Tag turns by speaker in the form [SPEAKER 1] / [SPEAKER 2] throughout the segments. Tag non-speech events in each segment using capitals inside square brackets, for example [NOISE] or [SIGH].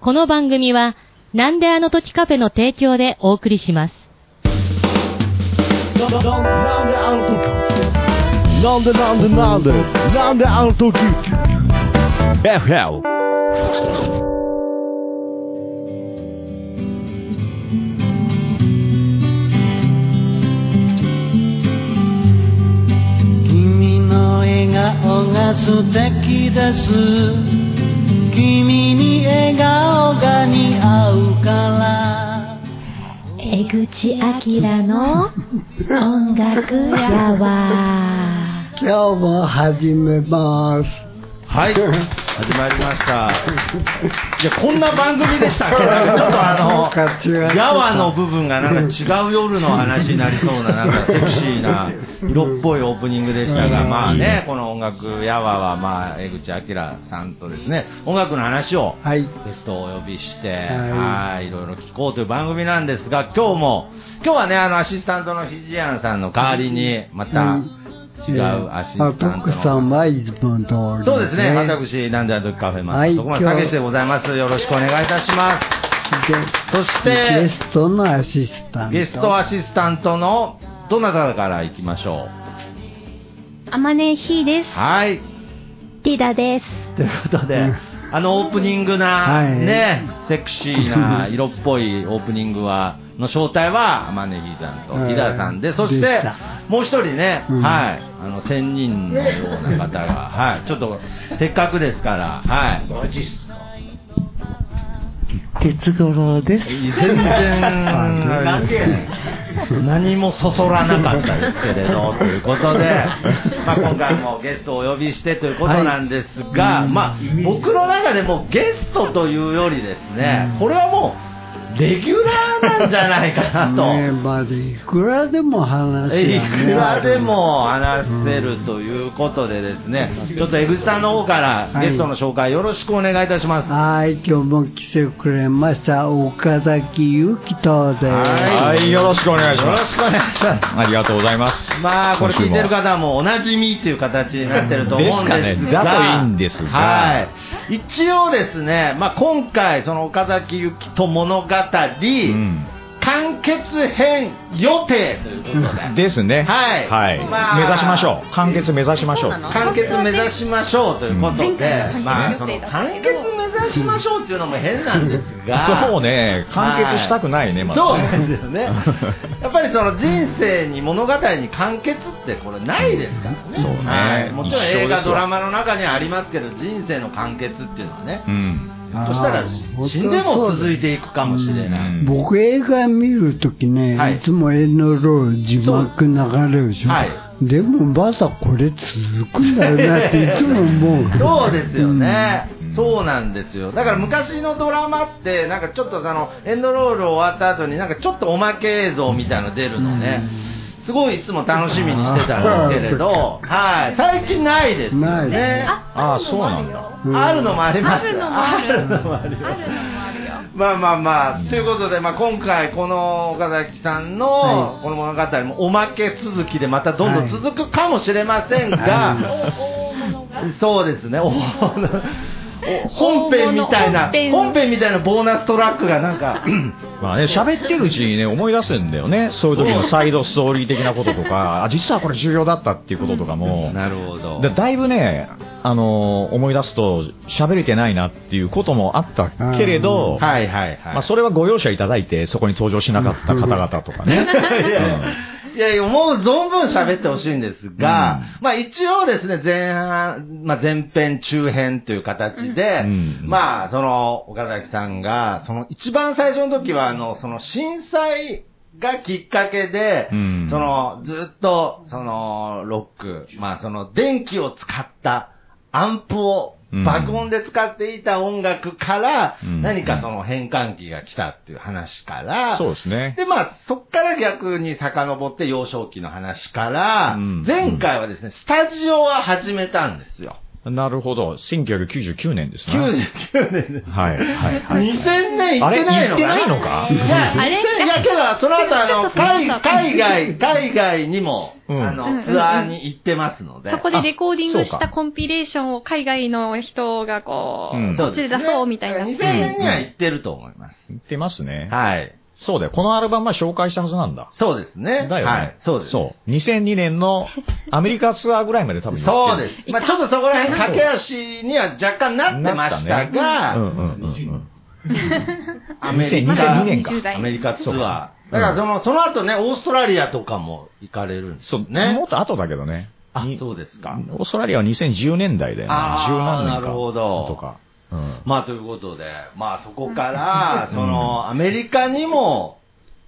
[SPEAKER 1] この番組は、なんであの時カフェの提供でお送りします。
[SPEAKER 2] なんであの時なんでなんでなんでなんであの時 FL
[SPEAKER 3] 君の笑顔が素敵です君に笑顔が似合うから
[SPEAKER 4] 江口明の音楽やわ
[SPEAKER 3] 今日も始めます
[SPEAKER 5] はい、始まりました。いや、こんな番組で
[SPEAKER 3] [LAUGHS]
[SPEAKER 5] したっけなんかちょっと
[SPEAKER 3] なんか違う
[SPEAKER 5] あの、やわの部分がなんか違う夜の話になりそうな、なんかセクシーな、色っぽいオープニングでしたが、まあね、この音楽やわは、まあ、江口明さんとですね、音楽の話を
[SPEAKER 3] はい
[SPEAKER 5] ゲストをお呼びして、
[SPEAKER 3] はい
[SPEAKER 5] はい、いろいろ聞こうという番組なんですが、今日も、今日はね、あの、アシスタントのひじやんさんの代わりに、また違うアシスタントの。
[SPEAKER 3] あ徳さんはいつも通り
[SPEAKER 5] そうですね。私、なんであの時カフェマ
[SPEAKER 3] は
[SPEAKER 5] ン
[SPEAKER 3] い
[SPEAKER 5] ス、徳松武史でございます。よろしくお願いいたします。そし
[SPEAKER 3] でゲ
[SPEAKER 5] て、
[SPEAKER 3] ストのアシスタント
[SPEAKER 5] ゲストアシスタントの、どなたから行きましょ
[SPEAKER 4] あまねひーです
[SPEAKER 5] う。はい。
[SPEAKER 4] ティーダです
[SPEAKER 5] ということ
[SPEAKER 3] う
[SPEAKER 5] で
[SPEAKER 3] ん、
[SPEAKER 5] あのオープニング
[SPEAKER 3] は
[SPEAKER 5] な、
[SPEAKER 3] い
[SPEAKER 5] ね、セクシー
[SPEAKER 3] [LAUGHS]
[SPEAKER 5] な、色っぽいオープニングは、の正体は、マネヒーさんと
[SPEAKER 3] はい
[SPEAKER 5] 木田さんで、そし
[SPEAKER 3] でしてた、
[SPEAKER 5] もう一人ね、
[SPEAKER 3] うん
[SPEAKER 5] はい、あの、千人のような方が、はい、ちょっと、せっかくですから、はい。
[SPEAKER 3] 哲五郎で
[SPEAKER 5] 全然、
[SPEAKER 3] なんでやね
[SPEAKER 5] 何もそそらなかったですけれど、ということで、まあ、今回もゲストをお呼びしてということなんですが、
[SPEAKER 3] はい
[SPEAKER 5] まあ、僕の中でもうゲストというよりですね、これはもう、レギュラーなんじゃないか
[SPEAKER 3] ねえ
[SPEAKER 5] な
[SPEAKER 3] まあいくらでも話
[SPEAKER 5] と。
[SPEAKER 3] がね
[SPEAKER 5] いくらでも話せるということでですね、ちょっと江口さんの方からゲストの紹介よろしくお願いいたします。
[SPEAKER 3] はい今日も来てくれました岡崎由紀とです
[SPEAKER 6] はい、よろしくお願いし
[SPEAKER 5] よろ
[SPEAKER 6] ま
[SPEAKER 5] し
[SPEAKER 6] す。
[SPEAKER 5] くお願いします。
[SPEAKER 6] ありがとうございます。
[SPEAKER 5] まあこれ聞いてる
[SPEAKER 6] 今週も
[SPEAKER 5] 方もおなじみという形になってると思うんです
[SPEAKER 6] ですか
[SPEAKER 5] が、
[SPEAKER 6] ねだといいんですが
[SPEAKER 5] はい、一応ですね、まあ、今回、その岡崎由紀と物語、
[SPEAKER 6] うん
[SPEAKER 5] 完結編予定ということで、
[SPEAKER 6] ですね。
[SPEAKER 5] はいまあ
[SPEAKER 6] 目指しましょう。完結目指しましょう。
[SPEAKER 5] 完結目指しましょうということ
[SPEAKER 6] う
[SPEAKER 5] で、
[SPEAKER 6] ん
[SPEAKER 5] まあ、
[SPEAKER 6] 前
[SPEAKER 5] その完結目指しましょうっていうのも変なんですが、
[SPEAKER 6] [LAUGHS] そうね、完結したくないね、まだ。
[SPEAKER 5] そうなんですよ
[SPEAKER 6] [LAUGHS]
[SPEAKER 5] ね。やっぱりその人生に物語に完結ってこれないですからね。
[SPEAKER 6] そうね
[SPEAKER 5] はいもちろん
[SPEAKER 6] 一生
[SPEAKER 5] 映
[SPEAKER 6] で
[SPEAKER 5] 画
[SPEAKER 6] す
[SPEAKER 5] ド
[SPEAKER 6] よ
[SPEAKER 5] ラマの中にはありますけど、人生の完結っていうのはね
[SPEAKER 6] う。ん。
[SPEAKER 5] そしたら死んでも続いていくかもしれな
[SPEAKER 6] う
[SPEAKER 5] い。
[SPEAKER 6] ん
[SPEAKER 3] 僕映画見るときね、、
[SPEAKER 5] はいい
[SPEAKER 3] つも絵のロー字幕流れるでしょ、
[SPEAKER 5] はい
[SPEAKER 3] でもまだこれ続くんだよなっていつも思う
[SPEAKER 5] そうですよね、
[SPEAKER 6] うん
[SPEAKER 5] そうなんですよだから昔のドラマってなんかちょっとそのエンドロール終わった後になんかちょっとおまけ映像みたいなの出るのね、すごいいつも楽しみにしてたんですけ
[SPEAKER 6] [LAUGHS]
[SPEAKER 5] れど、はい、最近ないですよね
[SPEAKER 3] ないです
[SPEAKER 6] ああ、そうなんだ。
[SPEAKER 3] うん
[SPEAKER 5] あるのもあります。
[SPEAKER 4] あるのもある
[SPEAKER 5] あるのもあるよ。まあまあまあ、ということで、まあ、今回この岡崎さん
[SPEAKER 3] は
[SPEAKER 5] のこの物語もおまけ続きでまたどんどん続くかもしれませんが、そうですね、おお [LAUGHS] 本編みたいな
[SPEAKER 4] 本編
[SPEAKER 5] 本編みたいなボーナストラックがなんか
[SPEAKER 6] まあね、喋ってるうちにね、思い出すんだよね。そういう時のサイドストーリー的なこととか、あ、実はこれ重要だったっていうこととかも。
[SPEAKER 5] なるほど
[SPEAKER 6] だだいぶね、あのー思い出すと喋れてないなっていうこともあったけれど、
[SPEAKER 5] はいはいはい、
[SPEAKER 6] まあ、それはご容赦いただいてそこに登場しなかった方々とか [LAUGHS] ね、
[SPEAKER 5] いやいや、もう存分喋ってほしいんですが、まあ一応ですね、前半、まあ前編、中編という形で、
[SPEAKER 6] うん
[SPEAKER 5] まあその、岡崎さんが、その一番最初の時は、あの、その震災がきっかけで、
[SPEAKER 6] うん
[SPEAKER 5] その、ずっと、その、ロック、まあその、電気を使ったアンプを、
[SPEAKER 6] うん
[SPEAKER 5] 爆音で使っていた音楽から、
[SPEAKER 6] うん
[SPEAKER 5] 何かその変換期が来たっていう話から、
[SPEAKER 6] [LAUGHS] そうですね
[SPEAKER 5] で、まあ、そっから逆に遡って幼少期の話から、
[SPEAKER 6] うん
[SPEAKER 5] 前回はですね、スタジオは始めたんですよ。
[SPEAKER 6] なるほど。1999年ですね。
[SPEAKER 5] 99年で。
[SPEAKER 6] はい、はい、はい。
[SPEAKER 5] 2000年行
[SPEAKER 6] あ
[SPEAKER 5] っ
[SPEAKER 6] れ
[SPEAKER 5] て
[SPEAKER 6] 行
[SPEAKER 5] ないの
[SPEAKER 6] っ
[SPEAKER 5] か
[SPEAKER 6] てないのか
[SPEAKER 5] いや、
[SPEAKER 7] あれ
[SPEAKER 5] いやけど、その後あの、海海外、海外にも、
[SPEAKER 6] うん
[SPEAKER 5] あ
[SPEAKER 7] うんうんう
[SPEAKER 5] の、
[SPEAKER 7] ん
[SPEAKER 5] ツアーに行ってますので。
[SPEAKER 7] そこでレコーディングし
[SPEAKER 6] あそう
[SPEAKER 7] た
[SPEAKER 6] か
[SPEAKER 7] コンピレーションを海外の人がこう、
[SPEAKER 6] うん
[SPEAKER 7] こっちで出そうみたい
[SPEAKER 5] 2000
[SPEAKER 7] な。
[SPEAKER 5] 年には行ってると思います。
[SPEAKER 6] 行ってますね。
[SPEAKER 5] はい。
[SPEAKER 6] そうだよ。このアルバムは紹介したはずなんだ。
[SPEAKER 5] そうですね。
[SPEAKER 6] だよね。
[SPEAKER 5] はい。そうです。
[SPEAKER 6] そう。2002年のアメリカツアーぐらいまで多分や
[SPEAKER 5] そう
[SPEAKER 6] ってる
[SPEAKER 5] です。まあちょっとそこら辺、駆け足には若干なってましたが、
[SPEAKER 6] うんうんうん
[SPEAKER 5] アメリ
[SPEAKER 6] 2002
[SPEAKER 5] カ、
[SPEAKER 6] 年か
[SPEAKER 7] 20代
[SPEAKER 5] アメリカツアー。
[SPEAKER 6] そう
[SPEAKER 5] だ
[SPEAKER 6] か
[SPEAKER 5] からその、その後ね、オーストラリアとかも行かれるんです
[SPEAKER 6] そ
[SPEAKER 5] よ
[SPEAKER 6] う、
[SPEAKER 5] ね
[SPEAKER 6] も。っと後だけどね。
[SPEAKER 5] あ、
[SPEAKER 6] に
[SPEAKER 5] そうですか。
[SPEAKER 6] オーストラリアは2010年代だよね。
[SPEAKER 5] あー
[SPEAKER 6] 10何年か。
[SPEAKER 5] なるほど
[SPEAKER 6] とか。うん。
[SPEAKER 5] まあ、ということで、まあ、そこから、その、アメリカにも、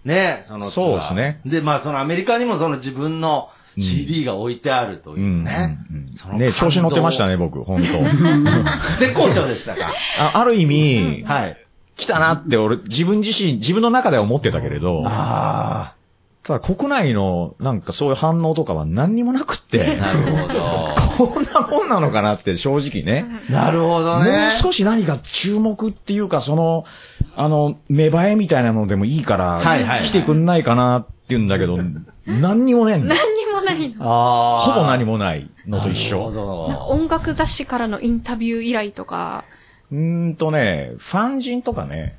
[SPEAKER 5] ね、そのツアー、
[SPEAKER 6] そうですね
[SPEAKER 5] で、まあ、そのアメリカにもその自分の
[SPEAKER 6] うん
[SPEAKER 5] CD が置いてあるというね。そ
[SPEAKER 6] うんう
[SPEAKER 5] の
[SPEAKER 6] んね調子乗ってましたね、僕、本
[SPEAKER 5] [LAUGHS]
[SPEAKER 6] 当
[SPEAKER 5] 絶好調でしたか。
[SPEAKER 6] あある意味、
[SPEAKER 5] はい。
[SPEAKER 6] 来たなって俺、自分自身、自分の中では思ってたけれど、
[SPEAKER 5] あ
[SPEAKER 6] ただ国内のなんかそういう反応とかは何にもなくって、
[SPEAKER 5] なるほ
[SPEAKER 6] [LAUGHS]
[SPEAKER 5] ど。
[SPEAKER 6] こんなもんなのかなって正直ね。
[SPEAKER 5] なるほど
[SPEAKER 6] も
[SPEAKER 5] ね
[SPEAKER 6] う。少し何か注目っていうか、その、あの、芽生えみたいなのでもいいから、
[SPEAKER 5] はいはいはい
[SPEAKER 6] 来てくんないかなって言うんだけど、何にもねえんだよ
[SPEAKER 7] 何にもないの。
[SPEAKER 5] あ
[SPEAKER 6] ほぼ何
[SPEAKER 5] も
[SPEAKER 6] もないのと一
[SPEAKER 5] なるほ
[SPEAKER 6] 緒。
[SPEAKER 7] なんか
[SPEAKER 5] ど。
[SPEAKER 7] 音楽雑誌からのインタビュー以来とか、
[SPEAKER 6] うーんとね、ファン人とかね、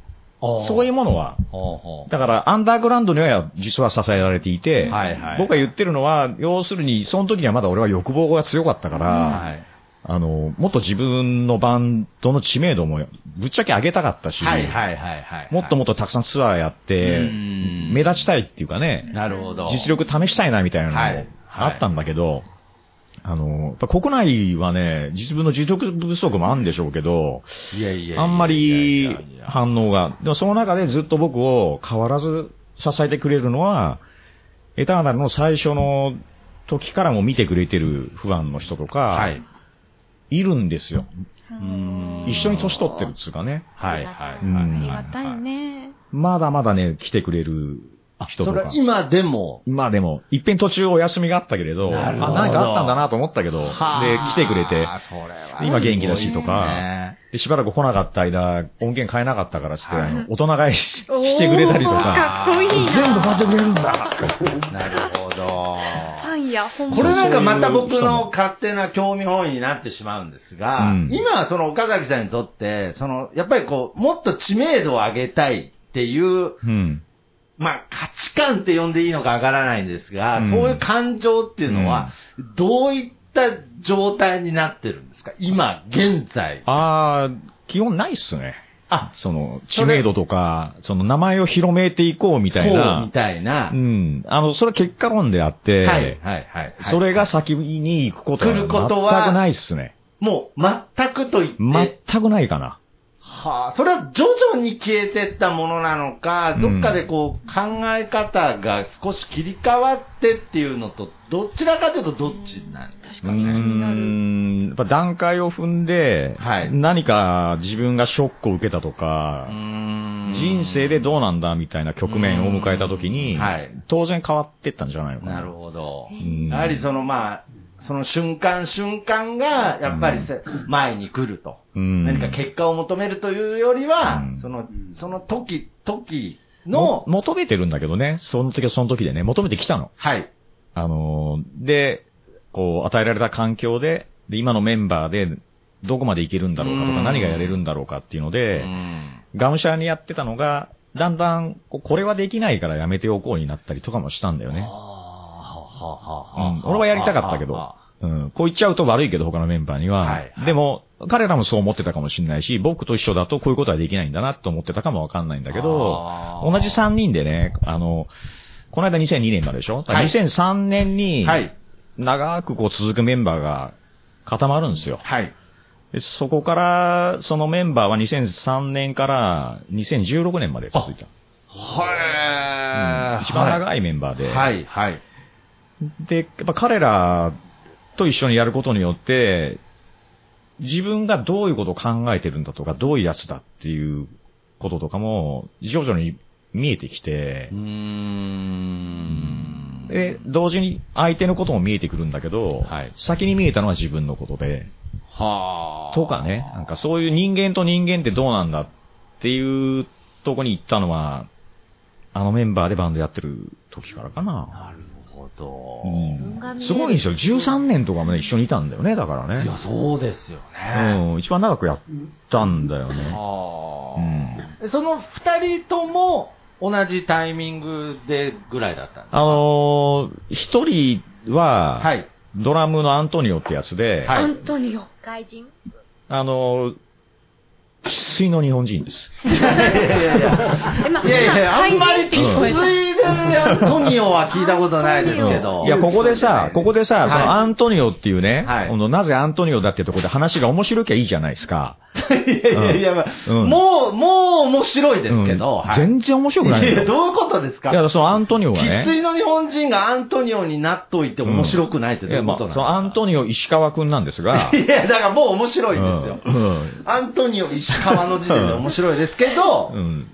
[SPEAKER 6] そういう
[SPEAKER 5] も
[SPEAKER 6] ものは、
[SPEAKER 5] ほうほう
[SPEAKER 6] だからアンダーグラウンドには実は支えられていて、
[SPEAKER 5] はいはい
[SPEAKER 6] 僕が言ってるのは、要するにその時にはまだ俺は欲望が強かったから、
[SPEAKER 5] はい
[SPEAKER 6] あの、もっと自分のバンドの知名度もぶっちゃけ上げたかったし、
[SPEAKER 5] はいはいはいはい。
[SPEAKER 6] もっともっとたくさんツアーやって、
[SPEAKER 5] うん
[SPEAKER 6] 目立ちたいっていうかね、
[SPEAKER 5] なるほど。
[SPEAKER 6] 実力試したいなみたいなの
[SPEAKER 5] はい
[SPEAKER 6] も
[SPEAKER 5] はい
[SPEAKER 6] あったんだけど、あの、やっぱ国内はね、実分の実力不足もあるんでしょうけど、
[SPEAKER 5] いやいやいやいやいや。
[SPEAKER 6] あんまり
[SPEAKER 5] いや
[SPEAKER 6] 反応が。でもその中でずっと僕を変わらず支えてくれるのは、エターナルの最初の時からも見てくれてるファンの人とか
[SPEAKER 5] は、い。
[SPEAKER 6] いるんですよ。
[SPEAKER 5] うん
[SPEAKER 6] 一緒に年取ってるっつうかね。
[SPEAKER 5] はいはいはい。
[SPEAKER 6] うん
[SPEAKER 7] ありがたいね。
[SPEAKER 6] まだまだね、来てくれる人
[SPEAKER 5] そ
[SPEAKER 6] と
[SPEAKER 5] れ
[SPEAKER 6] か
[SPEAKER 5] は。今でも、
[SPEAKER 6] まあでも、一遍途中お休みがあったけれど、
[SPEAKER 5] な
[SPEAKER 6] あ、
[SPEAKER 5] るほど
[SPEAKER 6] 何かあったんだなと思ったけど、で、
[SPEAKER 5] はあ
[SPEAKER 6] 来てくれて、
[SPEAKER 5] それは
[SPEAKER 6] 今元気だしと
[SPEAKER 5] ね
[SPEAKER 6] か、で、しばらく来なかった間、音源変えなかったからっつって、
[SPEAKER 5] はい
[SPEAKER 6] あの大人買いししてくれたりとか、
[SPEAKER 7] かっこいい
[SPEAKER 6] 全部
[SPEAKER 7] な。
[SPEAKER 6] 買ってくれるんだ
[SPEAKER 5] なるほど。
[SPEAKER 7] ファンや本
[SPEAKER 5] こ
[SPEAKER 7] 物
[SPEAKER 5] れなんかまた僕の勝手な興味本位になってしまうんですが、
[SPEAKER 6] うん
[SPEAKER 5] 今はその岡崎さんにとって、その、やっぱりこう、もっと知名度を上げたいっていう、
[SPEAKER 6] うん。
[SPEAKER 5] まあ価値観って呼んでいいのかわからないんですが、
[SPEAKER 6] うん
[SPEAKER 5] そういう感情っていうのは、どういった状態になってるんですか今、現在。
[SPEAKER 6] ああ、基本ないっすね。
[SPEAKER 5] あ、
[SPEAKER 6] その、知名度とか、その名前を広めていこうみ
[SPEAKER 5] こ
[SPEAKER 6] たいう
[SPEAKER 5] み
[SPEAKER 6] な。
[SPEAKER 5] たいな。
[SPEAKER 6] うん。あの、それは結果論であっ
[SPEAKER 5] は
[SPEAKER 6] て、
[SPEAKER 5] い、はい、はいはい。
[SPEAKER 6] それが先に行くことは
[SPEAKER 5] 来ることは
[SPEAKER 6] 全くないっすね。
[SPEAKER 5] もう、全くと言って、
[SPEAKER 6] 全くないかな。
[SPEAKER 5] はあ、それは徐々に消えてったものなのか、どっかでこう、考え方が少し切り替わってっていうのと、どちらかというとどっちなんです
[SPEAKER 6] う
[SPEAKER 5] か
[SPEAKER 6] ー
[SPEAKER 5] ね。
[SPEAKER 6] ん。やっぱ段階を踏んで、
[SPEAKER 5] はい
[SPEAKER 6] 何か自分がショックを受けたとか、人生でどうなんだみたいな局面を迎えたときに、
[SPEAKER 5] うんはい
[SPEAKER 6] 当然変わってったんじゃないのかな。
[SPEAKER 5] なるほど。
[SPEAKER 6] ん
[SPEAKER 5] やはりそのまあ、その瞬間瞬間が、やっぱりせ前に来ると。
[SPEAKER 6] うん
[SPEAKER 5] 何か結果を求めるというよりは
[SPEAKER 6] うん、
[SPEAKER 5] その、その時、時
[SPEAKER 6] も
[SPEAKER 5] の、
[SPEAKER 6] 求めてるんだけどね、その時はその時でね、求めてきたの。
[SPEAKER 5] はい。
[SPEAKER 6] あのーで、こう、与えられた環境で、で今のメンバーで、どこまでいけるんだろうかと
[SPEAKER 5] う
[SPEAKER 6] か、
[SPEAKER 5] ん
[SPEAKER 6] 何がやれるんだろうかっていうので、
[SPEAKER 5] うん
[SPEAKER 6] がむしゃらにやってたのが、だんだん、こうこれはできないからやめておこうになったりとかもしたんだよ
[SPEAKER 5] あーは
[SPEAKER 6] ね。
[SPEAKER 5] あは
[SPEAKER 6] う
[SPEAKER 5] あはあ
[SPEAKER 6] ん、俺はやりたかっ
[SPEAKER 5] はあはあ
[SPEAKER 6] たけ
[SPEAKER 5] は
[SPEAKER 6] ど
[SPEAKER 5] あ、
[SPEAKER 6] うん、こう言っちゃうと悪いけど、他のメンバーには。
[SPEAKER 5] はいはい
[SPEAKER 6] でも、彼らもそう思ってたかもしれないし、僕と一緒だとこういうことはできないんだなと思ってたかもわかんないんだけど、
[SPEAKER 5] あー
[SPEAKER 6] 同じ3人でね、あの、この間2002年まででしょ、
[SPEAKER 5] はい
[SPEAKER 6] ?2003 年に、
[SPEAKER 5] はい。
[SPEAKER 6] 長くこう続くメンバーが固まるんですよ。
[SPEAKER 5] はい。
[SPEAKER 6] でそこから、そのメンバーは2003年から2016年まで続いた。
[SPEAKER 5] は
[SPEAKER 6] 一番
[SPEAKER 5] い。
[SPEAKER 6] 長いメンバーで。
[SPEAKER 5] はい、はい。
[SPEAKER 6] で、やっぱ彼らと一緒にやることによって、自分がどういうことを考えてるんだとか、どういうやつだっていうこととかも、徐々に見えてきて
[SPEAKER 5] うー、ん。
[SPEAKER 6] で、同時に相手のことも見えてくるんだけど、
[SPEAKER 8] はい
[SPEAKER 6] 先に見えたのは自分のことで、
[SPEAKER 8] はあ。
[SPEAKER 6] とかね、なんかそういう人間と人間ってどうなんだっていうとこに行ったのは、あのメンバーでバンドやってる時からかな。
[SPEAKER 5] なるほど。
[SPEAKER 6] うん
[SPEAKER 4] が見える
[SPEAKER 6] すごいんですよ。13年とかもね、一緒にいたんだよね、だから
[SPEAKER 5] いや、
[SPEAKER 6] ね。
[SPEAKER 5] そうですよね。
[SPEAKER 6] うん、一番長くやったんだよね。
[SPEAKER 5] は
[SPEAKER 6] う
[SPEAKER 5] あ
[SPEAKER 6] ん。
[SPEAKER 5] えその二人とも同じタイミングでぐらいだったんですか
[SPEAKER 6] あのー一人は、
[SPEAKER 5] はい。
[SPEAKER 6] ドラムのアントニオってやつで、
[SPEAKER 5] はい
[SPEAKER 7] アントニオ。
[SPEAKER 4] 外人
[SPEAKER 6] あのー生粋の日本人です。
[SPEAKER 5] いやいやいや。
[SPEAKER 7] え、ま
[SPEAKER 5] いやいや、あんまり、つい
[SPEAKER 7] 怪人って聞こえた
[SPEAKER 5] でアントニオは聞いたことないですけど。
[SPEAKER 6] いや、ここでさ、ここでさ、
[SPEAKER 5] はい
[SPEAKER 6] そのアントニオっていうね、
[SPEAKER 5] はい
[SPEAKER 6] このなぜアントニオだってとこで話が面白きゃいいじゃないですか。
[SPEAKER 5] いやいやいや、まあ
[SPEAKER 6] うん
[SPEAKER 5] もう、もう面白いですけど。
[SPEAKER 6] うん
[SPEAKER 5] はい
[SPEAKER 6] 全然面白くないい
[SPEAKER 5] やいや
[SPEAKER 6] よ。
[SPEAKER 5] どういうことですか
[SPEAKER 6] いや、そのアントニオが
[SPEAKER 5] 生
[SPEAKER 6] ね、
[SPEAKER 5] 粋の日本人がアントニオになっといて面白くないって
[SPEAKER 6] い
[SPEAKER 5] どうい
[SPEAKER 6] や
[SPEAKER 5] うこ
[SPEAKER 6] まあ
[SPEAKER 5] となんで
[SPEAKER 6] そ
[SPEAKER 5] すか、
[SPEAKER 6] のアントニオ石川くんなんですが、
[SPEAKER 5] いや、だからもう面白い
[SPEAKER 6] うんん
[SPEAKER 5] ですよ。
[SPEAKER 6] うん
[SPEAKER 5] アントニオ石川の時点で面白いですけど、
[SPEAKER 6] うん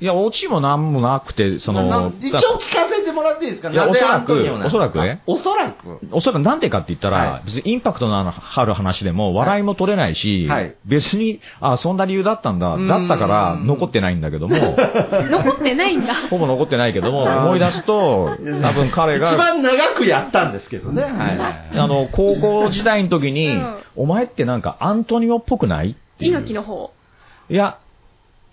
[SPEAKER 6] いや、オチもなんもなくて、そ
[SPEAKER 5] な
[SPEAKER 6] の
[SPEAKER 5] ん、一応聞かせてもらっていいですか
[SPEAKER 6] いや
[SPEAKER 5] なんで
[SPEAKER 6] おそらく
[SPEAKER 5] アントニオなんですか
[SPEAKER 6] おそらくね
[SPEAKER 5] おそらく。
[SPEAKER 6] おそらくなんでかって言ったら、
[SPEAKER 5] はい
[SPEAKER 6] 別にインパクトのある話でも笑いも取れないし、
[SPEAKER 5] はい
[SPEAKER 6] 別に、あ、そんな理由だったんだ、
[SPEAKER 5] うん
[SPEAKER 6] だったから残ってないんだけど
[SPEAKER 5] [LAUGHS]
[SPEAKER 6] も、
[SPEAKER 7] 残ってないんだ。
[SPEAKER 6] ほぼ残ってないけども、思い出すと、多分彼
[SPEAKER 5] 一
[SPEAKER 6] が、
[SPEAKER 5] 番長くやったんですけどね。はい。
[SPEAKER 6] あの、高校時代の時に、
[SPEAKER 7] うん
[SPEAKER 6] お前ってなんかアントニオっぽくないっていう
[SPEAKER 7] 猪木の方。
[SPEAKER 6] いや、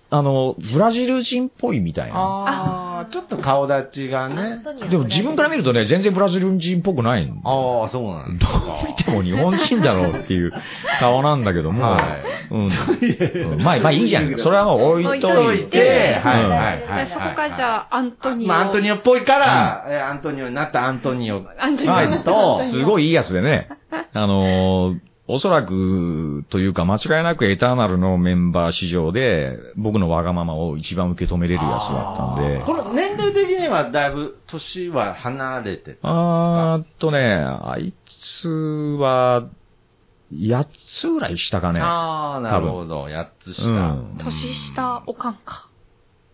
[SPEAKER 6] あの、ブラジル人っぽいみたいな。
[SPEAKER 5] ああ、ちょっと顔立ちがね。
[SPEAKER 6] でも自分から見るとね、全然ブラジル人っぽくない。
[SPEAKER 5] ああ、そうなん
[SPEAKER 6] どう見ても日本人だろうっ
[SPEAKER 5] [LAUGHS]
[SPEAKER 6] ていう顔なんだけども、
[SPEAKER 5] はい
[SPEAKER 6] うんうんまあ、まあいいじゃん。それはもう置いと
[SPEAKER 5] 置いと
[SPEAKER 6] い
[SPEAKER 5] い
[SPEAKER 6] て
[SPEAKER 5] て、はいはい
[SPEAKER 7] じゃあそこからじゃあ、アントニオ。
[SPEAKER 5] まあ、アントニオっぽいから、えアントニオになったアントニオ。
[SPEAKER 7] アントニオ。
[SPEAKER 6] は
[SPEAKER 5] はいと
[SPEAKER 6] い、すごいいいやつで
[SPEAKER 5] [LAUGHS]
[SPEAKER 6] ね、あのーおそらく、というか、間違いなくエターナルのメンバー史上で、僕のわがままを一番受け止めれるやつだったんで、
[SPEAKER 5] この年齢的にはだいぶ年は離れて
[SPEAKER 6] あーっとね、あいつは、8つぐらい下かね。
[SPEAKER 5] ああ、なるほど。8つ
[SPEAKER 6] う
[SPEAKER 5] 下。
[SPEAKER 6] ん。
[SPEAKER 7] 年下おかんか。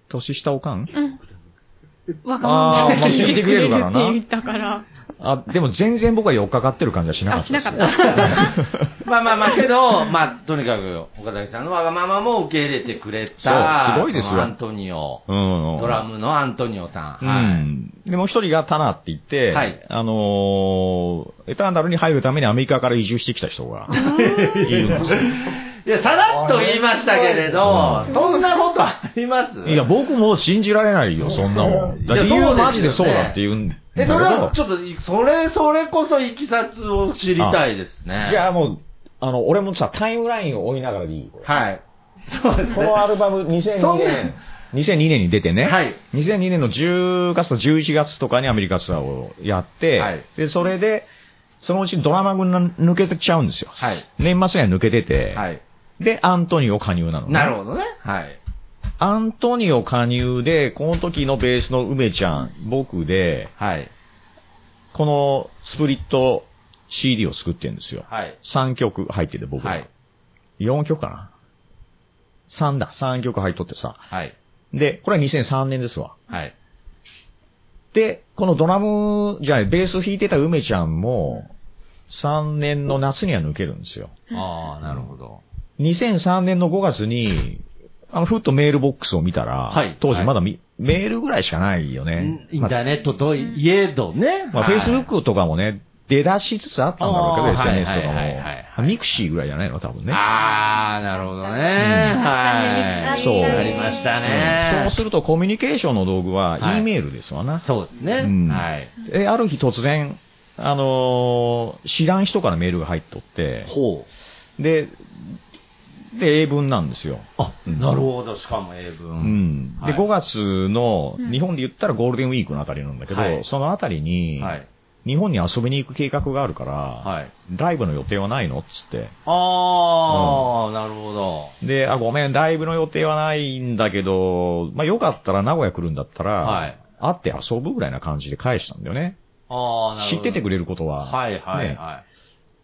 [SPEAKER 6] 年下おかん
[SPEAKER 7] うん。わがまま
[SPEAKER 6] あーまあ
[SPEAKER 7] 聞いてくれ
[SPEAKER 6] 聞いてくれる
[SPEAKER 7] るっ
[SPEAKER 6] から
[SPEAKER 7] て
[SPEAKER 6] な
[SPEAKER 7] 言ったから。
[SPEAKER 6] あ、でも全然僕は4日かかってる感じはしなか
[SPEAKER 7] あ、
[SPEAKER 6] っ
[SPEAKER 7] した
[SPEAKER 6] で
[SPEAKER 7] な
[SPEAKER 6] す。
[SPEAKER 7] かった。
[SPEAKER 5] まあまあまあけど、 [LAUGHS] まあとにかく岡崎さんのわがままも受け入れてくれた、
[SPEAKER 6] そうすごいですよ
[SPEAKER 5] そのアントニオ、
[SPEAKER 6] うん。
[SPEAKER 5] ドラムのアントニオさん。
[SPEAKER 6] う
[SPEAKER 5] はい
[SPEAKER 6] ん。で、もう一人がタナって言って、
[SPEAKER 5] はい
[SPEAKER 6] あのーエターナルに入るためにアメリカから移住してきた人がいるんですよ。
[SPEAKER 5] いや、さらっと言いましたけれど
[SPEAKER 6] う、
[SPEAKER 5] そんなことあります
[SPEAKER 6] いや、僕も信じられないよ、そんなもん。だから
[SPEAKER 5] い
[SPEAKER 6] 理
[SPEAKER 5] やそうですよ
[SPEAKER 6] 由は
[SPEAKER 5] ね
[SPEAKER 6] マジでそうだって言うんだ
[SPEAKER 5] え、
[SPEAKER 6] け
[SPEAKER 5] それは
[SPEAKER 6] ど、
[SPEAKER 5] ちょっと、それ、それこそいきさつを知りたいですね。
[SPEAKER 6] いや、もう、あの、俺もさ、タイムラインを追いながらでいいこれ
[SPEAKER 5] はい。そうです
[SPEAKER 6] こ
[SPEAKER 5] ね。
[SPEAKER 6] のアルバム
[SPEAKER 5] そ
[SPEAKER 6] 2002
[SPEAKER 5] んな
[SPEAKER 6] 年、2002年に出てね、
[SPEAKER 5] はい
[SPEAKER 6] 2002年の10月と11月とかにアメリカツアーをやって、
[SPEAKER 5] はい
[SPEAKER 6] で、それで、そのうちドラマ軍が抜けてちゃうんですよ。
[SPEAKER 5] はい。
[SPEAKER 6] 年末には抜けてて、
[SPEAKER 5] はい。
[SPEAKER 6] で、アントニオ加入なの、ね。
[SPEAKER 5] なるほどね。はい。
[SPEAKER 6] アントニオ加入で、この時のベースの梅ちゃん、僕で、
[SPEAKER 5] はい。
[SPEAKER 6] このスプリット CD を作ってるんですよ。
[SPEAKER 5] はい。
[SPEAKER 6] 3曲入ってて、僕
[SPEAKER 5] はい。
[SPEAKER 6] 4曲かな ?3 だ。3曲入っとってさ。
[SPEAKER 5] はい。
[SPEAKER 6] で、これは2003年ですわ。
[SPEAKER 5] はい。
[SPEAKER 6] で、このドラム、じゃあベース弾いてた梅ちゃんも、3年の夏には抜けるんですよ。
[SPEAKER 5] ああ、なるほど。
[SPEAKER 6] 2003年の5月に、あの、ふっとメールボックスを見たら、
[SPEAKER 5] はい
[SPEAKER 6] 当時まだみ、メールぐらいしかないよね。
[SPEAKER 5] インターネットといえどね。
[SPEAKER 6] まあ、
[SPEAKER 5] はい
[SPEAKER 6] Facebook とかもね、出だしつつあったんだろうけど、
[SPEAKER 5] あー
[SPEAKER 6] SNS とか
[SPEAKER 5] はいはいはいは
[SPEAKER 6] も。ミクシーぐらいじゃないの多分ね。
[SPEAKER 5] ああ、なるほどね。はい。
[SPEAKER 6] そう
[SPEAKER 5] ありました
[SPEAKER 6] うん
[SPEAKER 5] ね
[SPEAKER 6] そう。するとコミュニケーションの道具
[SPEAKER 5] は
[SPEAKER 6] は、
[SPEAKER 5] い
[SPEAKER 6] E メールですわな。
[SPEAKER 5] そうですね。
[SPEAKER 6] うん
[SPEAKER 5] はい。
[SPEAKER 6] え、ある日突然、あのー知らん人からメールが入っとって、
[SPEAKER 5] ほう。
[SPEAKER 6] で、で、英文なんですよ。
[SPEAKER 5] あ、
[SPEAKER 6] うん
[SPEAKER 5] なるほど。しかも英
[SPEAKER 6] う
[SPEAKER 5] 文。
[SPEAKER 6] ん。
[SPEAKER 5] はい
[SPEAKER 6] で、5月の
[SPEAKER 7] う、ん
[SPEAKER 6] 日本で言ったらゴールデンウィークのあたりなんだけど、
[SPEAKER 5] はい
[SPEAKER 6] そのあたりに、
[SPEAKER 5] はい。
[SPEAKER 6] 日本に遊びに行く計画があるから、
[SPEAKER 5] はい。
[SPEAKER 6] ライブの予定はないのっつって。
[SPEAKER 5] ああ、なるほど。
[SPEAKER 6] で、あ、ごめん、ライブの予定はないんだけど、まあよかったら名古屋来るんだったら、
[SPEAKER 5] はい
[SPEAKER 6] 会って遊ぶぐらいな感じで返したんだよね。
[SPEAKER 5] ああ、なるほ
[SPEAKER 6] 知
[SPEAKER 5] ど。
[SPEAKER 6] っててくれることは。
[SPEAKER 5] はいはい
[SPEAKER 6] ね
[SPEAKER 5] は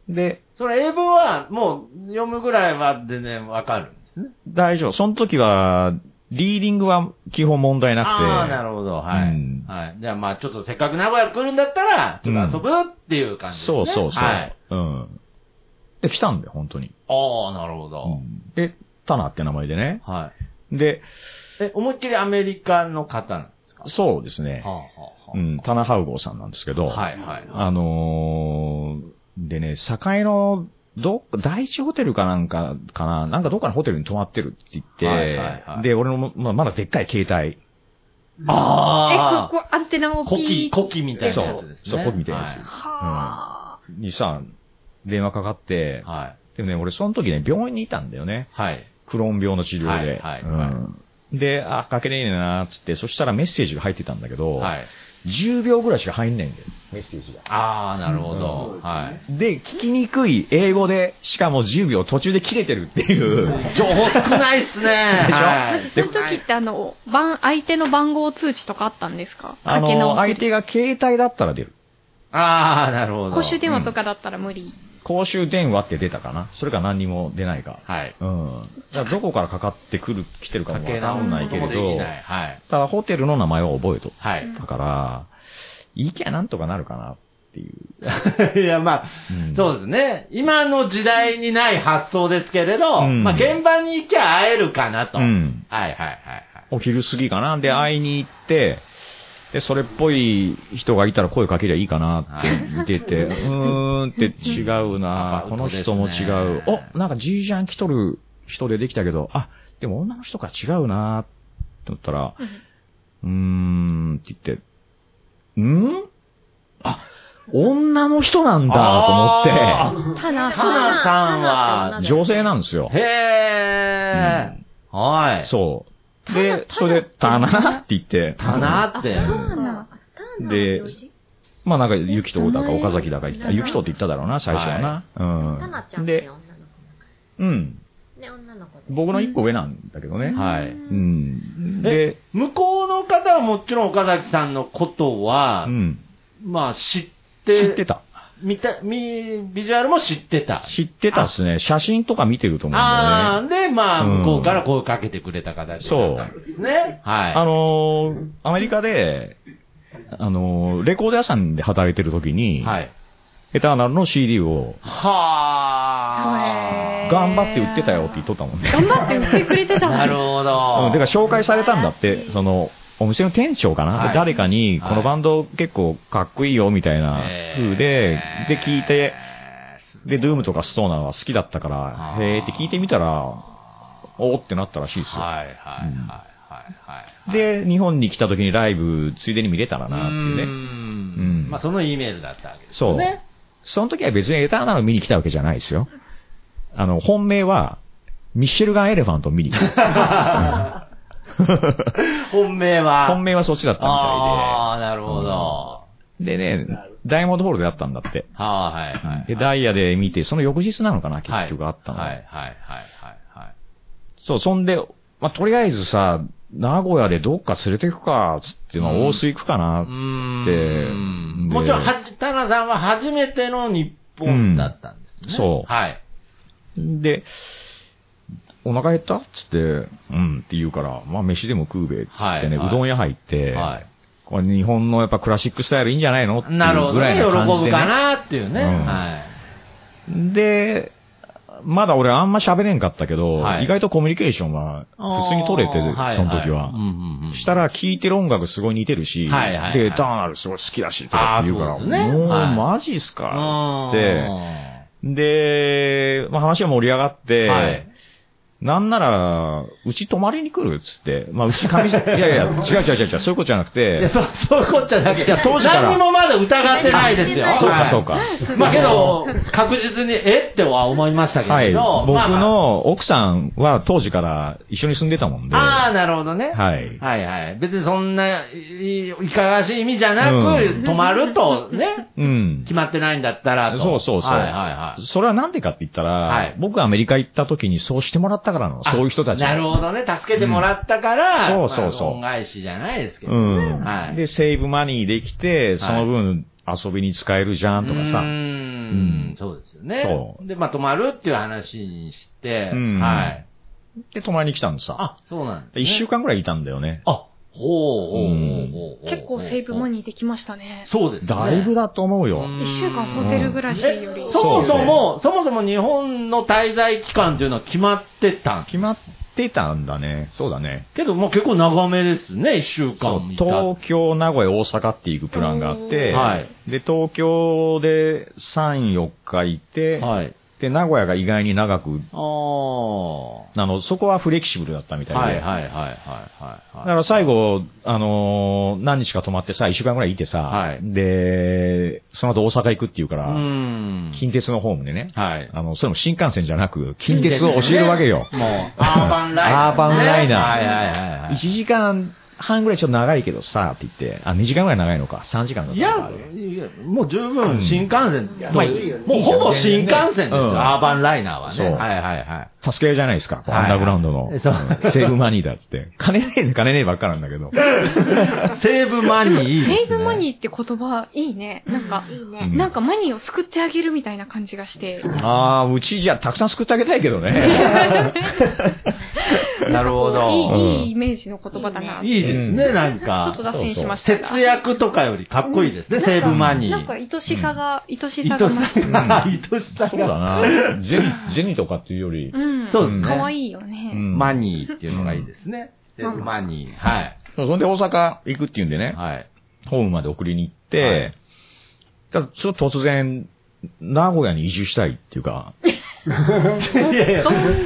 [SPEAKER 5] い。
[SPEAKER 6] で、
[SPEAKER 5] それ英文はもう読むぐらいは全然わかるんですね。
[SPEAKER 6] 大丈夫。その時は、リーディングは基本問題なくて。
[SPEAKER 5] ああ、なるほど。はい。
[SPEAKER 6] うん
[SPEAKER 5] はい。じゃあまあ、ちょっとせっかく名古屋来るんだったら、ちょっと遊ぶっていう感じですね。
[SPEAKER 6] そうそうそう。
[SPEAKER 5] はい。
[SPEAKER 6] うん。で、来たんだよ、本当に。
[SPEAKER 5] ああ、なるほど。
[SPEAKER 6] うんで、タナって名前でね。
[SPEAKER 5] はい。
[SPEAKER 6] で、
[SPEAKER 5] え、思いっきりアメリカの方なんですか
[SPEAKER 6] そうですね。
[SPEAKER 5] はあはあはあ
[SPEAKER 6] うん、タナハウゴーさんなんですけど。
[SPEAKER 5] はいはいはい。
[SPEAKER 6] あのー、でね、境の、どっか、第一ホテルかなんか、かな、なんかどっかのホテルに泊まってるって言って、
[SPEAKER 5] はいはいはい
[SPEAKER 6] で、俺のも、まあ、まだでっかい携帯、
[SPEAKER 5] あ
[SPEAKER 7] え、ここアンテナを
[SPEAKER 5] あ、コキ、
[SPEAKER 7] ピー。
[SPEAKER 5] コキみたいな
[SPEAKER 6] そ
[SPEAKER 5] やつ
[SPEAKER 6] う
[SPEAKER 5] で、す
[SPEAKER 6] そ
[SPEAKER 5] ね。
[SPEAKER 6] こみたいなやつ、
[SPEAKER 7] はあ。
[SPEAKER 6] にさ、電話かかって、
[SPEAKER 5] はい。
[SPEAKER 6] でもね、俺その時ね、病院にいたんだよね。
[SPEAKER 5] はい。
[SPEAKER 6] クローン病の治療で。
[SPEAKER 5] はいはいはい
[SPEAKER 6] うんで、あ、かけねえなーっつって、そしたらメッセージが入ってたんだけど、
[SPEAKER 5] はい。
[SPEAKER 6] 10秒ぐらいしか入んないんだよ、メッセージが。
[SPEAKER 5] ああ、なるほど。
[SPEAKER 3] うん
[SPEAKER 5] はい。
[SPEAKER 6] で、聞きにくい英語で、しかも10秒途中で切れてるっていう。
[SPEAKER 5] 情報少ないっすね。
[SPEAKER 6] でしょ
[SPEAKER 5] は
[SPEAKER 7] そういう時って、あの、番、相手の番号通知とかあったんですか
[SPEAKER 6] あ
[SPEAKER 7] かけ
[SPEAKER 6] の、
[SPEAKER 7] 直
[SPEAKER 6] 相
[SPEAKER 7] し。
[SPEAKER 6] 手が携帯だったら出る。
[SPEAKER 5] ああ、なるほど。
[SPEAKER 7] 公衆電話とかだったら無理。
[SPEAKER 6] 公衆電話って出たかなそれか何にも出ないか。
[SPEAKER 5] はい。
[SPEAKER 6] うん。じゃどこからかかってくる、来てるかも
[SPEAKER 5] か
[SPEAKER 6] わ
[SPEAKER 5] け
[SPEAKER 6] か
[SPEAKER 5] 直
[SPEAKER 6] ん
[SPEAKER 5] す
[SPEAKER 6] ない
[SPEAKER 5] こと
[SPEAKER 6] けれ
[SPEAKER 5] もでき
[SPEAKER 6] ど、
[SPEAKER 5] ない。はい。
[SPEAKER 6] ただホテルの名前は覚えと。
[SPEAKER 5] は
[SPEAKER 7] うん
[SPEAKER 6] だから、いきゃなんとかなるかなっていう。
[SPEAKER 5] [LAUGHS] い。いや、まあ、
[SPEAKER 6] うん
[SPEAKER 5] そうですね。今の時代にない発想ですけれど、
[SPEAKER 6] うん
[SPEAKER 5] まあ、現場に行きゃ会えるかなと。
[SPEAKER 6] うん。
[SPEAKER 5] はいはいはい
[SPEAKER 6] お昼過ぎかなで、会いに行って、で、それっぽい人がいたら声かけりゃいいかなって見て [LAUGHS] て、うーんって違うな
[SPEAKER 5] うん
[SPEAKER 6] この人も違う。
[SPEAKER 5] そうですね
[SPEAKER 6] お、なんかじいちゃん来とる人でできたけど、あ、でも女の人から違うなって思ったら、うーんって言って、んあ、女の人なんだと
[SPEAKER 5] あ
[SPEAKER 6] 思っ
[SPEAKER 9] タナ
[SPEAKER 5] タナさんは
[SPEAKER 6] て、女性なんですよ
[SPEAKER 5] はい。。へえ、はい。
[SPEAKER 6] そう。で、それで、棚って言って、
[SPEAKER 5] かなって。
[SPEAKER 9] そうなんだ
[SPEAKER 6] で、まあなんか、ゆきとだか、
[SPEAKER 9] 名前
[SPEAKER 6] 岡崎だか言った。ゆきとって言っただろうな、最初はな。
[SPEAKER 4] タナちゃ
[SPEAKER 6] うんん。
[SPEAKER 4] って
[SPEAKER 6] で、
[SPEAKER 4] 女の子なんかね、女の
[SPEAKER 6] うん。
[SPEAKER 4] 子で。
[SPEAKER 6] 僕の一個上なんだけどね。
[SPEAKER 5] はい。
[SPEAKER 6] うん。で、
[SPEAKER 5] 向こうの方はもちろん岡崎さんのことは、
[SPEAKER 6] うん。
[SPEAKER 5] まあ知って、
[SPEAKER 6] 知ってた。
[SPEAKER 5] 見た、み、ビジュアルも知ってた。
[SPEAKER 6] 知ってたっすね。写真とか見てると思うんだよ
[SPEAKER 5] あ
[SPEAKER 6] ね。
[SPEAKER 5] あ、で、まあ、
[SPEAKER 6] うん
[SPEAKER 5] 向こうから声かけてくれた形だったんですね。はい。
[SPEAKER 6] あのー、アメリカで、あのー、レコード屋さんで働いてる時に、
[SPEAKER 5] はい。
[SPEAKER 6] エターナルの CD を
[SPEAKER 5] はあ。
[SPEAKER 6] 頑張って売ってたよって言っとったもんね。
[SPEAKER 7] 頑張って売ってくれてた
[SPEAKER 5] なる
[SPEAKER 7] のに。
[SPEAKER 5] ほ
[SPEAKER 6] う
[SPEAKER 5] ど
[SPEAKER 6] ん。てか紹介されたんだって、その、お店の店長かな、
[SPEAKER 5] はい
[SPEAKER 6] で誰かに、
[SPEAKER 5] はい
[SPEAKER 6] このバンド結構かっこいいよみたいな風で、で聞いて、で、ドゥームとかストーナーは好きだったか
[SPEAKER 5] あ
[SPEAKER 6] ら、
[SPEAKER 5] ー
[SPEAKER 6] へーって聞いてみたら、おーってなったらしいですよ。
[SPEAKER 5] はいはいはいはいはい。
[SPEAKER 6] で、日本に来た時にライブ、ついでに見れたら
[SPEAKER 5] うー
[SPEAKER 6] なっていうね。
[SPEAKER 5] ん
[SPEAKER 6] うん
[SPEAKER 5] まあ、その E メールだったわけです
[SPEAKER 6] そう
[SPEAKER 5] よね。。
[SPEAKER 6] その時は別にエターナル見に来たわけじゃないですよ。あの、本命は、ミッシェルガン・エレファントを見
[SPEAKER 5] [LAUGHS]
[SPEAKER 6] に来た。
[SPEAKER 5] 本命は。
[SPEAKER 6] 本命はそっちだったみ
[SPEAKER 5] ああ、なるほど。は
[SPEAKER 6] たいで。でね、ダイヤモンドホールでやったんだって。
[SPEAKER 5] あはいはい。
[SPEAKER 6] で、ダイヤで見て、その翌日なのかな、
[SPEAKER 5] はい
[SPEAKER 6] 結局あったの。
[SPEAKER 5] はいはいはいはい
[SPEAKER 6] そう、そんで、まあ、とりあえずさ、名古屋でどっか連れてくか、つって、まあ、
[SPEAKER 5] うん
[SPEAKER 6] 大須行くかな、
[SPEAKER 5] はい。うーん。
[SPEAKER 6] で
[SPEAKER 5] もちろん、はじ、田中さんは初めての日本だったんですね。
[SPEAKER 6] うんそう
[SPEAKER 5] はい。
[SPEAKER 6] で、お腹減ったつって、うんって言うから、まあ、飯でも食うべ、つってね、
[SPEAKER 5] はいはいう
[SPEAKER 6] どん屋入って、
[SPEAKER 5] はい。
[SPEAKER 6] これ日本のやっぱクラシックスタイルいいんじゃないのっていう
[SPEAKER 5] なるほ
[SPEAKER 6] ぐ
[SPEAKER 5] ど
[SPEAKER 6] ら
[SPEAKER 5] ね。
[SPEAKER 6] いの感
[SPEAKER 5] 喜
[SPEAKER 6] じで、ね。
[SPEAKER 5] ぶかなっていうね。
[SPEAKER 6] うん
[SPEAKER 5] はい。
[SPEAKER 6] で、まだ俺あんま喋れんかったけど、
[SPEAKER 5] はい
[SPEAKER 6] 意外とコミュニケーションは普通に取れて、
[SPEAKER 5] あ
[SPEAKER 6] そ
[SPEAKER 5] ーい
[SPEAKER 6] の時は。
[SPEAKER 5] いうんうんうん
[SPEAKER 6] したら、聴いてる音楽すごい似てるし、
[SPEAKER 5] はいはいはい
[SPEAKER 6] で、ダーナルすごい好きだし、とかって言うから、
[SPEAKER 5] あーそうですね
[SPEAKER 6] もう、
[SPEAKER 5] はい
[SPEAKER 6] マジっすかって、
[SPEAKER 5] う
[SPEAKER 6] で、まあ、話は盛り上がって、
[SPEAKER 5] んはい。
[SPEAKER 6] なんなら、うち泊まりに来るっつって、まあ、うち
[SPEAKER 5] [LAUGHS]
[SPEAKER 6] 神社、いやいや、違う違う違う違う、そういうことじゃなく
[SPEAKER 5] いや、
[SPEAKER 6] て、
[SPEAKER 5] そ、 [LAUGHS] そういうこっちゃなくて、
[SPEAKER 6] いや当時から
[SPEAKER 5] 何にもまだ疑ってないですよ。
[SPEAKER 4] あ
[SPEAKER 6] そう
[SPEAKER 5] は
[SPEAKER 6] か
[SPEAKER 5] い
[SPEAKER 6] そうか。
[SPEAKER 5] まあけど、確実に、えっては思いましたけ
[SPEAKER 6] はい。
[SPEAKER 5] れど、
[SPEAKER 6] 僕
[SPEAKER 5] まあまあ
[SPEAKER 6] の奥さんは当時から一緒に住んでたもんで、
[SPEAKER 5] あ
[SPEAKER 6] は
[SPEAKER 5] あ、なるほどね。
[SPEAKER 6] い。
[SPEAKER 5] はいはい。別にそんな、いいいかがわしい意味じゃな
[SPEAKER 6] う
[SPEAKER 5] く、止まるとね、
[SPEAKER 6] うん。
[SPEAKER 5] 決まってないんだったらと。
[SPEAKER 6] そうそうそう
[SPEAKER 5] はいはいはい。
[SPEAKER 6] それはなんでかって言ったら、
[SPEAKER 5] はい
[SPEAKER 6] 僕がアメリカ行った時にそうしてもらったからの、そういう人たちが
[SPEAKER 5] なるほどね。助けてもらったから、
[SPEAKER 6] うんそうそう
[SPEAKER 5] ま
[SPEAKER 6] そう
[SPEAKER 5] あ恩返しじゃないですけど
[SPEAKER 6] う
[SPEAKER 5] ね。
[SPEAKER 6] ん。
[SPEAKER 5] はい。
[SPEAKER 6] で、セーブマニーできて、その分遊びに使えるじゃんとかさ。
[SPEAKER 5] うーん
[SPEAKER 6] うん
[SPEAKER 5] そうですよね
[SPEAKER 6] そ。
[SPEAKER 5] で、まあ、泊まるっていう話にして、
[SPEAKER 6] うん
[SPEAKER 5] はい。
[SPEAKER 6] で、泊まりに来たんでさ。
[SPEAKER 5] あ、そうなんです、ね。
[SPEAKER 6] 一週間ぐらいいたんだよね。
[SPEAKER 5] あ、ほう、ほう、ほ
[SPEAKER 6] うん
[SPEAKER 5] うほう。
[SPEAKER 7] 結構セーブマニーできましたね。
[SPEAKER 5] そうですね。
[SPEAKER 6] だいぶだと思う
[SPEAKER 5] う
[SPEAKER 6] よ。
[SPEAKER 5] ん
[SPEAKER 7] 一週間ホテル暮らしより。
[SPEAKER 5] え
[SPEAKER 6] そ
[SPEAKER 5] そうもそも、そもそも日本の滞在期間というのは決まってたん
[SPEAKER 6] 決まってたんだね。そうだね。
[SPEAKER 5] けど、もう結構長めですね、一週
[SPEAKER 6] そう
[SPEAKER 5] 間いた
[SPEAKER 6] 東京、名古屋、大阪って行くプランがあって、
[SPEAKER 5] はい。
[SPEAKER 6] で、東京で3、4日いて、
[SPEAKER 5] はい。
[SPEAKER 6] で、名古屋が意外に長く、
[SPEAKER 5] ああ。
[SPEAKER 6] あの、そこはフレキシブルだったみたいで、
[SPEAKER 5] はいはいはいはいはい。
[SPEAKER 6] だから最後、あのー何日か泊まってさ、1週間ぐらいいてさ、
[SPEAKER 5] はい
[SPEAKER 6] で、その後大阪行くっていうから、
[SPEAKER 5] うん。
[SPEAKER 6] 近鉄のホームでね、
[SPEAKER 5] はい。
[SPEAKER 6] あの、それも新幹線じゃなく、近鉄を教えるわけよ。
[SPEAKER 5] もう、アーバンライナー。
[SPEAKER 6] アーバンライナー
[SPEAKER 5] ねはいはいはいは
[SPEAKER 6] 1
[SPEAKER 5] い。
[SPEAKER 6] 時間半ぐらいちょっと長いけどさ、って言って、あ、2時間ぐらい長いのか、3時間だっ
[SPEAKER 5] い
[SPEAKER 6] たのか
[SPEAKER 5] や
[SPEAKER 6] あれ、
[SPEAKER 5] いやもう十分新幹線、
[SPEAKER 6] まあ
[SPEAKER 5] もうほぼ新幹線ですよ、
[SPEAKER 6] うん
[SPEAKER 5] アーバンライナーはね。
[SPEAKER 6] そう
[SPEAKER 5] はいはいはい。
[SPEAKER 6] 助け合いじゃないです
[SPEAKER 5] は
[SPEAKER 6] か、
[SPEAKER 5] いはい
[SPEAKER 6] アンダーグラウンドの。
[SPEAKER 5] そう
[SPEAKER 6] うんセーブマニーだっつって。金ねえね、金ねえばっかなんだけど。
[SPEAKER 5] セーブマニーいいですね。
[SPEAKER 7] セーブマニーって言葉、いいね。なんか、
[SPEAKER 10] いいね。
[SPEAKER 6] うん
[SPEAKER 7] なんかマニーを救ってあげるみたいな感じがして。
[SPEAKER 6] ああ、うちじゃたくさん救ってあげたいけどね。
[SPEAKER 5] [LAUGHS] なるほど。
[SPEAKER 6] う
[SPEAKER 7] い
[SPEAKER 6] ん
[SPEAKER 7] い、いいイメージの言葉だな。ち
[SPEAKER 5] いいですね、なん
[SPEAKER 7] ょ
[SPEAKER 5] か
[SPEAKER 7] っと。脱線しましたが。
[SPEAKER 5] 節約とかよりかっこいいですね、セーブマニー。
[SPEAKER 7] なんか、愛しさが、愛し
[SPEAKER 5] 愛
[SPEAKER 7] さ
[SPEAKER 5] し
[SPEAKER 7] が
[SPEAKER 5] さ
[SPEAKER 7] 増す。
[SPEAKER 5] が、愛しさ
[SPEAKER 6] そうだ
[SPEAKER 5] が。
[SPEAKER 6] な。ジェニ、ジェニとかっていうより
[SPEAKER 7] う。ん。
[SPEAKER 5] そうですね。
[SPEAKER 7] かわいいよね。
[SPEAKER 6] うん
[SPEAKER 5] マニーっていうのがいいですね。セーブマニー。はい。
[SPEAKER 6] そんで大阪行くっていうんでね、 [LAUGHS]
[SPEAKER 5] はい。
[SPEAKER 6] ホームまで送りに行っ
[SPEAKER 5] は
[SPEAKER 6] て
[SPEAKER 5] い、
[SPEAKER 6] ただちょっと突然、名古屋に移住したいってい
[SPEAKER 5] [LAUGHS]
[SPEAKER 6] うか、
[SPEAKER 5] いやいや
[SPEAKER 7] 飛んで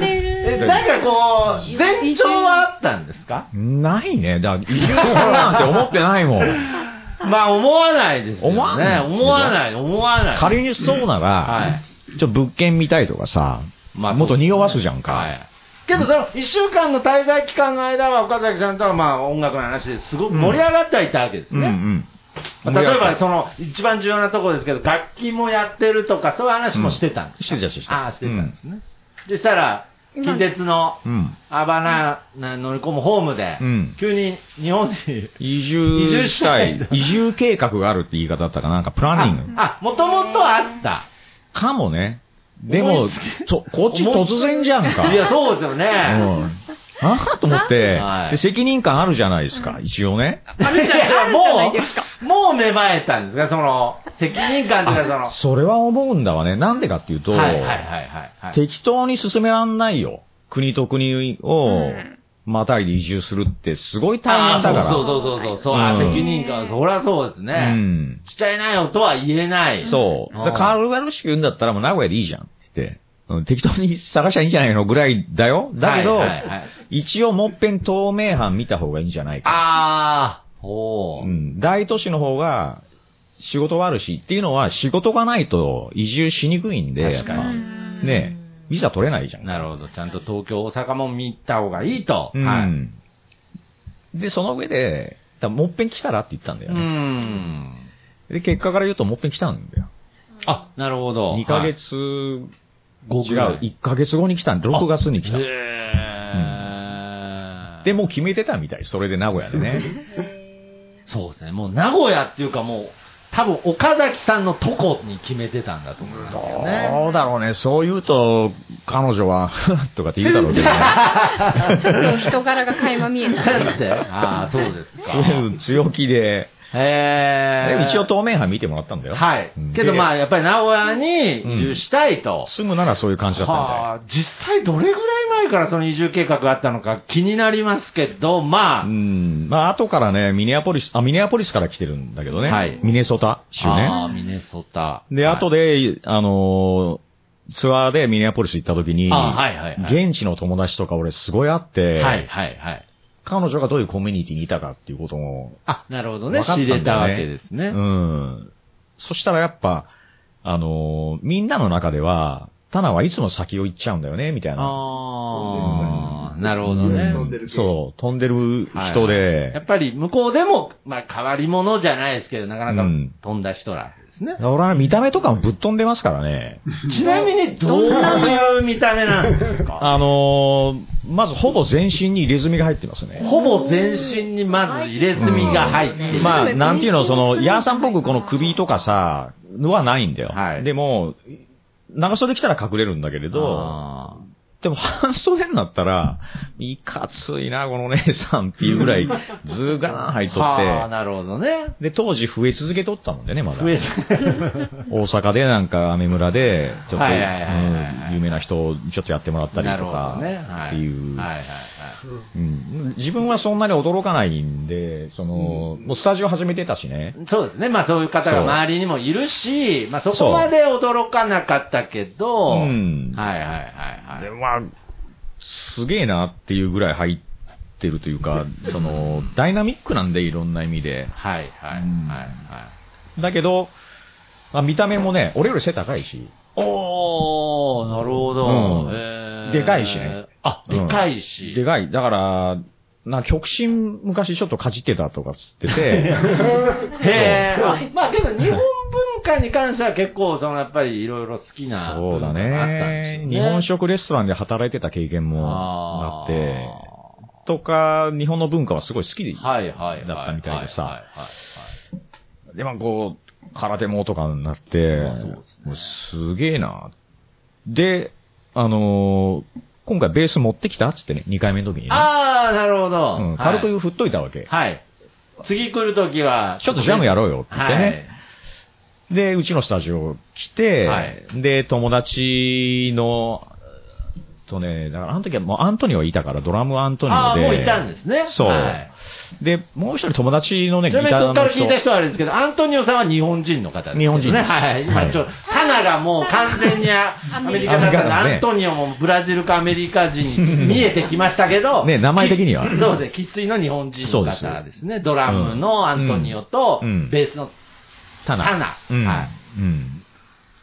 [SPEAKER 5] え、
[SPEAKER 7] る。
[SPEAKER 5] なんかこう、前兆はあったんですか
[SPEAKER 6] ないね。だから移住するなんて思ってないもん。
[SPEAKER 5] [LAUGHS]
[SPEAKER 6] [LAUGHS]
[SPEAKER 5] まあ、思わないですよね。
[SPEAKER 6] 思わない
[SPEAKER 5] 思わない、思わない。
[SPEAKER 6] 仮にそう
[SPEAKER 5] は
[SPEAKER 6] なら
[SPEAKER 5] い、
[SPEAKER 6] ちょっと物件見たいとかさ、
[SPEAKER 5] まあ
[SPEAKER 6] もっと匂わすじゃんか。
[SPEAKER 5] はい。けど、その、一週間の滞在期間の間は、岡崎さんとは、まあ、音楽の話ですごく盛り上がってはいたわけです
[SPEAKER 6] うんう
[SPEAKER 5] ね。
[SPEAKER 6] ん。
[SPEAKER 5] 例えば、その、一番重要なところですけど、楽器もやってるとか、そういう話もしてたんですか、
[SPEAKER 6] うんしてたしてた
[SPEAKER 5] ああ、してたんですね。でしたら、近鉄の、
[SPEAKER 6] うん。
[SPEAKER 5] アバナナ乗り込むホームで、
[SPEAKER 6] うん
[SPEAKER 5] 急に日本に、
[SPEAKER 6] 移住した
[SPEAKER 5] 移住
[SPEAKER 6] い
[SPEAKER 5] し。たい
[SPEAKER 6] 移住計画があるって言い方だったかななんかプランニング。
[SPEAKER 5] あ、もともとあった。
[SPEAKER 6] かもね。で
[SPEAKER 5] 思
[SPEAKER 6] も
[SPEAKER 5] いつ、
[SPEAKER 6] とこっち突然じゃんか。
[SPEAKER 5] いや、そうですよ
[SPEAKER 6] う
[SPEAKER 5] ね。
[SPEAKER 6] ん。ああと思って、
[SPEAKER 5] はい
[SPEAKER 6] で責任感あるじゃないですか、一応ね。
[SPEAKER 5] いやもう、もう芽生えたんですか、その、責任感という
[SPEAKER 6] あ
[SPEAKER 5] か、そ
[SPEAKER 6] それは思うんだわね。なんでかっていうと、
[SPEAKER 5] の、はいはいはいはいはい。
[SPEAKER 6] 適当に進めらんないよ。国と国を
[SPEAKER 7] ん
[SPEAKER 6] またいで移住するってすごい大
[SPEAKER 5] あ
[SPEAKER 6] 変だから。
[SPEAKER 5] ーそうそうそうそうそう、あ
[SPEAKER 6] うん
[SPEAKER 5] 責任感、そりゃそうです
[SPEAKER 6] う
[SPEAKER 5] ね。
[SPEAKER 6] ん。
[SPEAKER 5] しちゃいないよとは言えない。
[SPEAKER 6] そう。
[SPEAKER 5] うん
[SPEAKER 6] だから軽々しく言うんだったらもう名古屋でいいじゃんって言って、うん適当に探しゃいいんじゃないのぐらいだよ。だけど、
[SPEAKER 5] はいはいはい
[SPEAKER 6] 一応もっぺん透明版見た方がいいんじゃないか。
[SPEAKER 5] あー、ほ
[SPEAKER 6] う
[SPEAKER 5] う。
[SPEAKER 6] ん、大都市の方が仕事はあるしっていうのは仕事がないと移住しにくいんで、
[SPEAKER 5] 確かに
[SPEAKER 6] やっぱ
[SPEAKER 7] うん
[SPEAKER 6] ねえ、ビザ取れないじゃん。
[SPEAKER 5] なるほど。ちゃんと東京、大阪も見た方がいいと。
[SPEAKER 6] うん
[SPEAKER 5] はい。
[SPEAKER 6] で、その上で、だもっぺん来たらって言ったんだよ
[SPEAKER 5] う
[SPEAKER 6] ね。
[SPEAKER 5] ん。
[SPEAKER 6] で、結果から言うともっぺん来たんだよ。
[SPEAKER 5] あ、なるほど。
[SPEAKER 6] 2ヶ
[SPEAKER 5] はい
[SPEAKER 6] 月、違う、
[SPEAKER 5] 後ぐらい
[SPEAKER 6] 1ヶ月後に来たんで、6月に来た。
[SPEAKER 5] へー
[SPEAKER 6] で、もう決めてたみたい。それで名古屋でね。
[SPEAKER 5] そうですね。もう名古屋っていうかもう、多分岡崎さんのとこに決めてたんだと思いますけどね。
[SPEAKER 6] どうだろうね。そう言うと、彼女は、 [LAUGHS] とかって言うだろうけどね。
[SPEAKER 7] ちょっと人柄が垣間見えた。
[SPEAKER 5] だって [LAUGHS] ああ、 [LAUGHS] そうですか。
[SPEAKER 6] そういう強気で、
[SPEAKER 5] へ
[SPEAKER 6] で
[SPEAKER 5] ー
[SPEAKER 6] 一応透明版見てもらったんだよ。
[SPEAKER 5] はい
[SPEAKER 6] うん。
[SPEAKER 5] けどまあ、やっぱり名古屋に移住したいと。
[SPEAKER 6] 住むならそういう感じだったみたい。
[SPEAKER 5] はあ、実際どれぐらい前からその移住計画があったのか気になりますけど、まあ
[SPEAKER 6] う、ん。まあ、後からね、ミネアポリス、あ、ミネアポリスから来てるんだけどね。
[SPEAKER 5] はい
[SPEAKER 6] ミネソタ州
[SPEAKER 5] ああ、
[SPEAKER 6] ね。
[SPEAKER 5] ミネソタ。
[SPEAKER 6] で、後
[SPEAKER 5] で、
[SPEAKER 6] で、あのーツアーでミネアポリス行った時に、
[SPEAKER 5] ああはいはいはい。
[SPEAKER 6] 現地の友達とか俺すごい会って、
[SPEAKER 5] はいはいはい。
[SPEAKER 6] 彼女がどういうコミュニティにいたかっていうことも、
[SPEAKER 5] あ、なるほどね。
[SPEAKER 6] わかった
[SPEAKER 5] 知
[SPEAKER 6] んだね
[SPEAKER 5] れたわけです
[SPEAKER 6] う
[SPEAKER 5] ね。
[SPEAKER 6] ん。そしたらやっぱ、あのーみんなの中では、タナはいつも先を行っちゃうんだよね、みたいな。
[SPEAKER 5] ああ、なるほどね。
[SPEAKER 6] うんそう、飛んでる人で、
[SPEAKER 5] やっぱり向こうでも、まあ変わり者じゃないですけど、なかな
[SPEAKER 6] う
[SPEAKER 5] か
[SPEAKER 6] ん
[SPEAKER 5] 飛んだ人らですね。
[SPEAKER 6] 俺は見た目とかもぶっ飛んでますからね。
[SPEAKER 5] ちなみに、どういう見た目なんですか
[SPEAKER 6] あのー、まずほぼ全身に入れ墨が入ってますね。
[SPEAKER 5] ほぼ全身にまず入れ墨が入っている。
[SPEAKER 6] ま
[SPEAKER 5] ま
[SPEAKER 6] あ、なんていうの、その、ヤーさんっぽくこの首とかさ、のはないんだよ。
[SPEAKER 5] はい
[SPEAKER 6] でも、長袖着たら隠れるんだけれど、
[SPEAKER 5] あ、
[SPEAKER 6] でも半袖になったら、いかついな、この姉さんっていうぐ
[SPEAKER 5] [LAUGHS]
[SPEAKER 6] らい、ずーがな入っと
[SPEAKER 5] はあ、
[SPEAKER 6] っ
[SPEAKER 5] なるほどね。
[SPEAKER 6] て、で、当時増え続けとったのでね、まだ。
[SPEAKER 5] 増え
[SPEAKER 6] 大阪でなんか、アメ村で、ちょっと、う
[SPEAKER 5] はいはいはいはい
[SPEAKER 6] ん有名な人をちょっとやってもらったり
[SPEAKER 5] なる
[SPEAKER 6] と
[SPEAKER 5] ほど
[SPEAKER 6] か
[SPEAKER 5] ね。は、
[SPEAKER 6] っていう。
[SPEAKER 5] はいはいはい。
[SPEAKER 6] うん自分はそんなに驚かないんで、その、もうスタジオ始めてたしね。
[SPEAKER 5] そうですね。まあそういう方が周りにもいるし、まあそこまで驚かなかったけど、
[SPEAKER 6] うん
[SPEAKER 5] はいはいはい
[SPEAKER 6] で
[SPEAKER 5] はい。
[SPEAKER 6] まあ、すげえなっていうぐらい入ってるというか、その、ダイナミックなんで、いろんな意味で。
[SPEAKER 5] はいはいはいはい。
[SPEAKER 6] だけど、まあ見た目もね、俺より背高いし、
[SPEAKER 5] おー、なるほど。
[SPEAKER 6] うん
[SPEAKER 5] えー
[SPEAKER 6] でかいしね。
[SPEAKER 5] あ、でかいし。
[SPEAKER 6] でかい。だから、な、極真昔ちょっとかじってたとかつってて、
[SPEAKER 5] へえ。あまあけど日本文化に関しては結構、そのやっぱりいろいろ好きな。
[SPEAKER 6] そうだ
[SPEAKER 5] あったんです
[SPEAKER 6] ね
[SPEAKER 5] よね
[SPEAKER 6] 日本食レストランで働いてた経験もあって、とか、日本の文化はすごい好きで、
[SPEAKER 5] あーはいはいはい。
[SPEAKER 6] だったみたいでさ
[SPEAKER 5] ははいはい
[SPEAKER 6] で、まあこう、空手もとかになって、
[SPEAKER 5] まあそうですね
[SPEAKER 6] もうすげえな。で、あのー今回ベース持ってきたっつってね、2回目の時にね、
[SPEAKER 5] あー、なるほど。
[SPEAKER 6] うん、軽
[SPEAKER 5] はい
[SPEAKER 6] く振っといたわけ。
[SPEAKER 5] はい。次来るときは、
[SPEAKER 6] ちょっとジャムやろうよって言ってね。
[SPEAKER 5] はい。
[SPEAKER 6] で、うちのスタジオ来て、
[SPEAKER 5] はい
[SPEAKER 6] で、友達の、とね、だからあの時はもうアントニオいたから、ドラムアントニ
[SPEAKER 5] あ
[SPEAKER 6] オ
[SPEAKER 5] あ、
[SPEAKER 6] で。
[SPEAKER 5] もういたんですね。
[SPEAKER 6] そう
[SPEAKER 5] はい
[SPEAKER 6] で、もう一人友達のね、
[SPEAKER 5] ちなみ
[SPEAKER 6] ギ
[SPEAKER 5] に、
[SPEAKER 6] タ
[SPEAKER 5] こ
[SPEAKER 6] ー
[SPEAKER 5] っか
[SPEAKER 6] の
[SPEAKER 5] ら聞
[SPEAKER 6] 人
[SPEAKER 5] いた。人はあれですけど、アントニオさんは日本人の方です、ね。
[SPEAKER 6] 日本人です
[SPEAKER 5] はい。
[SPEAKER 6] は
[SPEAKER 5] 今、
[SPEAKER 6] い
[SPEAKER 5] ちょっと、タナがもう完全にあアメリカだったんで、
[SPEAKER 6] アメリカだね
[SPEAKER 5] アントニオもブラジルかアメリカ人に見えてきましたけど、
[SPEAKER 6] [LAUGHS] ね名前的には
[SPEAKER 5] き [LAUGHS] そうですね、生粋の日本人の方ですね。ドラムのアントニオと、
[SPEAKER 6] うん
[SPEAKER 5] ベースのタ
[SPEAKER 6] タナ。
[SPEAKER 5] ナ。
[SPEAKER 6] うん、
[SPEAKER 5] はい。
[SPEAKER 6] うん。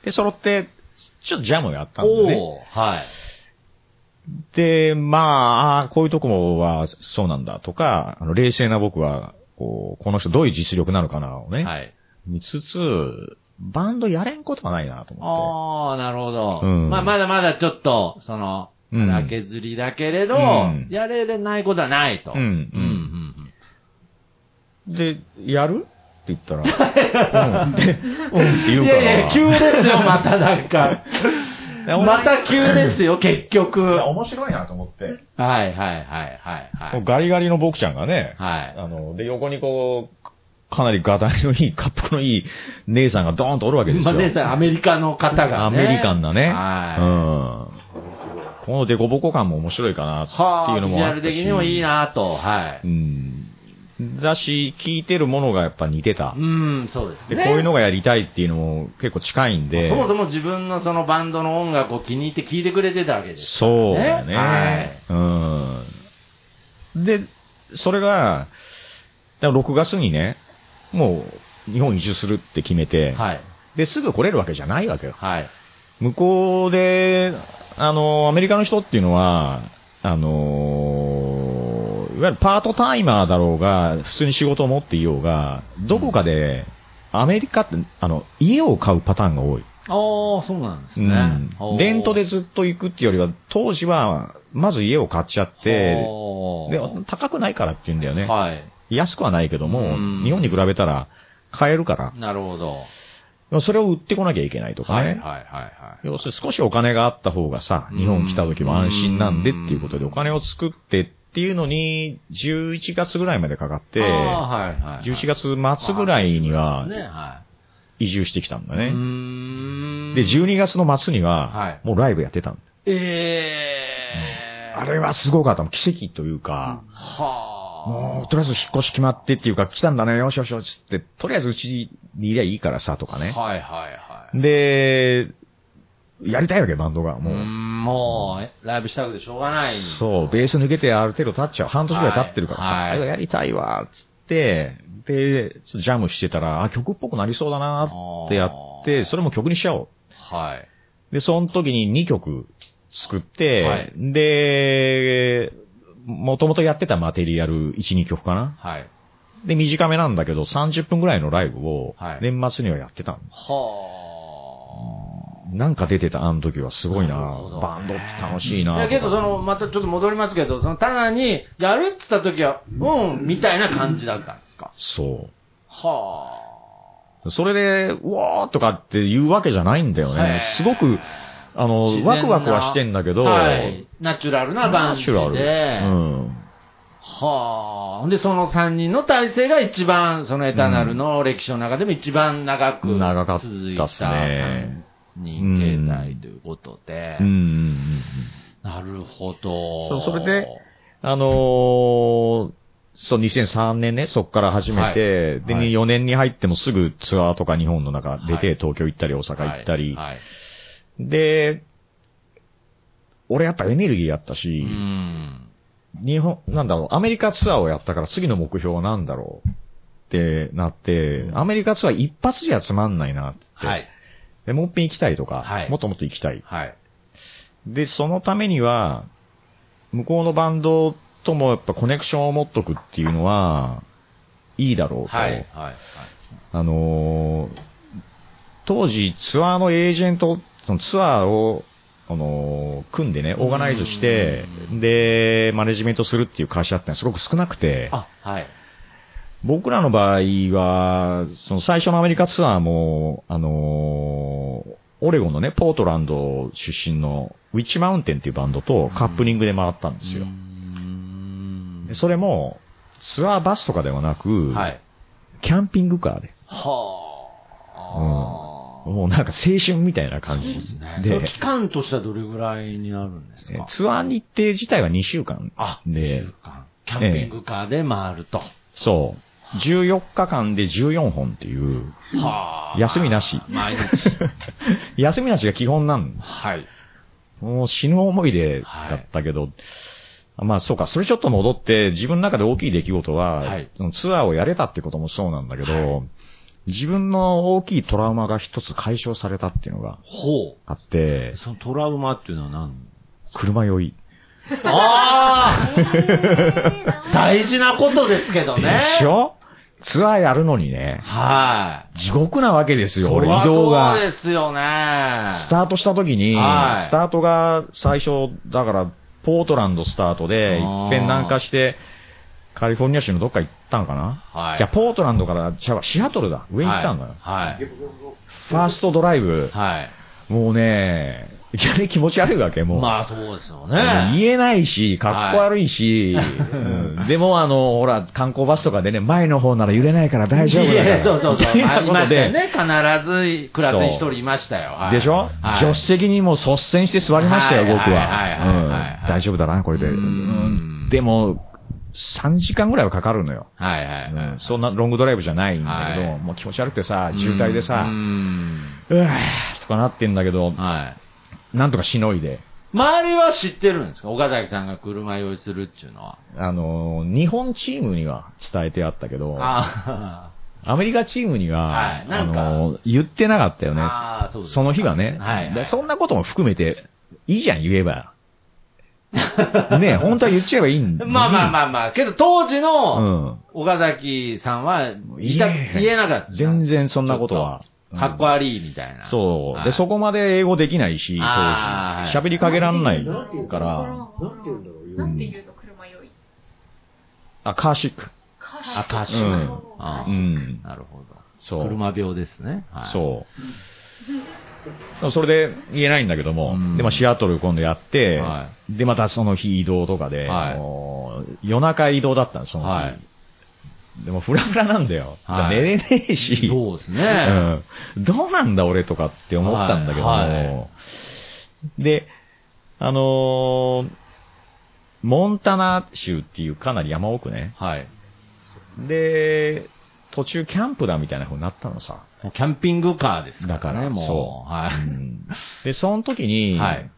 [SPEAKER 6] で、揃って、ちょっとジャムやったんでね。
[SPEAKER 5] おー、はい。
[SPEAKER 6] で、まああー、こういうとこもはそうなんだとか、あの冷静な僕は、こう、この人どういう実力なのかなをね、
[SPEAKER 5] はい。
[SPEAKER 6] 見つつ、バンドやれんことはないなと思って。
[SPEAKER 5] ああ、なるほど。
[SPEAKER 6] うん
[SPEAKER 5] まあ、まだまだちょっと、その、
[SPEAKER 6] うん
[SPEAKER 5] 荒削りだけれど、
[SPEAKER 6] うん
[SPEAKER 5] やれれないことはないと。
[SPEAKER 6] うんうん
[SPEAKER 5] うんうん
[SPEAKER 6] で、やるって言った
[SPEAKER 5] [LAUGHS]
[SPEAKER 6] ら、うん、でうんって
[SPEAKER 5] う
[SPEAKER 6] 言
[SPEAKER 5] ん
[SPEAKER 6] う
[SPEAKER 5] い
[SPEAKER 6] か
[SPEAKER 5] や
[SPEAKER 6] ら。
[SPEAKER 5] いや、急ですよ、またなん
[SPEAKER 6] [LAUGHS]
[SPEAKER 5] か。また急ですよ、結局。
[SPEAKER 6] いや
[SPEAKER 5] はい
[SPEAKER 6] 面白いなと思って。
[SPEAKER 5] はいはいはいは
[SPEAKER 6] もう
[SPEAKER 5] い。
[SPEAKER 6] ガリガリの僕ちゃんがね、
[SPEAKER 5] はい。
[SPEAKER 6] あの、で、横にこう、かなりガタイのいい、滑幅のいい姉さんがドーンとおるわけです
[SPEAKER 5] まあ、
[SPEAKER 6] よ。
[SPEAKER 5] ねさん、アメリカの方が
[SPEAKER 6] ア
[SPEAKER 5] ね。
[SPEAKER 6] メリカンなね。
[SPEAKER 5] は。
[SPEAKER 6] うん。このデコボコ感も面白いかない
[SPEAKER 5] は
[SPEAKER 6] ってい
[SPEAKER 5] あ、
[SPEAKER 6] うの
[SPEAKER 5] ビジュ
[SPEAKER 6] もあ
[SPEAKER 5] ア
[SPEAKER 6] っ
[SPEAKER 5] ル
[SPEAKER 6] たし。
[SPEAKER 5] 的にもいい。なと。は
[SPEAKER 6] う
[SPEAKER 5] い。
[SPEAKER 6] ん。だし、聞いてるものがやっぱ似てた
[SPEAKER 5] う。ん、そうです
[SPEAKER 6] で、
[SPEAKER 5] ね。
[SPEAKER 6] こういうのがやりたいっていうのも結構近いんで。
[SPEAKER 5] そもそも自分のそのバンドの音楽を気に入って聴いてくれてたわけです。
[SPEAKER 6] そうだね。
[SPEAKER 5] ね
[SPEAKER 6] うん。で、それが、だから6月にね、もう日本移住するって決めて、
[SPEAKER 5] はい。
[SPEAKER 6] で、すぐ来れるわけじゃないわけよ。
[SPEAKER 5] はい。
[SPEAKER 6] 向こうで、あの、アメリカの人っていうのは、あの、いわゆるパートタイマーだろうが、普通に仕事を持っていようが、どこかで、アメリカって、あの、家を買うパターンが多い。
[SPEAKER 5] ああ、そうなんです
[SPEAKER 6] うん
[SPEAKER 5] ね。おー
[SPEAKER 6] レントでずっと行くっていうよりは、当時は、まず家を買っちゃって、
[SPEAKER 5] おー
[SPEAKER 6] で、高くないからって言うんだよね。
[SPEAKER 5] はい。
[SPEAKER 6] 安くはないけども
[SPEAKER 5] うん、
[SPEAKER 6] 日本に比べたら買えるか
[SPEAKER 5] なるほど。
[SPEAKER 6] ら、それを売ってこなきゃいけないとか
[SPEAKER 5] はいはい
[SPEAKER 6] ね。
[SPEAKER 5] はいはい。
[SPEAKER 6] 要するに少しお金があった方がさ、
[SPEAKER 5] うん
[SPEAKER 6] 日本来た時も安心なんでっていうことでお金を作ってっていうのに、11月ぐらいまでかかって、
[SPEAKER 5] あーはいはい。
[SPEAKER 6] 11月末ぐらいには
[SPEAKER 5] ね、は
[SPEAKER 6] 移住してきたんだ
[SPEAKER 5] い。うー
[SPEAKER 6] ね。
[SPEAKER 5] ん
[SPEAKER 6] で、12月の末に
[SPEAKER 5] は、
[SPEAKER 6] はいもうライブやってたの。
[SPEAKER 5] えー。
[SPEAKER 6] あれはすごかった。奇跡というか、も
[SPEAKER 5] は
[SPEAKER 6] う、とりあえず引っ越し決まってっていうか、来たんだね、よしよしよしって、とりあえずうちにいりゃいいからさ、とか
[SPEAKER 5] あ。
[SPEAKER 6] ね。
[SPEAKER 5] はいはいはい。
[SPEAKER 6] で、やりたいわけ、バンドが。
[SPEAKER 5] うー
[SPEAKER 6] も
[SPEAKER 5] んもう、ライブしたくてしょうがな
[SPEAKER 6] う
[SPEAKER 5] い。。
[SPEAKER 6] そう、ベース抜けてある程度経っちゃう。半年ぐらい経ってるからさ、
[SPEAKER 5] はいはい
[SPEAKER 6] あれやりたいわ、つって、で、ちょっとジャムしてたら、あ、曲っぽくなりそうだな、ってやって、それも曲にしちゃお
[SPEAKER 5] はい。
[SPEAKER 6] う。で、その時に2曲作って、
[SPEAKER 5] はい
[SPEAKER 6] で、もともとやってたマテリアル1、2曲かな。
[SPEAKER 5] はい。
[SPEAKER 6] で、短めなんだけど、30分ぐらいのライブを
[SPEAKER 5] はい、
[SPEAKER 6] 年末にはやってたの、
[SPEAKER 5] はあ。
[SPEAKER 6] なんか出てた、あの時はすごいな
[SPEAKER 5] なるほどね
[SPEAKER 6] バンドって楽しいな
[SPEAKER 5] だけど、その、またちょっと戻りますけど、その、タナに、やるって言った時は、うん、みたいな感じだったんですか
[SPEAKER 6] そ
[SPEAKER 5] は
[SPEAKER 6] う。それで、うわーとかって言うわけじゃないんだよ
[SPEAKER 5] あ。
[SPEAKER 6] ね。すごく、あの、
[SPEAKER 5] 自然な
[SPEAKER 6] ワクワクはしてんだけど、
[SPEAKER 5] はい。ナチュラルなバンジーで。
[SPEAKER 6] うん。
[SPEAKER 5] はあ。ほんで、その3人の体制が一番、そのエターナルの歴史の中でも一番長く
[SPEAKER 6] 長かったっすね
[SPEAKER 5] 続いた3人形態ということで。
[SPEAKER 6] うんうんうん。
[SPEAKER 5] なるほど。
[SPEAKER 6] そうそれで、あのーそう、2003年ね、そこから始めて、で、
[SPEAKER 5] はい
[SPEAKER 6] 4年に入ってもすぐツアーとか日本の中出て、
[SPEAKER 5] はい
[SPEAKER 6] 東京行ったり、大阪行ったり、
[SPEAKER 5] はいはい
[SPEAKER 6] で、俺やっぱエネルギーやった
[SPEAKER 5] う
[SPEAKER 6] し、
[SPEAKER 5] ん。
[SPEAKER 6] 日本、なんだろう、アメリカツアーをやったから次の目標は何だろうってなって、アメリカツアー一発じゃつまんないなって。
[SPEAKER 5] はい。
[SPEAKER 6] で、もっぺん行きたいとか、
[SPEAKER 5] はい
[SPEAKER 6] もっともっと行きたい。
[SPEAKER 5] はい。
[SPEAKER 6] で、そのためには、向こうのバンドともやっぱコネクションを持っとくっていうのは、いいだろうと。
[SPEAKER 5] はい。はい。はい
[SPEAKER 6] あのー当時ツアーのエージェント、そのツアーを、あのー組んでね、オーガナイズして
[SPEAKER 5] う、ん
[SPEAKER 6] で、マネジメントするっていう会社ってのはすごく少なくて、
[SPEAKER 5] あ、はい。
[SPEAKER 6] 僕らの場合は、その最初のアメリカツアーも、あのーオレゴンのね、ポートランド出身のウィッチマウンテンっていうバンドとカップリングで回ったんですよ。でそれも、ツアーバスとかではなく、
[SPEAKER 5] はい。
[SPEAKER 6] キャンピングカーで。
[SPEAKER 5] はあ。
[SPEAKER 6] もうなんか青春みたいな感じ
[SPEAKER 5] そうですね。
[SPEAKER 6] で、
[SPEAKER 5] 期間としてはどれぐらいになるんですか
[SPEAKER 6] ツアー日程自体は2週間
[SPEAKER 5] あ、
[SPEAKER 6] で
[SPEAKER 5] 週、間キャンピングカーで回ると。
[SPEAKER 6] そう、14日間で14本っていう、
[SPEAKER 5] はあ。
[SPEAKER 6] 休みなし
[SPEAKER 5] 毎日。
[SPEAKER 6] 休みなしが基本なん
[SPEAKER 5] はい。
[SPEAKER 6] もう死ぬ思いでだったけど、まあそうか、それちょっと戻って、自分の中で大きい出来事は、
[SPEAKER 5] はい
[SPEAKER 6] そのツアーをやれたってこともそうなんだけど、
[SPEAKER 5] は
[SPEAKER 6] 自分の大きいトラウマが一つ解消されたっていうのが
[SPEAKER 5] ほ
[SPEAKER 6] あって
[SPEAKER 5] う。、そのトラウマっていうのは
[SPEAKER 6] [LAUGHS]
[SPEAKER 5] 何
[SPEAKER 6] 車酔い。
[SPEAKER 5] ああ大事なことですけど
[SPEAKER 6] で
[SPEAKER 5] ね。
[SPEAKER 6] しょツアーやるのにね、
[SPEAKER 5] はい。
[SPEAKER 6] 地獄なわけですよ、
[SPEAKER 5] そ
[SPEAKER 6] 俺
[SPEAKER 5] り
[SPEAKER 6] 移
[SPEAKER 5] ゃ
[SPEAKER 6] 動が。
[SPEAKER 5] そうですよね。
[SPEAKER 6] スタートした時に、
[SPEAKER 5] はい
[SPEAKER 6] スタートが最初、だから、ポートランドスタート
[SPEAKER 5] あ
[SPEAKER 6] で、い
[SPEAKER 5] ー
[SPEAKER 6] っぺん南下して、カリフォルニア州のどっか行ったのかな、
[SPEAKER 5] はい
[SPEAKER 6] じゃあ、ポートランドから、じゃあシアトルだ。上行ったのよ。
[SPEAKER 5] はい。
[SPEAKER 6] ファーストドライブ、
[SPEAKER 5] はい。
[SPEAKER 6] もうね、いきなり気持ち悪いわけ、もう。
[SPEAKER 5] まあそうですよ
[SPEAKER 6] もう
[SPEAKER 5] ね。
[SPEAKER 6] 言えないし、かっこ悪いし、うんでもあの、ほら、観光バスとかでね、前の方なら揺れないから大丈夫だか
[SPEAKER 5] い
[SPEAKER 6] ら。
[SPEAKER 5] やそうそう
[SPEAKER 6] [LAUGHS]
[SPEAKER 5] そう。
[SPEAKER 6] みた
[SPEAKER 5] あ
[SPEAKER 6] い
[SPEAKER 5] り
[SPEAKER 6] なこ
[SPEAKER 5] ま
[SPEAKER 6] と
[SPEAKER 5] したよ
[SPEAKER 6] で、
[SPEAKER 5] ね。必ずクラスに一人いましたよ。はい
[SPEAKER 6] でしょ、
[SPEAKER 5] はい
[SPEAKER 6] 助手席にもう率先して座りましたよ、
[SPEAKER 5] はい
[SPEAKER 6] 僕
[SPEAKER 5] はいはいはいはい
[SPEAKER 6] は。うん大丈夫だな、これで。
[SPEAKER 5] う
[SPEAKER 6] うんんでも、3時間ぐらいはかかるのよ。
[SPEAKER 5] はいはいはい。
[SPEAKER 6] そんなロングドライブじゃないんだけ
[SPEAKER 5] は
[SPEAKER 6] ど、
[SPEAKER 5] い
[SPEAKER 6] もう気持ち悪くてさ、渋滞で
[SPEAKER 5] う
[SPEAKER 6] さ、
[SPEAKER 5] ん
[SPEAKER 6] うわーとかなってんだけど、
[SPEAKER 5] はい。
[SPEAKER 6] なんとかしのいで、
[SPEAKER 5] 周りは知ってるんですか岡崎さんが車用意するっていうのは。
[SPEAKER 6] あのー、日本チームには伝えてあったけど、
[SPEAKER 5] あ
[SPEAKER 6] アメリカチームに
[SPEAKER 5] は
[SPEAKER 6] は、あ
[SPEAKER 5] いなんか
[SPEAKER 6] のー、言ってなかったよね。
[SPEAKER 5] あーそうですか
[SPEAKER 6] その日はね。
[SPEAKER 5] はいはい
[SPEAKER 6] でそんなことも含めて、いいじゃん、言えば。
[SPEAKER 5] [LAUGHS]
[SPEAKER 6] ね本当は言っちゃえばいいん
[SPEAKER 5] あ。まあまあまあまあ、けど当時の
[SPEAKER 6] う
[SPEAKER 5] 岡崎さんは言いた
[SPEAKER 6] いえいえ
[SPEAKER 5] 言えなかった。
[SPEAKER 6] ん。全然そんなことは。
[SPEAKER 5] かっこ悪いみたいな。
[SPEAKER 6] そう。
[SPEAKER 5] はい
[SPEAKER 6] で、そこまで英語できないし、当時
[SPEAKER 5] あーはい
[SPEAKER 6] 喋りかけらんないから、
[SPEAKER 7] なんて言うんだろうなんて言うの車酔い。
[SPEAKER 6] あ、カーシック。
[SPEAKER 5] あ、歌手
[SPEAKER 6] うん
[SPEAKER 5] あ
[SPEAKER 6] う
[SPEAKER 5] ー
[SPEAKER 6] ん。
[SPEAKER 5] なるほ
[SPEAKER 6] そ
[SPEAKER 5] ど。
[SPEAKER 6] う。
[SPEAKER 5] 車病ですね。はい
[SPEAKER 6] そう。それで言えないんだけども、
[SPEAKER 5] うん
[SPEAKER 6] で、まあシアトル今度やって、
[SPEAKER 5] は
[SPEAKER 6] で、またその日移動とかで、
[SPEAKER 5] はい
[SPEAKER 6] もう夜中移動だったんです、その日。
[SPEAKER 5] はい
[SPEAKER 6] でもフラフラなんだよ。
[SPEAKER 5] はい
[SPEAKER 6] 寝れねえし。
[SPEAKER 5] そうですね。
[SPEAKER 6] うんどうなんだ俺とかって思ったんだけども、
[SPEAKER 5] はいは
[SPEAKER 6] で、あのーモンタナ州っていうかなり山奥ね。
[SPEAKER 5] はい。
[SPEAKER 6] で、途中キャンプだみたいな風になったのさ。
[SPEAKER 5] もうキャンピングカーですからね、
[SPEAKER 6] だから
[SPEAKER 5] もう。
[SPEAKER 6] そ
[SPEAKER 5] は
[SPEAKER 6] う
[SPEAKER 5] い。
[SPEAKER 6] んで、その時に、
[SPEAKER 5] はい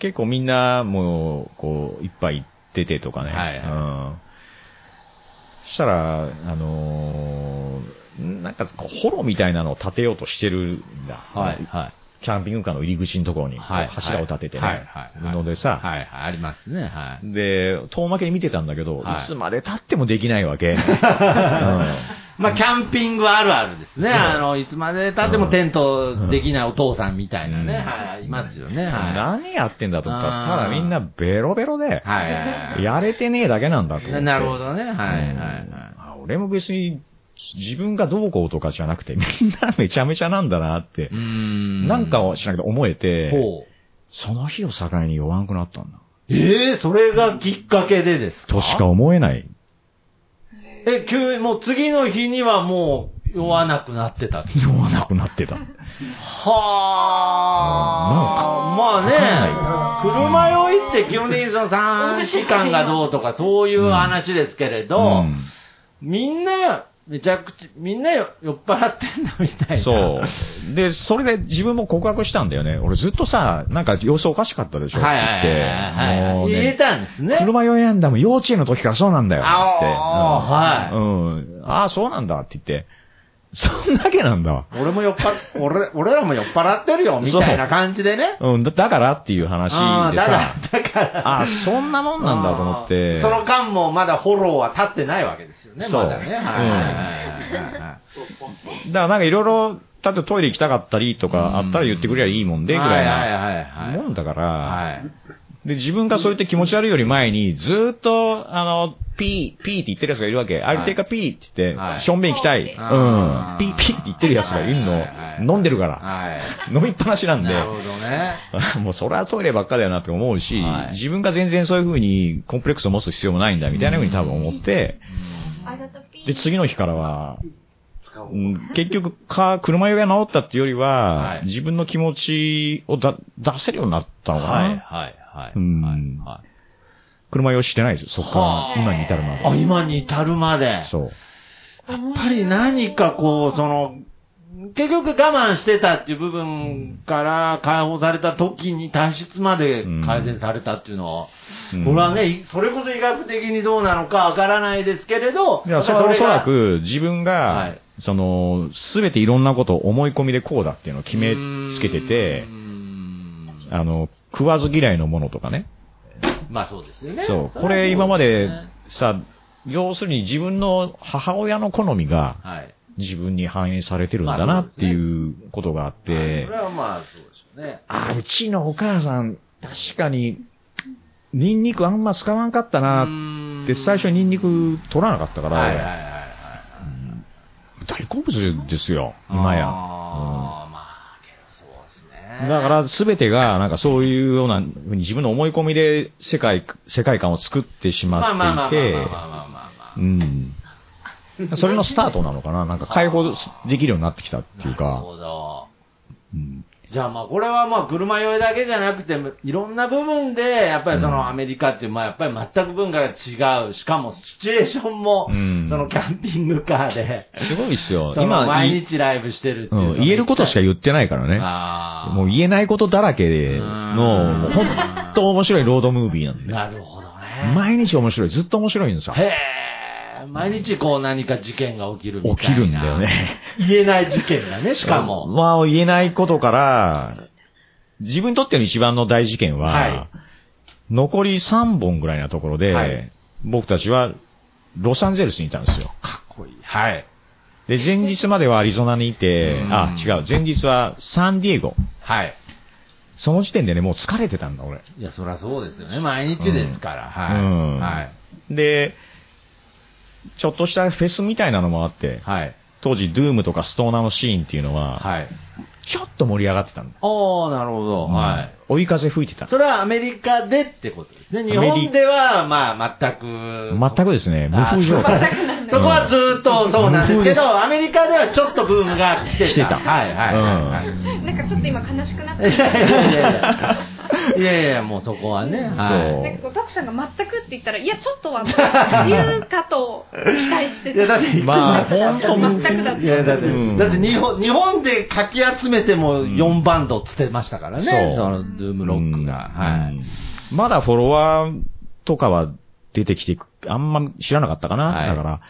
[SPEAKER 6] 結構みんなもう、こう、いっぱい行っててとかね。
[SPEAKER 5] はいはい
[SPEAKER 6] うんそしたら、あのーなんかこう、ホロみたいなのを建てようとしてるんだ。
[SPEAKER 5] はい、はい。
[SPEAKER 6] キャンピングカーの入り口のところに、
[SPEAKER 5] はい
[SPEAKER 6] こう柱を立ててね、
[SPEAKER 5] はいはいはい
[SPEAKER 6] のでさ、
[SPEAKER 5] はい、はい、ありますね、はい。
[SPEAKER 6] で、遠巻きに見てたんだけど、
[SPEAKER 5] はい
[SPEAKER 6] い、つまで経ってもできない
[SPEAKER 5] [LAUGHS]
[SPEAKER 6] わけ。うん
[SPEAKER 5] まあ、キャンピングあるあるですね。あの、いつまで経ってもテントできないお父さんみたいなね、
[SPEAKER 6] うん
[SPEAKER 5] はい、いますよね、は
[SPEAKER 6] 何やってんだとか、
[SPEAKER 5] あ
[SPEAKER 6] た
[SPEAKER 5] ー
[SPEAKER 6] だみんなベロベロで
[SPEAKER 5] い。、はい。
[SPEAKER 6] やれてねえだけなんだと思って。
[SPEAKER 5] ななるほどね、はい、はい、はい。
[SPEAKER 6] あ俺も別に自分がどうこうとかじゃなくて、みんなめちゃめちゃなんだなって
[SPEAKER 5] うー、ん
[SPEAKER 6] なんかをしなきゃ思えて、
[SPEAKER 5] ほう。
[SPEAKER 6] その日を境に弱くなったんだ。
[SPEAKER 5] ええそれがきっかけでですか
[SPEAKER 6] としか思えない。
[SPEAKER 5] え、急に、もう次の日にはもう、酔わなくなってた。
[SPEAKER 6] 弱なくなってた。
[SPEAKER 5] はあ、まあね、車酔いって基本的にその3時間がどうとかそういう話ですけれど、
[SPEAKER 6] うん
[SPEAKER 5] みんな、めちゃくちゃ、みんな酔っ払ってんだみたいな。
[SPEAKER 6] そう。で、それで自分も告白したんだよね。俺ずっとさ、なんか様子おかしかったでしょって
[SPEAKER 5] はい
[SPEAKER 6] 言
[SPEAKER 5] は
[SPEAKER 6] っ
[SPEAKER 5] い
[SPEAKER 6] て
[SPEAKER 5] はいはい。
[SPEAKER 6] もう
[SPEAKER 5] 言え
[SPEAKER 6] ね
[SPEAKER 5] たんですね。
[SPEAKER 6] 車酔いなんだもん、幼稚園の時からそうなんだよ、つって。
[SPEAKER 5] あー
[SPEAKER 6] うんうん。ああ、そうなんだって言って。そんだけなんだわ。
[SPEAKER 5] 俺も酔っ払っ、俺、俺らも酔っ払ってるよ、みたいな感じでね。
[SPEAKER 6] うん、だだからっていう話で
[SPEAKER 5] あーだ
[SPEAKER 6] さ。
[SPEAKER 5] から、だから。
[SPEAKER 6] ああ、そんなもんなんだと思って。
[SPEAKER 5] その間もまだフォローは立ってないわけですよね、
[SPEAKER 6] そう
[SPEAKER 5] まだね。はいはいはいはいはい
[SPEAKER 6] だからなんかいろいろ、例えばトイレ行きたかったりと
[SPEAKER 5] うん
[SPEAKER 6] か、あったら言ってくれりゃいいもんで、ぐ
[SPEAKER 5] はいはい
[SPEAKER 6] ら
[SPEAKER 5] はい
[SPEAKER 6] い
[SPEAKER 5] はい。
[SPEAKER 6] なもんだから、
[SPEAKER 5] はい。
[SPEAKER 6] で、自分がそう言って気持ち悪いより前に、ずーっと、あの、ピー、ピーって言ってるやつがいるわけ。相手がピーって言
[SPEAKER 5] は
[SPEAKER 6] っ
[SPEAKER 5] い
[SPEAKER 6] て、正面行きたい。うん。ピ
[SPEAKER 5] あー
[SPEAKER 6] ー、ピーって言ってるやつがいる
[SPEAKER 5] はいはい
[SPEAKER 6] の。飲んでるから。
[SPEAKER 5] はい。
[SPEAKER 6] 飲みっぱなしなんで
[SPEAKER 5] な。るほどね。
[SPEAKER 6] [LAUGHS] もうそれはトイレばっかだよなって思うし
[SPEAKER 5] はい、
[SPEAKER 6] 自分が全然そういう風にコンプレックスを持つ必要もないんだ、みたいな風に多分思って、で、次の日からは、うん結局か、車酔いが治ったっていうよりは、
[SPEAKER 5] はい
[SPEAKER 6] 自分の気持ちをだ出せるようになったのかな。
[SPEAKER 5] はいはいはい。
[SPEAKER 6] うん
[SPEAKER 5] はい
[SPEAKER 6] 車用してないですよ、そこか
[SPEAKER 5] は
[SPEAKER 6] ら、今に至るま
[SPEAKER 5] あ、
[SPEAKER 6] で。
[SPEAKER 5] 今に至るまで。やっ
[SPEAKER 6] そう。
[SPEAKER 5] ぱり何かこう、その、結局我慢してたっていう部分から解放された時に体質まで改善されたっていうのは、
[SPEAKER 6] うん
[SPEAKER 5] これはね、いそれこそ医学的にどうなのかわからないですけれど、
[SPEAKER 6] いや、それ
[SPEAKER 5] やっ
[SPEAKER 6] は
[SPEAKER 5] ぱ
[SPEAKER 6] お
[SPEAKER 5] り
[SPEAKER 6] そ
[SPEAKER 5] が
[SPEAKER 6] らく自分が、
[SPEAKER 5] はい
[SPEAKER 6] その、すべていろんなことを思い込みでこうだっていうのを決めつけてて
[SPEAKER 5] うー、ん
[SPEAKER 6] あの、食わず嫌いのものとかね。
[SPEAKER 5] まあそうですよね。
[SPEAKER 6] そう。
[SPEAKER 5] れは
[SPEAKER 6] これ今まで
[SPEAKER 5] そうすね
[SPEAKER 6] さ、要するに自分の母親の好みが
[SPEAKER 5] はい。
[SPEAKER 6] 自分に反映されてるんだ
[SPEAKER 5] まあそ
[SPEAKER 6] な
[SPEAKER 5] う
[SPEAKER 6] っ
[SPEAKER 5] です
[SPEAKER 6] て
[SPEAKER 5] ね
[SPEAKER 6] いうことがあっ
[SPEAKER 5] はい
[SPEAKER 6] て
[SPEAKER 5] これ、はまあそうでしょうね。
[SPEAKER 6] あ、うちのお母さん、確かに、ニンニクあんま使わんかったなって、最初ニンニク取らなかったから、
[SPEAKER 5] はいはいはいはい。
[SPEAKER 6] 大好物ですよ、今や。
[SPEAKER 5] あーまあ、けどそうです
[SPEAKER 6] う
[SPEAKER 5] ね。
[SPEAKER 6] んだから全てが、なんかそういうようなふうに自分の思い込みで世界、世界観を作ってし
[SPEAKER 5] まあまあ
[SPEAKER 6] ま
[SPEAKER 5] ま
[SPEAKER 6] っ
[SPEAKER 5] あまあまあ
[SPEAKER 6] ていて、
[SPEAKER 5] まあまあまあ
[SPEAKER 6] う
[SPEAKER 5] ま
[SPEAKER 6] ん。それのスタートなのかななんか解放できるようになってきたっ
[SPEAKER 5] あ。
[SPEAKER 6] てい
[SPEAKER 5] なる
[SPEAKER 6] うか、
[SPEAKER 5] ほど。
[SPEAKER 6] うん
[SPEAKER 5] じゃあまあこれはまあ車酔いだけじゃなくて、いろんな部分で、やっぱりそのアメリカっていう、まあやっぱり全く文化が違う。しかもシチュエーションも、
[SPEAKER 6] うん
[SPEAKER 5] そのキャンピングカーで、
[SPEAKER 6] すごいですよ。
[SPEAKER 5] その
[SPEAKER 6] 今、
[SPEAKER 5] 毎
[SPEAKER 6] い
[SPEAKER 5] 日ライブしてるって
[SPEAKER 6] う
[SPEAKER 5] いう。
[SPEAKER 6] ん言えることしか
[SPEAKER 5] 言
[SPEAKER 6] 言ってないからね。
[SPEAKER 5] ああ。
[SPEAKER 6] もう言えないことだらけ
[SPEAKER 5] うん
[SPEAKER 6] の、もうほんと面白いロードムービー
[SPEAKER 5] [LAUGHS]
[SPEAKER 6] なんで。
[SPEAKER 5] なるほどね。
[SPEAKER 6] 毎日面白い。ずっと面白いんですよ。
[SPEAKER 5] へえ。毎日こう何か事件が起きるみ
[SPEAKER 6] 起
[SPEAKER 5] たい
[SPEAKER 6] き
[SPEAKER 5] な。
[SPEAKER 6] るんだよ。ね。
[SPEAKER 5] 言えない事件
[SPEAKER 6] [LAUGHS]
[SPEAKER 5] がね、 [LAUGHS] しかも。
[SPEAKER 6] まあ、言えないことから、自分にとっての一番の大事件は、
[SPEAKER 5] はい
[SPEAKER 6] 残り3本ぐらいなところで、
[SPEAKER 5] はい
[SPEAKER 6] 僕たちはロサンゼルスにいたんですよ。
[SPEAKER 5] かっこいい。はい。
[SPEAKER 6] で、前日まではアリゾナにいて
[SPEAKER 5] う、ん
[SPEAKER 6] あ、違う、前日はサンディエゴ。
[SPEAKER 5] はい。
[SPEAKER 6] その時点でね、もう疲れてたんだ、俺。
[SPEAKER 5] いや、そりゃそうですよね。毎日ですから。はい、
[SPEAKER 6] うん
[SPEAKER 5] はい。
[SPEAKER 6] で、ちょっとしたフェスみたいなのもあって、
[SPEAKER 5] はい。
[SPEAKER 6] 当時、ドゥームとかストーナーのシーンっていうのは、
[SPEAKER 5] はい。
[SPEAKER 6] ちょっと盛り上がってたんだ。
[SPEAKER 5] おー、なるほど。はい。
[SPEAKER 6] 追い風吹いてた。
[SPEAKER 5] それはアメリカでってことですね。日本では、まあ、全く。
[SPEAKER 6] 全くですね、無
[SPEAKER 5] あ
[SPEAKER 6] 風状態。
[SPEAKER 5] そこはずーっとそうなんですけど、アメリカではちょっとブームが来てた。
[SPEAKER 6] 来てた
[SPEAKER 5] はいはいはい、はい
[SPEAKER 7] なんかちょっと今悲しくなっ
[SPEAKER 5] いやいやいやいやいや、もうそこはね。は
[SPEAKER 7] なんかこう、タクさんが全くって言ったら、いや、ちょっとは、言うかと期待して
[SPEAKER 5] いや、だって、
[SPEAKER 6] まあ、ほんと無
[SPEAKER 7] 全くだっ
[SPEAKER 5] いや、だって、
[SPEAKER 6] うん
[SPEAKER 5] だって日本、日本でかき集めても4バンドっつってましたからね。
[SPEAKER 6] そう
[SPEAKER 5] その、ドゥームロックが。は
[SPEAKER 6] う
[SPEAKER 5] い
[SPEAKER 6] ん。まだフォロワーとかは出てきて、あんま知らなかったかな、
[SPEAKER 5] はい
[SPEAKER 6] だから、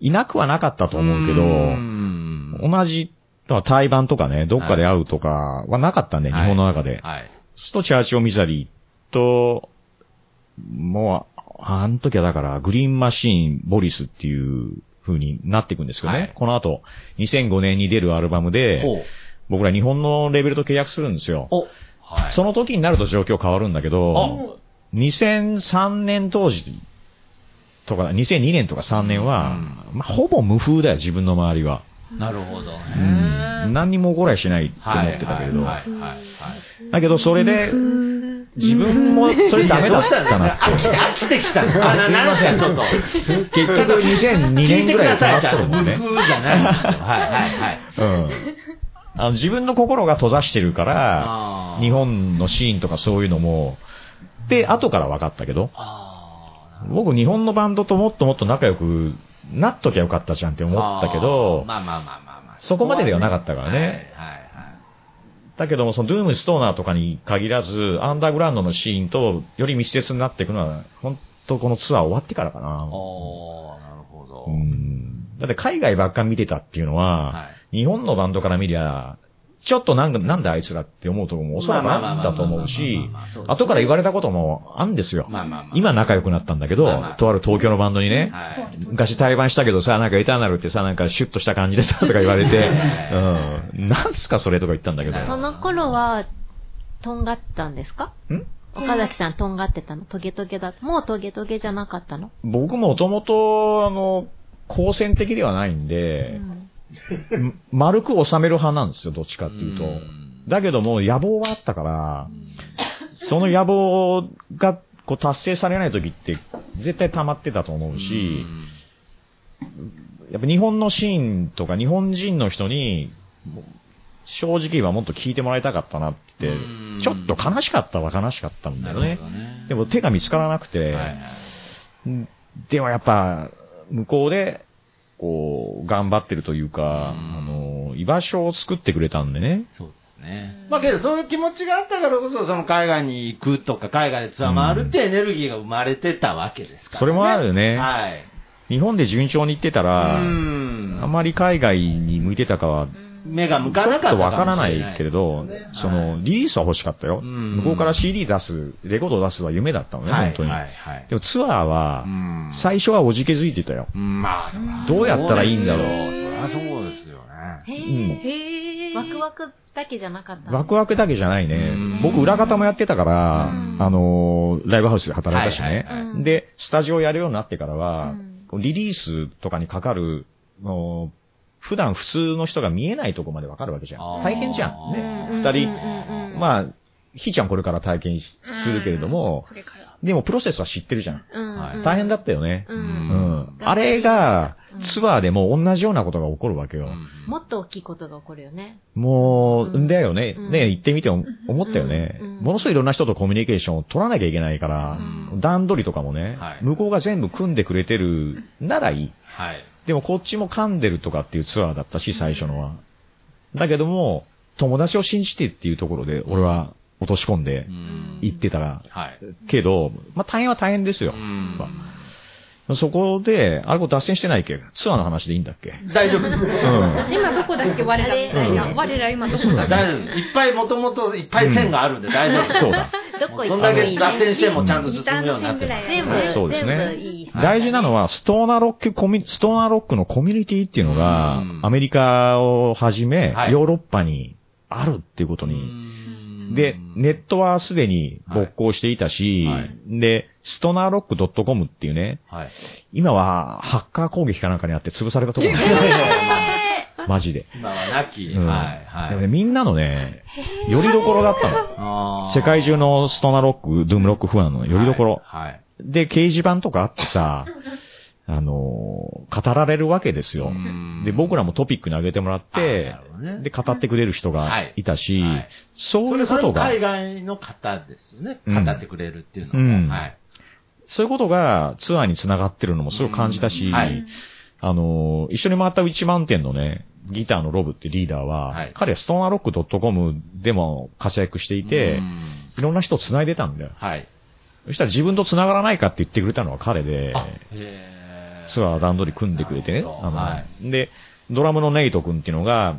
[SPEAKER 6] いなくはなかったと思うけ
[SPEAKER 5] うん
[SPEAKER 6] ど、同じ、対バンとかね、どっかで会うとかはなかったんで、
[SPEAKER 5] はい
[SPEAKER 6] 日本の中で。
[SPEAKER 5] はい。
[SPEAKER 6] ちょっとチャーチオミザリーと、もう、あの時はだから、グリーンマシーン、ボリスっていう風になっていくんですよね。
[SPEAKER 5] はい
[SPEAKER 6] この後、2005年に出るアルバムで、
[SPEAKER 5] ほう。
[SPEAKER 6] 僕ら日本のレーベルと契約するんですよ。
[SPEAKER 5] お。はい。
[SPEAKER 6] その時になると状況変わるんだけど、2003年当時とか、2002年とか3年は、
[SPEAKER 5] うん
[SPEAKER 6] まあ、ほぼ無風だよ、自分の周りは。
[SPEAKER 5] なるほどね。
[SPEAKER 6] うん何にも起こらいしないって思ってたけれど。
[SPEAKER 5] はいはいはいはい
[SPEAKER 6] だけど、それで、自分もそれダメだったな [LAUGHS] って。
[SPEAKER 5] 飽きてきた。あ、な、なんちょっと。
[SPEAKER 6] 結局2002年ぐらい
[SPEAKER 5] 聞
[SPEAKER 6] か
[SPEAKER 5] いてください
[SPEAKER 6] かったもん
[SPEAKER 5] ち
[SPEAKER 6] ね
[SPEAKER 5] ゃん。と僕じゃないんですよはいはいはい。
[SPEAKER 6] うん。あの自分の心が閉ざしてるから、
[SPEAKER 5] あー
[SPEAKER 6] 日。本のシーンとかそういうのも、で、後から分かったけど、
[SPEAKER 5] あ
[SPEAKER 6] 僕日本のバンドともっともっと仲良くなっときゃよかったじゃんって
[SPEAKER 5] ー
[SPEAKER 6] 思ったけど、
[SPEAKER 5] まあまあまあまあまあ。
[SPEAKER 6] そこまでではなかったから
[SPEAKER 5] は
[SPEAKER 6] ね
[SPEAKER 5] いはいはい。
[SPEAKER 6] だけども、そのドゥームストーナーとかに限らず、アンダーグラウンドのシーンとより密接になっていくのは、本当このツアー終わってからかな。
[SPEAKER 5] おー、なるほど。
[SPEAKER 6] うんだって海外ばっか見てたっていうのは、
[SPEAKER 5] は
[SPEAKER 6] 日本のバンドから見りゃ、ちょっとなんかなんであいつらって思うところもおそらくあるんだと思うし
[SPEAKER 5] まあまあまあまあまあまあそう、ですね
[SPEAKER 6] 後から言われたこともあるんですよ。
[SPEAKER 5] まあまあまあ
[SPEAKER 6] 今仲良くなったんだけど、
[SPEAKER 5] まあまあ
[SPEAKER 6] とある東京のバンドにね、
[SPEAKER 5] はい
[SPEAKER 6] 昔対バンしたけどさ、なんかエターナルってさ、なんかシュッとした感じでさ、とか言
[SPEAKER 5] [LAUGHS]
[SPEAKER 6] われて、うん、なんすかそれとか言ったんだけど。
[SPEAKER 4] その頃は、とんがってたんですか
[SPEAKER 6] ん
[SPEAKER 4] 岡崎さんとんがってたのトゲトゲだ。もうトゲトゲじゃなかったの
[SPEAKER 6] 僕もともと、あの、好戦的ではないん
[SPEAKER 4] う
[SPEAKER 6] で、
[SPEAKER 4] ん
[SPEAKER 6] 丸く収める派なんですよ、どっちかっていうと。
[SPEAKER 5] うん
[SPEAKER 6] だけども、野望はあったから、その野望がこう達成されない時って、絶対溜まってたと思うし、やっぱ日本のシーンとか、日本人の人に、正直はもっと聞いてもらいたかったなって
[SPEAKER 5] うん、
[SPEAKER 6] ちょっと悲しかったは悲しかったんだよね。でも手が見つからなくて、
[SPEAKER 5] はいはい
[SPEAKER 6] でもやっぱ、向こうで、こう、頑張ってるというか、
[SPEAKER 5] うん
[SPEAKER 6] あの、居場所を作ってくれたんでね。
[SPEAKER 5] そうですね。まあけど、そういう気持ちがあったからこそ、その海外に行くとか、海外でツアー回るってエネルギーが生まれてたわけですからね。
[SPEAKER 6] それもあるよね
[SPEAKER 5] はい。
[SPEAKER 6] 日本で順調に行ってたら、
[SPEAKER 5] うん
[SPEAKER 6] あまり海外に向いてたかは、
[SPEAKER 5] 目が向
[SPEAKER 6] ち
[SPEAKER 5] か
[SPEAKER 6] ょ
[SPEAKER 5] な
[SPEAKER 6] っ
[SPEAKER 5] かった
[SPEAKER 6] と
[SPEAKER 5] も
[SPEAKER 6] わ
[SPEAKER 5] しれ
[SPEAKER 6] からないけれど、
[SPEAKER 5] ね
[SPEAKER 6] その、リリースは欲しかったよ。
[SPEAKER 5] うん
[SPEAKER 6] 向こうから CD 出す、レコード出すは夢だったのね、
[SPEAKER 5] はい
[SPEAKER 6] 本当に。
[SPEAKER 5] はいはい
[SPEAKER 6] でもツアーは
[SPEAKER 5] う、ん
[SPEAKER 6] 最初はおじけづいてたよ。
[SPEAKER 5] まあ、そら
[SPEAKER 6] どうやったらいいんだろ
[SPEAKER 5] そう
[SPEAKER 6] う
[SPEAKER 5] ですよそりゃそうですよ
[SPEAKER 4] へ
[SPEAKER 5] ね。
[SPEAKER 6] うん
[SPEAKER 4] え。ワクワクだけじゃなかったの
[SPEAKER 6] ワクワクだけじゃないね
[SPEAKER 5] うん。
[SPEAKER 6] 僕、裏方もやってたから、
[SPEAKER 4] うん
[SPEAKER 6] あのー、ライブハウスで働いたし
[SPEAKER 5] はいはい
[SPEAKER 6] ね
[SPEAKER 5] はい
[SPEAKER 4] うん。
[SPEAKER 6] で、スタジオやるようになってからは
[SPEAKER 4] うん、
[SPEAKER 6] リリースとかにかかる、あのー普段普通の人が見えないとこまでわかるわけじゃん
[SPEAKER 5] あー。
[SPEAKER 6] 大変じゃん。
[SPEAKER 4] うん。
[SPEAKER 6] ね二人
[SPEAKER 4] うんうんうん
[SPEAKER 6] まあ、ひーちゃんこれから体験しするけれども
[SPEAKER 7] こ、れから。
[SPEAKER 6] でもプロセスは知ってるじゃん。
[SPEAKER 4] うんうん
[SPEAKER 6] 大変だったよね。
[SPEAKER 4] う。
[SPEAKER 6] うんん。あれが
[SPEAKER 4] う、ん
[SPEAKER 6] ツアーでも同じようなことが起こるわけよ。
[SPEAKER 4] もっと大きいことが起こるよね。
[SPEAKER 6] もう、
[SPEAKER 4] うん
[SPEAKER 6] んだよね。
[SPEAKER 4] うん
[SPEAKER 6] ね、行ってみて思思ったよね、
[SPEAKER 4] うんうん
[SPEAKER 6] ものすごいいろんな人とコミュニケーションを取らなきゃいけないから、
[SPEAKER 4] うん
[SPEAKER 6] 段取りとかもね、
[SPEAKER 5] はい
[SPEAKER 6] 向こうが全部組んでくれてるならいい。
[SPEAKER 5] はい。
[SPEAKER 6] でもこっちも噛んでるとかっていうツアーだったし、最初のは。だけども、友達を信じてっていうところで、俺は落とし込んで
[SPEAKER 5] うん
[SPEAKER 6] 行ってたら、
[SPEAKER 5] はい。
[SPEAKER 6] けど、まあ大変は大変ですよ。
[SPEAKER 5] うん
[SPEAKER 6] そこで、あれこれ脱線してないっけツアーの話でいいんだっけ
[SPEAKER 5] 大丈夫。
[SPEAKER 6] うん。
[SPEAKER 7] 今どこだっけ我らみたいな。我ら今どこだっ
[SPEAKER 5] 大丈夫。いっぱい、もともといっぱい線があるんで大丈夫。 [LAUGHS]
[SPEAKER 6] そうだ。
[SPEAKER 4] ど
[SPEAKER 5] も
[SPEAKER 4] こ
[SPEAKER 5] うそ
[SPEAKER 4] 行
[SPEAKER 5] ん
[SPEAKER 4] っ
[SPEAKER 5] だ
[SPEAKER 4] てもい
[SPEAKER 5] け
[SPEAKER 4] い
[SPEAKER 5] 脱線
[SPEAKER 4] ね。
[SPEAKER 5] してもちゃんと進むようになってる。
[SPEAKER 4] 全部
[SPEAKER 6] はい、そうですね
[SPEAKER 4] 全部いい。
[SPEAKER 6] 大事なのは、ストーナーロックコミ、ストーナーロックのコミュニティっていうのが
[SPEAKER 5] うん、
[SPEAKER 6] アメリカをはじめ、
[SPEAKER 5] はい
[SPEAKER 6] ヨーロッパにあるっていうこと
[SPEAKER 5] う
[SPEAKER 6] に。
[SPEAKER 5] ん
[SPEAKER 6] で、ネットはすでに勃興していたし、
[SPEAKER 5] はいはい
[SPEAKER 6] で、ストナーロック .com っていうね、
[SPEAKER 5] はい。
[SPEAKER 6] 今はハッカー攻撃かなんかにあって潰されたと
[SPEAKER 5] [LAUGHS]
[SPEAKER 6] ころなんですよ。マジで。
[SPEAKER 5] 今はなき。
[SPEAKER 6] うん
[SPEAKER 5] はい。は
[SPEAKER 6] でも
[SPEAKER 5] い
[SPEAKER 6] ね、。みんなのね、よりどころだったの。
[SPEAKER 5] あー
[SPEAKER 6] 世界中のストナーロック、ドゥームロックファンのよりどころ。
[SPEAKER 5] はいはい。
[SPEAKER 6] で、掲示板とかあってさ、あのー、語られるわけですよ。で、僕らもトピックに上げてもらっ
[SPEAKER 5] あー
[SPEAKER 6] て
[SPEAKER 5] なる、ほどね
[SPEAKER 6] で、語ってくれる人がいたし、
[SPEAKER 5] はいはい
[SPEAKER 6] そういうことが
[SPEAKER 5] それ、も海外の方ですよね。
[SPEAKER 6] うん
[SPEAKER 5] 語ってくれるっていうの
[SPEAKER 6] うん
[SPEAKER 5] も。はい。
[SPEAKER 6] そういうことがツアーにつながってるのもすごく感じたし、
[SPEAKER 5] うんはい
[SPEAKER 6] あのー、一緒に回ったウィッチマウンテンのね、ギターのロブってリーダーは、
[SPEAKER 5] はい
[SPEAKER 6] 彼はストーナーロック .com でも活躍していて、
[SPEAKER 5] うん
[SPEAKER 6] いろんな人を繋いでたんだよ。
[SPEAKER 5] はい。
[SPEAKER 6] そしたら自分と繋がらないかって言ってくれたのは彼で、
[SPEAKER 5] へー
[SPEAKER 6] ツアー段取り組んでくれてね。
[SPEAKER 5] なるほど
[SPEAKER 6] あの
[SPEAKER 5] はい。
[SPEAKER 6] で、ドラムのネイト君っていうのが、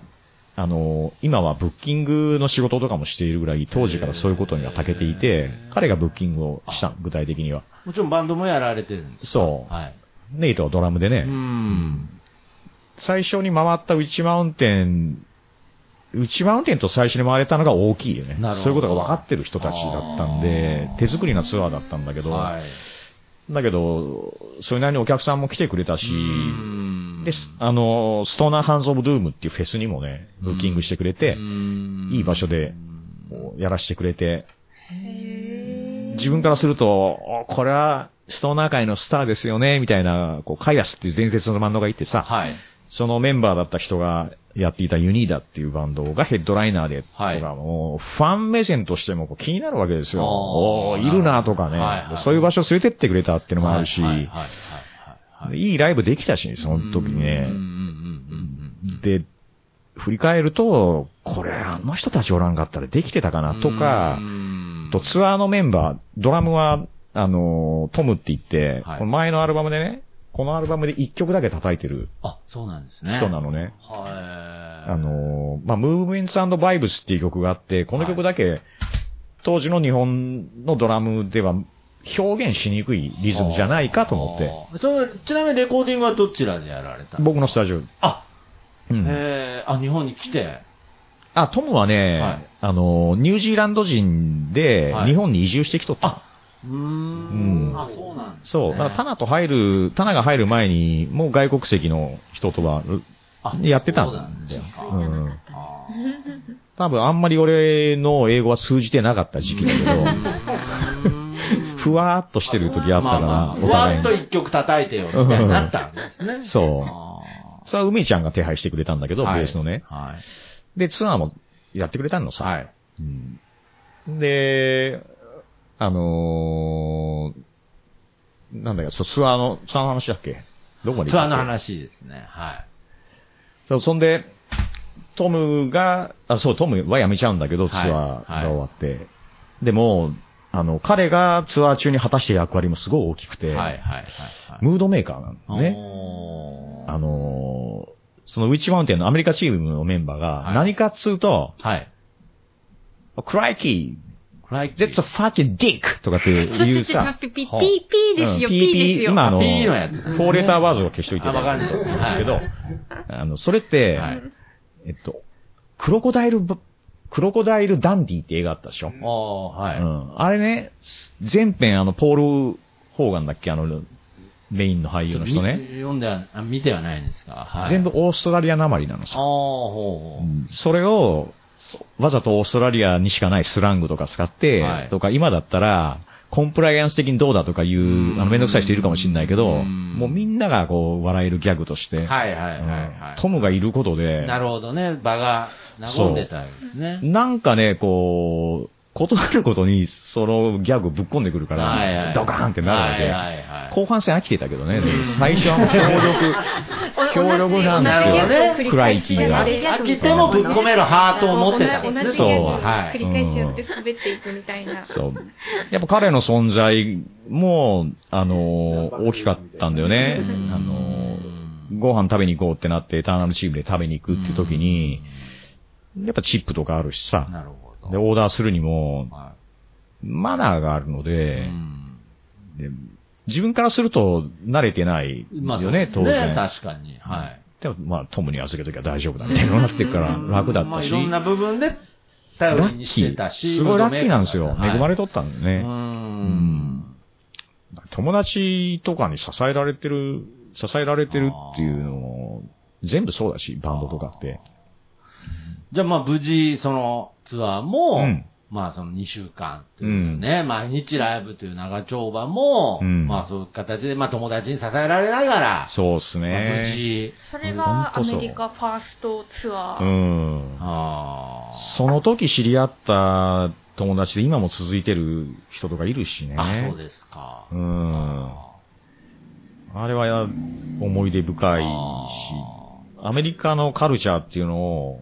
[SPEAKER 6] あの、今はブッキングの仕事とかもしているぐらい、当時からそういうことには長けていて
[SPEAKER 5] へー、
[SPEAKER 6] 彼がブッキングをした、具体的には。
[SPEAKER 5] もちろんバンドもやられてるんですか
[SPEAKER 6] そう
[SPEAKER 5] はい。
[SPEAKER 6] ネイトはドラムでね、
[SPEAKER 5] うん。
[SPEAKER 6] 最初に回ったウィッチマウンテン、ウィッチマウンテンと最初に回れたのが大きいよね
[SPEAKER 5] なるほど。
[SPEAKER 6] そういうことが分かってる人たちだったんで
[SPEAKER 5] あー、
[SPEAKER 6] 手作りなツアーだったんだけど、
[SPEAKER 5] はい。
[SPEAKER 6] だけど、それなりにお客さんも来てくれたし、
[SPEAKER 5] うん
[SPEAKER 6] で、すあのー、ストーナーハンズ・オブ・ドゥームっていうフェスにもね、ブッキングしてくれて、いい場所でこうやらしてくれて、自分からすると、おこれは、ストーナー界のスターですよね、みたいな、こう、カイアスっていう伝説のバンドがいてさ、
[SPEAKER 5] はい。
[SPEAKER 6] そのメンバーだった人がやっていたユニーダっていうバンドがヘッドライナーで、
[SPEAKER 5] はい
[SPEAKER 6] とかもうファン目線としてもこう気になるわけですよ。
[SPEAKER 5] あー
[SPEAKER 6] おーいるなとかね、
[SPEAKER 5] はいはい
[SPEAKER 6] そういう場所連れてってくれたっていうのもあるし、
[SPEAKER 5] はい
[SPEAKER 6] い
[SPEAKER 5] はいはいはいはい
[SPEAKER 6] いライブできたし、その時ね
[SPEAKER 5] うんうんうん。うんうん
[SPEAKER 6] で、振り返ると、これあの人たちおらんかったらできてたかなとか
[SPEAKER 5] う、ん
[SPEAKER 6] あとツアーのメンバー、ドラムは、あの、トムって言って、
[SPEAKER 5] はい
[SPEAKER 6] この前のアルバムでね、このアルバムで1曲だけ叩いてる
[SPEAKER 5] あ、そうなんですね。
[SPEAKER 6] 人なのね。
[SPEAKER 5] はい。
[SPEAKER 6] あのーまあ、ムーブメンツバイブスっていう曲があって、この曲だけ、当時の日本のドラムでは表現しにくいリズムじゃないかと思って、
[SPEAKER 5] あー。それちなみにレコーディングはどちらでやられた
[SPEAKER 6] 僕のスタジオ。
[SPEAKER 5] あ、
[SPEAKER 6] うん、
[SPEAKER 5] えー、あ、日本に来て。
[SPEAKER 6] あ、トムはね、
[SPEAKER 5] はい
[SPEAKER 6] あのーニュージーランド人で
[SPEAKER 5] はい
[SPEAKER 6] 日本に移住してきとった。
[SPEAKER 5] うーん
[SPEAKER 6] うん
[SPEAKER 5] あ、そうなんですね。
[SPEAKER 6] そう。だからタナと入る、タナが入る前に、もう外国籍の人とは、
[SPEAKER 5] あ
[SPEAKER 6] やってた
[SPEAKER 5] そうなん
[SPEAKER 6] ん
[SPEAKER 5] で
[SPEAKER 6] だよ
[SPEAKER 5] すか。。
[SPEAKER 6] うん。
[SPEAKER 5] あ
[SPEAKER 6] 多分あんまり俺の英語は通じてなかった時期だけど、
[SPEAKER 5] ー
[SPEAKER 6] [LAUGHS] ふわーっとしてる時あったか
[SPEAKER 5] まあ
[SPEAKER 6] ら、
[SPEAKER 5] まあふ
[SPEAKER 6] お
[SPEAKER 5] わ
[SPEAKER 6] 互
[SPEAKER 5] っ
[SPEAKER 6] い
[SPEAKER 5] と
[SPEAKER 6] に。
[SPEAKER 5] 一曲叩いてよ、みたいになったんですね。
[SPEAKER 6] そう
[SPEAKER 5] あ
[SPEAKER 6] それは梅ちゃんが手配してくれたんだけ
[SPEAKER 5] ー
[SPEAKER 6] ど、ベースのね。
[SPEAKER 5] はい。
[SPEAKER 6] で、ツアーもやってくれたのさ。
[SPEAKER 5] はい。
[SPEAKER 6] うんで、あのー、なんだか、そうツアーの、ツアーの話だっけどこまで
[SPEAKER 5] ツ
[SPEAKER 6] 行っ
[SPEAKER 5] アー
[SPEAKER 6] たっけ
[SPEAKER 5] の話ですね。はい。
[SPEAKER 6] そう、そんで、トムが、あ、そう、トムは辞めちゃうんだけど、ツア
[SPEAKER 5] はい
[SPEAKER 6] ーが終わって。でも、あの、彼がツアー中に果たして役割もすごい大きくて、
[SPEAKER 5] はいはいはいはい。
[SPEAKER 6] ムードメーカーなのね。
[SPEAKER 5] ね
[SPEAKER 6] あのーそのウィッチマウンテンのアメリカチームのメンバー
[SPEAKER 5] は
[SPEAKER 6] が、
[SPEAKER 5] い
[SPEAKER 6] 何かっつうと、
[SPEAKER 5] はい。
[SPEAKER 6] クライキ
[SPEAKER 5] クライ
[SPEAKER 6] ー、That's a fucking dick! とかっていうさ、
[SPEAKER 7] ピピ
[SPEAKER 6] ほう
[SPEAKER 7] ピピですよ、
[SPEAKER 6] うん
[SPEAKER 7] ピですよ。
[SPEAKER 6] 今あの、
[SPEAKER 5] あ
[SPEAKER 6] フ
[SPEAKER 5] P のやつ
[SPEAKER 6] ォーレターワードを消しといて
[SPEAKER 5] あわかる
[SPEAKER 6] と思うんですけど、あの、それって、
[SPEAKER 5] はい
[SPEAKER 6] えっと、クロコダイルば、クロコダイルダンディって映画あったでしょ、
[SPEAKER 5] おー、は
[SPEAKER 6] う
[SPEAKER 5] い。
[SPEAKER 6] ん。あれね、全編あの、ポール・ホーガンだっけあの、メインの俳優の人ね。
[SPEAKER 5] 見読んでは、あ見てはないんですが。はい、
[SPEAKER 6] 全部
[SPEAKER 5] あ
[SPEAKER 6] オーストラリアなまりなの
[SPEAKER 5] ー、
[SPEAKER 6] さ。
[SPEAKER 5] ほうほう。
[SPEAKER 6] それを、そわざとオーストラリアにしかないスラングとか使って、
[SPEAKER 5] はい
[SPEAKER 6] とか今だったら、コンプライアンス的にどうだとかいう、
[SPEAKER 5] ん
[SPEAKER 6] あの、めんどくさい人いるかもしれないけど、
[SPEAKER 5] うん
[SPEAKER 6] もうみんながこう、笑えるギャグとして、
[SPEAKER 5] はいはいはいは
[SPEAKER 6] トムがいること
[SPEAKER 5] い。
[SPEAKER 6] で、
[SPEAKER 5] なるほどね。場が和んでたんですね。
[SPEAKER 6] なんかね、こう、断ることに、そのギャグぶっ込んでくるから、
[SPEAKER 5] はいはい
[SPEAKER 6] ドカーンってなるわけ。
[SPEAKER 5] はいはいはい。
[SPEAKER 6] 後半戦飽きてたけどね、最初はもう強力、強力なんですよ
[SPEAKER 7] 同じ同じギャグを繰り返し
[SPEAKER 6] クライキーが。
[SPEAKER 5] 飽きてもぶっ込めるハートを持ってたんですね。
[SPEAKER 7] 同じギャグを
[SPEAKER 5] は
[SPEAKER 7] 繰
[SPEAKER 5] い。
[SPEAKER 7] り返しやって滑っていくみたいな。
[SPEAKER 6] そう。やっぱ彼の存在も、あのー大きかったんだよね。
[SPEAKER 5] うん
[SPEAKER 6] あのーご飯食べに行こうってなって、エターナルチームで食べに行くっていう時に、やっぱチップとかあるし
[SPEAKER 5] うん、
[SPEAKER 6] さ、
[SPEAKER 5] なるほど。
[SPEAKER 6] で、オーダーするにも、
[SPEAKER 5] は
[SPEAKER 6] マナーがあるの
[SPEAKER 5] い
[SPEAKER 6] で
[SPEAKER 5] う、ん
[SPEAKER 6] で自分からすると慣れてない
[SPEAKER 5] まあ、
[SPEAKER 6] よね、当然。
[SPEAKER 5] 確かに。はい。
[SPEAKER 6] でも、まあ、トムに預けときゃ大丈夫だみたいなのになってるから楽だっ
[SPEAKER 5] ま
[SPEAKER 6] た
[SPEAKER 5] あ、い
[SPEAKER 6] し、
[SPEAKER 5] ろんな部分で頼
[SPEAKER 6] ラ
[SPEAKER 5] り
[SPEAKER 6] ッ
[SPEAKER 5] にし
[SPEAKER 6] キ
[SPEAKER 5] てたし。
[SPEAKER 6] ー。すごいラッキーなんですよ。
[SPEAKER 5] はい
[SPEAKER 6] 恵まれとったんだ
[SPEAKER 5] う
[SPEAKER 6] よね。
[SPEAKER 5] ん。
[SPEAKER 6] 友達とかに支えられてる、支えられてるっていうのも、全部そうだし、バンドとかって。
[SPEAKER 5] じゃあまあ無事、そのツアー
[SPEAKER 6] う
[SPEAKER 5] も、
[SPEAKER 6] ん
[SPEAKER 5] まあその2週間というかね、毎日ライブという長丁場も、
[SPEAKER 6] うん
[SPEAKER 5] まあそういう形で、まあ友達に支えられながら、
[SPEAKER 6] そうっす
[SPEAKER 5] まあ無
[SPEAKER 6] ね。
[SPEAKER 5] 事、
[SPEAKER 7] それがア
[SPEAKER 6] 本当
[SPEAKER 7] メ
[SPEAKER 6] そう
[SPEAKER 7] リカファーストツア
[SPEAKER 6] う
[SPEAKER 7] ー。
[SPEAKER 6] ん。
[SPEAKER 5] あ
[SPEAKER 6] その時知り合った友達で今も続いてる人とかいるしね。
[SPEAKER 5] ーあ、そうですか。
[SPEAKER 6] うん。あれは思い出深いし、アメリカのカルチャーっていうのを、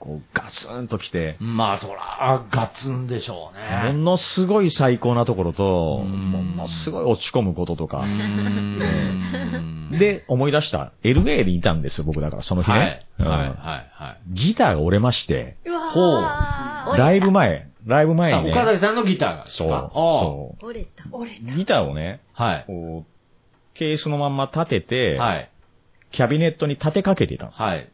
[SPEAKER 6] こうガツンと来て、
[SPEAKER 5] し。まあそら、ガツンでしょうね。
[SPEAKER 6] ものすごい最高なところと、
[SPEAKER 5] うん
[SPEAKER 6] ものすごい落ち込むことと
[SPEAKER 5] う
[SPEAKER 6] か。
[SPEAKER 5] ん、
[SPEAKER 6] で、思い出した。LA にいたんですよ、僕だから、その日
[SPEAKER 5] はい、
[SPEAKER 6] ね。
[SPEAKER 5] はい、は
[SPEAKER 6] うん
[SPEAKER 5] い、はい。
[SPEAKER 6] ギターが折れまして、
[SPEAKER 7] うわ
[SPEAKER 5] ほう
[SPEAKER 7] ー
[SPEAKER 6] ライブ前、ライブ前
[SPEAKER 5] あ
[SPEAKER 6] に、ね。
[SPEAKER 5] 岡崎さんのギターがですか
[SPEAKER 6] そう
[SPEAKER 5] あ
[SPEAKER 6] そ
[SPEAKER 4] 折れた。
[SPEAKER 7] 折れ
[SPEAKER 6] う。ギターをね、
[SPEAKER 5] あはい。
[SPEAKER 6] こう、ケースのまんま立てて、
[SPEAKER 5] はい。
[SPEAKER 6] キャビネットに立てかけていたの
[SPEAKER 5] はい。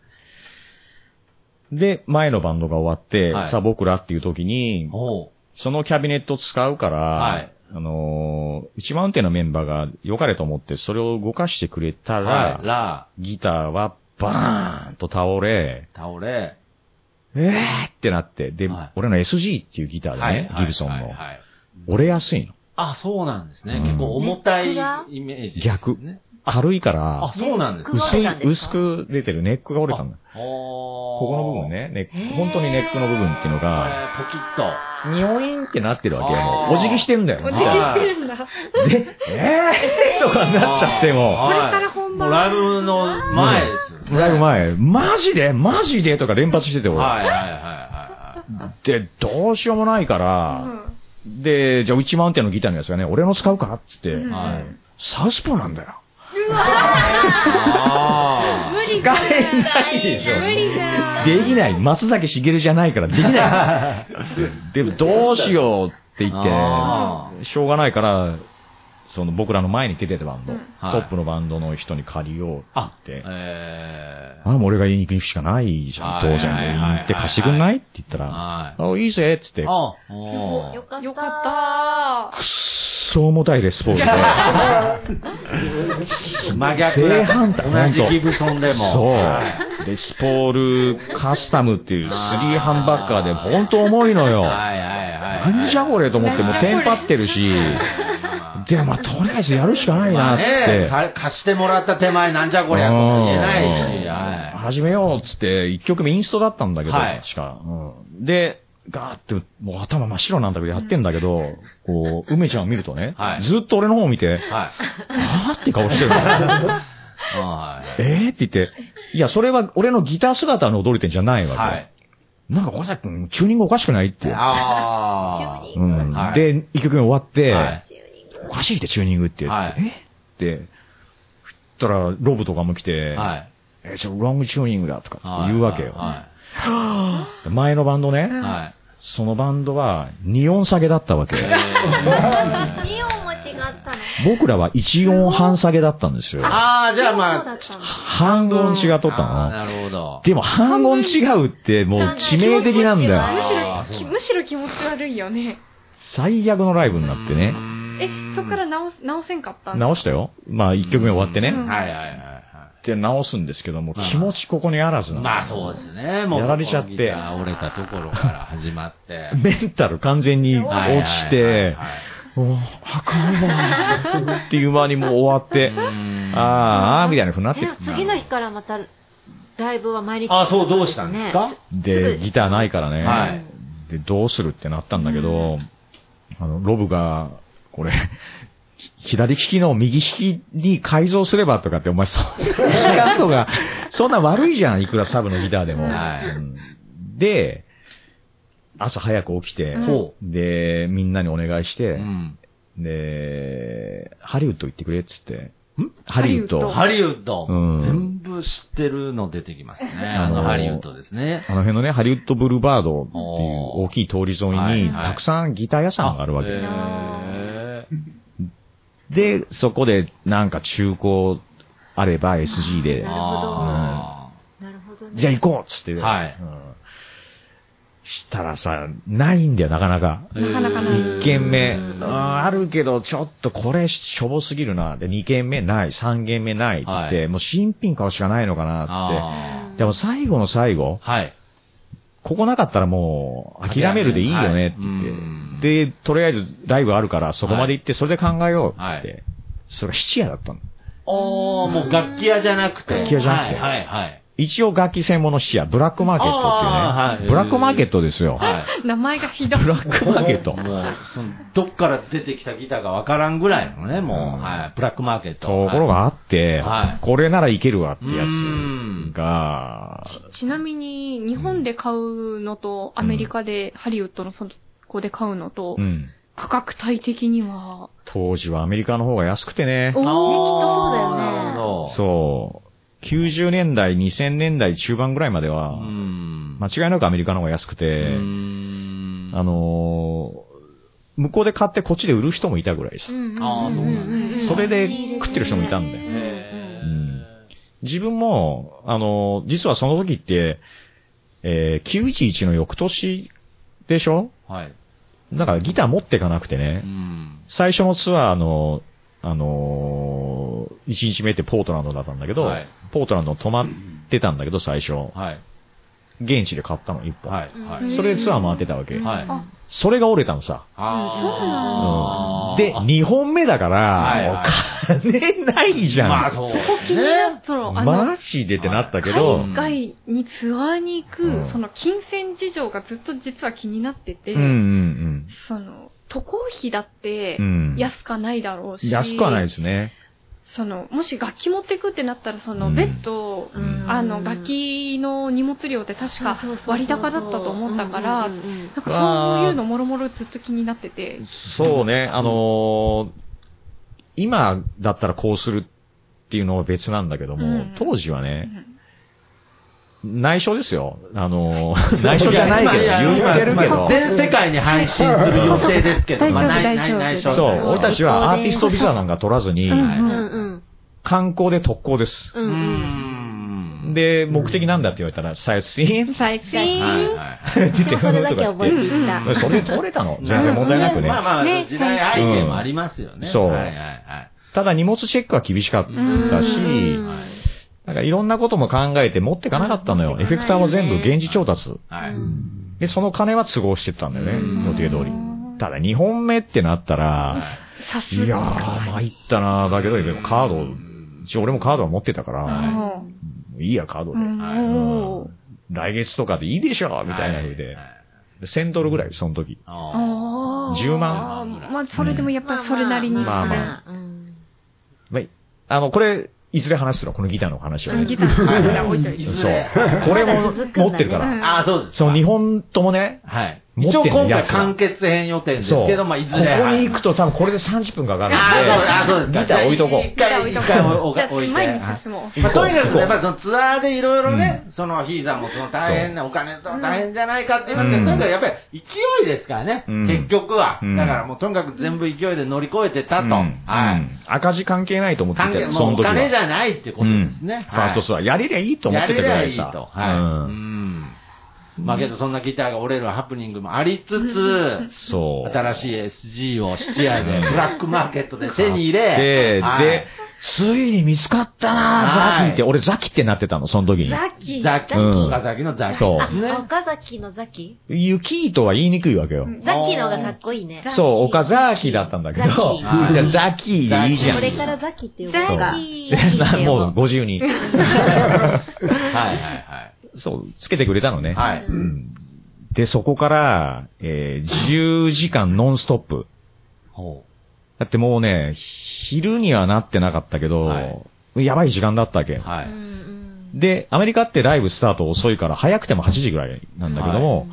[SPEAKER 6] で、前のバンドが終わって、
[SPEAKER 5] はい
[SPEAKER 6] さあ僕らっていう時に、
[SPEAKER 5] おう
[SPEAKER 6] そのキャビネット使うから、
[SPEAKER 5] はい
[SPEAKER 6] あのー、一番手のメンバーが良かれと思って、それを動かしてくれたら、
[SPEAKER 5] はい、ラ
[SPEAKER 6] ギターはバーンと倒れ、
[SPEAKER 5] ー、倒れ、
[SPEAKER 6] えーってなって、で、
[SPEAKER 5] はい
[SPEAKER 6] 俺の SG っていうギターでね、
[SPEAKER 5] はいはい
[SPEAKER 6] ギブソンの、
[SPEAKER 5] はいはい
[SPEAKER 6] 折れやすいの。
[SPEAKER 5] あ、そうなんですね。
[SPEAKER 6] うん
[SPEAKER 5] 結構重たい
[SPEAKER 4] ネックが
[SPEAKER 5] イメージ、
[SPEAKER 6] 逆
[SPEAKER 5] ね。
[SPEAKER 6] 軽いか
[SPEAKER 5] あ、
[SPEAKER 6] ら、
[SPEAKER 5] そうなんですね。
[SPEAKER 6] 薄
[SPEAKER 4] ネックが折れ
[SPEAKER 6] い
[SPEAKER 4] たん、です
[SPEAKER 6] 薄
[SPEAKER 4] か
[SPEAKER 6] く出てるネックが折れたの。こ
[SPEAKER 5] こ
[SPEAKER 6] この部分。ね、ネック、本当にネックの部分っていうの
[SPEAKER 5] え
[SPEAKER 6] が、
[SPEAKER 5] ーポキッと。
[SPEAKER 6] においんってなってるわけよ。
[SPEAKER 5] あー
[SPEAKER 6] もうお辞儀してんだよ。
[SPEAKER 7] お辞儀
[SPEAKER 5] は
[SPEAKER 7] してるんだ。
[SPEAKER 6] で、えーとかになっちゃっても、
[SPEAKER 7] これ
[SPEAKER 5] はい
[SPEAKER 7] から本
[SPEAKER 5] も
[SPEAKER 7] 番。
[SPEAKER 5] うライブの前ですよね。
[SPEAKER 6] だいぶ前、マジでマジでとか連発してて、俺。
[SPEAKER 5] はいはいはいはいはい。
[SPEAKER 6] で、どうしようもないか
[SPEAKER 7] う
[SPEAKER 6] ら、
[SPEAKER 7] ん
[SPEAKER 6] で、じゃあ、1万点のギターのやつがね、俺の使うかって言って、
[SPEAKER 7] うん
[SPEAKER 5] はい
[SPEAKER 6] サウスポーなんだよ。
[SPEAKER 5] あ
[SPEAKER 7] 無理
[SPEAKER 6] 使えないでしょ。
[SPEAKER 7] 無理だ
[SPEAKER 6] できない。松崎しげるじゃないからできない。
[SPEAKER 5] [LAUGHS]
[SPEAKER 6] でも、どうしようって言
[SPEAKER 5] あ
[SPEAKER 6] って、しょうがないから、その僕らの前に出てたバンド、
[SPEAKER 7] うん
[SPEAKER 5] はい
[SPEAKER 6] トップのバンドの人に借りようって言って、
[SPEAKER 5] え
[SPEAKER 6] あ、もう俺が言いに行くしかないじゃん、
[SPEAKER 5] はい
[SPEAKER 6] 当然。行って貸してくんないって言った
[SPEAKER 5] ー。
[SPEAKER 6] ら、
[SPEAKER 5] はい。
[SPEAKER 6] あ、いいぜって言って、
[SPEAKER 5] あ、おー
[SPEAKER 4] よかった。
[SPEAKER 7] よかった
[SPEAKER 6] くっそ重たいレスポールで。
[SPEAKER 5] 真逆
[SPEAKER 6] 正
[SPEAKER 5] だ
[SPEAKER 6] 反対
[SPEAKER 5] 同じギブソンでも。
[SPEAKER 6] そう。レスポールカスタムっていうスリーハンバッカーで、ほんと重いのよ。
[SPEAKER 5] はいはいはいはい。
[SPEAKER 6] 何じゃこれと思って、もうテンパってるし、で、まあ、とりあえずやるしかない
[SPEAKER 5] ま
[SPEAKER 6] な
[SPEAKER 5] あ
[SPEAKER 6] っつっ
[SPEAKER 5] ね
[SPEAKER 6] て。
[SPEAKER 5] か貸してもらった手前なんじゃこりゃとか言えないし、は
[SPEAKER 6] 始めようっつって、一曲目インストだったんだけど、
[SPEAKER 5] はい
[SPEAKER 6] しか、うんで、ガーって、もう頭真っ白なんだけど、やってんだけど、こう、梅ちゃんを見るとね、
[SPEAKER 5] はい
[SPEAKER 6] ずっと俺の方を見て
[SPEAKER 5] い。、はい。
[SPEAKER 6] はぁって顔して
[SPEAKER 5] [LAUGHS]
[SPEAKER 6] るの
[SPEAKER 5] はい。
[SPEAKER 6] えーって言って、いや、それは俺のギター姿の踊りてんじゃないわけ。
[SPEAKER 5] はい。
[SPEAKER 6] なんか小崎君、チューニングおかしくないって。
[SPEAKER 5] ああ。
[SPEAKER 6] うん
[SPEAKER 5] はい
[SPEAKER 6] で、一曲目終わって、
[SPEAKER 5] はい
[SPEAKER 6] おかしいってチューニングって。
[SPEAKER 5] はい
[SPEAKER 6] えって、振ったら、ロブとかも来て、
[SPEAKER 5] はい。
[SPEAKER 6] え、ちょ、ロングチューニングだとかって言うわけよ。
[SPEAKER 5] は
[SPEAKER 6] で前のバンドね、
[SPEAKER 5] い。はい。
[SPEAKER 6] そのバンドは2音下げだったわけ。
[SPEAKER 4] イオンも違ったの。
[SPEAKER 6] 僕らは1音半下げだったんですよ。
[SPEAKER 5] ああ、じゃあ
[SPEAKER 4] そう
[SPEAKER 5] ま
[SPEAKER 4] だ
[SPEAKER 5] あ、
[SPEAKER 4] ったの。
[SPEAKER 6] 半音違っとった
[SPEAKER 5] あー
[SPEAKER 6] の。
[SPEAKER 5] なるほど。
[SPEAKER 6] でも半音違うってもう致命的なんだ
[SPEAKER 4] 半分
[SPEAKER 6] よ。
[SPEAKER 7] むし
[SPEAKER 5] あーそう
[SPEAKER 7] ろ、むしろ気持ち悪いよね。
[SPEAKER 6] 最悪のライブになってね。
[SPEAKER 7] え、そっから直す直せんかった
[SPEAKER 6] 直したよ。まあ1曲目終わってね。
[SPEAKER 7] うん
[SPEAKER 5] はいはいはいは
[SPEAKER 6] って直すんですけども、気持ちここにあらず
[SPEAKER 5] い。
[SPEAKER 6] なの
[SPEAKER 5] まあそうですね。もう、
[SPEAKER 6] やられちゃって
[SPEAKER 5] ギター折れたところから始まって。
[SPEAKER 6] メンタル完全に [LAUGHS] 落
[SPEAKER 5] はいはい
[SPEAKER 6] ち
[SPEAKER 5] はい
[SPEAKER 6] て、
[SPEAKER 5] はい
[SPEAKER 6] もう、あかんわ
[SPEAKER 5] [LAUGHS]
[SPEAKER 6] ーっていう間にもう終わって、あーあーみたいな風になって
[SPEAKER 4] え
[SPEAKER 6] く
[SPEAKER 4] 次の日からまた、ライブは毎日。
[SPEAKER 5] あ、そう、どうしたんですか
[SPEAKER 6] で、
[SPEAKER 4] すぐ
[SPEAKER 6] ギターないからね、
[SPEAKER 5] はい
[SPEAKER 6] で、どうするってなったんだけど、あの、ロブが、これ、 [LAUGHS] 左利きの右利きに改造すればとかって、お前、そんな
[SPEAKER 5] [LAUGHS]
[SPEAKER 6] のが、そんな悪いじゃん、いくらサブのギターでも。
[SPEAKER 5] はい
[SPEAKER 6] うんで、朝早く起きて、
[SPEAKER 5] ほ
[SPEAKER 6] で、みんなにお願いして、
[SPEAKER 5] うん
[SPEAKER 6] で、ハリウッド行ってくれっつって、ハリウッド。
[SPEAKER 5] ハリウッド
[SPEAKER 6] うん。
[SPEAKER 5] 全部知ってるの出てきますね。
[SPEAKER 6] あ
[SPEAKER 5] あの、
[SPEAKER 6] の
[SPEAKER 5] ハリウッドですね
[SPEAKER 6] あ。の辺のね、ハリウッドブルーバードっていう大きい通り沿
[SPEAKER 5] はいい
[SPEAKER 6] に、
[SPEAKER 5] はい
[SPEAKER 6] たくさんギター屋さんがあるわけ。
[SPEAKER 5] へー
[SPEAKER 6] で、そこでなんか中古あれば SG で、
[SPEAKER 4] なるほど
[SPEAKER 5] あ
[SPEAKER 4] なるほどね。
[SPEAKER 6] じゃあ行こうっつって、
[SPEAKER 5] はい
[SPEAKER 6] うんしたらさ、ないんだよ、なかなか。
[SPEAKER 5] ー。
[SPEAKER 7] なかなかない
[SPEAKER 6] 1軒目、
[SPEAKER 4] うん
[SPEAKER 6] あーあるけど、ちょっとこれしょぼすぎるな。で、2軒目ない、3軒目ないって言って、
[SPEAKER 5] は
[SPEAKER 6] もう新品買うしかないのかなって。
[SPEAKER 5] あ
[SPEAKER 6] でも最後の最後、
[SPEAKER 5] ーはい。
[SPEAKER 6] ここなかったらもう諦めるでいいよねって言って
[SPEAKER 5] はいうん
[SPEAKER 6] で、とりあえずライブあるからそこまで行ってそれで考えようって言って、
[SPEAKER 5] は
[SPEAKER 6] それ質屋だったの。
[SPEAKER 5] おー、もう楽器屋じゃなくて。
[SPEAKER 6] 楽器屋じゃなくて
[SPEAKER 5] はいはいはい。
[SPEAKER 6] 一応楽器専門の質屋、ブラックマーケッ
[SPEAKER 5] あー
[SPEAKER 6] トっ
[SPEAKER 5] は
[SPEAKER 6] ていうね。
[SPEAKER 5] い
[SPEAKER 6] ブラックマーケットですよ。
[SPEAKER 5] はい。
[SPEAKER 7] 名前がひどい。
[SPEAKER 6] ブラックマーケット。
[SPEAKER 5] もう、その、どっから出てきたギターかわからんぐらいのね、も
[SPEAKER 6] うん
[SPEAKER 5] う、はい、ブラックマーケット。
[SPEAKER 6] ところがあって、
[SPEAKER 5] はい
[SPEAKER 6] これならいけるわってや
[SPEAKER 5] う
[SPEAKER 6] つ
[SPEAKER 5] ん
[SPEAKER 6] が、
[SPEAKER 7] ちちなみに、日本で買うのと、アメリカで、ハリウッドのそこで買うのと
[SPEAKER 6] う、ん。
[SPEAKER 7] 価格帯的には、
[SPEAKER 6] 当時はアメリカの方が安くてね
[SPEAKER 4] ねきっ
[SPEAKER 5] はい。
[SPEAKER 7] お。
[SPEAKER 4] とそうだよね
[SPEAKER 5] なるほど。
[SPEAKER 6] そう。90年代、2000年代中盤ぐらいまで
[SPEAKER 5] う
[SPEAKER 6] は、
[SPEAKER 5] ん。
[SPEAKER 6] 間違いなくアメリカの方が安くて
[SPEAKER 5] う、ん
[SPEAKER 6] あのー向こうで買ってこっちで売る人もいたぐらいさ
[SPEAKER 4] う。んうんうんうん。
[SPEAKER 5] あーそうなん
[SPEAKER 7] だ
[SPEAKER 6] それで食ってる人もいたんだよ。
[SPEAKER 5] へー
[SPEAKER 6] うん自分も、あのー実はその時って、えー911の翌年でしょ
[SPEAKER 5] はい。
[SPEAKER 6] だからギター持っていかなくてね、
[SPEAKER 5] うん。
[SPEAKER 6] 最初のツアーの、あのー、1日目ってポートランドだったんだけど、
[SPEAKER 5] はい
[SPEAKER 6] ポートランド泊まってたんだけど、最初。
[SPEAKER 5] はい。
[SPEAKER 6] 現地で買ったの、一本。
[SPEAKER 5] はい。は
[SPEAKER 7] うん
[SPEAKER 5] い。
[SPEAKER 6] それでツアー回ってたわけ。
[SPEAKER 5] はい。
[SPEAKER 7] あ
[SPEAKER 6] それが折れたのさ。
[SPEAKER 5] あー
[SPEAKER 6] で、2本目だから、
[SPEAKER 5] はいはい
[SPEAKER 6] もう金ないじゃん。
[SPEAKER 5] まあそうです
[SPEAKER 7] 気に
[SPEAKER 5] ね。
[SPEAKER 7] なったの、あの
[SPEAKER 6] マ、ジでってなったけど、
[SPEAKER 5] はい
[SPEAKER 7] 海外にツアーに行く、
[SPEAKER 6] うん
[SPEAKER 7] その金銭事情がずっと実は気になってて、
[SPEAKER 6] うんうん
[SPEAKER 7] その、渡航費だって
[SPEAKER 6] うん。うん、
[SPEAKER 7] 安かないだろうし、
[SPEAKER 6] 安くはないですね。
[SPEAKER 7] その、もし楽器持ってくってなったら、その、
[SPEAKER 6] うん
[SPEAKER 7] ベッド、
[SPEAKER 6] うん
[SPEAKER 7] あの、楽器の荷物量って確か割高だったと思ったから、なんかそういうのもろもろずっと気になってて、
[SPEAKER 6] そうね、あのー今だったらこうするっていうのは別なんだけども、
[SPEAKER 7] うん
[SPEAKER 6] 当時はね、
[SPEAKER 7] うん
[SPEAKER 6] 内緒ですよ。あのー [LAUGHS] 内緒じゃないけど、
[SPEAKER 5] やや
[SPEAKER 6] 言ってるけど
[SPEAKER 5] 今。全世界に配信する予定ですけど、
[SPEAKER 7] 大丈夫
[SPEAKER 5] まあない
[SPEAKER 7] 大丈夫
[SPEAKER 5] ない
[SPEAKER 6] そ
[SPEAKER 5] ない
[SPEAKER 6] うん俺たちはアーティストビザなんか取らずに、
[SPEAKER 5] ん
[SPEAKER 4] うんうん。
[SPEAKER 6] 観光で特攻です。
[SPEAKER 4] う
[SPEAKER 5] うんん。
[SPEAKER 6] で、目的なんだって言われたら、サイスインって
[SPEAKER 4] 最
[SPEAKER 5] はい
[SPEAKER 4] 近。
[SPEAKER 5] はい
[SPEAKER 6] 言っ
[SPEAKER 4] 私
[SPEAKER 6] て
[SPEAKER 4] もそれだけ覚えていた。
[SPEAKER 6] [LAUGHS] それで取れたの。全然問題なくね
[SPEAKER 5] ま。あまあ、
[SPEAKER 4] ね
[SPEAKER 5] 時代背景もありますよね。
[SPEAKER 6] うんそう
[SPEAKER 5] はいはいはい。
[SPEAKER 6] ただ荷物チェックは厳しかっ
[SPEAKER 5] うん
[SPEAKER 6] たし、
[SPEAKER 4] うん
[SPEAKER 5] はい
[SPEAKER 6] なんかいろんなことも考えて持ってかなかったのよ。エフェクターも全部現地調達。
[SPEAKER 5] はい。
[SPEAKER 6] で、その金は都合してったんだよね、
[SPEAKER 5] うん
[SPEAKER 6] 予定通り。ただ2本目ってなったら、
[SPEAKER 7] さす
[SPEAKER 6] いやー、
[SPEAKER 7] が。
[SPEAKER 6] 参ったなーだけど、でもカード、一応俺もカードは持ってたから、
[SPEAKER 7] うん
[SPEAKER 6] いいや、カードで。
[SPEAKER 5] はい
[SPEAKER 7] おー
[SPEAKER 6] 来月とかでいいでしょみたいな風で。1000ドルぐらい、その時。
[SPEAKER 5] あ
[SPEAKER 7] あー
[SPEAKER 6] 10
[SPEAKER 5] 万
[SPEAKER 7] まあ、それでもやっぱりそれなりに。
[SPEAKER 6] まあま
[SPEAKER 4] あ。うん
[SPEAKER 6] まああの、これ、いずれ話すの、このギターの話は
[SPEAKER 7] うん
[SPEAKER 6] ね。
[SPEAKER 7] ギター
[SPEAKER 5] はい
[SPEAKER 7] ギター置いとい
[SPEAKER 5] い
[SPEAKER 7] て。
[SPEAKER 6] そう
[SPEAKER 5] ずれ。。
[SPEAKER 6] これ
[SPEAKER 4] まだ
[SPEAKER 6] も
[SPEAKER 4] 続くんだね
[SPEAKER 6] 持ってるから。
[SPEAKER 7] うん
[SPEAKER 5] ああ、そうです。
[SPEAKER 6] その2本ともね、
[SPEAKER 5] はい。
[SPEAKER 6] 持っ
[SPEAKER 5] 一
[SPEAKER 6] て
[SPEAKER 5] 応
[SPEAKER 6] る
[SPEAKER 5] 今
[SPEAKER 6] や
[SPEAKER 5] 回
[SPEAKER 6] つは
[SPEAKER 5] 完結編予定です
[SPEAKER 6] そう。
[SPEAKER 5] けど、まあいずれ。
[SPEAKER 6] ここ
[SPEAKER 5] は
[SPEAKER 6] に行
[SPEAKER 5] い
[SPEAKER 6] くと多分これで30分かか
[SPEAKER 5] ああ、そうああ、そう
[SPEAKER 6] る
[SPEAKER 5] で
[SPEAKER 6] ん
[SPEAKER 5] す
[SPEAKER 6] で、
[SPEAKER 5] か。
[SPEAKER 6] ギター置いとこう
[SPEAKER 5] 一。回置い
[SPEAKER 7] ギ
[SPEAKER 5] と
[SPEAKER 7] ター
[SPEAKER 5] こう。一回
[SPEAKER 7] じゃあ、
[SPEAKER 5] 置いて。
[SPEAKER 7] 前に
[SPEAKER 5] はい
[SPEAKER 7] 進もう。
[SPEAKER 5] まあ、とにかく、やっぱりそのツアーでいろいろね、
[SPEAKER 6] う
[SPEAKER 5] そのヒーさんもその大変な、お金と
[SPEAKER 7] ん
[SPEAKER 5] 大変じゃないかって言いますけど、
[SPEAKER 6] うん
[SPEAKER 5] とにかくやっぱり勢いですからね、
[SPEAKER 6] うん
[SPEAKER 5] 結局は、
[SPEAKER 6] うん
[SPEAKER 5] だからもうとにかく全部勢いで乗り越えてたと。
[SPEAKER 6] うん
[SPEAKER 5] は
[SPEAKER 6] う
[SPEAKER 5] い。
[SPEAKER 6] ん赤字関係ないと思って
[SPEAKER 5] 関
[SPEAKER 6] た
[SPEAKER 5] 係、
[SPEAKER 6] よ、そ
[SPEAKER 5] もう
[SPEAKER 6] の
[SPEAKER 5] お
[SPEAKER 6] 時は。
[SPEAKER 5] 金じゃないってことですね。
[SPEAKER 6] うんファーストツアー。やりりゃいいと思ってたぐらい
[SPEAKER 5] やれ
[SPEAKER 6] さ
[SPEAKER 5] りゃいいと。はい。
[SPEAKER 6] うん
[SPEAKER 5] うん。まあけどそんなギターが折れるハプニングもありつつ、
[SPEAKER 6] そう。
[SPEAKER 5] 新しい SG を質屋で、ブラックマーケットで手に入れ、
[SPEAKER 6] で、
[SPEAKER 5] はい
[SPEAKER 6] で、ついに見つかったな
[SPEAKER 5] は
[SPEAKER 6] ぁ
[SPEAKER 5] い
[SPEAKER 6] ザキって、俺ザキってなってたの、その時に。
[SPEAKER 4] ザキ。
[SPEAKER 5] ザキ、
[SPEAKER 6] うん
[SPEAKER 5] 岡崎のザキ
[SPEAKER 6] そう
[SPEAKER 5] ですね。
[SPEAKER 4] 岡崎のザキ
[SPEAKER 6] ユキーとは言いにくいわけよ。
[SPEAKER 4] ザキの方がかっこいいね。
[SPEAKER 6] そう、岡ザキだったんだけど、
[SPEAKER 5] ザキ
[SPEAKER 6] いやザキでいいじゃ
[SPEAKER 4] こ
[SPEAKER 6] ん。
[SPEAKER 4] れからザキって呼ぶ
[SPEAKER 6] そう
[SPEAKER 4] が。
[SPEAKER 6] で [LAUGHS] もう50に。
[SPEAKER 5] はいはい
[SPEAKER 6] そう、つけてくれたのね。
[SPEAKER 5] はい。はい。
[SPEAKER 6] うんで、そこから、えー10時間ノンストップ。
[SPEAKER 5] ほ
[SPEAKER 6] だってもうね、昼にはなってなかったけど、
[SPEAKER 5] は
[SPEAKER 6] やばい時間だったわけ。
[SPEAKER 5] う。は
[SPEAKER 4] うんう
[SPEAKER 5] い。
[SPEAKER 4] ん
[SPEAKER 6] で、アメリカってライブスタート遅いから、早くても8時ぐらいなんだけども、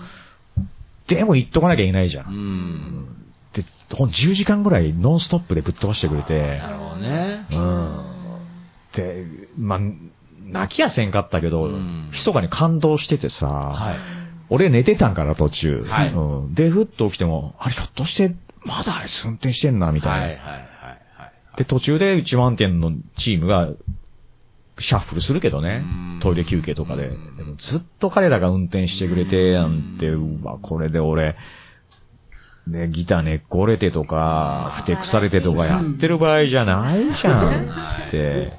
[SPEAKER 6] でも行っとかなきゃいけないじゃ。
[SPEAKER 5] うんん。
[SPEAKER 6] で、ほん10時間ぐらいノンストップでぶっ飛ばしてくれて
[SPEAKER 5] な、るほどね。
[SPEAKER 6] うん。で、まあ、泣きやせんかったけど、
[SPEAKER 5] うん
[SPEAKER 6] 密かに感動しててさ、
[SPEAKER 5] はい。
[SPEAKER 6] 俺寝てたんから途中、
[SPEAKER 5] はい
[SPEAKER 6] うん。で、ふっと起きても、あれひょっとして、まだあいつ運転してんな、みたい
[SPEAKER 5] はい
[SPEAKER 6] な。
[SPEAKER 5] はいはい
[SPEAKER 6] で、途中で1万点のチームが、シャッフルするけどね
[SPEAKER 5] うん。
[SPEAKER 6] トイレ休憩とかで。
[SPEAKER 5] うん
[SPEAKER 6] でもずっと彼らが運転してくれて、なんて、うわ、これで俺、ね、ギター根っこ折れてとか、ふてくされてとかやってる場合じゃないじゃん、つって。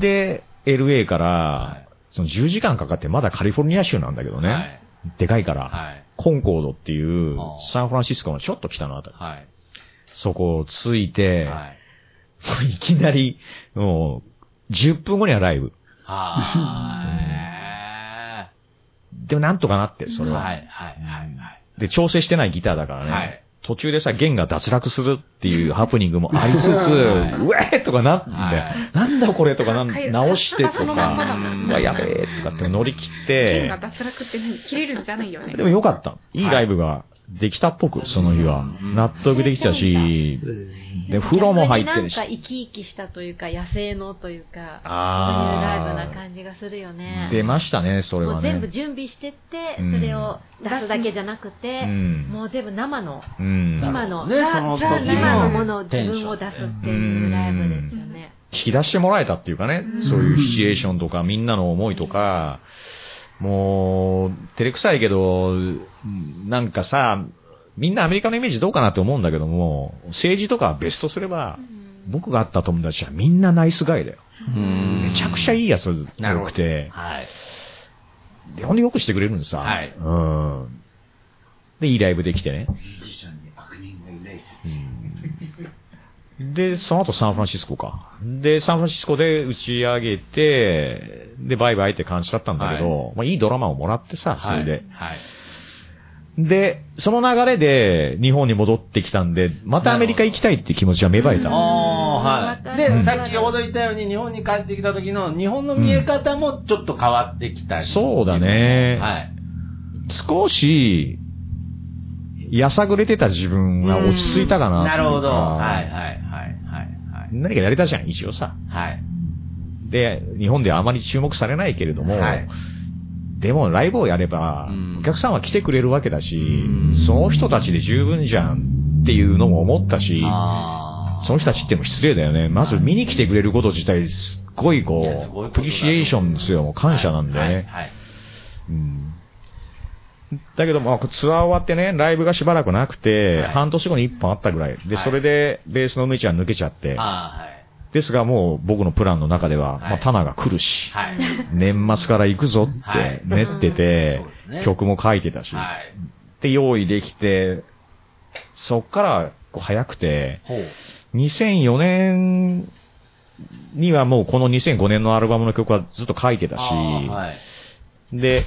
[SPEAKER 6] で、LA から、その10時間かかって、まだカリフォルニア州なんだけど
[SPEAKER 5] はい。は
[SPEAKER 6] ね。
[SPEAKER 5] い。
[SPEAKER 6] でかいから。
[SPEAKER 5] はい。
[SPEAKER 6] コンコードっていう
[SPEAKER 5] あ、ー
[SPEAKER 6] サンフランシスコのちょっと北のあたり。
[SPEAKER 5] はい。
[SPEAKER 6] そこをついて、
[SPEAKER 5] はい。
[SPEAKER 6] [LAUGHS] い、きなり、もう、10分後にはライブ。
[SPEAKER 5] は
[SPEAKER 6] でもなんとかなって、そ
[SPEAKER 5] い。
[SPEAKER 6] れは。
[SPEAKER 5] はい。はい。はい。
[SPEAKER 6] で、調整してないギターだからね。
[SPEAKER 5] はい
[SPEAKER 6] 途中でさ、弦が脱落するっていう [LAUGHS] ハプニングもありつつ、
[SPEAKER 5] はいう
[SPEAKER 6] えーとかなって、
[SPEAKER 5] はい
[SPEAKER 6] なんだこれとかな
[SPEAKER 7] かゆ
[SPEAKER 6] ん、
[SPEAKER 7] い
[SPEAKER 6] 直してとか、
[SPEAKER 7] そのまんまだもん
[SPEAKER 6] うわやべえとかって乗り切っ
[SPEAKER 7] 剣
[SPEAKER 6] て
[SPEAKER 7] が、脱落って何切れるんじゃないよね。
[SPEAKER 6] でもよかった。いいライブができたっぽく、その日は。納得できたし、で、風呂も入ってるし。
[SPEAKER 4] 逆になんか生き生きしたというか、野生のというか、そういうライブな
[SPEAKER 6] あ
[SPEAKER 4] 感じがするよね。
[SPEAKER 6] 出ましたね、それ
[SPEAKER 4] も
[SPEAKER 6] は
[SPEAKER 4] う
[SPEAKER 6] ね。
[SPEAKER 4] 全部準備してって、
[SPEAKER 6] うん
[SPEAKER 4] それを出すだけじゃなくて、
[SPEAKER 6] うん
[SPEAKER 4] もう全部生の、
[SPEAKER 6] うん。
[SPEAKER 4] 今の、
[SPEAKER 5] ねその
[SPEAKER 4] ザ・
[SPEAKER 5] 時の
[SPEAKER 4] 今のものを自分を出すっていうライブですよね。
[SPEAKER 6] 引き出してもらえたっていうかね、
[SPEAKER 7] うん
[SPEAKER 6] そういうシチュエーションとか、みんなの思いとか、もう、照れくさいけど、なんかさ、みんなアメリカのイメージどうかなって思うんだけども、政治とかは別とすれば、僕が会った友達はみんなナイスガイだよ。めちゃくちゃいいやつが多くて、
[SPEAKER 5] はい。
[SPEAKER 6] でほんでよくしてくれるんですさ。
[SPEAKER 5] はい
[SPEAKER 6] うん。で、いいライブできてね。うんで、その後サンフランシスコか。で、サンフランシスコで打ち上げて、で、バイバイって感じだったんだけど、いまあ、いいドラマをもらってさ、それで。
[SPEAKER 5] はい。
[SPEAKER 6] で、その流れで日本に戻ってきたんで、またアメリカ行きたいって気持ちは芽生えた。
[SPEAKER 5] ああ、はい。
[SPEAKER 6] う
[SPEAKER 5] で、
[SPEAKER 6] ん
[SPEAKER 5] さっきほど言ったように、日本に帰ってきた時の日本の見え方もちょっと変わってきたり、
[SPEAKER 6] そうだね
[SPEAKER 5] はい。
[SPEAKER 6] 少し、やさぐれてた自分が落ち着いたかな。
[SPEAKER 5] なるほど。はいはい
[SPEAKER 6] い。
[SPEAKER 5] はいはい
[SPEAKER 6] 何かやれたじゃん、一応さ。
[SPEAKER 5] はい。はい。
[SPEAKER 6] で、日本ではあまり注目されないけれども、
[SPEAKER 5] はい
[SPEAKER 6] でもライブをやれば
[SPEAKER 5] うん、
[SPEAKER 6] お客さんは来てくれるわけだし、その人たちで十分じゃんっていうのも思ったし、
[SPEAKER 5] あ
[SPEAKER 6] その人たちっても失礼だよね。まず見に来てくれること自体、すっごいこ
[SPEAKER 5] いやすご
[SPEAKER 6] う、
[SPEAKER 5] いこ
[SPEAKER 6] ア
[SPEAKER 5] と
[SPEAKER 6] プ
[SPEAKER 5] だね
[SPEAKER 6] リシエーションですよ。もう感謝なんでね。
[SPEAKER 5] はいはい。
[SPEAKER 6] うんだけども、ツアー終わってね、ライブがしばらくなくて、
[SPEAKER 5] はい
[SPEAKER 6] 半年後に1本あったぐらい。で、
[SPEAKER 5] はい
[SPEAKER 6] それで、ベースのぬいちゃん抜けちゃって、
[SPEAKER 5] あ
[SPEAKER 6] ですがもう僕のプランの中では、
[SPEAKER 5] はい
[SPEAKER 6] まあ、タナが来るし、
[SPEAKER 5] あ、はい。はい。
[SPEAKER 6] 年末から行くぞっ
[SPEAKER 5] はい
[SPEAKER 6] て練っ
[SPEAKER 5] うんそ
[SPEAKER 6] てて
[SPEAKER 5] うですね、
[SPEAKER 6] 曲も書いてたし、
[SPEAKER 5] はい。
[SPEAKER 6] で、用意できて、そっからこう早くて、
[SPEAKER 5] ほう。
[SPEAKER 6] 2004年にはもうこの2005年のアルバムの曲はずっと書いてたし、
[SPEAKER 5] あーはい。
[SPEAKER 6] で、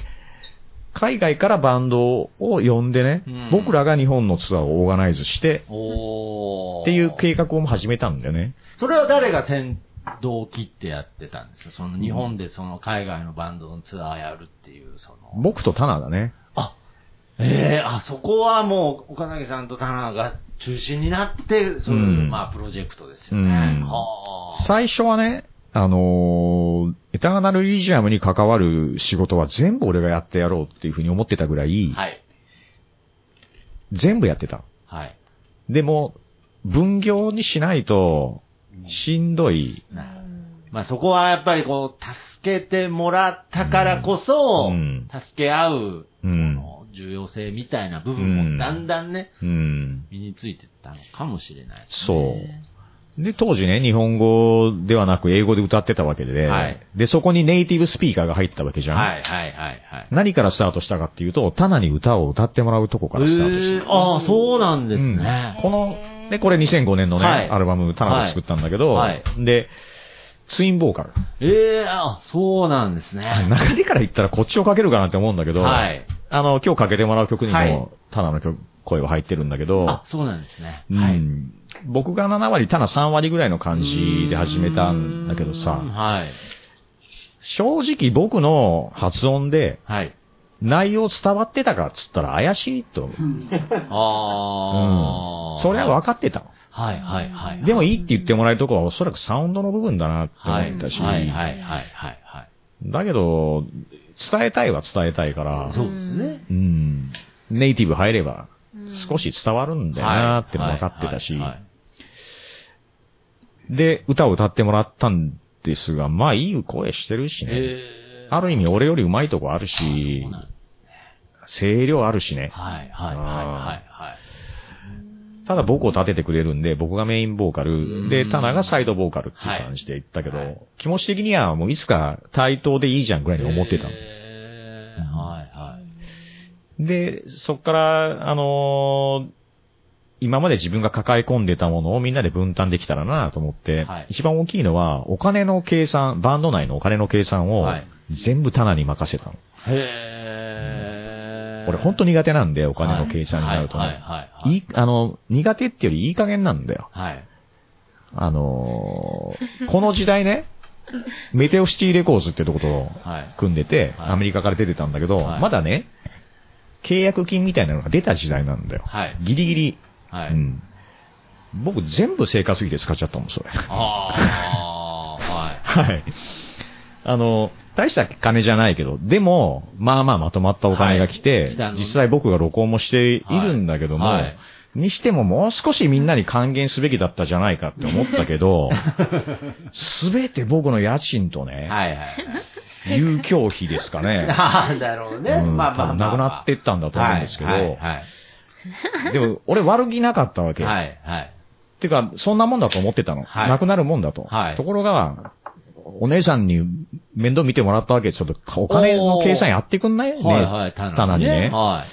[SPEAKER 6] 海外からバンドを呼んでね、
[SPEAKER 5] うん
[SPEAKER 6] 僕らが日本のツアーをオーガナイズして、
[SPEAKER 5] おー
[SPEAKER 6] っていう計画をも始めたんだよね。
[SPEAKER 5] それは誰が先導を切ってやってたんですかその日本でその海外のバンドのツアーやるっていう、その。
[SPEAKER 6] 僕とタナだね。
[SPEAKER 5] あ、ええあ、そこはもう、岡崎さんと田中が中心になって、そういう、
[SPEAKER 6] うん
[SPEAKER 5] まあ、プロジェクトですよね。
[SPEAKER 6] うん
[SPEAKER 5] は
[SPEAKER 6] 最初はね、あのーエターナルリジアムに関わる仕事は全部俺がやってやろうっていうふうに思ってたぐらい
[SPEAKER 5] あ。、はい。
[SPEAKER 6] 全部やってた。
[SPEAKER 5] はい。
[SPEAKER 6] でも、分業にしないと、しんどい。
[SPEAKER 5] なるほどまあ、そこはやっぱりこう、助けてもらったからこそ、
[SPEAKER 6] うん
[SPEAKER 5] 助け合う、
[SPEAKER 6] う
[SPEAKER 5] こ
[SPEAKER 6] ん。
[SPEAKER 5] の重要性みたいな部分
[SPEAKER 6] うん
[SPEAKER 5] もだんだんね、
[SPEAKER 6] うん。
[SPEAKER 5] 身についてったのかもしれないですね。
[SPEAKER 6] そう。で、当時ね、日本語ではなく英語で歌ってたわけで、
[SPEAKER 5] はい
[SPEAKER 6] で、そこにネイティブスピーカーが入ったわけじゃん。
[SPEAKER 5] はいはいはいはい。
[SPEAKER 6] 何からスタートしたかっていうと、タナに歌を歌ってもらうとこからスタートし
[SPEAKER 5] えーああ、そうなんで
[SPEAKER 6] た。
[SPEAKER 5] す
[SPEAKER 6] うん
[SPEAKER 5] ね。
[SPEAKER 6] この、で、これ2005年のね、
[SPEAKER 5] はい
[SPEAKER 6] アルバム、タナで作ったんだけど、
[SPEAKER 5] はい
[SPEAKER 6] で、ツインボーカル。
[SPEAKER 5] ええあ、そうなんですね。
[SPEAKER 6] 流れから言ったらこっちをかけるかなって思うんだけど、
[SPEAKER 5] はい。
[SPEAKER 6] あの、今日かけてもらう曲にも、
[SPEAKER 5] はい
[SPEAKER 6] タナの曲声は入ってるんだけど、
[SPEAKER 5] あ、そうなんですね。
[SPEAKER 6] うん
[SPEAKER 5] はい。
[SPEAKER 6] 僕が7割、タナ3割ぐらいの感じで始めたんだけどさ、
[SPEAKER 5] うーんはい。
[SPEAKER 6] 正直僕の発音で
[SPEAKER 5] [LAUGHS] はい。
[SPEAKER 6] 内容伝わってたかっつったら怪しいと思う。
[SPEAKER 5] ああ、
[SPEAKER 6] それは分かってた。
[SPEAKER 5] はいはいはい。
[SPEAKER 6] で
[SPEAKER 5] も、
[SPEAKER 6] もいいって言ってもらえるとこはおそらくサウンドの部分だなって
[SPEAKER 5] はい。
[SPEAKER 6] 思っ
[SPEAKER 5] は
[SPEAKER 6] た
[SPEAKER 5] い
[SPEAKER 6] し、
[SPEAKER 5] はいはいはいはい。
[SPEAKER 6] だけど、伝えたいは伝えたいから、
[SPEAKER 5] そうですね。
[SPEAKER 6] うん、ネイティブ入れば少し伝わるんだよなってのも分かってたし
[SPEAKER 5] はい、はいはい
[SPEAKER 6] で、歌を歌ってもらったんですが、まあいい声してるしね、
[SPEAKER 5] えー
[SPEAKER 6] ある意味俺より上手いとこあるし
[SPEAKER 5] そう、なん
[SPEAKER 6] 声量あるしね、
[SPEAKER 5] はいはいはいはいはい。
[SPEAKER 6] ただ僕を立ててくれるんで、僕がメインボーカ
[SPEAKER 5] うん
[SPEAKER 6] ル、で、タナがサイドボーカルっていう感じで言ったけど、気持ち的にはもういつか対等でいいじゃんぐらいに思ってたの。
[SPEAKER 5] えーはいはい。
[SPEAKER 6] で、そっから、あのー今まで自分が抱え込んでたものをみんなで分担できたらなと思って、
[SPEAKER 5] はい
[SPEAKER 6] 一番大きいのは、お金の計算、バンド内のお金の計算を
[SPEAKER 5] はい、
[SPEAKER 6] 全部タナに任せたの。
[SPEAKER 5] へえ。
[SPEAKER 6] 俺本当苦手なんで、お金の計算になるとね。
[SPEAKER 5] はいいはいはい。
[SPEAKER 6] いあの、苦手ってよりいい加減なんだよ。
[SPEAKER 5] はい。
[SPEAKER 6] あの
[SPEAKER 5] [LAUGHS]
[SPEAKER 6] ーこの時代ね、メテオシティレコーズってとこと
[SPEAKER 5] はい。
[SPEAKER 6] 組んでて、
[SPEAKER 5] はい
[SPEAKER 6] アメリカから出てたんだけど、
[SPEAKER 5] はい
[SPEAKER 6] まだね、契約金みたいなのが出た時代なんだよ。
[SPEAKER 5] はい
[SPEAKER 6] ギリギリ。
[SPEAKER 5] は
[SPEAKER 6] う
[SPEAKER 5] い。
[SPEAKER 6] ん僕全部生活費で使っちゃったもん、それ。 [LAUGHS]
[SPEAKER 5] ああ、はい。
[SPEAKER 6] はい。あの、大した金じゃないけど、でも、まあまあまとまったお金が来て、
[SPEAKER 5] はい来たのね
[SPEAKER 6] 実際僕が録音もしているんだけども、
[SPEAKER 5] はいはい
[SPEAKER 6] にしてももう少しみんなに還元すべきだったじゃないかって思ったけど、
[SPEAKER 5] [LAUGHS]
[SPEAKER 6] すべて僕の家賃とね、
[SPEAKER 5] はいはい。
[SPEAKER 6] 遊興費ですか
[SPEAKER 5] [LAUGHS]
[SPEAKER 6] ね、
[SPEAKER 5] ああ、なるほどね。
[SPEAKER 6] うん
[SPEAKER 5] まあまあまあまあ。
[SPEAKER 6] なくなってったんだと思うんですけど、
[SPEAKER 5] はいはいはい
[SPEAKER 6] でも、俺悪気なかったわけ。
[SPEAKER 5] はい、はい。
[SPEAKER 6] てか、そんなもんだと思ってたの。
[SPEAKER 5] はい
[SPEAKER 6] なくなるもんだと。
[SPEAKER 5] はい
[SPEAKER 6] ところが、お姉さんに面倒見てもらったわけ。ちょっと、お金の計算やってくんないね。
[SPEAKER 5] はい、はい、
[SPEAKER 6] 棚にね
[SPEAKER 5] は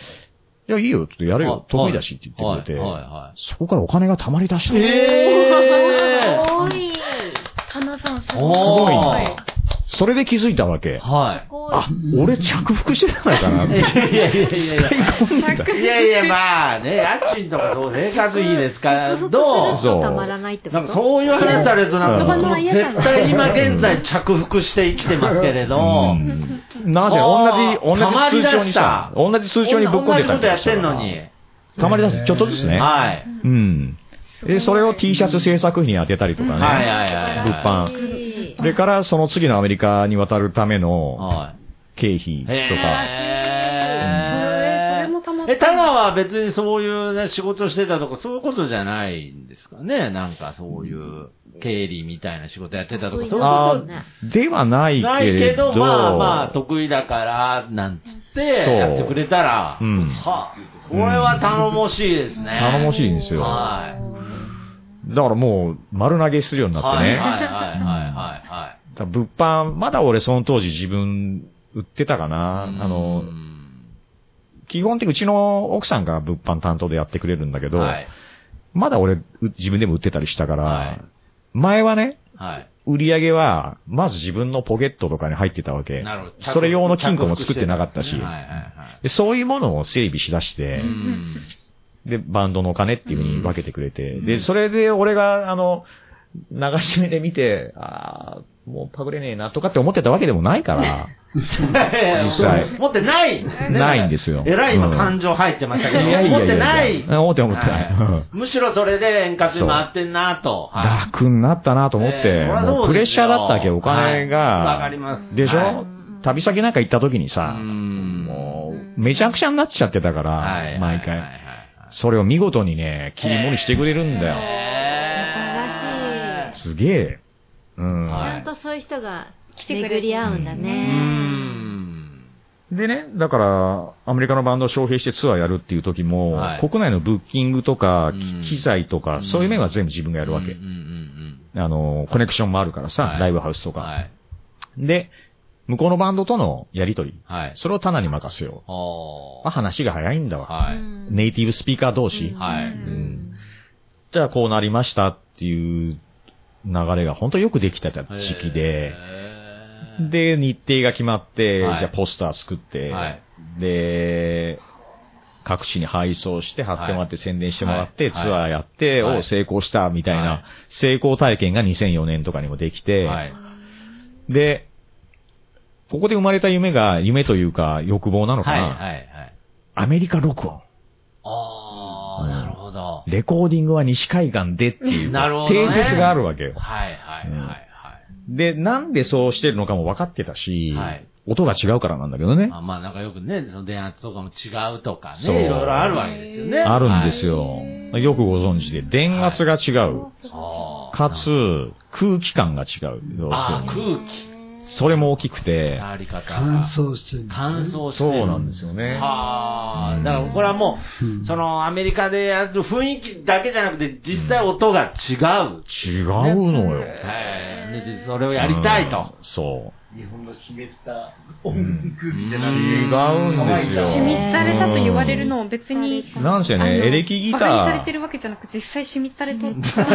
[SPEAKER 5] い
[SPEAKER 6] や、いいよ、ちょっとや
[SPEAKER 5] い。
[SPEAKER 6] るよ
[SPEAKER 5] は。い
[SPEAKER 6] 得意だしって言ってくれて。
[SPEAKER 5] はい、はいは
[SPEAKER 6] そこからお金が溜まり出し
[SPEAKER 5] い。
[SPEAKER 6] て。
[SPEAKER 5] えー
[SPEAKER 4] ごい。かなさん、す
[SPEAKER 5] お
[SPEAKER 4] ごい。
[SPEAKER 5] ー
[SPEAKER 7] はい
[SPEAKER 6] それで気づいたわけ。
[SPEAKER 5] はい。
[SPEAKER 6] あ、俺着服してたのかなっ
[SPEAKER 5] い
[SPEAKER 6] て。
[SPEAKER 5] やいやいやいやいや。
[SPEAKER 6] 使い込んだ
[SPEAKER 5] いやいや、まあね、家賃とかそう生活費ですから、どう
[SPEAKER 6] すると
[SPEAKER 4] た
[SPEAKER 6] た
[SPEAKER 4] ま
[SPEAKER 6] ま
[SPEAKER 4] ら
[SPEAKER 6] ら
[SPEAKER 4] ないってこ
[SPEAKER 5] な
[SPEAKER 4] と
[SPEAKER 5] んかそう言われたらとなんかもう絶対今現在着服して生きてますけれど、
[SPEAKER 6] うんなぜ
[SPEAKER 5] あー
[SPEAKER 6] 同じ、
[SPEAKER 5] 溜ま
[SPEAKER 6] 同
[SPEAKER 5] り
[SPEAKER 6] じ
[SPEAKER 5] 出
[SPEAKER 6] 通帳
[SPEAKER 5] し
[SPEAKER 6] に
[SPEAKER 5] た
[SPEAKER 6] さ、同じ通帳にぶっ込んで
[SPEAKER 5] 同じ
[SPEAKER 6] た
[SPEAKER 5] ことやってんのに。。
[SPEAKER 6] たまりだし、ちょっとずつね。
[SPEAKER 5] はい。
[SPEAKER 6] うん。で、それを T シャツ制作費に当てたりとかね。
[SPEAKER 5] はいはいはい。
[SPEAKER 6] 物販。それから、その次のアメリカに渡るための
[SPEAKER 5] は
[SPEAKER 6] 経費
[SPEAKER 5] い。
[SPEAKER 6] とか。
[SPEAKER 7] それそれもたまって
[SPEAKER 5] え、ただは別にそういうね、仕事してたとか、そういうことじゃないんですかねなんかそういう、経理みたいな仕事やってたとか、そういうこと
[SPEAKER 6] あーではない
[SPEAKER 5] な
[SPEAKER 6] け
[SPEAKER 5] いけ
[SPEAKER 6] れ
[SPEAKER 5] ど、
[SPEAKER 6] ど、
[SPEAKER 5] まあまあ、得意だから、なんつって、やってくれたら、
[SPEAKER 6] うん
[SPEAKER 5] は、これは頼もしいですね。
[SPEAKER 6] 頼も
[SPEAKER 5] し
[SPEAKER 6] しいんですよ。
[SPEAKER 5] はい。
[SPEAKER 6] だからもう、丸投げするようになって
[SPEAKER 5] はいはい
[SPEAKER 6] ね。
[SPEAKER 5] はいはいはい。
[SPEAKER 6] だから物販、まだ俺その当時自分売ってたかな。あの
[SPEAKER 5] う、ん
[SPEAKER 6] 基本的にうちの奥さんが物販担当でやってくれるんだけど、
[SPEAKER 5] はい。
[SPEAKER 6] まだ俺う自分でも売ってたりしたから、
[SPEAKER 5] はい
[SPEAKER 6] 前はね、
[SPEAKER 5] はい。
[SPEAKER 6] 売り上げは、まず自分のポケットとかに入ってたわけ。
[SPEAKER 5] なるほど。
[SPEAKER 6] それ用の金庫も作ってなかったし、
[SPEAKER 5] はいはいはい。
[SPEAKER 6] でそういうものを整備しだして、
[SPEAKER 5] うん
[SPEAKER 6] で、バンドのお金っていうふうに分けてくれて、
[SPEAKER 5] うん
[SPEAKER 6] で、それで俺が、あの、流し目で見て、ああ、もうパクれねえなとかって思ってたわけでもな
[SPEAKER 5] [LAUGHS]
[SPEAKER 6] いから、
[SPEAKER 5] 実
[SPEAKER 6] 実際
[SPEAKER 5] 持ってない。
[SPEAKER 6] ないんですよ。
[SPEAKER 5] えらい今
[SPEAKER 6] うん
[SPEAKER 5] 感情入ってましたけど、
[SPEAKER 6] いやいや
[SPEAKER 5] 持っ
[SPEAKER 6] い
[SPEAKER 5] て
[SPEAKER 6] やいや
[SPEAKER 5] ない。
[SPEAKER 6] うん思ってない思ってない
[SPEAKER 5] は
[SPEAKER 6] う
[SPEAKER 5] い
[SPEAKER 6] ん
[SPEAKER 5] むしろそれで円滑に回ってんなと。はい
[SPEAKER 6] 楽になったなと思って、
[SPEAKER 5] えーそりゃそうですよ
[SPEAKER 6] もうプレッシャーだったわけ、お金が。
[SPEAKER 5] はいわかります。
[SPEAKER 6] でしょ、
[SPEAKER 5] はい
[SPEAKER 6] 旅先なんか行った時に
[SPEAKER 5] う
[SPEAKER 6] さ、
[SPEAKER 5] ん
[SPEAKER 6] もう、めちゃくちゃになっちゃってたから、
[SPEAKER 5] はいはいはい
[SPEAKER 6] 毎回、
[SPEAKER 5] はい
[SPEAKER 6] それを見事にね、切り盛りしてくれるんだよ。
[SPEAKER 5] へー
[SPEAKER 6] すげえ。うん。
[SPEAKER 5] は
[SPEAKER 4] ち
[SPEAKER 5] い
[SPEAKER 4] ゃんとそういう人が
[SPEAKER 7] 来てくれて
[SPEAKER 4] 巡り合うんだ
[SPEAKER 5] う
[SPEAKER 4] ね。
[SPEAKER 5] ん
[SPEAKER 6] でね、だから、アメリカのバンドを招聘してツアーやるっていう時も、
[SPEAKER 5] はい
[SPEAKER 6] 国内のブッキングとか、
[SPEAKER 5] うん
[SPEAKER 6] 機材とか、
[SPEAKER 5] うん
[SPEAKER 6] そういう面は全部自分がやるわけ。
[SPEAKER 5] うんうんうん
[SPEAKER 6] あの、コネクションもあるからさ、
[SPEAKER 5] はい
[SPEAKER 6] ライブハウスと
[SPEAKER 5] うん
[SPEAKER 6] か。
[SPEAKER 5] はい。
[SPEAKER 6] で、向こうのバンドとのやりとり、
[SPEAKER 5] はい。
[SPEAKER 6] それを棚に任せよう。
[SPEAKER 5] お
[SPEAKER 6] まあ、話が早いんだわ。
[SPEAKER 5] はい。
[SPEAKER 6] ネイティブスピーカー同士。
[SPEAKER 5] はい。
[SPEAKER 6] うんじゃあこうなりましたっていう流れが本当よくできた時期で、
[SPEAKER 5] へー、
[SPEAKER 6] で、日程が決まって、
[SPEAKER 5] はい
[SPEAKER 6] じゃあポスター作って、
[SPEAKER 5] はい
[SPEAKER 6] で、各地に配送して、貼ってもらって、宣伝してもらって、
[SPEAKER 5] はい
[SPEAKER 6] ツアーやって、
[SPEAKER 5] はい
[SPEAKER 6] を成功したみたいな、
[SPEAKER 5] はい
[SPEAKER 6] 成功体験が2004年とかにもできて、
[SPEAKER 5] はい。
[SPEAKER 6] で、ここで生まれた夢が、夢というか欲望なのか
[SPEAKER 5] はい、
[SPEAKER 6] な、
[SPEAKER 5] はい、はい。
[SPEAKER 6] アメリカ録音。
[SPEAKER 5] ああ、なるほど。
[SPEAKER 6] レコーディングは西海岸でっていう、
[SPEAKER 5] なるほどね
[SPEAKER 6] 定説があるわけよ。
[SPEAKER 5] はい、はい、はい、はい。
[SPEAKER 6] で、なんでそうしてるのかも分かってたし、
[SPEAKER 5] はい
[SPEAKER 6] 音が違うからなんだけどね。
[SPEAKER 5] あまあなんかよくね、その電圧とかも違うとか
[SPEAKER 6] そう
[SPEAKER 5] ね、いろいろあるわけですよね。
[SPEAKER 6] あるんです
[SPEAKER 5] よ。
[SPEAKER 6] よ。よくご存知で、電圧が違う。
[SPEAKER 5] そう
[SPEAKER 6] かつ、空気感が違う。要
[SPEAKER 5] ああ、
[SPEAKER 6] するに
[SPEAKER 5] 空気、
[SPEAKER 6] それも大きくて、
[SPEAKER 5] あり方が。
[SPEAKER 11] 乾燥してるんだ
[SPEAKER 5] 乾燥して
[SPEAKER 6] そ
[SPEAKER 5] る。
[SPEAKER 6] うなんですよね。
[SPEAKER 5] は
[SPEAKER 6] う
[SPEAKER 5] あ、
[SPEAKER 6] ん
[SPEAKER 5] だからこれはも
[SPEAKER 11] うん
[SPEAKER 5] う、そのアメリカでやる雰囲気だけじゃなくて、実際音が違う。
[SPEAKER 6] 違うのよ。
[SPEAKER 5] はい。で、それをやりたいと
[SPEAKER 6] うん。。そ
[SPEAKER 12] 日本の湿った
[SPEAKER 6] う。うん
[SPEAKER 12] 空気でな
[SPEAKER 6] 違うんですよ。
[SPEAKER 7] 染みったれたと言われる
[SPEAKER 6] う
[SPEAKER 7] のを別に、
[SPEAKER 6] ん。なんせ
[SPEAKER 7] あの
[SPEAKER 6] ね、エレキギター。
[SPEAKER 7] バカにされてるわけじゃなく、実際しみったれとった。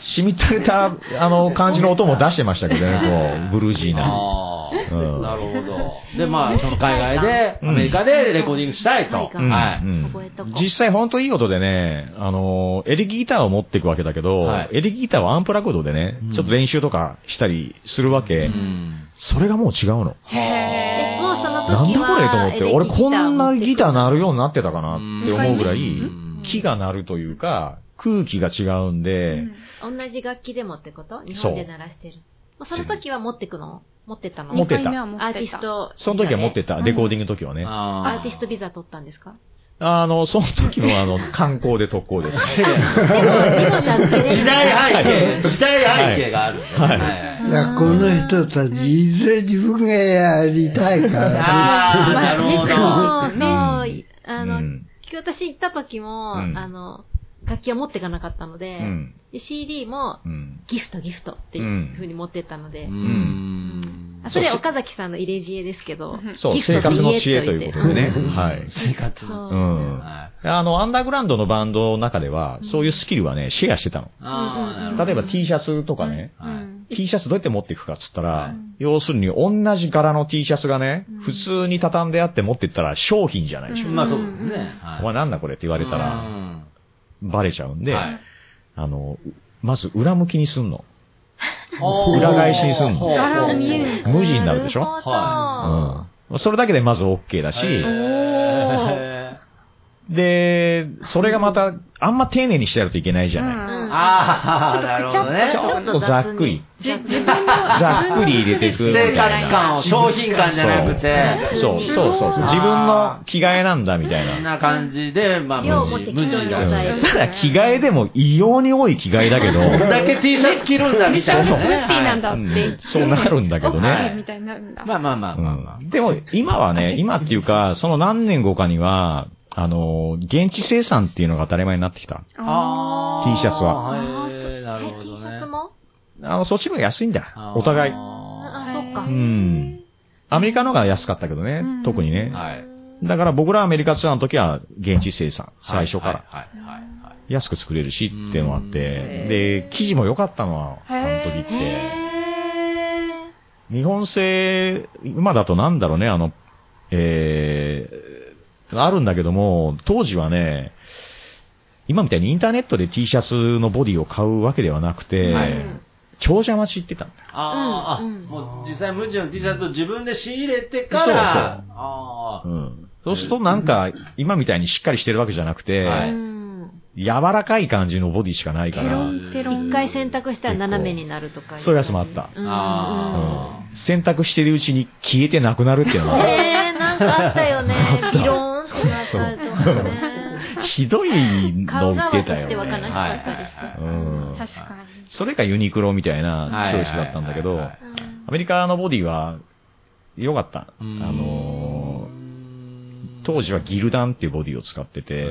[SPEAKER 6] しみったれた、あの、感じの音も出してましたけどね、こう、ブルージーな。
[SPEAKER 5] ああ、
[SPEAKER 6] うん
[SPEAKER 5] なるほど。で、まあ、その海外で、アメリカでレコーディングしたいと。
[SPEAKER 4] う
[SPEAKER 6] うん
[SPEAKER 5] は
[SPEAKER 6] う
[SPEAKER 5] い。
[SPEAKER 6] ん
[SPEAKER 4] 覚えとこう
[SPEAKER 6] 実際本当いい音でね、あの、エレキギターを持っていくわけだけど、
[SPEAKER 5] はい
[SPEAKER 6] エレキギターはアンプラグドでね、ちょっと練習とかしたりするわけ。
[SPEAKER 5] うん
[SPEAKER 6] それがもう違うの。
[SPEAKER 7] へ
[SPEAKER 4] えもうその時
[SPEAKER 6] なんだこれと思って、
[SPEAKER 4] エレキギター
[SPEAKER 6] 俺こんなギター鳴るようになってたかなって思うぐらい
[SPEAKER 5] うん、
[SPEAKER 6] 木が鳴るというか、空気が違うんで、
[SPEAKER 4] 同じ楽器でもってこと日本で鳴らしてる。もうその時は持ってくの持ってたの
[SPEAKER 6] 持ってた
[SPEAKER 7] 二回目は持ってた
[SPEAKER 4] アーティスト。
[SPEAKER 6] その時は持ってた、レコーディングの時はね。
[SPEAKER 4] ア
[SPEAKER 5] あ
[SPEAKER 4] ーティストビザ取ったんですか
[SPEAKER 6] あの、その時のあの、観光で特攻です。
[SPEAKER 5] 時代背景、時代背景がある。
[SPEAKER 6] はい
[SPEAKER 11] いや、この人たち、いずれ自分がやりたいから。
[SPEAKER 5] ああ、なるほど。
[SPEAKER 4] そう、そう、あ
[SPEAKER 6] う
[SPEAKER 4] の
[SPEAKER 6] ん、
[SPEAKER 4] 私行った時も、
[SPEAKER 6] うん
[SPEAKER 4] あの、楽器は持っていかなかったので、
[SPEAKER 6] うん。
[SPEAKER 4] で CD も
[SPEAKER 6] うん。
[SPEAKER 4] ギフトギフトっていう風に持ってったので、
[SPEAKER 5] ん
[SPEAKER 4] あそれ岡崎さんの入れ知恵ですけど、
[SPEAKER 6] そう、
[SPEAKER 4] ギフト
[SPEAKER 6] 生
[SPEAKER 4] と
[SPEAKER 6] 活の知恵ということでね。
[SPEAKER 5] うん
[SPEAKER 6] はい。
[SPEAKER 5] 生活
[SPEAKER 4] そ
[SPEAKER 5] の。
[SPEAKER 4] う
[SPEAKER 6] うん。
[SPEAKER 5] あ
[SPEAKER 6] あの、アンダーグラウンドのバンドの中では、そういうスキルはね、シェアしてたの。
[SPEAKER 5] あー、なるほど。
[SPEAKER 6] 例えば T シャツとかね、
[SPEAKER 4] う
[SPEAKER 5] はい
[SPEAKER 4] ん
[SPEAKER 6] T シャツどうやって持っていくかっつった
[SPEAKER 5] は
[SPEAKER 6] ら
[SPEAKER 5] い、
[SPEAKER 6] 要するに同じ柄の T シャツがね
[SPEAKER 4] うん、
[SPEAKER 6] 普通に畳んであって持ってったら商品じゃないでしょ。
[SPEAKER 5] まあそうですね。
[SPEAKER 6] お前なんだこれって言われたら、
[SPEAKER 5] ら、
[SPEAKER 6] バレちゃうんで、
[SPEAKER 5] はい
[SPEAKER 6] あの、まず裏向きにすんの。
[SPEAKER 5] おー
[SPEAKER 6] 裏返しにすんの
[SPEAKER 5] ほうほう
[SPEAKER 7] 柄を見える
[SPEAKER 6] 無地になるでしょ
[SPEAKER 4] なるほど
[SPEAKER 5] は
[SPEAKER 6] うん。それだけでまず OK だし、
[SPEAKER 5] へー
[SPEAKER 6] で、それがまた、あんま丁寧にしてやるといけないじゃな
[SPEAKER 4] う
[SPEAKER 6] い。
[SPEAKER 4] ん
[SPEAKER 5] ああ、なるほどね
[SPEAKER 6] ち。ょっとざっくり、
[SPEAKER 7] じ自分の
[SPEAKER 6] ざっくり入れていくみた
[SPEAKER 5] 生
[SPEAKER 6] い
[SPEAKER 5] 活
[SPEAKER 6] な。
[SPEAKER 5] 感を商品感じゃなくて、
[SPEAKER 6] そうそうそうそう。自分の着替えなんだみたい
[SPEAKER 5] こん
[SPEAKER 6] な。
[SPEAKER 5] な感じで、まあ
[SPEAKER 4] 量を
[SPEAKER 5] 無
[SPEAKER 4] 持っ
[SPEAKER 5] 地、
[SPEAKER 4] て
[SPEAKER 5] 無
[SPEAKER 4] きて
[SPEAKER 5] 地
[SPEAKER 4] く
[SPEAKER 5] だ
[SPEAKER 4] ださ
[SPEAKER 5] よ
[SPEAKER 4] い
[SPEAKER 5] ね。
[SPEAKER 6] ただ着替えでも異様に多い着替えだけど、
[SPEAKER 5] これだけ T シャツ着るんだみたいなね。
[SPEAKER 6] そう
[SPEAKER 7] ムッティなんだ
[SPEAKER 6] う
[SPEAKER 7] っ
[SPEAKER 6] ん
[SPEAKER 7] て。
[SPEAKER 6] そうなるんだけど
[SPEAKER 7] は
[SPEAKER 6] ね
[SPEAKER 7] い。みたいになるんだ。
[SPEAKER 5] まあまあまあまあまあ。
[SPEAKER 6] でも、今はね、今っていうか、その何年後かには、あの、現地生産っていうのが当たり前になってきた。
[SPEAKER 7] あー
[SPEAKER 6] T シャツは
[SPEAKER 5] はいなるほ
[SPEAKER 4] え
[SPEAKER 5] ど
[SPEAKER 4] T シャツ
[SPEAKER 5] ね。
[SPEAKER 4] も
[SPEAKER 6] あの、そっちの方が安いんだ。お互い。
[SPEAKER 5] あ
[SPEAKER 4] あ、そっか。
[SPEAKER 6] う。
[SPEAKER 4] うん
[SPEAKER 6] アメリカの方が安かったけどね
[SPEAKER 7] うん、
[SPEAKER 6] 特にね
[SPEAKER 5] ー。はい。
[SPEAKER 6] だから僕らアメリカツアーの時は現地生産、最初から。
[SPEAKER 5] はいはいはい。
[SPEAKER 6] 安く作れるしっていうのがあって、
[SPEAKER 5] うん
[SPEAKER 6] で、生地も良かったのは、あの
[SPEAKER 7] へー
[SPEAKER 6] 時って。日本製、今だとなんだろうね、あの、えー、あるんだけども、当時はね、今みたいにインターネットで T シャツのボディを買うわけではなくて、
[SPEAKER 5] はい
[SPEAKER 6] 長者町行ってたんだよ。
[SPEAKER 5] あー
[SPEAKER 4] う
[SPEAKER 5] あ、
[SPEAKER 4] んうん
[SPEAKER 5] もう実際無地の T シャツを自分で仕入れてから、あ
[SPEAKER 6] うん。そうするとなんか、今みたいにしっかりしてるわけじゃなくて、
[SPEAKER 5] はい
[SPEAKER 4] ん
[SPEAKER 6] 柔らかい感じのボディしかないか
[SPEAKER 7] テロ
[SPEAKER 6] ら、
[SPEAKER 7] ンテロン
[SPEAKER 4] 一回洗濯したら斜めになるとか。
[SPEAKER 6] そういうやつもあった
[SPEAKER 4] うん
[SPEAKER 5] あ
[SPEAKER 6] 洗濯してるうちに消えてなくなるっていうの
[SPEAKER 4] うん
[SPEAKER 5] [LAUGHS]
[SPEAKER 6] は、
[SPEAKER 4] えー、なんかあったよね。ビローンってなったりとかね。
[SPEAKER 6] ひどいの
[SPEAKER 4] 顔
[SPEAKER 6] 売
[SPEAKER 4] が
[SPEAKER 6] ってた
[SPEAKER 4] 私
[SPEAKER 6] よ
[SPEAKER 4] では悲しか
[SPEAKER 6] ね。
[SPEAKER 4] ったりして。
[SPEAKER 6] うん
[SPEAKER 7] 確かに。
[SPEAKER 6] それがユニクロみたいな
[SPEAKER 5] はい
[SPEAKER 6] チョイスだったんだけ
[SPEAKER 5] はい
[SPEAKER 6] ど
[SPEAKER 5] はいは、い
[SPEAKER 4] うん
[SPEAKER 6] アメリカのボディは良かった。あ
[SPEAKER 5] うん
[SPEAKER 6] のー、当時はギルダンっていうボディを使って
[SPEAKER 5] ー
[SPEAKER 6] て、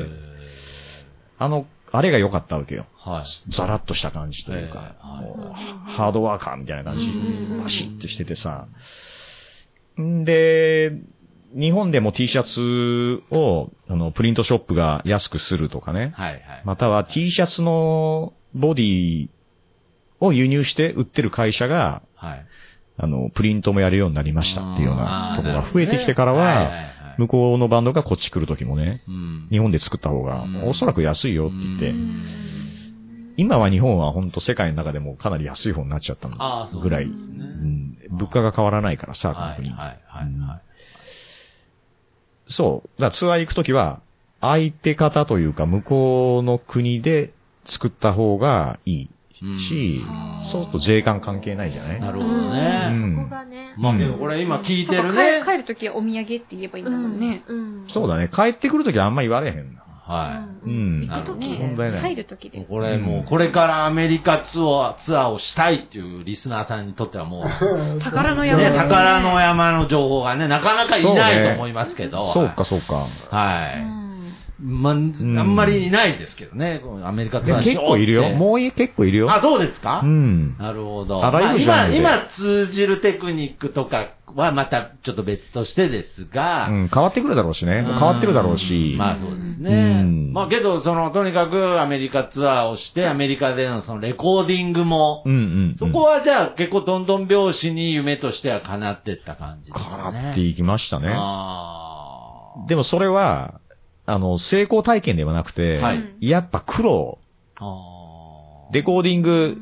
[SPEAKER 6] あの、あれが良かったわけよ。
[SPEAKER 5] はい。
[SPEAKER 6] ザラッとした感じというか、
[SPEAKER 5] はいはい
[SPEAKER 6] もうハードワーカーみたいな感じ
[SPEAKER 4] うんうんう、ん
[SPEAKER 6] バシッとしててさ。んで、日本でも T シャツをあのプリントショップが安くするとかね、
[SPEAKER 5] はいはい。
[SPEAKER 6] または T シャツのボディを輸入して売ってる会社が、
[SPEAKER 5] はい。
[SPEAKER 6] あの、プリントもやるようになりましたっていうようなところが増えてきてから
[SPEAKER 5] はいはい
[SPEAKER 6] は、
[SPEAKER 5] はい
[SPEAKER 6] 向こうのバンドがこっち来る時もね、
[SPEAKER 5] うん
[SPEAKER 6] 日本で作った方が
[SPEAKER 5] うん
[SPEAKER 6] おそらく安いよって言って、今は日本は本当世界の中でもかなり安い方になっちゃったの
[SPEAKER 5] ああ、そう
[SPEAKER 6] ぐらい、
[SPEAKER 5] ですね
[SPEAKER 6] うん物価が変わらないからさ、
[SPEAKER 5] はいはい
[SPEAKER 6] 各国
[SPEAKER 5] はいは
[SPEAKER 6] そう。だからツアー行くときは、相手方というか向こうの国で作った方がいい
[SPEAKER 5] い。
[SPEAKER 6] し、
[SPEAKER 5] うん
[SPEAKER 6] そうと税関関係ないじゃない
[SPEAKER 5] なるほど
[SPEAKER 6] う
[SPEAKER 5] ね。
[SPEAKER 6] ん
[SPEAKER 4] そこがね。
[SPEAKER 5] まあでもこれ今聞いて
[SPEAKER 7] そう
[SPEAKER 5] る
[SPEAKER 7] か
[SPEAKER 5] ね
[SPEAKER 7] 帰。帰るときはお土産って言えばいいんだもんね。
[SPEAKER 4] うん。
[SPEAKER 6] そうだね。帰ってくるときはあんま言われへんな。
[SPEAKER 5] は
[SPEAKER 6] う
[SPEAKER 4] うん
[SPEAKER 6] ん。
[SPEAKER 5] なるほどね
[SPEAKER 6] 問題な
[SPEAKER 7] 入
[SPEAKER 6] い。
[SPEAKER 7] るとき
[SPEAKER 5] い。もう
[SPEAKER 7] で。
[SPEAKER 5] これもうこれからアメリカツアー、ツアーをしたいっていうリスナーさんにとってはもう、
[SPEAKER 7] 宝の山
[SPEAKER 5] ね、宝の山の情報がね、なかなかいないと思いますけど。
[SPEAKER 6] そうか、。そうか。
[SPEAKER 5] はい。まあ、あ
[SPEAKER 6] ん
[SPEAKER 5] んまりいないですけどね、このアメリカツ
[SPEAKER 6] で
[SPEAKER 5] アー
[SPEAKER 6] も結構いるよ。
[SPEAKER 5] う。
[SPEAKER 6] もうい結構いるよ。
[SPEAKER 5] あ、そうですか
[SPEAKER 6] うん。
[SPEAKER 5] なるほど。
[SPEAKER 6] あらゆるジ
[SPEAKER 5] ま
[SPEAKER 6] ャ
[SPEAKER 5] あ
[SPEAKER 6] ンル
[SPEAKER 5] 今、
[SPEAKER 6] で
[SPEAKER 5] 今通じるテクニックとかはまたちょっと別としてですが、
[SPEAKER 6] うん。変わってくるだろうしね。変わってるだろうし。
[SPEAKER 5] まあそうですね。
[SPEAKER 6] うん
[SPEAKER 5] まあけど、その、とにかくアメリカツアーをして、アメリカでのそのレコーディングも、
[SPEAKER 6] うんうん。
[SPEAKER 5] そこはじゃあ結構どんどん拍子に夢としては叶ってった感じですね。
[SPEAKER 6] かなっていきましたね。
[SPEAKER 5] あー
[SPEAKER 6] でもそれは、あの、成功体験ではなくて、
[SPEAKER 5] はい
[SPEAKER 6] やっぱ苦労、
[SPEAKER 5] あー。
[SPEAKER 6] レコーディング、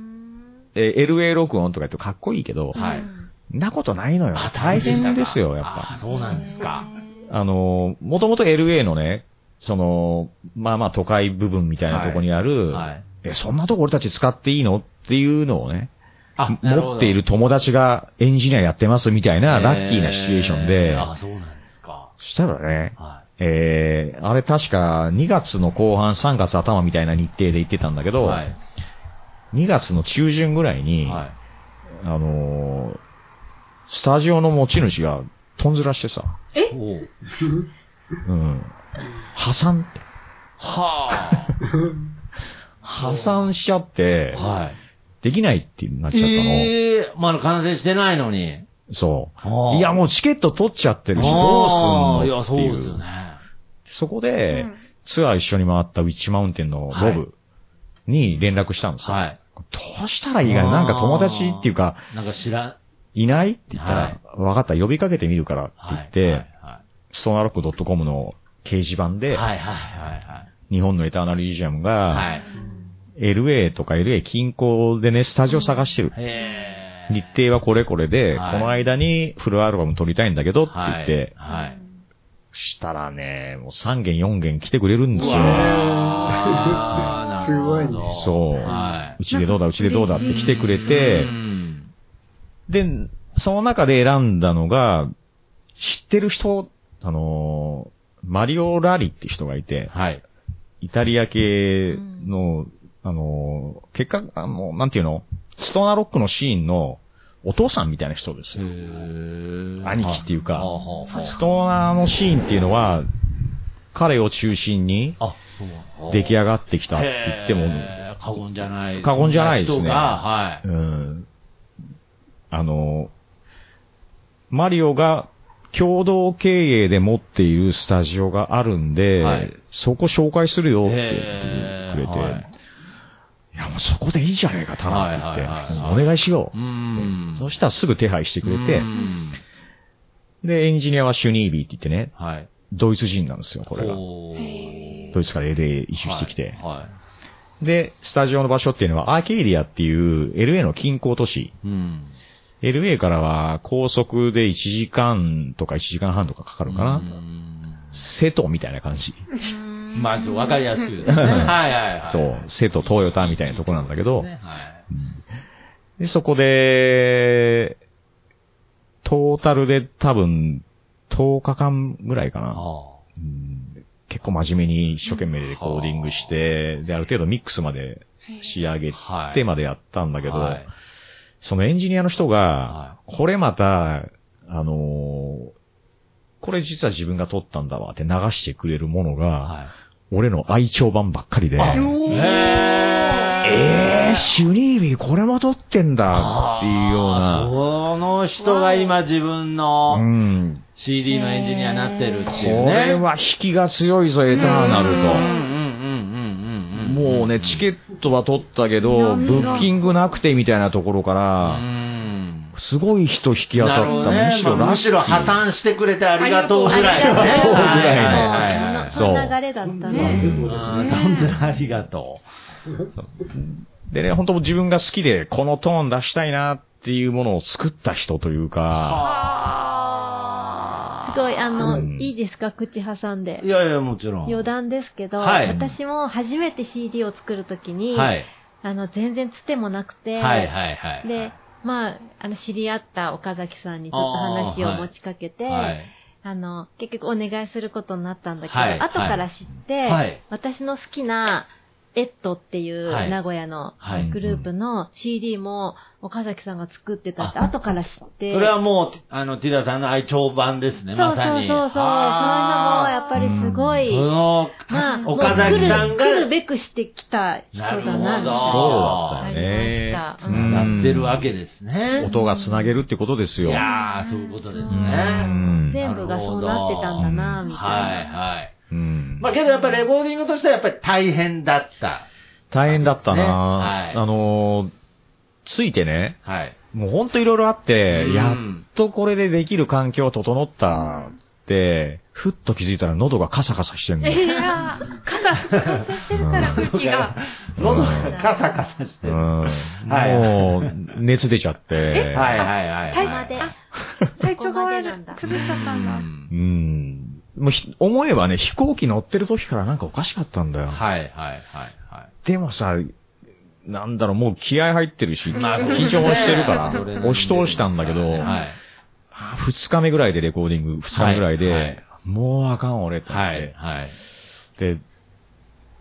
[SPEAKER 6] えー LA 録音とか言うとかっこいいけど、
[SPEAKER 5] はい。
[SPEAKER 6] なことないのよ。大変ですよ、やっ
[SPEAKER 5] あー
[SPEAKER 6] ぱ。
[SPEAKER 5] そうなんですか。
[SPEAKER 6] あの、もともと LA のね、その、まあまあ都会部分みたいなとこにある、
[SPEAKER 5] はい。
[SPEAKER 6] え、そんなとこ俺たち使っていいのっていうのをね、
[SPEAKER 5] あなるほど
[SPEAKER 6] 持っている友達がエンジニアやってますみたいなラッキーなシチュエーションで、
[SPEAKER 5] えーあ、そうなんですか。
[SPEAKER 6] そしたらね、
[SPEAKER 5] は
[SPEAKER 6] えー、あれ確か2月の後半、3月頭みたいな日程で行ってたんだけ
[SPEAKER 5] い。
[SPEAKER 6] ど、
[SPEAKER 5] はい。
[SPEAKER 6] 2月の中旬ぐらいに、
[SPEAKER 5] はい。
[SPEAKER 6] あのースタジオの持ち主がとんずらしてさ、
[SPEAKER 5] おう
[SPEAKER 6] うん。破産って。
[SPEAKER 5] は
[SPEAKER 6] 破産しちゃって
[SPEAKER 5] あ。、はい。
[SPEAKER 6] できないってなっちゃったの。
[SPEAKER 5] ええまだ完成してないのに。
[SPEAKER 6] そ
[SPEAKER 5] はあ
[SPEAKER 6] う。いや、もうチケット取っちゃってるし、どうすんの
[SPEAKER 5] ああ
[SPEAKER 6] っ
[SPEAKER 5] いや、
[SPEAKER 6] て
[SPEAKER 5] そう
[SPEAKER 6] い
[SPEAKER 5] ですよ
[SPEAKER 6] う。
[SPEAKER 5] ね。
[SPEAKER 6] そこ
[SPEAKER 7] う
[SPEAKER 6] で、
[SPEAKER 7] ん
[SPEAKER 6] ツアー一緒に回ったウィッチマウンテンのロ
[SPEAKER 5] はい
[SPEAKER 6] ブに連絡したんですよ。
[SPEAKER 5] はい。
[SPEAKER 6] どうしたらいいかななんか友達っていうか、
[SPEAKER 5] なんか知らん。って
[SPEAKER 6] いないって言ったら、わかった、呼びかけてみるからって言って、
[SPEAKER 5] は
[SPEAKER 6] ストーンアロック .com の掲示板
[SPEAKER 5] い
[SPEAKER 6] で、
[SPEAKER 5] はいはいは
[SPEAKER 6] 日本のエターナルリージアムが、
[SPEAKER 5] いはい。はい。
[SPEAKER 6] LA とか LA 近郊でね、スタジオ探してる。
[SPEAKER 5] へえ。
[SPEAKER 6] 日程はこれこれで、
[SPEAKER 5] はい
[SPEAKER 6] この間にフルアルバム撮りたいんだけどって言
[SPEAKER 5] は
[SPEAKER 6] っ
[SPEAKER 5] い。
[SPEAKER 6] て、
[SPEAKER 5] はい。
[SPEAKER 6] したらね、もう3件4件来てくれるんです
[SPEAKER 5] わ
[SPEAKER 6] よ。
[SPEAKER 5] ーなるほど
[SPEAKER 3] すごいね
[SPEAKER 6] [LAUGHS] そう。
[SPEAKER 5] は
[SPEAKER 6] うちでどうだ、うちでどうだって来てくれ
[SPEAKER 5] い。
[SPEAKER 6] て
[SPEAKER 5] う、ん
[SPEAKER 6] で、その中で選んだのが、知ってる人、あのー、マリオ・ラリって人がいて、
[SPEAKER 5] はい。
[SPEAKER 6] イタリア系の、あのー、結果、あの、なんていうのストーナロックのシーンのお父さんみたいな人ですよ。兄貴っていうか
[SPEAKER 5] ほうほうほう
[SPEAKER 6] ストーナーのシーンっていうのは、彼を中心に
[SPEAKER 5] あ、そう。
[SPEAKER 6] 出来
[SPEAKER 5] がっ
[SPEAKER 6] 上がってきたって言っても、
[SPEAKER 5] 過言じゃない。
[SPEAKER 6] 過言じゃないですね
[SPEAKER 5] そん人がは
[SPEAKER 6] うん、あの、マリオが共同経営で持っているスタジオがあるんで、
[SPEAKER 5] はい
[SPEAKER 6] そこ紹介するよ
[SPEAKER 5] い。
[SPEAKER 6] って
[SPEAKER 5] へ
[SPEAKER 6] 言ってくれて、、
[SPEAKER 5] ーはい
[SPEAKER 6] やもうそこでいいじゃねえか、タラって言って、
[SPEAKER 5] はいはいはい
[SPEAKER 6] お願いしよ
[SPEAKER 5] う
[SPEAKER 6] う。
[SPEAKER 5] ん。
[SPEAKER 6] そしたらすぐ手配してくれて
[SPEAKER 5] う、ん
[SPEAKER 6] で、エンジニアはシュニービーって言ってね、
[SPEAKER 5] はい。
[SPEAKER 6] ドイツ人なんですよ、これが。
[SPEAKER 5] おー
[SPEAKER 6] ドイツから LA 移住してきて。
[SPEAKER 5] はいは
[SPEAKER 6] で、スタジオの場所っていうのはアーケイディアっていう LA の近郊都市。
[SPEAKER 5] い。うん。
[SPEAKER 6] LA からは高速で1時間とか1時間半とかかかるかな。
[SPEAKER 5] うん
[SPEAKER 6] 瀬戸みたいな感じ。
[SPEAKER 5] まあ、わかりやすい
[SPEAKER 6] [LAUGHS]
[SPEAKER 5] ですね。はいはいはい。
[SPEAKER 6] そう。瀬戸、トヨタみたいなとこなんだけど、
[SPEAKER 5] ねはい
[SPEAKER 6] でそこで、トータルで多分10日間ぐらいか
[SPEAKER 5] あ
[SPEAKER 6] な。
[SPEAKER 5] あ
[SPEAKER 6] うん結構真面目に一生懸命レコーディングして、で、ある程度ミックスまで仕上げ
[SPEAKER 5] はい
[SPEAKER 6] てまでやったんだけど、
[SPEAKER 5] はい
[SPEAKER 6] そのエンジニアの人
[SPEAKER 5] は
[SPEAKER 6] が、これまた、あのーこれ実は自分が撮ったんだわって流してくれるものが、
[SPEAKER 5] は
[SPEAKER 6] 俺の愛聴版ばっかりで、
[SPEAKER 5] い。
[SPEAKER 6] え
[SPEAKER 5] え
[SPEAKER 6] ー、シュニービーこれも撮ってんだっていうような、
[SPEAKER 5] その人が今自分
[SPEAKER 6] う
[SPEAKER 5] の
[SPEAKER 6] ん、
[SPEAKER 5] CD のエンジニアになってるって
[SPEAKER 6] こ
[SPEAKER 5] いうね。
[SPEAKER 6] れは引きが強いぞ、エターナ
[SPEAKER 5] うんうんう
[SPEAKER 6] ル
[SPEAKER 5] ん
[SPEAKER 6] と。
[SPEAKER 5] うんうんうんうん。
[SPEAKER 6] もうね、チケットは取ったけど、ブッキングなくてみたいなところか
[SPEAKER 5] う
[SPEAKER 6] ら、
[SPEAKER 5] ん。
[SPEAKER 6] すごい人引き当た
[SPEAKER 5] なるほ
[SPEAKER 6] っ
[SPEAKER 5] ど
[SPEAKER 6] た。
[SPEAKER 5] ね
[SPEAKER 6] むしろ
[SPEAKER 5] まあ
[SPEAKER 6] ラ
[SPEAKER 5] む
[SPEAKER 6] ッ
[SPEAKER 5] しろ破綻してくれてありがとうぐらいのね。
[SPEAKER 4] ありがとう
[SPEAKER 6] ぐらいの
[SPEAKER 5] はいはいはい。
[SPEAKER 4] そんな流れだったの。
[SPEAKER 5] う
[SPEAKER 3] ね
[SPEAKER 5] ん、なんでありがと
[SPEAKER 6] でね、本当自分が好きで、このトーン出したいなっていうものを作った人というか、
[SPEAKER 4] すごい、あの、
[SPEAKER 6] うん
[SPEAKER 4] いいですか、口挟んで
[SPEAKER 5] う。い。やいや、もちろん。
[SPEAKER 4] 余談ですけど、
[SPEAKER 5] はい
[SPEAKER 4] 私も初めて CD を作るときに、
[SPEAKER 5] はい。
[SPEAKER 4] あの、全然つてもなくて、
[SPEAKER 5] はいはいはい。
[SPEAKER 4] で、まあ、あの、知り合った岡崎さんにちょっと話を持ちかけて、あ,、
[SPEAKER 5] はい。
[SPEAKER 4] の、結局お願いすることになったんだけど、
[SPEAKER 5] はい
[SPEAKER 4] 後から知って、
[SPEAKER 5] はい
[SPEAKER 4] 私の好きな、エットっていう
[SPEAKER 5] はい
[SPEAKER 4] 名古屋の
[SPEAKER 5] はい
[SPEAKER 4] グループの CD も岡崎さんが作ってたって
[SPEAKER 5] あ
[SPEAKER 4] 後から知って。
[SPEAKER 5] それはもう、あの、ティダさんの愛鳥版ですね、
[SPEAKER 4] そうそ
[SPEAKER 5] ま
[SPEAKER 4] う
[SPEAKER 5] さに。
[SPEAKER 4] そうそう。そういうのもやっぱりすごい、
[SPEAKER 5] も、
[SPEAKER 4] まあ、もう
[SPEAKER 5] 岡崎さんが
[SPEAKER 4] 来る来るべくしてきた人だな、
[SPEAKER 5] なるほど
[SPEAKER 6] そうだ
[SPEAKER 4] あ
[SPEAKER 6] ったよ
[SPEAKER 4] り
[SPEAKER 6] ね
[SPEAKER 4] まし。た。
[SPEAKER 6] う
[SPEAKER 4] うん
[SPEAKER 5] こ
[SPEAKER 6] ん
[SPEAKER 5] の、なってるわけですね。
[SPEAKER 6] 音がつなげるってことです
[SPEAKER 5] い
[SPEAKER 6] よ。
[SPEAKER 5] やー、そういうことです
[SPEAKER 6] う
[SPEAKER 5] ね。
[SPEAKER 6] ん
[SPEAKER 4] 全部がそうなってたんだな、みたいな。
[SPEAKER 5] はいはい。
[SPEAKER 6] うん
[SPEAKER 5] まあけどやっぱりレコーディングとしてはやっぱり大変だった。
[SPEAKER 6] 大変だった
[SPEAKER 5] ね
[SPEAKER 6] な
[SPEAKER 5] は、い
[SPEAKER 6] あのー、ついてね、
[SPEAKER 5] はい。
[SPEAKER 6] もうほんといろいろあって
[SPEAKER 5] うん、
[SPEAKER 6] やっとこれでできる環境整ったって、ふっと気づいたら喉がカサカサしてんの。
[SPEAKER 7] いやー、肩、乾燥してるから空気が。
[SPEAKER 5] 喉がカサカサして
[SPEAKER 6] う
[SPEAKER 5] る。
[SPEAKER 6] ん
[SPEAKER 5] はい
[SPEAKER 6] もう、熱出ちゃって。
[SPEAKER 5] はいはいはいはい。
[SPEAKER 4] そこまで。
[SPEAKER 7] 体調が悪い。
[SPEAKER 4] そこまでなんだ
[SPEAKER 7] 潰しちゃったん
[SPEAKER 5] う
[SPEAKER 7] だ。
[SPEAKER 5] ん
[SPEAKER 6] うん。もうひ思えばね、飛行機乗ってる時からなんかおかしかったんだよ。
[SPEAKER 5] はいはいはいはい。
[SPEAKER 6] でもさ、なんだろう、もう気合入ってるし、
[SPEAKER 5] なるほど
[SPEAKER 6] 緊張もしてるから
[SPEAKER 5] [LAUGHS] それな、りに
[SPEAKER 6] 押し通したんだけど、
[SPEAKER 5] はい。
[SPEAKER 6] あ二日目ぐらいでレコーディング、二日目ぐらいで、
[SPEAKER 5] はいはい
[SPEAKER 6] もうあかん俺ってなっ
[SPEAKER 5] は
[SPEAKER 6] て、
[SPEAKER 5] いはい。
[SPEAKER 6] で、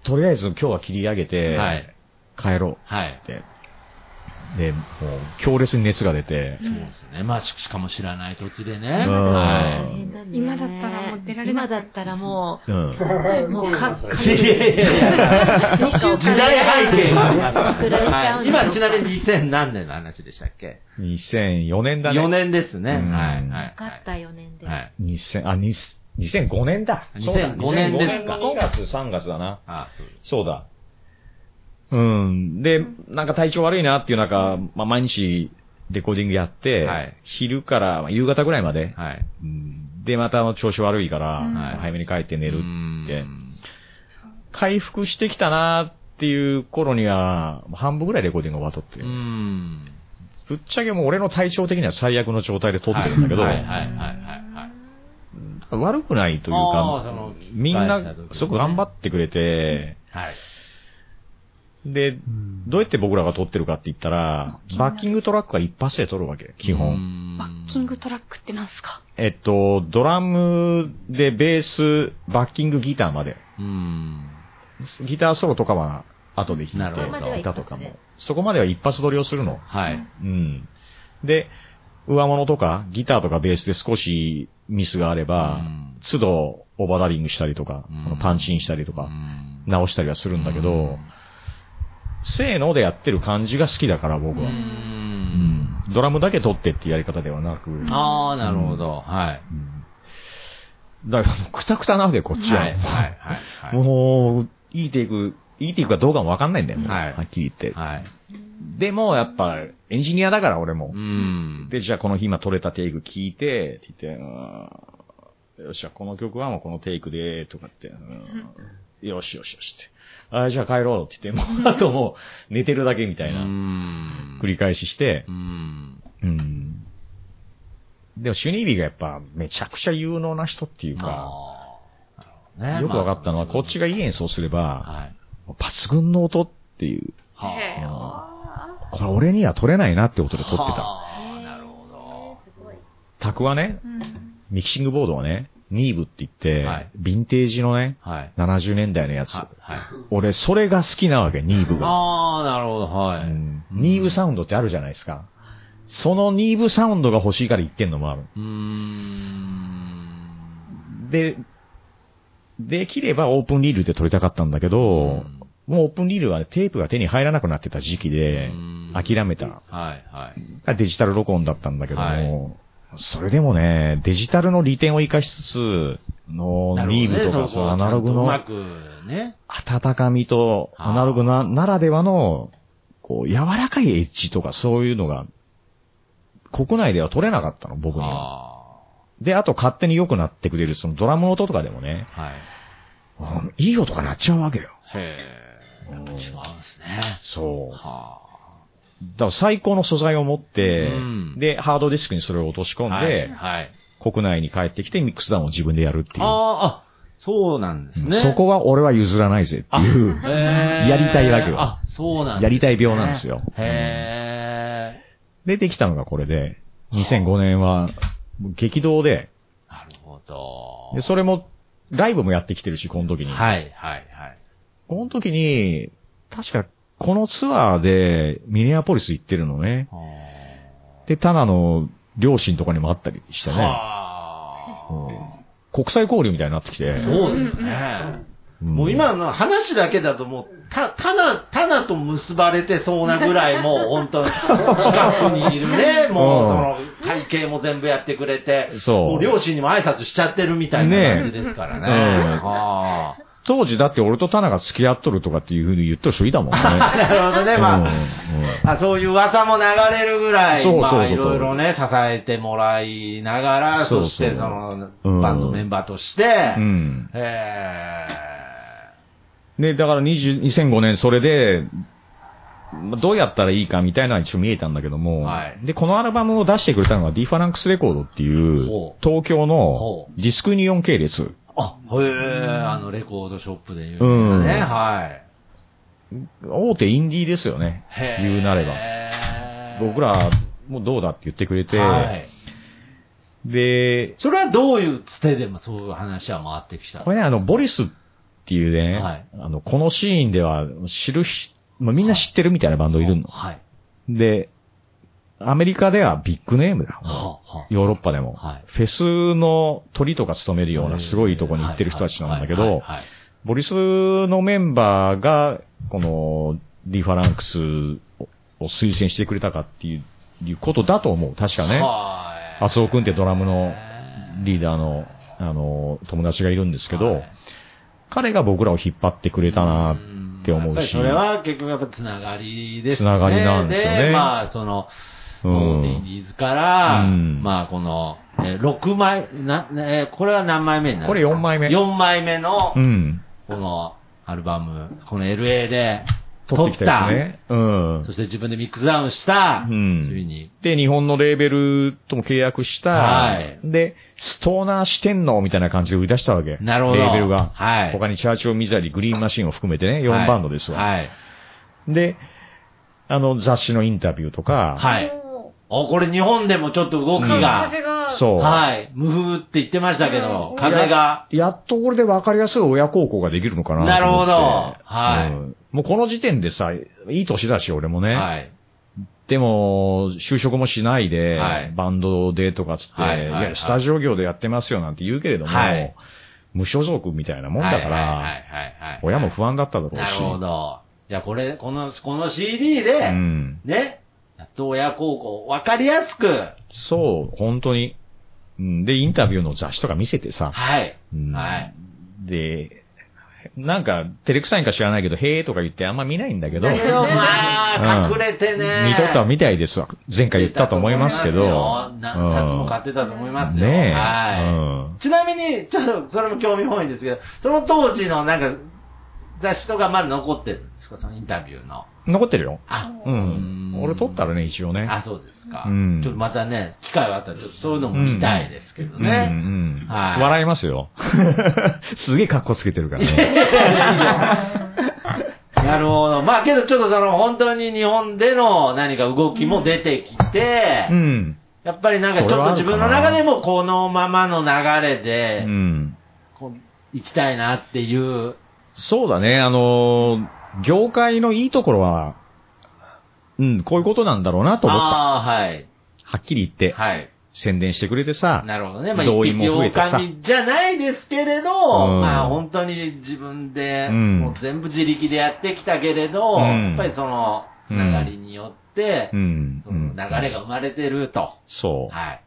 [SPEAKER 6] とりあえず今日は切り上げて、
[SPEAKER 5] はい。
[SPEAKER 6] 帰ろ
[SPEAKER 5] はいう
[SPEAKER 6] っ。て。で、もう強烈に熱が出て、
[SPEAKER 5] そうですね。まあ、ししかも知らない土地でね。
[SPEAKER 6] うん
[SPEAKER 5] は
[SPEAKER 4] 大変だね
[SPEAKER 7] 今だったらもう出られない
[SPEAKER 4] 今だったらも
[SPEAKER 6] うん
[SPEAKER 5] [LAUGHS]
[SPEAKER 4] う、もうか、か、
[SPEAKER 5] い。いやいやいや
[SPEAKER 4] 2週間
[SPEAKER 5] 時代背景があります
[SPEAKER 4] 送られちゃう
[SPEAKER 5] はい
[SPEAKER 4] んだ
[SPEAKER 5] 今、ちなみに2000何年の話でしたっけ
[SPEAKER 6] 2004年だね。
[SPEAKER 5] ?4 年ですね。は
[SPEAKER 6] う
[SPEAKER 5] い
[SPEAKER 6] ん
[SPEAKER 5] はい。はい
[SPEAKER 4] かった4年で。
[SPEAKER 5] はい。
[SPEAKER 6] 2000、あ、2000 2005年だ。そうだ
[SPEAKER 5] 2005年ですか
[SPEAKER 6] 2月、3月だな。
[SPEAKER 5] あそうです
[SPEAKER 6] そうだ。うん。で、なんか体調悪いなっていう中、まあ、毎日レコーディングやって、
[SPEAKER 5] はい
[SPEAKER 6] 昼からまあ夕方ぐらいまで、
[SPEAKER 5] はい。
[SPEAKER 6] うんで、また調子悪いから、
[SPEAKER 7] うん
[SPEAKER 6] まあ早めに帰って寝るって
[SPEAKER 5] う、ん
[SPEAKER 6] 回復してきたなっていう頃には、半分ぐらいレコーディングが終わっとって、
[SPEAKER 5] うん。
[SPEAKER 6] ぶっちゃけもう俺の体調的には最悪の状態で撮ってるんだけど、
[SPEAKER 5] はいはいはいはいはい。
[SPEAKER 6] 悪くないという
[SPEAKER 5] あーそ
[SPEAKER 6] か
[SPEAKER 5] の、
[SPEAKER 6] みん
[SPEAKER 5] 帰った
[SPEAKER 6] な
[SPEAKER 5] 時ね
[SPEAKER 6] すごく頑張ってくれて、
[SPEAKER 5] はい。
[SPEAKER 6] で、どうやって僕らが撮ってるかって言ったら、バッキングトラックは一発で撮るわけ、基本。
[SPEAKER 5] 本
[SPEAKER 7] バッキングトラックってなんすか
[SPEAKER 6] えっと、ドラムでベース、バッキングギターまで。
[SPEAKER 5] うん。
[SPEAKER 6] ギターソロとかは後で弾
[SPEAKER 5] ないるほど
[SPEAKER 6] て、歌とかも。そこまでは一発撮りをするの。
[SPEAKER 5] はい。
[SPEAKER 6] うん。で、上物とか、ギターとかベースで少しミスがあれば、
[SPEAKER 5] うん
[SPEAKER 6] 都度オーバーダリングしたりとか、
[SPEAKER 5] うん
[SPEAKER 6] あのパンチインしたりと
[SPEAKER 5] う
[SPEAKER 6] か、
[SPEAKER 5] ん
[SPEAKER 6] 直したりはするんだけど、せーのでやってる感じが好きだから、僕
[SPEAKER 5] う
[SPEAKER 6] は。
[SPEAKER 5] ん。
[SPEAKER 6] ドラムだけ取ってっていうやり方ではなく、
[SPEAKER 5] ああ、なるほど。はい。
[SPEAKER 6] だからもうクタクタなわけ、こっちは。
[SPEAKER 5] はい。はい。はい。
[SPEAKER 6] もう、いいテイク、いいテイクかどうかもわかんないんだよ、もう
[SPEAKER 5] はい
[SPEAKER 6] はっきり言って。
[SPEAKER 5] はい。
[SPEAKER 6] でも、やっぱ、エンジニアだから、俺も
[SPEAKER 5] う。ん。
[SPEAKER 6] で、じゃあこの日今撮れたテイク聞いて、って言って、うーんよっしゃ、この曲はもうこのテイクで、とかって、うーんよしよしよしって。あーじゃあ帰ろうって言って、 [LAUGHS] もうあともう寝てるだけみたいな、
[SPEAKER 5] ん
[SPEAKER 6] 繰り返しして
[SPEAKER 5] う、ん。
[SPEAKER 6] うん。でも、シュニービーがやっぱ、めちゃくちゃ有能な人っていうか、
[SPEAKER 5] ああなる
[SPEAKER 6] よ
[SPEAKER 5] ほどね
[SPEAKER 6] くわかったのは、こっちがいい演奏すれば、
[SPEAKER 5] はい。
[SPEAKER 6] 抜群の音っていう、
[SPEAKER 5] は
[SPEAKER 7] へ
[SPEAKER 6] これ俺には取れないなってことで
[SPEAKER 5] あ
[SPEAKER 6] 取ってた。
[SPEAKER 5] はあなるほ
[SPEAKER 6] タクはね、
[SPEAKER 7] うん
[SPEAKER 6] ミキシングボードはね、ニーブって言って、
[SPEAKER 5] はい
[SPEAKER 6] ヴィンテージのね、
[SPEAKER 5] ど。はい。
[SPEAKER 6] 70年代のやつ。
[SPEAKER 5] ははい。
[SPEAKER 6] 俺、それが好きなわけ、ニーブが。
[SPEAKER 5] ああ、なるほど。は
[SPEAKER 6] う
[SPEAKER 5] い。
[SPEAKER 6] んニーブサウンドってあるじゃないですか。そのニーブサウンドが欲しいから言ってんのもある。
[SPEAKER 5] うーん。
[SPEAKER 6] で、できればオープンリールで撮りたかったんだけど、もうオープンリールはね、テープが手に入らなくなってた時期で
[SPEAKER 5] うん、
[SPEAKER 6] 諦めた。
[SPEAKER 5] はい、はい。
[SPEAKER 6] デジタル録音だったんだけども、それでもね、デジタルの利点を活かしつつ、の、
[SPEAKER 5] なるほどね
[SPEAKER 6] リーブとか、
[SPEAKER 5] そ
[SPEAKER 6] そ
[SPEAKER 5] こ
[SPEAKER 6] の
[SPEAKER 5] は
[SPEAKER 6] アナログの
[SPEAKER 5] ちゃんとうまくね。
[SPEAKER 6] 温かみと、
[SPEAKER 5] はあ
[SPEAKER 6] アナログな、ならではの、こう、柔らかいエッジとかそういうのが、国内では取れなかったの、僕には。
[SPEAKER 5] あ
[SPEAKER 6] で、あと勝手に良くなってくれる、そのドラムの音とかでもね、
[SPEAKER 5] あ。はい。
[SPEAKER 6] うんいい音が鳴っちゃうわけよ。
[SPEAKER 5] へえ。やっぱ違うんですね。
[SPEAKER 6] そう。
[SPEAKER 5] は
[SPEAKER 6] だから最高の素材を持って、
[SPEAKER 5] うん
[SPEAKER 6] で、ハードディスクにそれを落とし込
[SPEAKER 5] あ。
[SPEAKER 6] ん
[SPEAKER 5] はい
[SPEAKER 6] で、
[SPEAKER 5] はい。
[SPEAKER 6] 国内に帰ってきてミックスダウンを自分でやるっていう。
[SPEAKER 5] ああ、あ、そうなんですね。
[SPEAKER 6] そこは俺は譲らないぜっていう、
[SPEAKER 5] へえ
[SPEAKER 6] やりたいわけよ
[SPEAKER 5] あ、そうなんですね
[SPEAKER 6] [LAUGHS] やりたい病なんですよ。
[SPEAKER 5] へえ。
[SPEAKER 6] で、できたのがこれで、2005年は激動で、
[SPEAKER 5] なるほど。
[SPEAKER 6] で、それも、ライブもやってきてるし、この時に。
[SPEAKER 5] はい、はい、はい。
[SPEAKER 6] この時に、確か、このツアーでミネアポリス行ってるのね。
[SPEAKER 5] は
[SPEAKER 6] で、タナの両親とかにも会ったりして
[SPEAKER 5] あ
[SPEAKER 6] ね。
[SPEAKER 5] は
[SPEAKER 6] うん国際交流みたいになってきて
[SPEAKER 5] あ。。そうですね。
[SPEAKER 6] ん
[SPEAKER 5] もう今の話だけだともう、た、たな、たなと結ばれてそうなぐらいもう本当に近くにいるね。もうその [LAUGHS] 会計も全部やってくれて。
[SPEAKER 6] そう
[SPEAKER 5] も両親にも挨拶しちゃってるみたいな感じですからね。
[SPEAKER 6] ねえ
[SPEAKER 5] あ
[SPEAKER 6] 当時だって俺とタナが付き合っとるとかっていうふうに言っとる人いたもん
[SPEAKER 5] [LAUGHS]
[SPEAKER 6] ね。
[SPEAKER 5] あなるほどね。
[SPEAKER 6] うん
[SPEAKER 5] まあ、あそういう噂も流れるぐらい、
[SPEAKER 6] そうそうそう
[SPEAKER 5] まあ、いろいろね、支えてもらいながら、
[SPEAKER 6] そ
[SPEAKER 5] そう
[SPEAKER 6] そう
[SPEAKER 5] して、その、
[SPEAKER 6] うん
[SPEAKER 5] バンドメンバーとして、
[SPEAKER 6] うん。
[SPEAKER 5] え
[SPEAKER 6] うんで、だから20 2005年それで、まあどうやったらいいかみたいなのは一応見えたんだけども、
[SPEAKER 5] はい
[SPEAKER 6] で、このアルバムを出してくれたのがディファランクスレコードってい
[SPEAKER 5] ほ
[SPEAKER 6] う
[SPEAKER 5] う、
[SPEAKER 6] 東京の
[SPEAKER 5] ほ
[SPEAKER 6] ディスクニオン系列。
[SPEAKER 5] ー、あ、へえ、あの、レコードショップで言うね、
[SPEAKER 6] うん
[SPEAKER 5] はい。
[SPEAKER 6] 大手インディーですよね。
[SPEAKER 5] へー
[SPEAKER 6] 言うなれば。僕、ら、もうどうだって言ってくれて、
[SPEAKER 5] はい。
[SPEAKER 6] で、
[SPEAKER 5] それはどういうつてでもそういう話は回ってきた
[SPEAKER 6] これね、あの、ボリスっていうね、
[SPEAKER 5] はい
[SPEAKER 6] あの、このシーンでは知るひ、まあ、みんな知ってるみたいなバンドいるの。
[SPEAKER 5] はい。
[SPEAKER 6] で、アメリカではビッグネームだ。
[SPEAKER 5] はあはあ
[SPEAKER 6] ヨーロッパでも。
[SPEAKER 5] はい
[SPEAKER 6] フェスの鳥とか務めるようなすごいとこに行ってる人たちなんだけど、ボリスのメンバーが、この、リファランクスをを推薦してくれたかっていういうことだと思う。確かね。
[SPEAKER 5] 厚
[SPEAKER 6] 厚尾くんってドラムのリーダーの、あの、友達がいるんですけど、彼が僕らを引っ張ってくれたなって思うし。
[SPEAKER 5] それは結局やっぱつながりですね。
[SPEAKER 6] つながりなんですよね
[SPEAKER 5] まあ、その、
[SPEAKER 6] う
[SPEAKER 5] うんインディーズから、
[SPEAKER 6] うん
[SPEAKER 5] まあこの、えー6枚、な、えーこれは何枚目になる
[SPEAKER 6] これ4枚目
[SPEAKER 5] 4枚目の
[SPEAKER 6] う、ん。
[SPEAKER 5] このアルバム、この LA で
[SPEAKER 6] 取
[SPEAKER 5] 撮
[SPEAKER 6] っ
[SPEAKER 5] ってた
[SPEAKER 6] きたやつね。うん
[SPEAKER 5] そ。して自分でミックスダウンした、
[SPEAKER 6] うん
[SPEAKER 5] ついに、
[SPEAKER 6] で、日本のレーベルとも契約した、
[SPEAKER 5] はい
[SPEAKER 6] で、ストーナーしてんのみたいな感じで売り出したわけ。
[SPEAKER 5] なるほど
[SPEAKER 6] レーベルが。
[SPEAKER 5] はい
[SPEAKER 6] 他にチャーチオミザリー、グリーンマシンを含めてね、4バンドですわ。
[SPEAKER 5] はい。
[SPEAKER 6] で、あの、雑誌のインタビューとか、
[SPEAKER 5] はい。お、これ日本でもちょっと動きが、
[SPEAKER 7] 風が、
[SPEAKER 6] そう。
[SPEAKER 5] はい。無風って言ってましたけど
[SPEAKER 7] う、ん
[SPEAKER 5] 風が、
[SPEAKER 6] やっとこれで分かりやすい親孝行ができるのかな
[SPEAKER 5] なるほど
[SPEAKER 6] と思って
[SPEAKER 5] はい
[SPEAKER 6] うんもうこの時点でさ、いい年だし、俺もね。
[SPEAKER 5] はい。
[SPEAKER 6] でも、就職もしないで、
[SPEAKER 5] はい
[SPEAKER 6] バンドでとかつって、
[SPEAKER 5] はいいはいはい
[SPEAKER 6] や、スタジオ業でやってますよなんて言うけれども、
[SPEAKER 5] はい
[SPEAKER 6] 無所属みたいなもんだか
[SPEAKER 5] はい
[SPEAKER 6] ら、
[SPEAKER 5] はいはいはいはい
[SPEAKER 6] 親も不安だっただろうし。
[SPEAKER 5] なるほど。じゃあこれ、この、この CD で、
[SPEAKER 6] うん。
[SPEAKER 5] ね、やっと親孝行、わかりやすく、
[SPEAKER 6] そう、本当に。うんで、インタビューの雑誌とか見せてさ、
[SPEAKER 5] はい。
[SPEAKER 6] うん
[SPEAKER 5] はい。
[SPEAKER 6] で、なんか、照れくさいんか知らないけど、へーとか言ってあんま見ないんだけど、
[SPEAKER 5] だけど、ま
[SPEAKER 6] う
[SPEAKER 5] あ、
[SPEAKER 6] ん
[SPEAKER 5] 隠れてね。
[SPEAKER 6] 見とったみたいですわ。前回言ったと思いますけ
[SPEAKER 5] 出たと
[SPEAKER 6] ど
[SPEAKER 5] 思い。ますよ何冊も買ってたと思いますよ。
[SPEAKER 6] ねえ。
[SPEAKER 5] はい。
[SPEAKER 6] うん
[SPEAKER 5] ちなみに、ちょっと、それも興味本位ですけど、その当時のなんか、雑誌とかまだ残ってるんですかそのインタビューの。
[SPEAKER 6] 残ってるよ。
[SPEAKER 5] あ、
[SPEAKER 6] うん。俺撮ったらね、一応ね。
[SPEAKER 5] あ、そうですか。
[SPEAKER 6] うん
[SPEAKER 5] ちょっとまたね、機会があったら、ちょっとそういうのも見たいですけど
[SPEAKER 6] うん
[SPEAKER 5] ね。
[SPEAKER 6] うん
[SPEAKER 5] はい
[SPEAKER 6] 笑いますよ。 [LAUGHS] すげえ格好つけてるからね。
[SPEAKER 5] なるほど。まあけどちょっとその本当に日本での何か動きも出てきて、
[SPEAKER 6] うん。
[SPEAKER 5] やっぱりなんかちょっと自分の中でもこのままの流れ
[SPEAKER 6] う
[SPEAKER 5] で、
[SPEAKER 6] ん。
[SPEAKER 5] こう行きたいなっていう。
[SPEAKER 6] そうだね、あのー、業界のいいところは、うん、こういうことなんだろうなと思った。
[SPEAKER 5] ああ、はい。
[SPEAKER 6] はっきり言って、
[SPEAKER 5] はい。
[SPEAKER 6] 宣伝してくれてさ、
[SPEAKER 5] なるほどね。まあ、
[SPEAKER 6] 同
[SPEAKER 5] 一
[SPEAKER 6] 意も
[SPEAKER 5] 匹
[SPEAKER 6] 増えてさ
[SPEAKER 5] 狼じゃないですけれど、
[SPEAKER 6] ん
[SPEAKER 5] まあ本当に自分で、
[SPEAKER 6] うん
[SPEAKER 5] もう全部自力でやってきたけれど、
[SPEAKER 6] うん
[SPEAKER 5] やっぱりその流れによって、
[SPEAKER 6] うん。
[SPEAKER 5] その流れが生まれてると。
[SPEAKER 6] そう。
[SPEAKER 5] はい。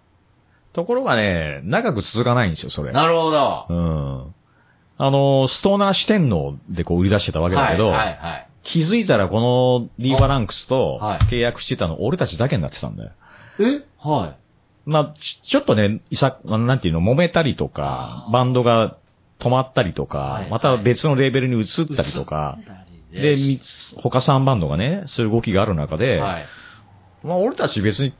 [SPEAKER 6] ところがね、長く続かないんですよ、それ。
[SPEAKER 5] なるほど。
[SPEAKER 6] うん。あの、ストーナー四天王でこう売り出してたわけだけど、
[SPEAKER 5] はいはいはい。
[SPEAKER 6] 気づいたらこのリーバランクスと
[SPEAKER 5] はい
[SPEAKER 6] 契約してたの俺たちだけになってたんだよ。
[SPEAKER 5] えはい。
[SPEAKER 6] まあ、ちちょっとね、いさ、なんていうの、揉めたりとか
[SPEAKER 5] あ、ー
[SPEAKER 6] バンドが止まったりとか、
[SPEAKER 5] はい
[SPEAKER 6] また別のレーベルに移ったりとか、で、み他3バンドがね、そういう動きがある中で、
[SPEAKER 5] はい。
[SPEAKER 6] まあ俺たち別に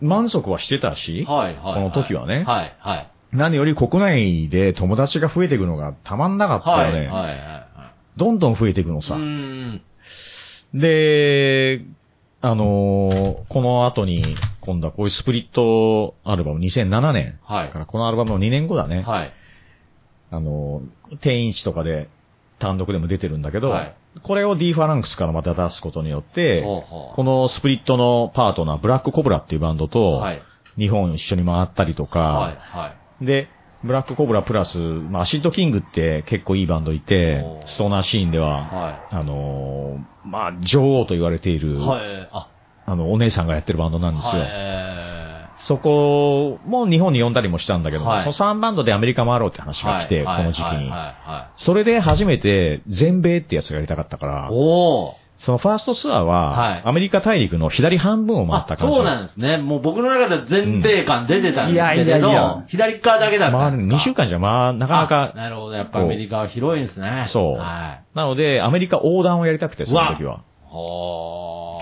[SPEAKER 6] 満足はしてたし、
[SPEAKER 5] はい、はい。
[SPEAKER 6] この時はね
[SPEAKER 5] はい、はい。
[SPEAKER 6] 何より国内で友達が増えていくのがたまんなかった
[SPEAKER 5] は
[SPEAKER 6] よ
[SPEAKER 5] い、
[SPEAKER 6] ね。
[SPEAKER 5] はい、はいは
[SPEAKER 6] どんどん増えていくの
[SPEAKER 5] い。う
[SPEAKER 6] さ
[SPEAKER 5] ー。ん。
[SPEAKER 6] で、あのーこの後に、今度はこういうスプリットアルバム2007年。
[SPEAKER 5] は
[SPEAKER 6] だ
[SPEAKER 5] い
[SPEAKER 6] か。らこのアルバムの2年後だね。
[SPEAKER 5] はい。
[SPEAKER 6] あのー、定員値とかで単独でも出てるんだけど、
[SPEAKER 5] はい
[SPEAKER 6] これを D ファランクスからまた出すことによって、
[SPEAKER 5] ほうほう
[SPEAKER 6] このスプリットのパートナー、ブラックコブラっていうバンドと
[SPEAKER 5] は、い。
[SPEAKER 6] 日本一緒に回ったりとか、
[SPEAKER 5] はい、は
[SPEAKER 6] で、ブラックコブラプラス、まあ、アシッドキングって結構いいバンドいて
[SPEAKER 5] お、ー
[SPEAKER 6] ストーナーシーンで
[SPEAKER 5] い。
[SPEAKER 6] は、
[SPEAKER 5] は
[SPEAKER 6] あのーまあ、女王と言われてい
[SPEAKER 5] い。
[SPEAKER 6] る、
[SPEAKER 5] はい。あ、
[SPEAKER 6] あの、お姉さんがやってるバンドなんですよ。
[SPEAKER 5] は
[SPEAKER 6] そこも日本に呼んだりもしたんだけど、
[SPEAKER 5] はい
[SPEAKER 6] その3バンドでアメリカ回ろうって話
[SPEAKER 5] い。
[SPEAKER 6] が来て、
[SPEAKER 5] はい
[SPEAKER 6] この時期に。
[SPEAKER 5] はい、はい。
[SPEAKER 6] それで初めて全米ってやつがやりたかったから、
[SPEAKER 5] おー。
[SPEAKER 6] そのファーストツアーは、
[SPEAKER 5] はい
[SPEAKER 6] アメリカ大陸の左半分を回っ
[SPEAKER 5] あ
[SPEAKER 6] た、感じ。
[SPEAKER 5] そうなんですね。もう僕の中では全米感出てたんですけれ
[SPEAKER 6] うんいやいやいや
[SPEAKER 5] ど、左側だけだった
[SPEAKER 6] 回
[SPEAKER 5] んで
[SPEAKER 6] る
[SPEAKER 5] す
[SPEAKER 6] 2週
[SPEAKER 5] か。
[SPEAKER 6] 間じゃ、まあ、なかな
[SPEAKER 5] あ
[SPEAKER 6] か。
[SPEAKER 5] なるほど。やっぱアメリカは広いんですね。
[SPEAKER 6] そう
[SPEAKER 5] は
[SPEAKER 6] なので、アメリカ横断をやりたくて、その時は。
[SPEAKER 5] い。ほ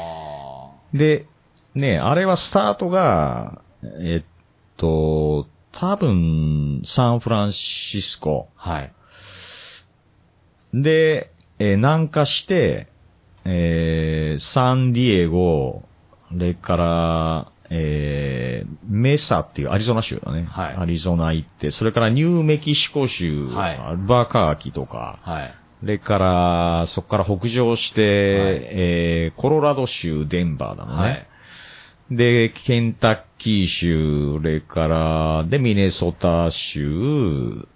[SPEAKER 5] ー。
[SPEAKER 6] で、ね、あれはスタートが、えっと、多分、サンフランシスコ。
[SPEAKER 5] はい。
[SPEAKER 6] で、えー南下して、えーサンディエゴ、それから、えーメサっていうアリゾナ州だね。
[SPEAKER 5] はい
[SPEAKER 6] アリゾナ行って、それからニューメキシコ州、
[SPEAKER 5] はい
[SPEAKER 6] アルバカーキとか、
[SPEAKER 5] はい。
[SPEAKER 6] それから、そこから北上して、えーコロラド州デンバーなのね。
[SPEAKER 5] はい
[SPEAKER 6] で、ケンタッキー州、それから、で、ミネソタ州、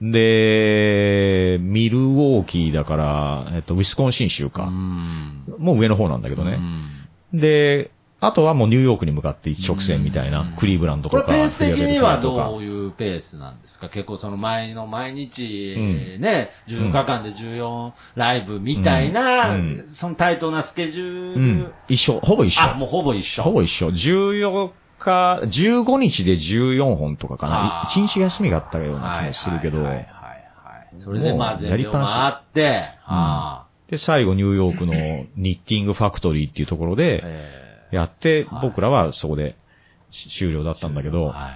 [SPEAKER 6] で、ミルウォーキーだから、えっと、ウィスコンシン州か。
[SPEAKER 5] ん。
[SPEAKER 6] もう上の方なんだけど
[SPEAKER 5] う
[SPEAKER 6] ね。
[SPEAKER 5] ん
[SPEAKER 6] で、あとはもうニューヨークに向かって一直線みたいな、
[SPEAKER 5] うん
[SPEAKER 6] クリーブランド
[SPEAKER 5] これ
[SPEAKER 6] とか。
[SPEAKER 5] ペース的には
[SPEAKER 6] フィラデルフィアと
[SPEAKER 5] ど
[SPEAKER 6] か
[SPEAKER 5] ういうペースなんですか結構その前の毎日、
[SPEAKER 6] う
[SPEAKER 5] ね、14日間で14ライブみたいな、
[SPEAKER 6] うんうん
[SPEAKER 5] その対等なスケジュー
[SPEAKER 6] う
[SPEAKER 5] ル、
[SPEAKER 6] ん。一緒、ほぼ一緒。
[SPEAKER 5] あ、もうほぼ一緒。
[SPEAKER 6] ほぼ一緒。14日、15日で14本とかかな
[SPEAKER 5] あ。ー
[SPEAKER 6] 1日休みがあったような気もするけど
[SPEAKER 5] はい。はいはいはいはいそれでまあ
[SPEAKER 6] もう
[SPEAKER 5] 全
[SPEAKER 6] やり
[SPEAKER 5] 部
[SPEAKER 6] っぱなし
[SPEAKER 5] 回って、あ
[SPEAKER 6] で、最後ニューヨー
[SPEAKER 5] [LAUGHS]
[SPEAKER 6] クのニッティングファクトリーっていうところ
[SPEAKER 5] ー
[SPEAKER 6] で
[SPEAKER 5] え
[SPEAKER 6] やって
[SPEAKER 5] は、い
[SPEAKER 6] 僕らはそこでし終了だったんだけ
[SPEAKER 5] ー
[SPEAKER 6] ど、
[SPEAKER 5] は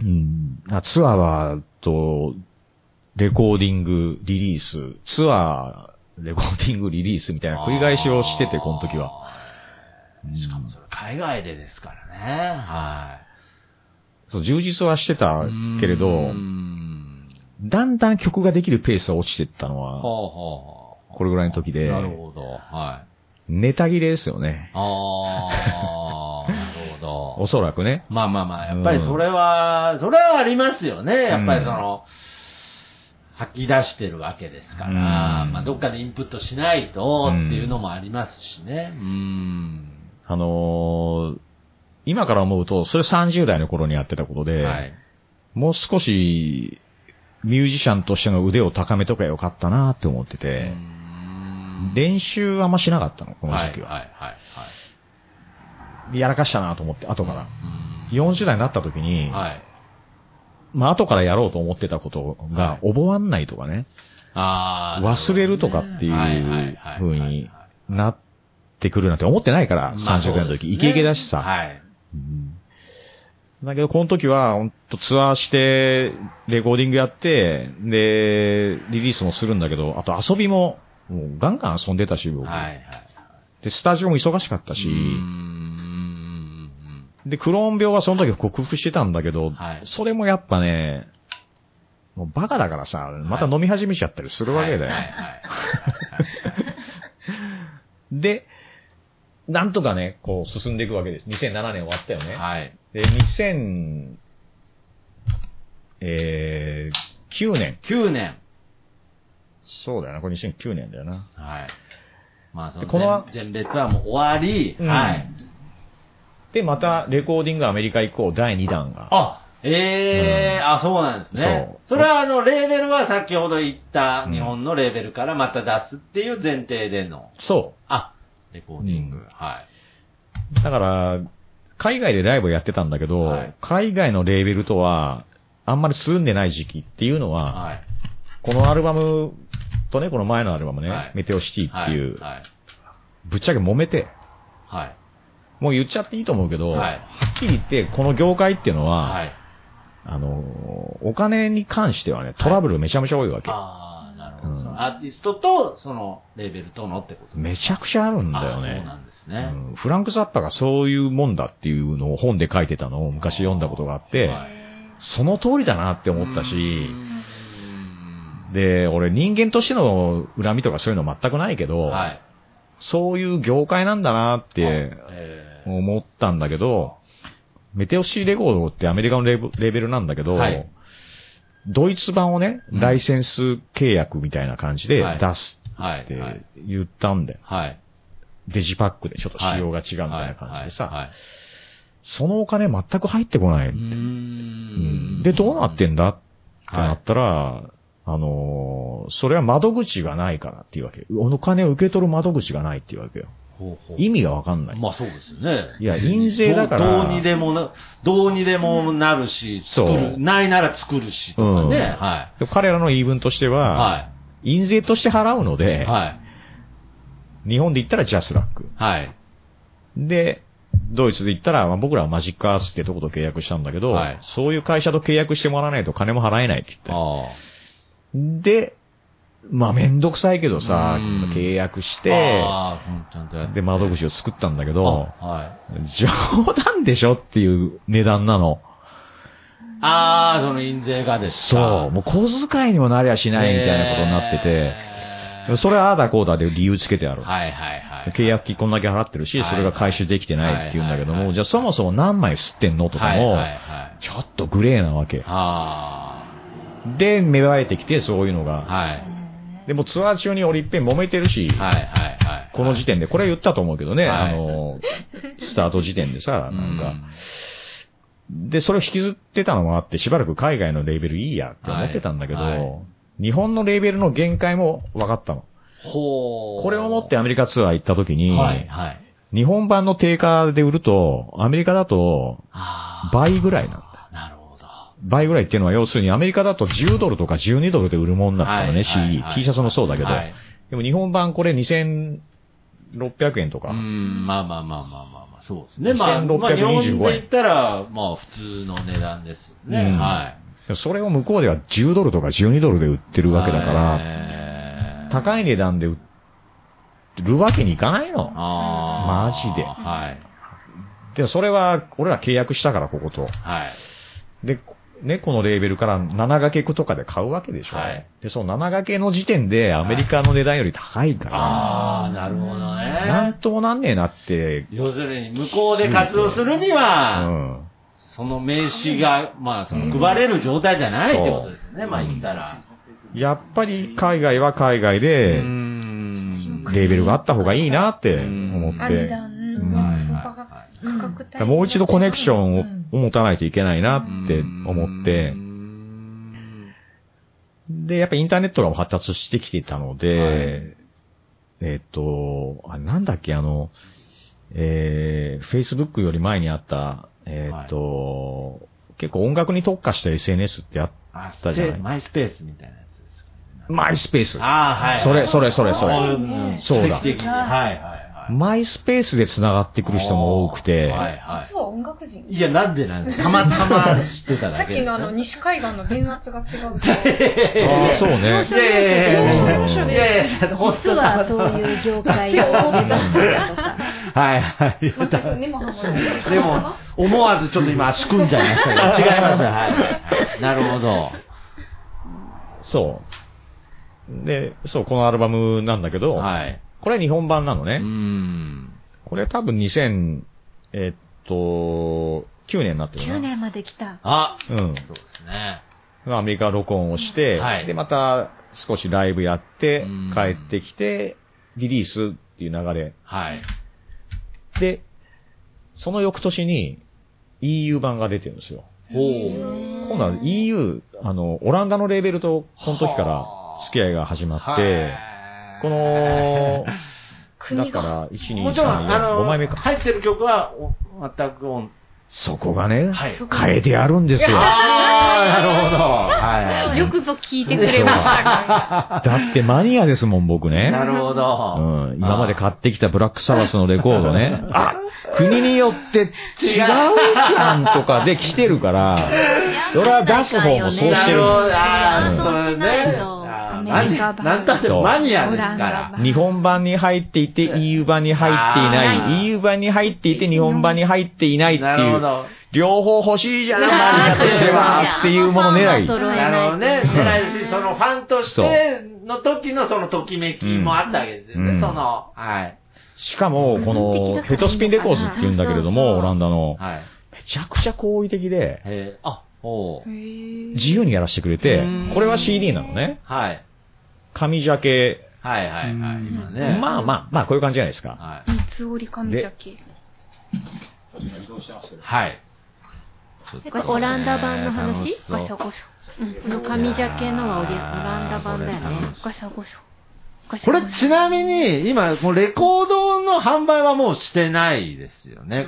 [SPEAKER 5] い
[SPEAKER 6] うん、あツアーは、と、レコーディング、リリース、ツアー、レコーディング、リリースみたいな繰り返しをしてて、この時は。
[SPEAKER 5] あー。しかもそれ海外でですからね。は
[SPEAKER 6] そう、充実はしてた
[SPEAKER 5] い。
[SPEAKER 6] けれ
[SPEAKER 5] う
[SPEAKER 6] ど
[SPEAKER 5] ー、ん
[SPEAKER 6] だんだん曲ができるペースが落ちてったの
[SPEAKER 5] ほう
[SPEAKER 6] は、
[SPEAKER 5] ほうほう。
[SPEAKER 6] これぐらいの時で
[SPEAKER 5] なるほど。はい。
[SPEAKER 6] ネタ切れですよね。
[SPEAKER 5] ああ、なるほ
[SPEAKER 6] [LAUGHS] お
[SPEAKER 5] ど。
[SPEAKER 6] そらくね。
[SPEAKER 5] まあまあまあ、やっぱりそれは、それはありますよね。やっぱりその、吐き出してるわけですから、
[SPEAKER 6] うん
[SPEAKER 5] まあどっかでインプットしないとっていうのもありますしね。うん。
[SPEAKER 6] あのー今から思うと、それ30代の頃にやってたことで、
[SPEAKER 5] はい。
[SPEAKER 6] もう少し、ミュージシャンとしての腕を高めとけばよかったなって思ってて、
[SPEAKER 5] うん
[SPEAKER 6] 練習はあんましなかったの、この
[SPEAKER 5] はい、は
[SPEAKER 6] 時
[SPEAKER 5] い、
[SPEAKER 6] 期は。
[SPEAKER 5] はい、はい。
[SPEAKER 6] やらかしたなと思って、後から。
[SPEAKER 5] うん
[SPEAKER 6] 40代になった時に、
[SPEAKER 5] はい。
[SPEAKER 6] まあ後からやろうと思ってたことが、
[SPEAKER 5] は
[SPEAKER 6] 覚わんないとかね、
[SPEAKER 5] あー
[SPEAKER 6] 忘れるとかってい
[SPEAKER 5] はいはいはいうはい
[SPEAKER 6] 風になってくるなんて思ってないから、
[SPEAKER 5] まあ
[SPEAKER 6] 30代の
[SPEAKER 5] そ
[SPEAKER 6] 時、
[SPEAKER 5] うですね
[SPEAKER 6] イケイケだしさ。
[SPEAKER 5] はい。
[SPEAKER 6] うんだけど、この時は、ほんとツアーして、レコーディングやって、で、リリースもするんだけど、あと遊びも、もうガンガン遊んでたし、僕
[SPEAKER 5] はい、はい。
[SPEAKER 6] で、スタジオも忙しかったし
[SPEAKER 5] う、ん
[SPEAKER 6] で、クローン病はその時克服してたんだけど、
[SPEAKER 5] はい
[SPEAKER 6] それもやっぱね、もうバカだからさ、また飲み始めちゃったりするわけだよ。
[SPEAKER 5] はいはい
[SPEAKER 6] で、なんとかね、こう進んでいくわけです。2007年終わったよね。
[SPEAKER 5] はいはい。
[SPEAKER 6] で、2009年。
[SPEAKER 5] 9年。
[SPEAKER 6] そうだよな、これ2009年だよな。
[SPEAKER 5] はい。まあ、その
[SPEAKER 6] でこの
[SPEAKER 5] 前前列はもう終わり、
[SPEAKER 6] うん
[SPEAKER 5] はい。
[SPEAKER 6] で、また、レコーディングアメリカ行こう、第2弾が。
[SPEAKER 5] あ、ええーあ、そうなんですね。
[SPEAKER 6] そ
[SPEAKER 5] そうれは、あの、レーベルは先ほど言った
[SPEAKER 6] うん
[SPEAKER 5] 日本のレーベルからまた出すっていう前提での、
[SPEAKER 6] そ
[SPEAKER 5] あ、レコーディング。
[SPEAKER 6] うん
[SPEAKER 5] は
[SPEAKER 6] う。だから、海外でライブをやってたんだけど、
[SPEAKER 5] はい
[SPEAKER 6] 海外のレーベルとは、あんまりすんでない時期っていうの
[SPEAKER 5] い。
[SPEAKER 6] は、
[SPEAKER 5] はい。
[SPEAKER 6] このアルバムとね、この前のアルバムね、
[SPEAKER 5] はい
[SPEAKER 6] メテオシティっ
[SPEAKER 5] は
[SPEAKER 6] て
[SPEAKER 5] い。
[SPEAKER 6] いう、
[SPEAKER 5] はい。
[SPEAKER 6] ぶっちゃけ揉めて、
[SPEAKER 5] はい。
[SPEAKER 6] もう言っちゃっていいと思うけど、
[SPEAKER 5] はい
[SPEAKER 6] っきり言って、この業界っていうのは、
[SPEAKER 5] はい。
[SPEAKER 6] あの、お金に関してはね、トラブルめちゃめちゃ多いわけ。
[SPEAKER 5] ああ、なるほど。
[SPEAKER 6] うん
[SPEAKER 5] そのアーティストと、その、レーベルとのってこと
[SPEAKER 6] めちゃくちゃあるんだよ
[SPEAKER 5] あ
[SPEAKER 6] ね
[SPEAKER 5] そうなんですね。
[SPEAKER 6] うんフランク・ザッパがそういうもんだっていうのを本で書いてたのを昔読んだことがあって、
[SPEAKER 5] はい
[SPEAKER 6] その通りだなって思った
[SPEAKER 5] う
[SPEAKER 6] し、
[SPEAKER 5] ん
[SPEAKER 6] で、俺人間としての恨みとかそういうの全くないけど、
[SPEAKER 5] はい。
[SPEAKER 6] そういう業界なんだなって
[SPEAKER 5] えー
[SPEAKER 6] 思ったんだけど、メテオシーレコードってアメリカのレーレーベルなんだけど、
[SPEAKER 5] はい
[SPEAKER 6] ドイツ版をね、
[SPEAKER 5] うん
[SPEAKER 6] ライセンス契約みたいな感じで出す
[SPEAKER 5] は
[SPEAKER 6] っ
[SPEAKER 5] い。は
[SPEAKER 6] て
[SPEAKER 5] い。
[SPEAKER 6] 言ったんだよ。
[SPEAKER 5] はい。
[SPEAKER 6] デジパックでちょっと仕様が違うみたいな感じでさ、
[SPEAKER 5] はいはいはい
[SPEAKER 6] そのお金全く入ってこないう
[SPEAKER 5] ー。ん
[SPEAKER 6] で、どうなってんだってなったら、あのーそれは窓口がないからっていうわけ。お金を受け取る窓口がないっていうわけよ。
[SPEAKER 5] ほうほう
[SPEAKER 6] 意味がわかんない。
[SPEAKER 5] まあそうですよね。
[SPEAKER 6] いや、印税だから。
[SPEAKER 5] どうどうにでもな、どうにでもなるし、
[SPEAKER 6] そう
[SPEAKER 5] 作るないなら作るし、とかね。
[SPEAKER 6] うん
[SPEAKER 5] は
[SPEAKER 6] 彼らの言い分として
[SPEAKER 5] い。
[SPEAKER 6] は、
[SPEAKER 5] は
[SPEAKER 6] 印税として払うの
[SPEAKER 5] い。
[SPEAKER 6] で、
[SPEAKER 5] はい。
[SPEAKER 6] 日本で言ったらジャスラック。
[SPEAKER 5] はい。
[SPEAKER 6] で、ドイツで言ったら、まあ、僕らはマジックアーツってとこと契約したんだけど、
[SPEAKER 5] はい
[SPEAKER 6] そういう会社と契約してもらわないと金も払えないって
[SPEAKER 5] あ
[SPEAKER 6] 言っ
[SPEAKER 5] あ。
[SPEAKER 6] て。で、まあめんどくさいけどさ
[SPEAKER 5] うん、
[SPEAKER 6] 契約して、
[SPEAKER 5] ああ、うんちゃんとやって。
[SPEAKER 6] で、窓口を作ったんだけ
[SPEAKER 5] あ
[SPEAKER 6] ど、
[SPEAKER 5] はい。
[SPEAKER 6] 冗談でしょっていう値段なの。
[SPEAKER 5] ああ、その印税がですか。
[SPEAKER 6] そう。もう小遣いにもなりゃしないみたいなことになってて、
[SPEAKER 5] えー
[SPEAKER 6] それはああだこうだで理由つけてあるんです。
[SPEAKER 5] はいはいはい。
[SPEAKER 6] 契約金こんだけ払ってるし、
[SPEAKER 5] はい
[SPEAKER 6] それが回収できてないって言うんだけど
[SPEAKER 5] はいは
[SPEAKER 6] も、
[SPEAKER 5] い
[SPEAKER 6] じゃあそもそも何枚吸ってんのとかも
[SPEAKER 5] はい、はいはい。
[SPEAKER 6] ちょっとグレーなわけ。
[SPEAKER 5] あ
[SPEAKER 6] で、芽生えてきて、そういうの
[SPEAKER 5] あ。
[SPEAKER 6] が。
[SPEAKER 5] はい。
[SPEAKER 6] でもツアー中に俺いっぺん揉めてるし、
[SPEAKER 5] はいはいはい。
[SPEAKER 6] この時点で、これ言ったと思うけどね、
[SPEAKER 5] はい
[SPEAKER 6] あの、スタート時点でさ、
[SPEAKER 5] う
[SPEAKER 6] なん
[SPEAKER 5] ん
[SPEAKER 6] か、で、それを引きずってたのもあって、しばらく海外のレーベルいいやって思ってたんだけど、
[SPEAKER 5] はいはい
[SPEAKER 6] 日本のレーベルの限界も分かったの。
[SPEAKER 5] ほう。
[SPEAKER 6] これを持ってアメリカツアー行った時に、
[SPEAKER 5] はいはい。
[SPEAKER 6] 日本版の定価で売ると、アメリカだと
[SPEAKER 5] あ
[SPEAKER 6] 倍ぐらいなんだ。
[SPEAKER 5] あ。なるほど。
[SPEAKER 6] 倍ぐらいっていうのは要するにアメリカだと10ドルとか12ドルで売るもんだった
[SPEAKER 5] は
[SPEAKER 6] のね、
[SPEAKER 5] いはい
[SPEAKER 6] CD
[SPEAKER 5] は。い
[SPEAKER 6] T シャツもそうだけど。
[SPEAKER 5] はい
[SPEAKER 6] でも日本版これ2600円とか
[SPEAKER 5] う。ん、まあまあまあまあまあまあ、そうですね。まあ、
[SPEAKER 6] 1625
[SPEAKER 5] まあ、日本で言ったら、まあ、普通の値段ですね。
[SPEAKER 6] うん
[SPEAKER 5] は
[SPEAKER 6] それを向こうでは10ドルとか12ドルで売って
[SPEAKER 5] い。
[SPEAKER 6] るわけだから、
[SPEAKER 5] らい。
[SPEAKER 6] 高い値段で売るわけにいかないの。
[SPEAKER 5] ああ。
[SPEAKER 6] マジで
[SPEAKER 5] はい。
[SPEAKER 6] で、それは、俺ら契約したから、ここと。
[SPEAKER 5] はい。
[SPEAKER 6] で、猫のレーベルから7掛けとかで買うわけでしょ。
[SPEAKER 5] はい
[SPEAKER 6] で、その7掛けの時点でアメリカの値段より高いから、
[SPEAKER 5] ああ、なるほど
[SPEAKER 6] なん
[SPEAKER 5] ね。
[SPEAKER 6] ともなんねえなって、
[SPEAKER 5] 要するに、向こうで活動するに
[SPEAKER 6] う
[SPEAKER 5] は、
[SPEAKER 6] ん。
[SPEAKER 5] その名刺が、まあ、その配れる状態じゃないってことですね。まあ、言ったら。
[SPEAKER 6] やっぱり海外は海外
[SPEAKER 5] う
[SPEAKER 6] で、
[SPEAKER 5] ん
[SPEAKER 6] レーベルがあった方がいいなって思
[SPEAKER 7] あ
[SPEAKER 6] っ
[SPEAKER 7] 値
[SPEAKER 6] て、
[SPEAKER 7] 段
[SPEAKER 6] うん
[SPEAKER 7] の
[SPEAKER 5] はい
[SPEAKER 7] 相場が
[SPEAKER 5] は
[SPEAKER 7] 価格帯
[SPEAKER 6] もう一度コネクションを
[SPEAKER 3] うん
[SPEAKER 6] 持たないといけないない
[SPEAKER 5] はい。
[SPEAKER 6] って思って
[SPEAKER 5] う、ん
[SPEAKER 6] で、やっぱインターネットが発達してきてたので、
[SPEAKER 5] はい
[SPEAKER 6] えっ、と、あ、なんだっけ、あの、えー、Facebook より前にあった、えっ、と、結構音楽に特化した SNS ってあっ
[SPEAKER 5] あ
[SPEAKER 6] たじゃない
[SPEAKER 5] でマイスペースみたいなやつですかね。
[SPEAKER 6] マイスペース。
[SPEAKER 5] ああ、はい。
[SPEAKER 6] それ、それ、それ、そ
[SPEAKER 5] そう
[SPEAKER 6] れ。
[SPEAKER 5] いう
[SPEAKER 6] そうだ
[SPEAKER 5] 奇跡的にはいはいはい。
[SPEAKER 6] マイスペースで繋がってくる人も多くて、
[SPEAKER 5] はいは
[SPEAKER 7] 実は音楽人
[SPEAKER 5] い。いや、なんでなんでたまたま知ってた
[SPEAKER 7] さ
[SPEAKER 5] だ
[SPEAKER 7] っ
[SPEAKER 5] け
[SPEAKER 7] き
[SPEAKER 5] です
[SPEAKER 7] のあの、西海岸の電圧が違
[SPEAKER 6] [LAUGHS]
[SPEAKER 7] うって。
[SPEAKER 6] ああ、そうね。
[SPEAKER 5] いやいやいやいやいやいや、本
[SPEAKER 13] 実
[SPEAKER 5] 当だ
[SPEAKER 13] はそういう業界を目指してたとか。
[SPEAKER 5] はいはい。
[SPEAKER 7] 全く根も葉もない
[SPEAKER 5] でも、思わずちょっと今足組んじゃいましたけど、違います。はい
[SPEAKER 6] [LAUGHS]
[SPEAKER 5] はい。なるほど。
[SPEAKER 6] そう。で、そう、このアルバムなんだけど、
[SPEAKER 5] はい。
[SPEAKER 6] これ日本版なのね。
[SPEAKER 5] うん。
[SPEAKER 6] これ多分2000、えっと、9年になってるな。
[SPEAKER 3] 9年まで来た。
[SPEAKER 5] あ、
[SPEAKER 6] うん。
[SPEAKER 5] そうですね。
[SPEAKER 6] アメリカ録音をして、
[SPEAKER 5] はい
[SPEAKER 6] で、また少しライブやって
[SPEAKER 5] うん、
[SPEAKER 6] 帰ってきて、リリースっていう流れ。
[SPEAKER 5] はい。
[SPEAKER 6] で、その翌年に EU 版が出てるんですよ。
[SPEAKER 5] ほう。
[SPEAKER 6] 今度は EU、あの、オランダのレーベルとこの時から付き合いが始まって、こ
[SPEAKER 5] [LAUGHS]
[SPEAKER 6] の、だから、1、2、
[SPEAKER 5] もちろん、
[SPEAKER 6] 3、
[SPEAKER 5] あ
[SPEAKER 6] 4、5
[SPEAKER 5] の、
[SPEAKER 6] 枚目か。
[SPEAKER 5] 入ってる曲は、お全く音。
[SPEAKER 6] そこがね、
[SPEAKER 5] はい。
[SPEAKER 6] 変えてやるんですよ。
[SPEAKER 5] ああ、なるほど。はいはいはい。
[SPEAKER 7] よくぞ聞いてくれましたが。
[SPEAKER 6] だってマニアですもん、僕ね。
[SPEAKER 5] なるほど。
[SPEAKER 6] うん、今まで買ってきたブラックサバスのレコードね。あ、国によって違うじゃんとかで来てるから、それは出す方もそう
[SPEAKER 5] な
[SPEAKER 6] して
[SPEAKER 5] る
[SPEAKER 6] る
[SPEAKER 5] ほ。ど。あ
[SPEAKER 6] う
[SPEAKER 5] あ、
[SPEAKER 6] ん
[SPEAKER 5] そう
[SPEAKER 4] そうしない
[SPEAKER 5] ね。
[SPEAKER 4] と
[SPEAKER 5] あー
[SPEAKER 7] アメリカ版
[SPEAKER 5] なんたってマニアですか
[SPEAKER 7] オランダ
[SPEAKER 5] ら。
[SPEAKER 7] 版
[SPEAKER 6] 日本版に入っていて、EU 版に入ってい
[SPEAKER 5] あ
[SPEAKER 6] な
[SPEAKER 5] ー
[SPEAKER 6] い、EU 版に入っていて、日本版に入っていないって
[SPEAKER 5] なる
[SPEAKER 6] い
[SPEAKER 5] ほ
[SPEAKER 6] う、
[SPEAKER 5] ど。
[SPEAKER 6] 両方欲しいじゃん、マニアとしては、っていうもの狙い。
[SPEAKER 4] 揃え
[SPEAKER 5] なる
[SPEAKER 4] ない
[SPEAKER 5] ほどね。狙いし、そのファンとし
[SPEAKER 6] そう
[SPEAKER 5] ての時のそのときめきもあったわけですよね、
[SPEAKER 6] うん
[SPEAKER 5] その。はい。
[SPEAKER 6] しかも、この、ヘッドスピンレコーズって言うんだけれども、オランダの、
[SPEAKER 5] はい。
[SPEAKER 6] めちゃくちゃ好意的で、
[SPEAKER 5] えー、あ、ほう。
[SPEAKER 6] 自由にやらせてくれて
[SPEAKER 5] うん、
[SPEAKER 6] これは CD なのね。
[SPEAKER 5] はい。
[SPEAKER 6] 紙ジャケ、
[SPEAKER 5] はいはいはい。今ね。
[SPEAKER 6] まあまあ、まあこういう感じじゃないですか。
[SPEAKER 5] はい。
[SPEAKER 7] 三つ折り紙ジャケ。
[SPEAKER 5] はい。
[SPEAKER 4] これオランダ版の話
[SPEAKER 5] こ
[SPEAKER 4] ゴソゴソ。
[SPEAKER 7] うん
[SPEAKER 4] この紙ジャケのはオリオランダ版だよね。
[SPEAKER 7] ガシャゴシャ。ガシャ
[SPEAKER 5] こ
[SPEAKER 7] ゴ
[SPEAKER 5] れ
[SPEAKER 7] シャ
[SPEAKER 5] ちなみに、今、もうレコードの販売はもうしてないですよね。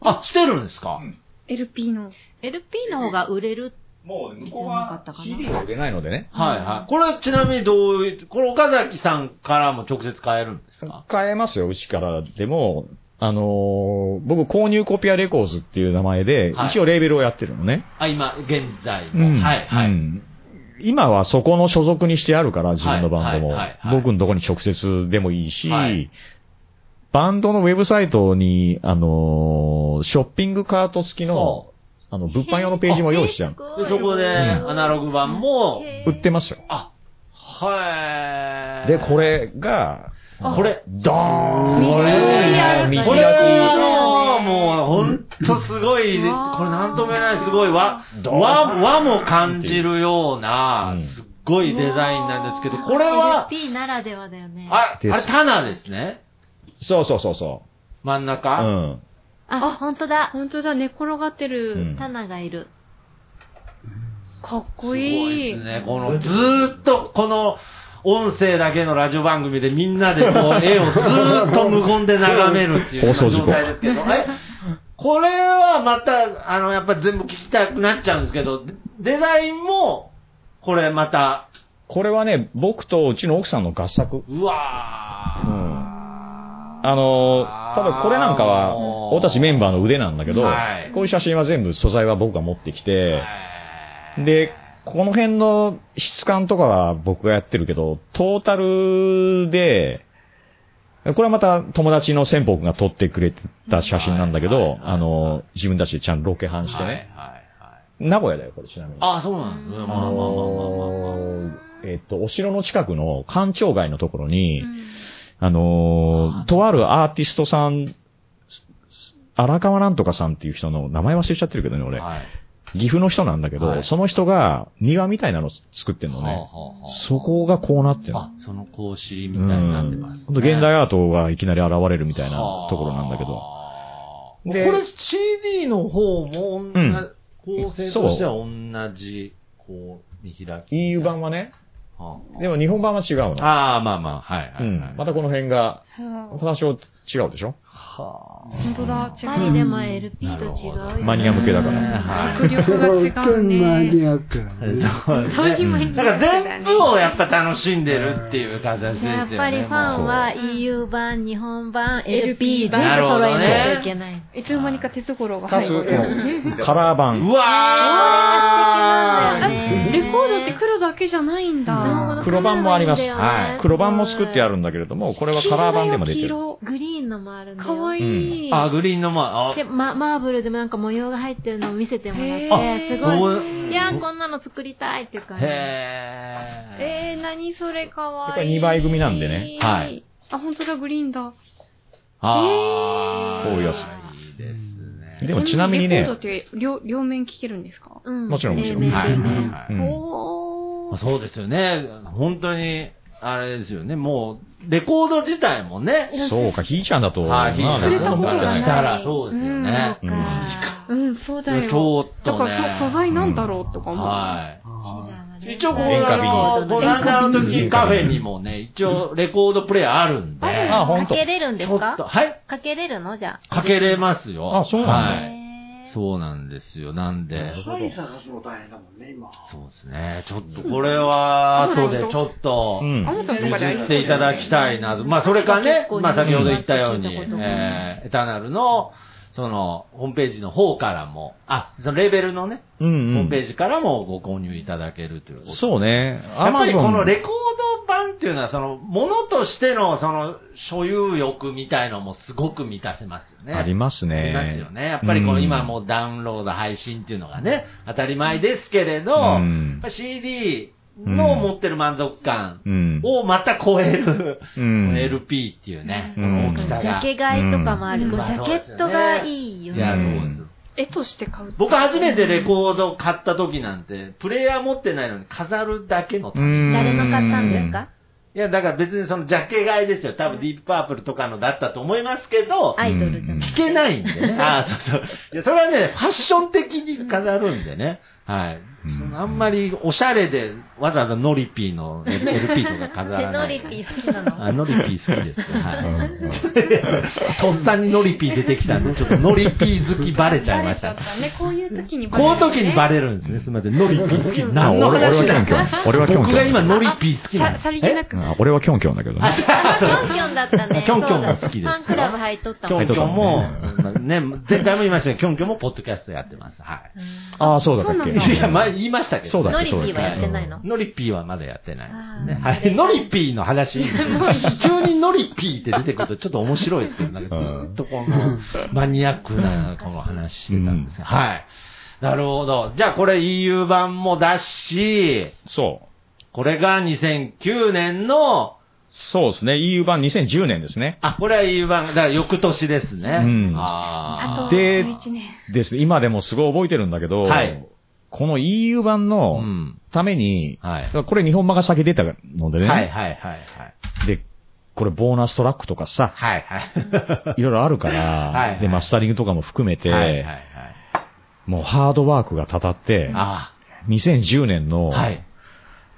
[SPEAKER 5] あ、してるんですか、
[SPEAKER 7] LP の。
[SPEAKER 4] LP の方が売れる。
[SPEAKER 6] もう
[SPEAKER 4] 向こうは CD
[SPEAKER 6] が売れないのでね。
[SPEAKER 5] はいはい。これはちなみにどういう、これ岡崎さんからも直接買えるんですか
[SPEAKER 6] 買えますよ、うちから。でも、あのー僕、購入コピアレコーズっていう名前で、
[SPEAKER 5] はい
[SPEAKER 6] 一応レーベルをやってるのね。
[SPEAKER 5] あ、今、現在も。はいは
[SPEAKER 6] う
[SPEAKER 5] い。
[SPEAKER 6] ん今はそこの所属にしてあるから、自分のバンドも
[SPEAKER 5] はいはいはい。はい
[SPEAKER 6] 僕のとこに直接でもいいし、
[SPEAKER 5] はい
[SPEAKER 6] バンドのウェブサイトに、あのーショッピングカート付きの、あの、物販用のページも用意してある。
[SPEAKER 5] でそこで、
[SPEAKER 6] うん
[SPEAKER 5] アナログ版も、
[SPEAKER 6] 売ってますよ。
[SPEAKER 5] あ、
[SPEAKER 12] は
[SPEAKER 6] で、こ。れが、
[SPEAKER 5] これ、
[SPEAKER 6] ドーン
[SPEAKER 5] これ
[SPEAKER 6] 右
[SPEAKER 5] ね、
[SPEAKER 6] 足
[SPEAKER 5] これはあの、もう、ほんとすごい、これなんとも言えない、すごい和、和、和も感じるような
[SPEAKER 6] うん、
[SPEAKER 5] すっごいデザインなんですけど、これは、
[SPEAKER 4] LP ならではだよね。
[SPEAKER 5] あ、あ
[SPEAKER 6] です
[SPEAKER 5] れ、タナですね。
[SPEAKER 6] そうそうそうそ
[SPEAKER 5] 真ん
[SPEAKER 6] う。う
[SPEAKER 5] 中。
[SPEAKER 6] ん。
[SPEAKER 4] あ、本当だ。
[SPEAKER 7] 本当だ、寝転がってる。
[SPEAKER 6] うん
[SPEAKER 4] タナがいる。
[SPEAKER 5] す
[SPEAKER 7] かっ
[SPEAKER 5] ご
[SPEAKER 7] こい
[SPEAKER 5] い
[SPEAKER 7] い。
[SPEAKER 5] ですね。この、ずーっと、この、音声だけのラジオ番組でみんなでこう絵をずーっと無言で眺めるっていう
[SPEAKER 6] 放送事故
[SPEAKER 5] 状態ですけど、えこれはまた、あの、やっぱり全部聞きたくなっちゃうんですけど、デザインも、これまた、
[SPEAKER 6] これはね、僕とうちの奥さんの合作。
[SPEAKER 5] うわ
[SPEAKER 6] う
[SPEAKER 5] ー。
[SPEAKER 6] ん。あのー、多分これなんかは、
[SPEAKER 5] おー
[SPEAKER 6] 私メンバーの腕なんだけど、
[SPEAKER 5] はい
[SPEAKER 6] こういう写真は全部素材は僕が持ってきて、
[SPEAKER 5] はい
[SPEAKER 6] で、この辺の質感とかは僕がやってるけど、トータルで、これはまた友達の先方君が撮ってくれた写真なんだけ
[SPEAKER 5] はいはい
[SPEAKER 6] ど
[SPEAKER 5] は、い
[SPEAKER 6] あの、自分たちでちゃんとロケハンして
[SPEAKER 5] はいはい
[SPEAKER 6] ね。
[SPEAKER 5] はい
[SPEAKER 6] 名古屋だよ、これちなみに。
[SPEAKER 5] あ、そうなんですね。まあまあまあまあまあまあ。
[SPEAKER 6] えっと、お城の近くの官庁街のところに、
[SPEAKER 7] うん
[SPEAKER 6] あのーとあるアーティストさん、荒川なんとかさんっていう人の名前忘れちゃってるけどね、俺。
[SPEAKER 5] はい
[SPEAKER 6] 岐阜の人なんだけど、
[SPEAKER 5] はい
[SPEAKER 6] その人が庭みたいなの作ってんの
[SPEAKER 5] はあは
[SPEAKER 6] ね。
[SPEAKER 5] あはあ
[SPEAKER 6] そこがこうなってる
[SPEAKER 5] あ、その格子み
[SPEAKER 6] う
[SPEAKER 5] たいになって
[SPEAKER 6] ん
[SPEAKER 5] ます、ね。
[SPEAKER 6] ほんと現代アートがいきなり現れるみたいなところなんだけど。
[SPEAKER 5] はあ。
[SPEAKER 6] で
[SPEAKER 5] これ CD の方も、同じ構成としては同じ、こう、見開き。
[SPEAKER 6] EU 版はね、
[SPEAKER 5] はあ
[SPEAKER 6] でも日本版は違うの。
[SPEAKER 5] ああ、まあまあ、はいは
[SPEAKER 6] う
[SPEAKER 5] い、
[SPEAKER 6] ん
[SPEAKER 5] はい。
[SPEAKER 6] またこの辺が、多少違うでしょ
[SPEAKER 5] は
[SPEAKER 7] 本当だ、違
[SPEAKER 4] パリで
[SPEAKER 7] う。
[SPEAKER 4] も LP と違うよね。
[SPEAKER 6] マニア向けだから。
[SPEAKER 5] はい
[SPEAKER 7] 迫力が違う
[SPEAKER 13] マニ
[SPEAKER 7] ね。
[SPEAKER 13] アックだね。
[SPEAKER 5] そうです
[SPEAKER 7] そうい
[SPEAKER 5] ね。
[SPEAKER 7] うもいい
[SPEAKER 5] だから全部をやっぱ楽しんでるっていう感じですよね。
[SPEAKER 4] やっぱりファンは EU 版、日本版、LP 全部
[SPEAKER 5] なるほ
[SPEAKER 4] 揃
[SPEAKER 5] ど
[SPEAKER 4] え
[SPEAKER 5] ね
[SPEAKER 4] ないといけない。
[SPEAKER 7] いつの間にか鉄五郎が
[SPEAKER 6] か
[SPEAKER 7] 入
[SPEAKER 6] つ、
[SPEAKER 7] っ
[SPEAKER 6] こ
[SPEAKER 7] てる。
[SPEAKER 6] のカラー版
[SPEAKER 5] う。
[SPEAKER 4] そうなん
[SPEAKER 5] わー
[SPEAKER 4] だよね
[SPEAKER 7] レコードって黒だけじゃないんだ。
[SPEAKER 6] 黒版もあります
[SPEAKER 5] はい
[SPEAKER 6] 黒版も作ってあ
[SPEAKER 4] る。
[SPEAKER 6] るんだけれども、これはカラー版でも出て
[SPEAKER 7] 黄
[SPEAKER 6] る。
[SPEAKER 7] 色
[SPEAKER 4] グリーンのもあるんだよ。
[SPEAKER 7] かわ
[SPEAKER 4] い
[SPEAKER 7] いい。
[SPEAKER 5] あ、グリーンのまあ、
[SPEAKER 4] で、ま、マーブルでもなんか模様が入ってるのを見せてもらっ
[SPEAKER 7] へ
[SPEAKER 4] て、
[SPEAKER 7] ー
[SPEAKER 4] す
[SPEAKER 5] そ
[SPEAKER 4] ご
[SPEAKER 5] う
[SPEAKER 4] い。いやー、こんなの作りたいっていう感じ。
[SPEAKER 5] へ
[SPEAKER 7] えー、何それかわいい。
[SPEAKER 6] やっぱり二枚組なんでね
[SPEAKER 5] はい。
[SPEAKER 7] あ、本当だ、グリーンだ。
[SPEAKER 5] ー。あー。
[SPEAKER 6] こういうやつ
[SPEAKER 5] いいですね。
[SPEAKER 6] でもちなみにね
[SPEAKER 7] レコードって両両面聴けるんですか
[SPEAKER 4] うん
[SPEAKER 6] もちろんもちろん
[SPEAKER 4] ね
[SPEAKER 5] はいはい
[SPEAKER 4] ね
[SPEAKER 5] はい。
[SPEAKER 6] うん
[SPEAKER 7] お
[SPEAKER 5] まあ
[SPEAKER 7] ー。
[SPEAKER 5] そうですよね。本当に、あれですよね。もう、レコード自体もね。
[SPEAKER 6] そうか、ひーちゃんだと、
[SPEAKER 5] はい、ヒ
[SPEAKER 6] まあ
[SPEAKER 5] ー
[SPEAKER 7] れ
[SPEAKER 5] ロ
[SPEAKER 7] た
[SPEAKER 5] ー
[SPEAKER 7] こ
[SPEAKER 5] か
[SPEAKER 7] と
[SPEAKER 5] ら
[SPEAKER 7] がない
[SPEAKER 5] したらそうですよね。
[SPEAKER 4] そうか。
[SPEAKER 7] うん、そうだ
[SPEAKER 5] 京
[SPEAKER 7] よ。だ
[SPEAKER 5] 都ね。
[SPEAKER 7] からそ素材なんだろうとかも。
[SPEAKER 5] は
[SPEAKER 13] あ
[SPEAKER 5] い。一応、こう、
[SPEAKER 6] 演歌瓶
[SPEAKER 5] あの、ご覧の
[SPEAKER 6] 演歌瓶
[SPEAKER 5] 時カフェにもね、一応、レコードプレイヤーあるんで。
[SPEAKER 6] あ、ほん
[SPEAKER 4] か
[SPEAKER 6] と。
[SPEAKER 4] けれるんで
[SPEAKER 5] ち
[SPEAKER 4] す
[SPEAKER 5] ょっ
[SPEAKER 4] か
[SPEAKER 5] と、はい。
[SPEAKER 4] かけれるのじゃ
[SPEAKER 5] かけれますよ。
[SPEAKER 6] あそうなんだ
[SPEAKER 5] は
[SPEAKER 4] あ。
[SPEAKER 5] い。
[SPEAKER 4] へー
[SPEAKER 5] そうなんですよ。なんで、
[SPEAKER 13] 範囲探すの大変だもんね、今。
[SPEAKER 5] そうですね。ちょっと、これは、後でちょっと
[SPEAKER 6] う、ん
[SPEAKER 7] あ。なた
[SPEAKER 5] 譲
[SPEAKER 7] とかであり
[SPEAKER 5] っ
[SPEAKER 7] そう
[SPEAKER 5] ていただきたいなと。まあ、それかね
[SPEAKER 4] 結構、
[SPEAKER 5] まあ、先ほど言ったように
[SPEAKER 4] 聞いたこと、
[SPEAKER 5] えー、エターナルの、その、ホームページの方からも、あ、そのレーベルのね、
[SPEAKER 6] うん
[SPEAKER 5] ホ
[SPEAKER 6] う
[SPEAKER 5] ームペ
[SPEAKER 6] ん。
[SPEAKER 5] ージからもご購入いただけるということ。
[SPEAKER 6] そうね。
[SPEAKER 5] やっぱり
[SPEAKER 6] Amazon
[SPEAKER 5] このレコード版っていうのは、その、ものとしての、その、所有欲みたいのもすごく満たせますよね。
[SPEAKER 6] ありま
[SPEAKER 5] あ
[SPEAKER 6] す
[SPEAKER 5] ります
[SPEAKER 6] ね
[SPEAKER 5] よ。ね。やっぱりこの
[SPEAKER 6] うん
[SPEAKER 5] 今もうダウンロード配信っていうのがね、当たり前ですけれど、
[SPEAKER 6] う
[SPEAKER 5] やっ
[SPEAKER 6] ん
[SPEAKER 5] ぱ CD の持ってる満足感
[SPEAKER 6] うん。
[SPEAKER 5] をまた超える、
[SPEAKER 6] うん
[SPEAKER 5] LP っていうね、こ
[SPEAKER 6] うん
[SPEAKER 5] の大き
[SPEAKER 4] ジ
[SPEAKER 5] さが。
[SPEAKER 4] ャケ
[SPEAKER 5] い
[SPEAKER 4] 買いとかもある。
[SPEAKER 7] うん
[SPEAKER 4] こうジャケットがいいよね。
[SPEAKER 5] や、そうです。
[SPEAKER 7] 絵として買う。
[SPEAKER 5] 僕初めてレコード買った時なんて、プレイヤー持ってないのに飾るだけの。
[SPEAKER 6] うん
[SPEAKER 4] 誰の買ったんですか
[SPEAKER 5] いや、だから別にそのジャケ買いですよ。多分ディープパープルとかのだったと思いますけど、
[SPEAKER 4] アイドルじゃなく
[SPEAKER 5] 聞
[SPEAKER 4] て
[SPEAKER 5] けないんで
[SPEAKER 4] [LAUGHS]
[SPEAKER 5] ね。ああ、そうそう。いや、それはね、ファッション的に飾るんでね。はい。
[SPEAKER 6] うん
[SPEAKER 5] そのあんまりおしゃれで、わざわざノリピーの LP とか飾ら
[SPEAKER 4] 手
[SPEAKER 5] な
[SPEAKER 4] 乗 [LAUGHS]
[SPEAKER 5] い。
[SPEAKER 4] りピー好きなの。
[SPEAKER 5] あ、ノリピー好きですね。
[SPEAKER 6] う
[SPEAKER 5] は
[SPEAKER 6] ん
[SPEAKER 5] い。 [LAUGHS] とっさにノリピー出てきたんで、ちょっとノリピー好きバレちゃいました
[SPEAKER 7] バレ。ちゃったね。こういう時にバレ
[SPEAKER 5] こういう時にバ
[SPEAKER 7] レ
[SPEAKER 5] レるんですね。すみません。ノリピー好き。
[SPEAKER 6] あ
[SPEAKER 5] 何の
[SPEAKER 6] 俺
[SPEAKER 5] 話
[SPEAKER 6] 俺
[SPEAKER 5] だ
[SPEAKER 6] はキョンキョン。俺はキョンキョン。
[SPEAKER 5] 僕が今ノリピー好きな
[SPEAKER 7] さ、
[SPEAKER 5] の。
[SPEAKER 7] さりげな
[SPEAKER 5] え
[SPEAKER 7] く。
[SPEAKER 6] うん俺はキョンキョンだけどね。
[SPEAKER 4] あキョンキョンだったね。
[SPEAKER 5] キョンキョンが好きです
[SPEAKER 4] そうだファンクラブ入っとった
[SPEAKER 5] キ
[SPEAKER 4] も
[SPEAKER 5] ョン
[SPEAKER 4] ん。
[SPEAKER 5] キョンも
[SPEAKER 6] は、
[SPEAKER 5] ね、前回も言いましたけど、キ [LAUGHS] ョンキョンもポッドキャストやってます。は
[SPEAKER 6] ああ、そうだったっ
[SPEAKER 7] そう
[SPEAKER 5] い。
[SPEAKER 7] ない
[SPEAKER 5] や、
[SPEAKER 6] け。
[SPEAKER 5] 前言いましたけど。
[SPEAKER 6] そうだ
[SPEAKER 4] ノ
[SPEAKER 6] っ
[SPEAKER 4] リ
[SPEAKER 6] け、
[SPEAKER 4] ピー
[SPEAKER 6] そう
[SPEAKER 4] は
[SPEAKER 6] だ
[SPEAKER 4] やっ
[SPEAKER 6] っ
[SPEAKER 4] て
[SPEAKER 6] け。
[SPEAKER 4] ないの
[SPEAKER 5] ノリピーはまだやってないですね。
[SPEAKER 4] あ
[SPEAKER 5] は
[SPEAKER 4] ー
[SPEAKER 5] い。ノリピーの話いいですね。急にノリピーって出てくるとちょっと面白いですけど、なんかずっとこのマニアックなこの話してたんですが。はい。なるほど。じゃあこれ EU 版もだし、
[SPEAKER 6] そ
[SPEAKER 5] これが2009年の、
[SPEAKER 6] そうですね。EU 版2010年ですね。
[SPEAKER 5] あ、これは EU 版、だから翌年ですね。
[SPEAKER 6] うん
[SPEAKER 5] あー
[SPEAKER 7] あと
[SPEAKER 6] で
[SPEAKER 7] 11年。
[SPEAKER 6] ですね。今でもすごい覚えてるんだけど、
[SPEAKER 5] はい
[SPEAKER 6] この EU 版
[SPEAKER 5] う
[SPEAKER 6] の
[SPEAKER 5] ん。
[SPEAKER 6] ために、
[SPEAKER 5] はい。
[SPEAKER 6] これ日本版が先出たのでね、
[SPEAKER 5] はいはいはい
[SPEAKER 6] で、これボーナストラックとかさ、
[SPEAKER 5] はい。はい
[SPEAKER 6] ろいろあるから、
[SPEAKER 5] [LAUGHS] はいはい
[SPEAKER 6] で、マスタリングとかも含めて、
[SPEAKER 5] い。はいはいはい。
[SPEAKER 6] もうハードワークがたたって、
[SPEAKER 5] あ
[SPEAKER 6] 2010年の、
[SPEAKER 5] あ。はい。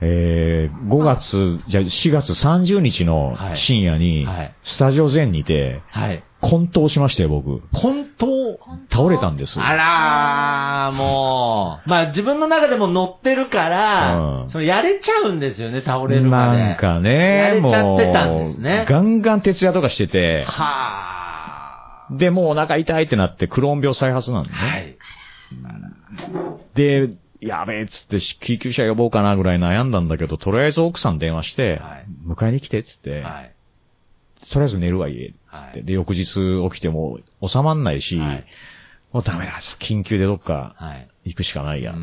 [SPEAKER 6] えー5月、じゃあ4月30日の
[SPEAKER 5] はい
[SPEAKER 6] 深夜に、
[SPEAKER 5] はい
[SPEAKER 6] スタジオ前にて、
[SPEAKER 5] はい。
[SPEAKER 6] 混沌しまして僕、
[SPEAKER 5] 混沌
[SPEAKER 6] 倒れたんです。
[SPEAKER 5] あらー、もう。まあ自分の中でも乗ってるから、
[SPEAKER 6] うん
[SPEAKER 5] そのやれちゃうんですよね、倒れるまで。
[SPEAKER 6] なんか
[SPEAKER 5] や
[SPEAKER 6] ね、
[SPEAKER 5] れちゃってたん
[SPEAKER 6] も
[SPEAKER 5] ですね
[SPEAKER 6] う、ガンガン徹夜とかしてて、
[SPEAKER 5] はあ。
[SPEAKER 6] で、もうお腹痛いってなって、クローン病再発なんでね。
[SPEAKER 5] はい。
[SPEAKER 6] で、やべえっつって、し救急車呼ぼうかなぐらい悩んだんだけど、とりあえず奥さん電話して、
[SPEAKER 5] はい
[SPEAKER 6] 迎えに来てっつって、
[SPEAKER 5] はい。
[SPEAKER 6] とりあえず寝るわ家、つって、
[SPEAKER 5] はい
[SPEAKER 6] で、翌日起きても収まんないし、
[SPEAKER 5] はい
[SPEAKER 6] もうダメだ、緊急でどっか
[SPEAKER 5] はい。
[SPEAKER 6] 行くしかないや。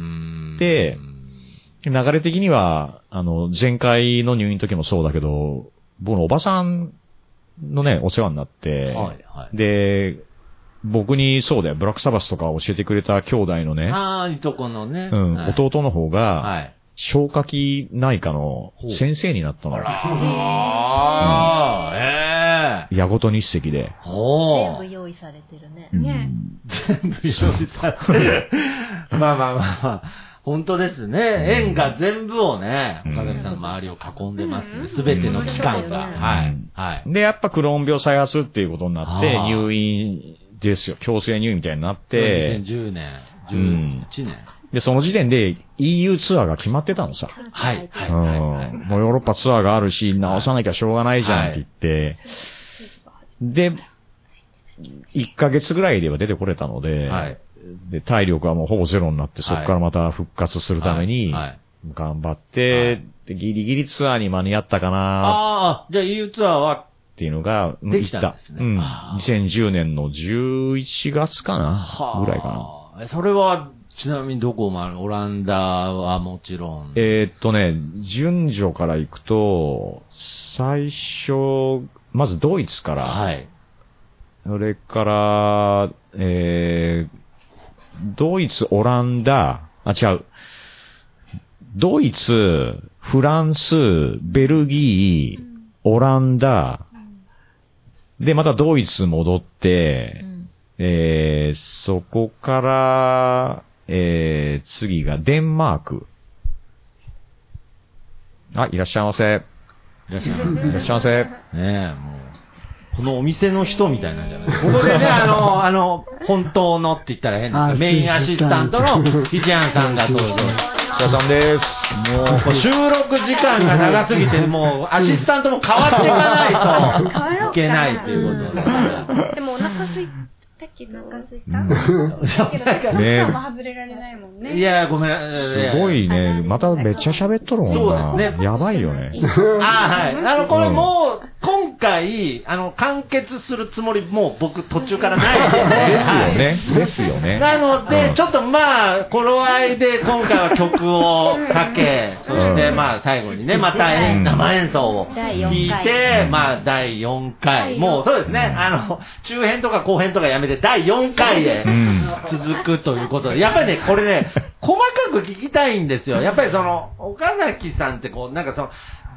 [SPEAKER 6] で
[SPEAKER 5] で、
[SPEAKER 6] 流れ的には、あの、前回の入院の時もそうだけど、僕のおばさんのね、お世話になって、
[SPEAKER 5] はいはい。
[SPEAKER 6] で、僕にそうだよ、ブラックサバスとか教えてくれた兄弟のね、
[SPEAKER 5] ああ、いとこのね。
[SPEAKER 6] うん、
[SPEAKER 5] はい
[SPEAKER 6] 弟の方が、
[SPEAKER 5] はい。
[SPEAKER 6] 消化器内科の先生になったのよ。
[SPEAKER 5] ああ、ええ。
[SPEAKER 6] 矢ごと日赤で。
[SPEAKER 5] お
[SPEAKER 4] 全部
[SPEAKER 5] ー
[SPEAKER 4] 用意されてるね。
[SPEAKER 7] ね
[SPEAKER 5] 全部用意されてる [LAUGHS] まあまあまあまあ。本当ですね。縁が全部をね、
[SPEAKER 6] うん
[SPEAKER 5] 岡崎さんの周りを囲んでます
[SPEAKER 7] うん
[SPEAKER 5] ね。すべての機関が。
[SPEAKER 4] うん
[SPEAKER 5] はい
[SPEAKER 6] うん。
[SPEAKER 5] はい。
[SPEAKER 6] で、やっぱクローン病再発っていうことになって、
[SPEAKER 5] あー
[SPEAKER 6] 入院ですよ。強制入院みたいになって、
[SPEAKER 5] 2010年、
[SPEAKER 6] うん
[SPEAKER 5] 11年。
[SPEAKER 6] で、その時点で EU ツアーが決まってたのさ。
[SPEAKER 5] はい。は
[SPEAKER 6] う
[SPEAKER 5] い
[SPEAKER 6] ん。
[SPEAKER 5] はい。
[SPEAKER 6] もうヨーロッパツアーがあるし、直さなきゃしょうがないじゃんって言って、で、1ヶ月ぐらいでは出てこれたので、
[SPEAKER 5] はい
[SPEAKER 6] で体力はもうほぼゼロになって、そこからまた復活するために、
[SPEAKER 5] はいはい
[SPEAKER 6] 頑張っ
[SPEAKER 5] は
[SPEAKER 6] て
[SPEAKER 5] い、
[SPEAKER 6] でギリギリツアーに間に合ったかな
[SPEAKER 5] ああ、じゃあ EU ツアーは、
[SPEAKER 6] っていうのが、うん
[SPEAKER 5] できたんですね
[SPEAKER 6] うん。
[SPEAKER 5] あー
[SPEAKER 6] 2010年の11月かな
[SPEAKER 5] はあ
[SPEAKER 6] ぐらいかな。
[SPEAKER 5] えそれは、ちなみにどこもあるオランダはもちろん。
[SPEAKER 6] えーっとね、順序から行くと、最初、まずドイツから、
[SPEAKER 5] はい。
[SPEAKER 6] それから、えー、ドイツ、オランダ、あ、違う。ドイツ、フランス、ベルギー、オランダ、で、またドイツ戻って、
[SPEAKER 4] うん
[SPEAKER 6] えー、そこから、えー、次がデンマーク。あ、いらっしゃいませ。
[SPEAKER 5] いらっしゃい
[SPEAKER 6] いらっしゃいませ。
[SPEAKER 5] ねえ、もう。このお店の人みたいなんじゃないここでね、あの、あの、本当のって言ったら変ですけど
[SPEAKER 11] あ
[SPEAKER 5] メインアシスタントのヒジアンさんが登場。
[SPEAKER 6] お疲れさんです。もう、
[SPEAKER 5] もう収録時間が長すぎて、もうアシスタントも変わっていかないといけないということで。
[SPEAKER 7] でもお腹空いたけど、お腹空い
[SPEAKER 6] うん
[SPEAKER 7] たけど、パン
[SPEAKER 6] ね
[SPEAKER 7] は外れられないもんね。
[SPEAKER 5] いや、ごめん。
[SPEAKER 6] すごいね。まためっちゃ喋っとるもんな。
[SPEAKER 5] そうですね
[SPEAKER 6] やばいよね。
[SPEAKER 5] あはい。あの、これもう、今回、あの、完結するつもり、もう僕途中からないで
[SPEAKER 6] で
[SPEAKER 5] ね。
[SPEAKER 6] すよね。ですよね。
[SPEAKER 5] なの
[SPEAKER 6] う
[SPEAKER 5] で
[SPEAKER 6] ん、
[SPEAKER 5] ちょっとまあ、頃合いで今回は曲をかけ、そして
[SPEAKER 6] うん
[SPEAKER 5] まあ最後にね、また
[SPEAKER 6] うん
[SPEAKER 5] 演生演奏を
[SPEAKER 4] 第
[SPEAKER 5] 弾い
[SPEAKER 4] 4回。
[SPEAKER 5] て、まあ第4回、もうそうですね、あの、中編とか後編とかやめて第4回へ
[SPEAKER 6] うん
[SPEAKER 5] 続くということで、やっぱりね、これ
[SPEAKER 6] [LAUGHS]
[SPEAKER 5] ね、細かく聞きたいんですよ。やっぱりその、岡崎さんってこう、なんかその、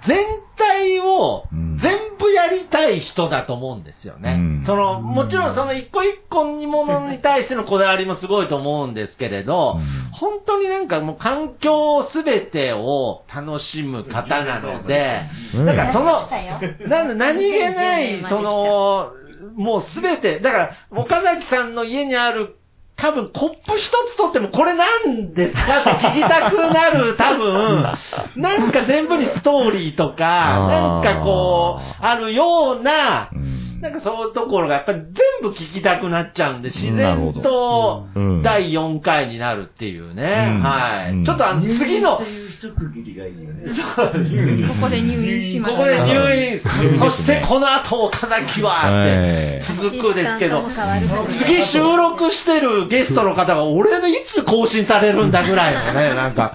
[SPEAKER 5] 全体を
[SPEAKER 6] うん
[SPEAKER 5] 全部やりたい人だと思うんですよね。
[SPEAKER 6] うん
[SPEAKER 5] その、もちろんその一個一個にものに対してのこだわりもすごいと思うんですけれど、
[SPEAKER 6] うん
[SPEAKER 5] 本当になんかもう環境すべてを楽しむ方なので、
[SPEAKER 6] うん
[SPEAKER 5] なんかその
[SPEAKER 4] 来、たよ
[SPEAKER 5] なんだ何気ない
[SPEAKER 4] 2010、
[SPEAKER 5] その、もうすべて、だから、岡崎さんの家にある、多分コップ一つ取ってもこれなんですかって聞きたくなる、多
[SPEAKER 6] [LAUGHS]
[SPEAKER 5] 分、なんか全部にストーリーとか、な
[SPEAKER 6] あ
[SPEAKER 5] ん
[SPEAKER 6] ー
[SPEAKER 5] かこう、あるような
[SPEAKER 6] う、ん
[SPEAKER 5] なんかそういうところがやっぱり全部聞きたくなっちゃうんで、自
[SPEAKER 6] なるほ
[SPEAKER 5] 然と
[SPEAKER 6] うん
[SPEAKER 5] 第4回になるっていうね。
[SPEAKER 6] うん
[SPEAKER 5] は
[SPEAKER 6] うん
[SPEAKER 5] い。ちょっとあの次の
[SPEAKER 13] っ、ていう一区切りがいいよね。
[SPEAKER 7] ここで入院しま
[SPEAKER 5] こ
[SPEAKER 7] す。
[SPEAKER 5] こで入
[SPEAKER 6] う
[SPEAKER 5] 院、
[SPEAKER 6] ん
[SPEAKER 5] そしてこの後岡崎は、
[SPEAKER 6] え
[SPEAKER 5] って続くですけど
[SPEAKER 4] アシス、タントも変わるし
[SPEAKER 5] 次収
[SPEAKER 6] [LAUGHS]
[SPEAKER 5] 録してるゲストの方が俺のいつ更新されるんだぐらいのね、なんか、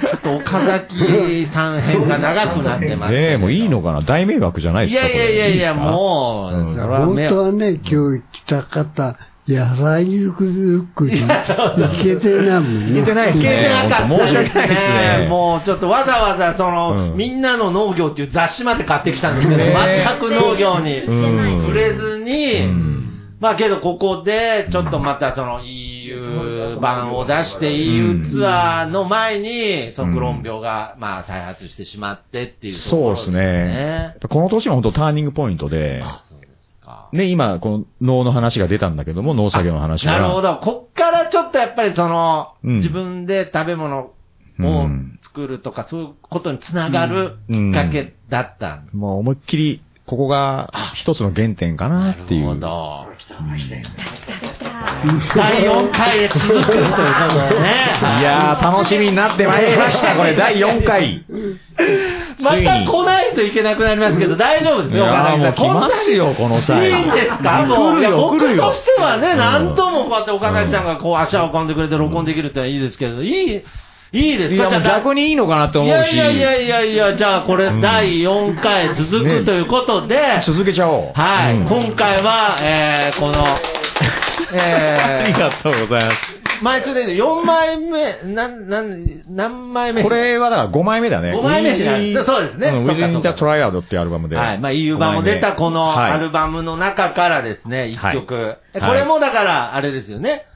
[SPEAKER 5] ちょっと岡崎さん編が長くなってますけど。
[SPEAKER 6] ええ、もういいのかな大迷惑じゃないで
[SPEAKER 5] い
[SPEAKER 6] すか
[SPEAKER 5] やいやいやいや、もう、
[SPEAKER 6] うん
[SPEAKER 5] それは
[SPEAKER 3] 本
[SPEAKER 5] 迷
[SPEAKER 3] 当
[SPEAKER 5] 惑
[SPEAKER 3] はね、今日行きたかった野菜肉作 [LAUGHS] り、行けてないもんね。
[SPEAKER 6] 行けてないです
[SPEAKER 5] 聞いてなかった
[SPEAKER 6] 申し訳ないですね
[SPEAKER 5] もうちょっとわざわざその、
[SPEAKER 6] うん
[SPEAKER 5] みんなの農業っていう雑誌まで買ってきたんですけど、
[SPEAKER 6] ねえ
[SPEAKER 5] 全く農業に
[SPEAKER 6] う
[SPEAKER 5] 触れず
[SPEAKER 6] う
[SPEAKER 5] に、
[SPEAKER 6] ん。
[SPEAKER 5] まあけどここで、ちょっとまたその EU 版を出して EU ツアーの前に、即論病がまあ再発してしまってっていうところ、
[SPEAKER 6] そうですね。やっ。ぱこの年は本当ターニングポイントで、
[SPEAKER 5] あそうですか。
[SPEAKER 6] ね、今、この脳の話が出たんだけども、農作業の話か
[SPEAKER 5] な
[SPEAKER 6] ら。
[SPEAKER 5] るほど。こっからちょっとやっぱりその、
[SPEAKER 6] うん
[SPEAKER 5] 自分で食べ物を
[SPEAKER 6] うん
[SPEAKER 5] 作るとか、そういうことにつながるきっかけだったん
[SPEAKER 6] もう思いっきり、ここが一つの原点かなっていう。
[SPEAKER 5] なるほど。
[SPEAKER 4] あ
[SPEAKER 3] [LAUGHS]
[SPEAKER 5] 第4回で続くということでね。
[SPEAKER 6] いやー、楽しみになってまいりまし
[SPEAKER 5] [LAUGHS]
[SPEAKER 6] た、これ、第4回。つ
[SPEAKER 5] ま
[SPEAKER 6] い
[SPEAKER 5] た
[SPEAKER 6] に。
[SPEAKER 5] 来ないといけなくなりますけど、大丈夫で
[SPEAKER 6] い
[SPEAKER 5] すよ、岡
[SPEAKER 6] や
[SPEAKER 5] 崎
[SPEAKER 6] ーも
[SPEAKER 5] さ。
[SPEAKER 6] うん来
[SPEAKER 5] こんな
[SPEAKER 6] ま
[SPEAKER 5] に
[SPEAKER 6] すよ、この
[SPEAKER 5] い
[SPEAKER 6] 際。
[SPEAKER 5] いんですかもう、
[SPEAKER 6] 来
[SPEAKER 5] い
[SPEAKER 6] る
[SPEAKER 5] や
[SPEAKER 6] よ、
[SPEAKER 5] 僕
[SPEAKER 6] 来るよ
[SPEAKER 5] と。してはね、
[SPEAKER 6] うん
[SPEAKER 5] なんともこうやって岡崎さんがこう足を運んでくれて録音できるってのはいいですけど、いい、いいです
[SPEAKER 6] い
[SPEAKER 5] か
[SPEAKER 6] や、もう逆にいいのかなって
[SPEAKER 5] い
[SPEAKER 6] 思う
[SPEAKER 5] や
[SPEAKER 6] し。
[SPEAKER 5] いやいやいやいや、じゃあこれ
[SPEAKER 6] うん
[SPEAKER 5] 第4回続く
[SPEAKER 6] ね
[SPEAKER 5] ということで、
[SPEAKER 6] 続けちゃおう。
[SPEAKER 5] はい、
[SPEAKER 6] うん
[SPEAKER 5] 今回は、えー、こ
[SPEAKER 6] [LAUGHS]
[SPEAKER 5] の、
[SPEAKER 6] あり
[SPEAKER 5] え
[SPEAKER 6] がとうございます。
[SPEAKER 5] ー、毎週で4枚目、なん、なん、何枚目
[SPEAKER 6] これはだから5枚目だね。
[SPEAKER 5] 五枚目じゃないそうですね
[SPEAKER 6] ウ
[SPEAKER 5] そ
[SPEAKER 6] ィ
[SPEAKER 5] うか
[SPEAKER 6] ズ・イン・ザ・トライアードっていうアルバムで。
[SPEAKER 5] はい。まあ、EU 版も出たこのアル
[SPEAKER 6] ム。
[SPEAKER 5] バムの中からですね、一
[SPEAKER 6] はい
[SPEAKER 5] 曲、
[SPEAKER 6] い
[SPEAKER 5] これもだから、あれですよね。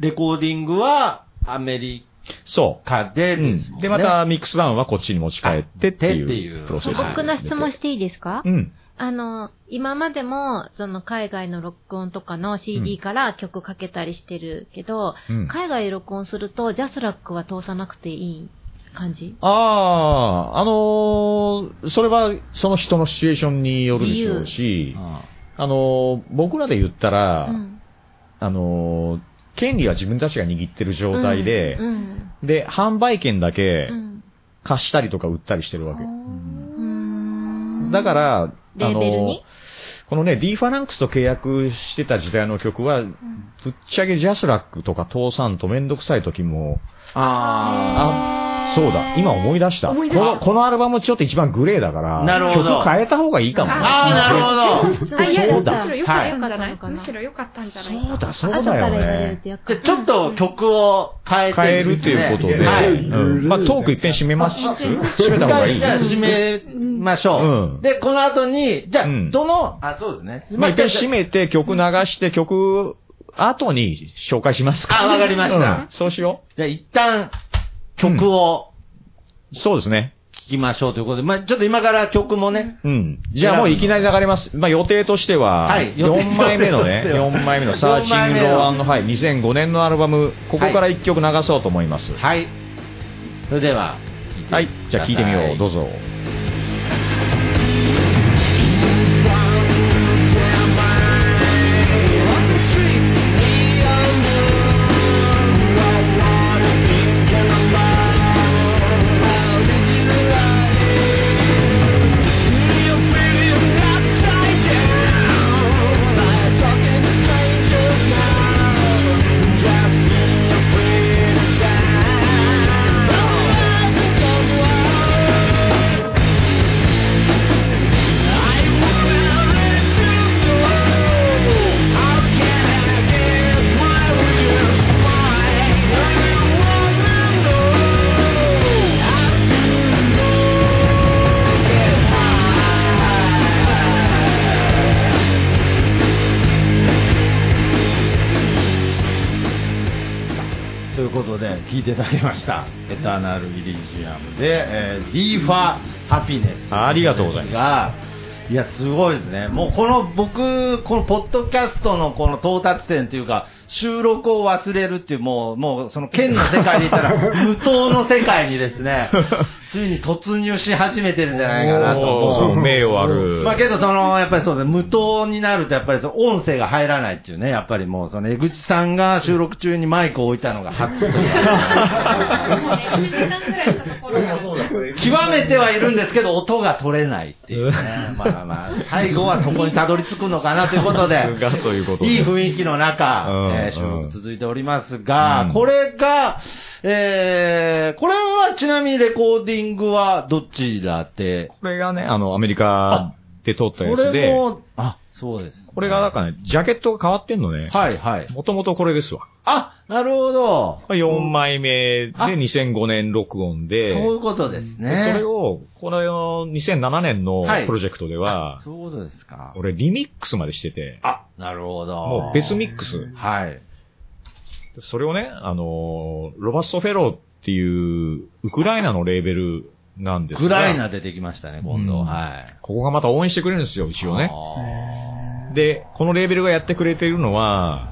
[SPEAKER 5] レコーディングはアメリ
[SPEAKER 6] そう。
[SPEAKER 5] カで
[SPEAKER 6] う
[SPEAKER 5] ですもんね。
[SPEAKER 6] んで、また、ミックスダウンはこっちに持ち帰ってって
[SPEAKER 5] あでってい
[SPEAKER 6] いううプロセ
[SPEAKER 4] 素
[SPEAKER 6] ス。
[SPEAKER 4] 朴な質問していいですか
[SPEAKER 6] うん。
[SPEAKER 4] あの、今までも、その海外の録音とかの CD から曲かけたりしてるけど、
[SPEAKER 6] うん
[SPEAKER 4] 海外で録音すると、ジャスラックは通さなくていい感じ
[SPEAKER 6] ああ、あのーそれはその人のシチュエーションによるでしょうし、あのー僕らで言ったら、
[SPEAKER 4] うん
[SPEAKER 6] あのー権利は自分たちが握ってる状態で、
[SPEAKER 4] うん。
[SPEAKER 6] で、販売権だけ
[SPEAKER 4] うん。
[SPEAKER 6] 貸したりとか売ったりしてるわけ。
[SPEAKER 4] うん
[SPEAKER 6] だか、ら、あ
[SPEAKER 4] レーベルに
[SPEAKER 6] このね、D ファランクスと契約してた時代の曲は、ぶっちゃけジャスラックとか倒産とめんどくさい時も、
[SPEAKER 5] あ
[SPEAKER 6] あ、そうだ、今思い出した。
[SPEAKER 7] 思い出し
[SPEAKER 6] こ
[SPEAKER 7] た
[SPEAKER 6] のこのアルバムちょっと一番グレーだから、
[SPEAKER 5] なるほど
[SPEAKER 6] 曲変えた方がいいかも
[SPEAKER 5] あ。
[SPEAKER 6] ね。
[SPEAKER 5] ああ、なるほ
[SPEAKER 6] [LAUGHS]
[SPEAKER 5] ど。
[SPEAKER 4] あ
[SPEAKER 7] あ、いや、
[SPEAKER 6] そう
[SPEAKER 7] む
[SPEAKER 6] だ
[SPEAKER 7] しろ良かったんじ
[SPEAKER 4] は
[SPEAKER 7] ゃないいむしろ良かったんじゃない
[SPEAKER 6] そうだ、そう
[SPEAKER 4] 後か
[SPEAKER 6] だ
[SPEAKER 4] ら
[SPEAKER 6] よ
[SPEAKER 4] 言われる
[SPEAKER 6] ね。
[SPEAKER 4] とやっぱ
[SPEAKER 5] じゃあちょっと曲を変えて、
[SPEAKER 6] 変えるということで、
[SPEAKER 5] はい。
[SPEAKER 6] うんまあ、トーク一遍締めます締め
[SPEAKER 5] 一
[SPEAKER 6] た方が
[SPEAKER 5] 回
[SPEAKER 6] いい
[SPEAKER 5] じゃあ締めましょ
[SPEAKER 6] うん
[SPEAKER 5] う。で、この後に、じゃあ
[SPEAKER 6] うん、
[SPEAKER 5] どの、あ、そうですね。
[SPEAKER 6] まあ、一
[SPEAKER 5] じゃ
[SPEAKER 6] 遍締めて、曲流して、曲、後に紹介しますか。
[SPEAKER 5] あ、わかりまし
[SPEAKER 6] う
[SPEAKER 5] た
[SPEAKER 6] ん。そうしよ
[SPEAKER 5] じゃあ一旦、曲を
[SPEAKER 6] う。そうですね。
[SPEAKER 5] 聴きましょうということで、まあちょっと今から曲もね、
[SPEAKER 6] うん。じゃあもういきなり流れます。まあ予定としては、
[SPEAKER 5] はい予定
[SPEAKER 6] 4枚目のね、
[SPEAKER 5] 予定としては
[SPEAKER 6] 4枚目のサーチングローアンの、はい、2005年のアルバム、ここから1曲流そうと思います。は
[SPEAKER 5] はい。それでは、
[SPEAKER 6] い。じゃあ聴いてみよう。どうぞ。
[SPEAKER 5] ということで、聴いていただきました。エターナルイリジアムで、えー、ディーファハピネス。。
[SPEAKER 6] ありがとうございます
[SPEAKER 5] いや、すごいですね。もうこの僕、このポッドキャストのこの到達点というか、収録を忘れるっていう、もう、もうその剣の世界で言ったら、
[SPEAKER 6] [LAUGHS]
[SPEAKER 5] 無糖の世界にですね、ついに突入し始めてるんじゃないかなと思う。
[SPEAKER 6] 名誉ある。
[SPEAKER 5] まあけど、その、やっぱりそうですね、無糖になると、やっぱりその音声が入らないっていうね、やっぱりもう、その、江口さんが収録中にマイクを置いたのが初というか
[SPEAKER 7] 1時間ぐらいしたところが
[SPEAKER 5] 極めてはいるんですけど、音が取れないっていうね。まあまあ、最後はそこにたどり着くのかなということで、
[SPEAKER 6] がということで
[SPEAKER 5] いい雰囲気の中、
[SPEAKER 6] うん
[SPEAKER 5] えー収録続いておりますが、
[SPEAKER 6] うん
[SPEAKER 5] これが、えー、これはは、ちなみにレコーディングはどちらで
[SPEAKER 6] これがね、あの、アメリカで撮ったや
[SPEAKER 5] これ
[SPEAKER 6] つで、
[SPEAKER 5] も、あ、そうです。
[SPEAKER 6] これがなんかね、ジャケットが変わってんのね。
[SPEAKER 5] はいはい。
[SPEAKER 6] もともとこれですわ。
[SPEAKER 5] あ、なるほど。
[SPEAKER 6] これ4枚目で
[SPEAKER 5] あ
[SPEAKER 6] 2005年録音
[SPEAKER 5] そう
[SPEAKER 6] で、
[SPEAKER 5] いうことです
[SPEAKER 6] でそ
[SPEAKER 5] ね
[SPEAKER 6] れ。を、この2007年の
[SPEAKER 5] はい
[SPEAKER 6] プロジェクトでは、
[SPEAKER 5] そういうことですか。
[SPEAKER 6] 俺リミックスまでしてて、
[SPEAKER 5] あ、なるほど。
[SPEAKER 6] もう別ミックス。
[SPEAKER 5] はい。
[SPEAKER 6] それをね、あのー、ロバスト・フェローっていう、ウクライナのレーベルなんです
[SPEAKER 5] ウク
[SPEAKER 6] が
[SPEAKER 5] ライナ出てきましたね、今度。
[SPEAKER 6] うん
[SPEAKER 5] はい。
[SPEAKER 6] ここがまた応援してくれるんですよ、一応ね。
[SPEAKER 5] ね。
[SPEAKER 6] で、このレーベルがやってくれているのは、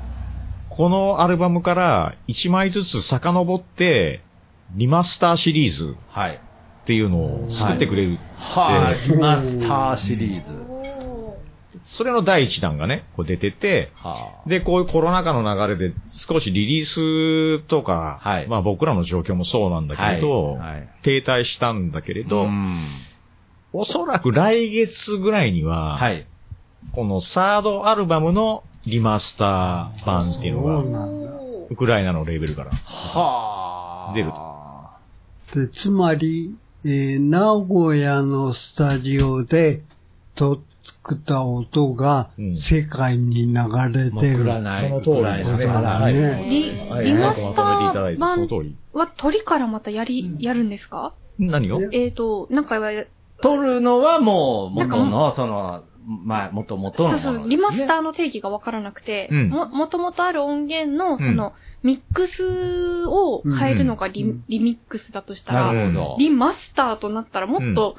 [SPEAKER 6] このアルバムから1枚ずつ遡って、リマスターシリーズ
[SPEAKER 5] はい。
[SPEAKER 6] っていうのを作ってくれる。
[SPEAKER 5] はい。リマスターシリーズ。
[SPEAKER 6] それの第1弾がね、こう出てて、
[SPEAKER 5] は
[SPEAKER 6] で、こういうコロナ禍の流れで少しリリースとか、
[SPEAKER 5] はい
[SPEAKER 6] まあ僕らの状況もそうなんだけれど、
[SPEAKER 5] はいはい
[SPEAKER 6] 停滞したんだけれ
[SPEAKER 5] あ
[SPEAKER 6] ど、
[SPEAKER 5] うん
[SPEAKER 6] おそらく来月ぐらいには、
[SPEAKER 5] はい。
[SPEAKER 6] このサードアルバムのリマスター版っていうの
[SPEAKER 3] そう
[SPEAKER 6] が、
[SPEAKER 3] なんだ。
[SPEAKER 6] ウクライナのレーベルから。
[SPEAKER 5] はあ。
[SPEAKER 6] 出ると
[SPEAKER 3] でつまり、えー名古屋のスタジオでと作った音が
[SPEAKER 6] うん
[SPEAKER 3] 世界に流れて
[SPEAKER 5] もう
[SPEAKER 3] る。
[SPEAKER 5] らない。
[SPEAKER 6] その通りです
[SPEAKER 3] ね
[SPEAKER 5] はい
[SPEAKER 3] ね
[SPEAKER 7] リ
[SPEAKER 6] はい
[SPEAKER 7] リマスタ
[SPEAKER 6] まとめていただいて
[SPEAKER 7] ー
[SPEAKER 6] その
[SPEAKER 7] 版
[SPEAKER 6] 通り。
[SPEAKER 7] は鳥からまたやり、やるんですか
[SPEAKER 6] 何よ
[SPEAKER 7] えっと、なんかは、
[SPEAKER 5] 撮るのはもう、
[SPEAKER 7] なんか
[SPEAKER 5] 元の、その、まあ、元々の
[SPEAKER 7] そ
[SPEAKER 5] もの
[SPEAKER 7] う
[SPEAKER 5] ですね。
[SPEAKER 7] そう、リマスターの定義がわからなくて、
[SPEAKER 6] うん
[SPEAKER 7] も、もともとある音源の、
[SPEAKER 6] うん
[SPEAKER 7] その、ミックスを変えるのがリ,、
[SPEAKER 3] うん
[SPEAKER 7] リミックスだとした
[SPEAKER 5] な
[SPEAKER 7] ら、
[SPEAKER 5] るほど。
[SPEAKER 7] リマスターとなったらもっと、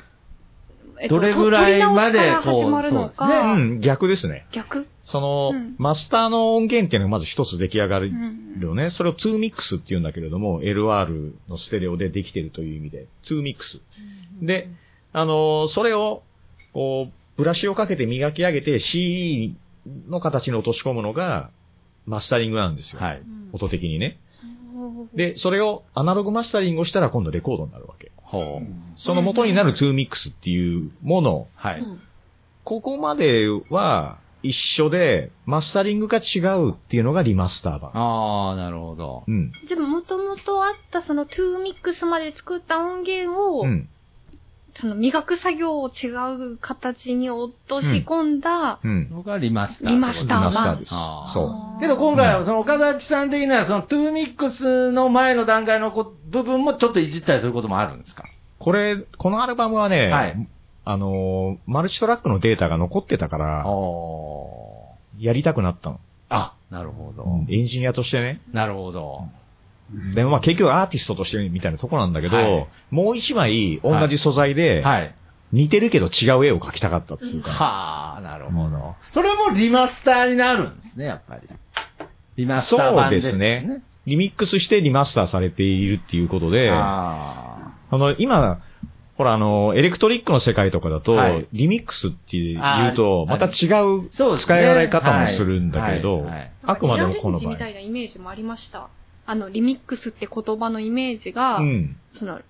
[SPEAKER 7] えっと
[SPEAKER 5] どれぐらいまで
[SPEAKER 7] 撮り直しから始まるの
[SPEAKER 5] こう
[SPEAKER 6] う
[SPEAKER 7] か、
[SPEAKER 6] ん、逆ですね。
[SPEAKER 7] 逆、
[SPEAKER 6] その、
[SPEAKER 7] うん
[SPEAKER 6] マスターの音源っていうのがまず一つ出来上がる
[SPEAKER 7] うん
[SPEAKER 6] よね。それを2ミックスっていうんだけれども、LR のステレオでできてるという意味で、2ミックス。で、あのーそれを、こう、ブラシをかけて磨き上げて CE の形に落とし込むのが、マスタリングなんですよ。
[SPEAKER 5] はい。
[SPEAKER 6] 音的にね。で、それをアナログマスタリングをしたら今度レコードになるわけ。
[SPEAKER 5] ほう。
[SPEAKER 6] その元になる2ミックスっていうもの、
[SPEAKER 5] はい。
[SPEAKER 6] ここまでは一緒で、マスタリングが違うっていうのがリマスター版。
[SPEAKER 5] ああ、なるほど。
[SPEAKER 6] うん。
[SPEAKER 7] じゃあ、もともとあったその2ミックスまで作った音源を、
[SPEAKER 6] うん。
[SPEAKER 7] その磨く作業を違う形に落とし込んだ、
[SPEAKER 6] うん。
[SPEAKER 5] のがリマスター。
[SPEAKER 7] リマス
[SPEAKER 6] リ
[SPEAKER 7] ター
[SPEAKER 6] マ
[SPEAKER 7] 版
[SPEAKER 6] スターです
[SPEAKER 5] あ。ー
[SPEAKER 6] そ
[SPEAKER 5] けど今回は、その岡崎さん的な、そのトゥーミックスの前の段階のこ部分もちょっといじったりすることもあるんですか
[SPEAKER 6] う。これ、このアルバムはね、
[SPEAKER 5] はい
[SPEAKER 6] あのーマルチトラックのデータが残ってたから、
[SPEAKER 5] お
[SPEAKER 6] やりたくなったの。
[SPEAKER 5] あ、なるほど。
[SPEAKER 6] エンジニアとしてね。
[SPEAKER 5] なるほど。
[SPEAKER 6] でもまあ結局アーティストとしてみたいなとこなんだけど、
[SPEAKER 5] はい
[SPEAKER 6] もう一枚同じ素材で、
[SPEAKER 5] はい。
[SPEAKER 6] 似てるけど違う絵を描きたかったっていうか、
[SPEAKER 5] はあ、なるほど。それもリマスターになるんですね、やっぱり。リマスター版です、ね。
[SPEAKER 6] そうですね。リミックスしてリマスターされているっていうことで、あ
[SPEAKER 5] あ
[SPEAKER 6] の、今、ほらあの、エレクトリックの世界とかだと、
[SPEAKER 5] はい
[SPEAKER 6] リミックスって言うと、
[SPEAKER 5] あ
[SPEAKER 6] ま
[SPEAKER 5] ー
[SPEAKER 6] た違う
[SPEAKER 5] ーそうですね。
[SPEAKER 6] 使い方もするんだけど、
[SPEAKER 5] はいはいはい
[SPEAKER 6] あくまでもこの
[SPEAKER 7] イラレンジ
[SPEAKER 6] 場合
[SPEAKER 7] み。たいなイメージもありました。あの、リミックスって言葉のイメージが、
[SPEAKER 6] うん。
[SPEAKER 7] その、ん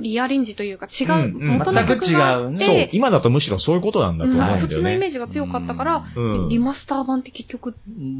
[SPEAKER 7] リアレンジというか違う、
[SPEAKER 6] うんうん
[SPEAKER 7] 元の曲があっ
[SPEAKER 5] 全く違うね
[SPEAKER 7] て、
[SPEAKER 6] そう、今だとむしろそういうことなんだと
[SPEAKER 7] うん
[SPEAKER 6] 思う
[SPEAKER 7] そ
[SPEAKER 6] ん
[SPEAKER 7] っ
[SPEAKER 6] だ
[SPEAKER 7] ち
[SPEAKER 6] よ
[SPEAKER 7] のイメ
[SPEAKER 6] ね。
[SPEAKER 7] ージが強かったから、
[SPEAKER 6] うん
[SPEAKER 7] リマスター版って結局、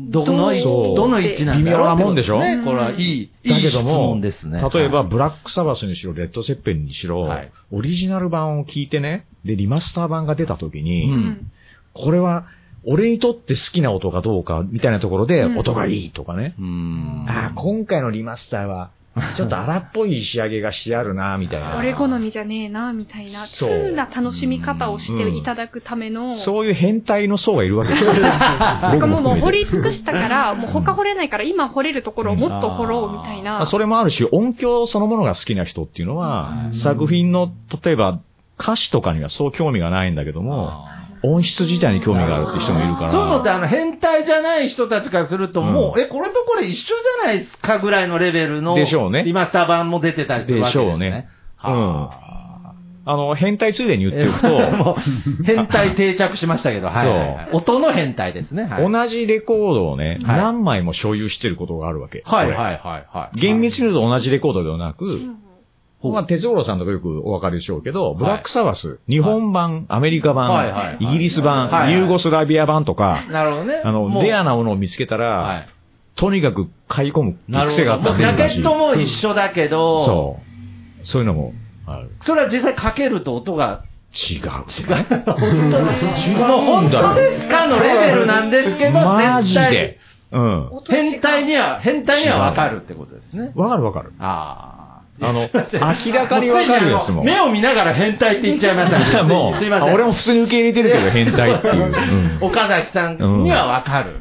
[SPEAKER 5] どの位置、
[SPEAKER 6] そう
[SPEAKER 5] どの位置なんだろう
[SPEAKER 6] 微妙なもんでしょ
[SPEAKER 5] ね、これはいい、
[SPEAKER 6] だけど
[SPEAKER 5] いい質
[SPEAKER 6] も、
[SPEAKER 5] 問ですね。
[SPEAKER 6] 例えば、
[SPEAKER 5] はい
[SPEAKER 6] ブラックサバスにしろ、レッドセッペンにしろ、
[SPEAKER 5] はい
[SPEAKER 6] オリジナル版を聞いてね、で、リマスター版が出た時に、
[SPEAKER 5] うん
[SPEAKER 6] これは、俺にとって好きな音かどうか、みたいなところで、
[SPEAKER 7] うん
[SPEAKER 6] 音がいいとかね。
[SPEAKER 5] うーん。
[SPEAKER 6] ああ、今回のリマスターは、ちょっと荒っぽい仕上げがしてあるな、みたい
[SPEAKER 5] あー
[SPEAKER 6] な。
[SPEAKER 7] 俺好みじゃねえな、みたいな、
[SPEAKER 6] そ
[SPEAKER 7] 通
[SPEAKER 6] う
[SPEAKER 7] な楽しみ方をしていただくための、
[SPEAKER 6] そういう変態の層がいるわ
[SPEAKER 7] [LAUGHS]
[SPEAKER 6] けですよ。
[SPEAKER 7] なんか
[SPEAKER 6] 僕
[SPEAKER 7] もうもう
[SPEAKER 6] 含
[SPEAKER 7] 掘
[SPEAKER 6] めて
[SPEAKER 7] り尽くしたから、もう他掘れないから今掘れるところをもっと掘ろうみたい
[SPEAKER 6] まあ
[SPEAKER 7] な。
[SPEAKER 6] それもあるし、音響そのものが好きな人っていうのは、
[SPEAKER 3] うん
[SPEAKER 6] 作品の、例えば、歌詞とかにはそう興味がないんだけども、音質自体に興味があるって人もいるか
[SPEAKER 5] そういうのっ
[SPEAKER 6] ら、
[SPEAKER 5] てあの変態じゃない人たちからすると、もう、え、これとこれ一緒じゃないですかぐらいのレベルの、
[SPEAKER 6] でしょうね
[SPEAKER 5] リマスター版も出てたりするわけですね。
[SPEAKER 6] でしょうね
[SPEAKER 5] は
[SPEAKER 6] あの、変態ついでに言っておくと、
[SPEAKER 7] [LAUGHS]
[SPEAKER 5] あ。 [LAUGHS] もう、変態定着しましたけ
[SPEAKER 6] [LAUGHS]
[SPEAKER 5] ど、はいはいはい。音の変態ですね。はい。
[SPEAKER 6] 同じレコードをね、
[SPEAKER 5] はい
[SPEAKER 6] 何枚も所有してることがあるわけ。
[SPEAKER 5] はい
[SPEAKER 6] これ
[SPEAKER 5] はいはいはい。
[SPEAKER 6] 厳密に言うと同じレコードではなく、
[SPEAKER 5] ほう
[SPEAKER 6] まあ、哲五郎さんとかよくお分かりでしょうけど、ブラックサバス、日本版、アメリカ版、
[SPEAKER 5] はいはいはい
[SPEAKER 6] イギリス版、
[SPEAKER 5] はいはい
[SPEAKER 6] ユーゴスラビア版とか、
[SPEAKER 5] なるほどね。
[SPEAKER 6] あ
[SPEAKER 5] も
[SPEAKER 6] の、
[SPEAKER 5] う
[SPEAKER 6] レアなものを見つけたら、
[SPEAKER 5] はい。
[SPEAKER 6] とにかく買い込む
[SPEAKER 5] なるほ
[SPEAKER 6] 癖があ
[SPEAKER 5] ど。
[SPEAKER 6] った
[SPEAKER 5] もうジャケットも一緒だけど、
[SPEAKER 6] そそういうのもある。
[SPEAKER 5] それは実際かけると音が
[SPEAKER 6] 違う。違
[SPEAKER 5] 違う。本当に
[SPEAKER 6] 違うん
[SPEAKER 5] 本
[SPEAKER 6] だよ
[SPEAKER 5] 当ですかのレベルなんですけど、
[SPEAKER 6] マ
[SPEAKER 5] 絶
[SPEAKER 6] ジ
[SPEAKER 5] 対
[SPEAKER 6] で。。うん。
[SPEAKER 5] 変態には、変態にはわかるってことですね。
[SPEAKER 6] わかるわかる。
[SPEAKER 5] ああ。 [LAUGHS]
[SPEAKER 6] あの、明らかにわかるですもん。
[SPEAKER 5] 目を見ながら変態って言っちゃいましたけど
[SPEAKER 6] [LAUGHS] もう、
[SPEAKER 5] すいません。
[SPEAKER 6] あ俺も普通に受け入れてるけど、変態って [LAUGHS] いううん。
[SPEAKER 5] 岡崎さんにはわかる。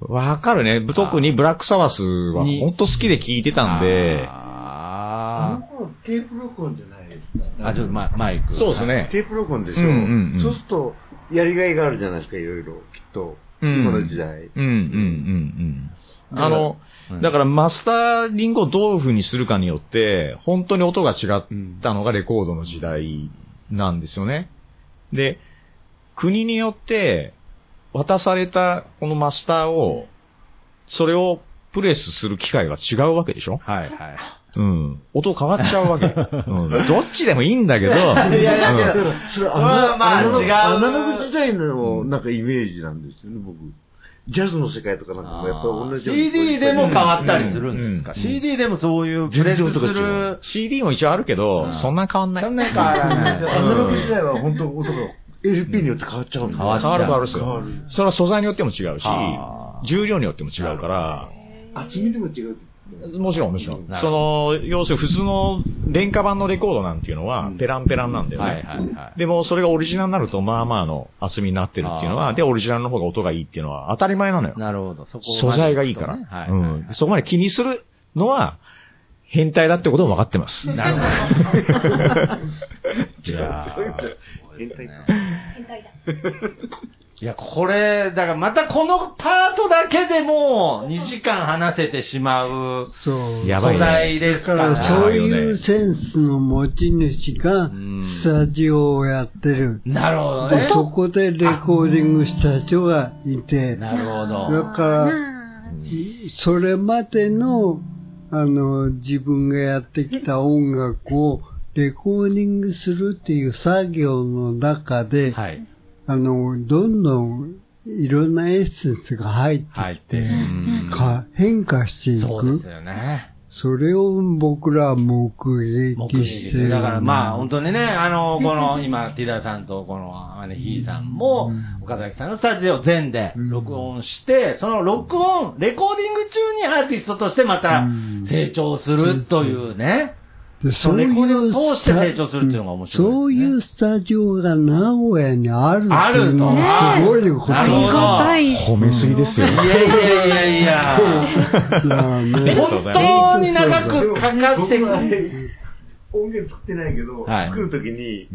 [SPEAKER 6] わかるね。特にブラックサバスは
[SPEAKER 5] に
[SPEAKER 6] 本当好きで聞いてたんで、
[SPEAKER 5] あ
[SPEAKER 13] テープ録音じゃないです
[SPEAKER 5] ー
[SPEAKER 13] か。
[SPEAKER 5] あ、ちょっとマイマイク。
[SPEAKER 6] そうですね。
[SPEAKER 13] テープ録音でしょ。
[SPEAKER 6] うんうんうん
[SPEAKER 13] そうすると、やりがいがあるじゃないですか、いろいろ。きっと。
[SPEAKER 6] うん
[SPEAKER 13] 今の時代。
[SPEAKER 6] うんうんうんうん。あの、
[SPEAKER 5] うん
[SPEAKER 6] だからマスターリングをどういう風にするかによって、本当に音が違ったのがレコードの時代なんですよね。で、国によって渡されたこのマスターを、それをプレスする機会が違うわけでしょ
[SPEAKER 5] はいはい。
[SPEAKER 6] うん。音変わっちゃうわけ。うん。どっちでもいいんだけど、い
[SPEAKER 13] いや、だから、それアナ
[SPEAKER 5] まあまあ
[SPEAKER 13] アナログ
[SPEAKER 5] 違う
[SPEAKER 13] アナログ時代のなんかイメージなんですよね、僕。ジャズの世界とかなんかもやっぱり同じように。
[SPEAKER 5] CD でも変わったりするんです
[SPEAKER 6] う
[SPEAKER 5] か
[SPEAKER 6] ん
[SPEAKER 5] ?CD でもそういうプレスする。
[SPEAKER 6] CD も一応あるけど、
[SPEAKER 5] うん
[SPEAKER 6] そんな変わんない。
[SPEAKER 5] そんな変わらない。
[SPEAKER 13] アナログ時代は本当音が LP によって変わっちゃうんだ
[SPEAKER 6] 変わる変わる変わるっす
[SPEAKER 13] 変わ
[SPEAKER 6] よ
[SPEAKER 13] る。
[SPEAKER 6] それは素材によっても違うし
[SPEAKER 5] あ、ー
[SPEAKER 6] 重量によっても違うから、
[SPEAKER 13] 厚みでも違う。
[SPEAKER 6] もちろんもちろん。
[SPEAKER 5] なる
[SPEAKER 6] その、要するに普通の廉価版のレコードなんていうのは
[SPEAKER 13] うん、
[SPEAKER 6] ペランペランなんだよね。
[SPEAKER 5] はいはいはい
[SPEAKER 6] でもそれがオリジナルになると、まあまあの厚みになってるっていうの
[SPEAKER 5] あ
[SPEAKER 6] は、
[SPEAKER 5] ー
[SPEAKER 6] で、オリジナルの方が音がいいっていうのは当たり前なのよ。
[SPEAKER 5] なるほど。そこ
[SPEAKER 6] 素材がいいから。
[SPEAKER 5] はいはい
[SPEAKER 6] うんそこまで気にするのは、変態だってことも分かってます。
[SPEAKER 5] なるほど。いや
[SPEAKER 13] 変態か
[SPEAKER 5] [LAUGHS] いや、これ、だからまたこのパートだけでもう2時間話せてしまう
[SPEAKER 3] そう。
[SPEAKER 6] やばい
[SPEAKER 5] 素
[SPEAKER 6] ね
[SPEAKER 5] 材ですか
[SPEAKER 3] だから
[SPEAKER 5] ら。
[SPEAKER 3] そういうセンスの持ち主が
[SPEAKER 5] ん
[SPEAKER 3] スタジオをやってる。
[SPEAKER 5] なるほど
[SPEAKER 3] で
[SPEAKER 5] ね。
[SPEAKER 3] そこでレコーディングした人がいて、だ
[SPEAKER 5] なるほど。
[SPEAKER 3] から、それまでの、あの、自分がやってきた音楽をレコーディングするっていう作業の中で、
[SPEAKER 5] はい。
[SPEAKER 3] あの、どんどんいろんなエッセンスが入って
[SPEAKER 5] 入っ
[SPEAKER 3] きて、
[SPEAKER 5] て。うん
[SPEAKER 3] か変化してい
[SPEAKER 5] そう
[SPEAKER 3] く
[SPEAKER 5] です。よね。
[SPEAKER 3] それを僕らは目撃してる。
[SPEAKER 5] だからまあ本当にね、あの、この今、ティダさんとこのアネヒーさんも、岡崎さんのスタジオ全で録音して、その録音、レコーディング中にアーティストとしてまた成長するというね。
[SPEAKER 3] で
[SPEAKER 5] そのレコーディングを通して成長するっていうのが面白いですね
[SPEAKER 3] そういうスタジオが名古屋にあるって
[SPEAKER 5] あ
[SPEAKER 3] いう
[SPEAKER 5] る
[SPEAKER 3] の
[SPEAKER 5] と。
[SPEAKER 3] はすごいこと
[SPEAKER 5] なるほど。い
[SPEAKER 6] 褒めす
[SPEAKER 5] [LAUGHS]
[SPEAKER 6] ぎですよ。
[SPEAKER 5] やいやいやいや。
[SPEAKER 3] だね。
[SPEAKER 5] 本当に長くかかってく
[SPEAKER 13] 僕はね
[SPEAKER 5] る。
[SPEAKER 13] 音源作ってないけど、
[SPEAKER 5] はい
[SPEAKER 13] 作るときに、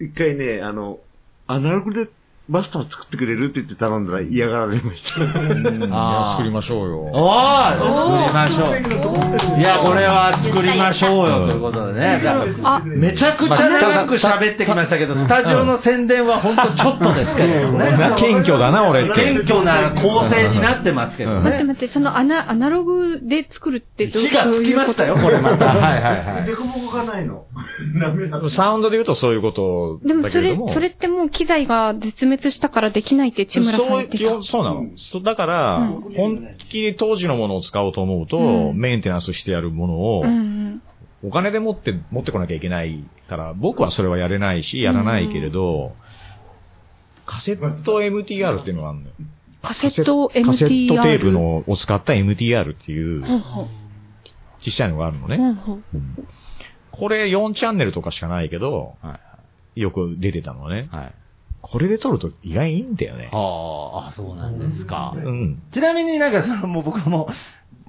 [SPEAKER 13] 一回ね、あの、アナログでマスター作ってくれるって言って頼んだら嫌がられました。
[SPEAKER 6] うん
[SPEAKER 5] あー
[SPEAKER 6] 作りましょうよ。
[SPEAKER 5] おー作りましょう。いや、これは作りましょうよ、ということでね。だからめちゃくちゃ長く喋ってきましたけど、スタジオの宣伝は本当ちょっとですけど
[SPEAKER 6] 俺
[SPEAKER 5] ね。
[SPEAKER 6] な謙虚だな、俺って。
[SPEAKER 5] 謙虚な構成になってますけど
[SPEAKER 7] 待って
[SPEAKER 5] ね。
[SPEAKER 7] 待って、そのアナアナログで作るってどう
[SPEAKER 5] 火が
[SPEAKER 7] どう
[SPEAKER 5] つき
[SPEAKER 7] いう
[SPEAKER 5] ま
[SPEAKER 7] こ
[SPEAKER 5] し
[SPEAKER 7] と
[SPEAKER 5] たよ、これまた。はいはいはい。
[SPEAKER 13] でこぼこがないの。ダメだ。
[SPEAKER 6] サウンドで言うとそういうこと
[SPEAKER 7] でも
[SPEAKER 6] だ
[SPEAKER 7] そ
[SPEAKER 6] けれ
[SPEAKER 7] れ
[SPEAKER 6] ども。、
[SPEAKER 7] それってもう機材が絶滅したからできないって千村さ
[SPEAKER 6] そ
[SPEAKER 7] ん
[SPEAKER 6] う
[SPEAKER 7] 言
[SPEAKER 6] い
[SPEAKER 7] っ
[SPEAKER 6] う
[SPEAKER 7] て
[SPEAKER 6] 基本
[SPEAKER 7] た。
[SPEAKER 6] そうなの。そうだから、
[SPEAKER 7] う
[SPEAKER 6] 本気で当時のものを使おうと思うと、
[SPEAKER 7] うん
[SPEAKER 6] メンテナンスしてやるものを、
[SPEAKER 7] うん
[SPEAKER 6] お金で持って、持ってこなきゃいけないから、僕はそれはやれないし、やらないけれど、カセット MTR っていうのがあるのよ。
[SPEAKER 7] カセット
[SPEAKER 6] カセッ
[SPEAKER 7] MTR。
[SPEAKER 6] トテープのを使った MTR っていう
[SPEAKER 7] ほう、ほう。
[SPEAKER 6] 小さいのがあるのね。
[SPEAKER 7] ほうほう
[SPEAKER 6] これ4チャンネルとかしかないけど、
[SPEAKER 5] は
[SPEAKER 6] よく出てたのはね。
[SPEAKER 5] はい。
[SPEAKER 6] これで撮ると意外にいいんだよね。
[SPEAKER 5] ああ、そうなんですか
[SPEAKER 6] う。ん。
[SPEAKER 5] ちなみになんかそのもう僕も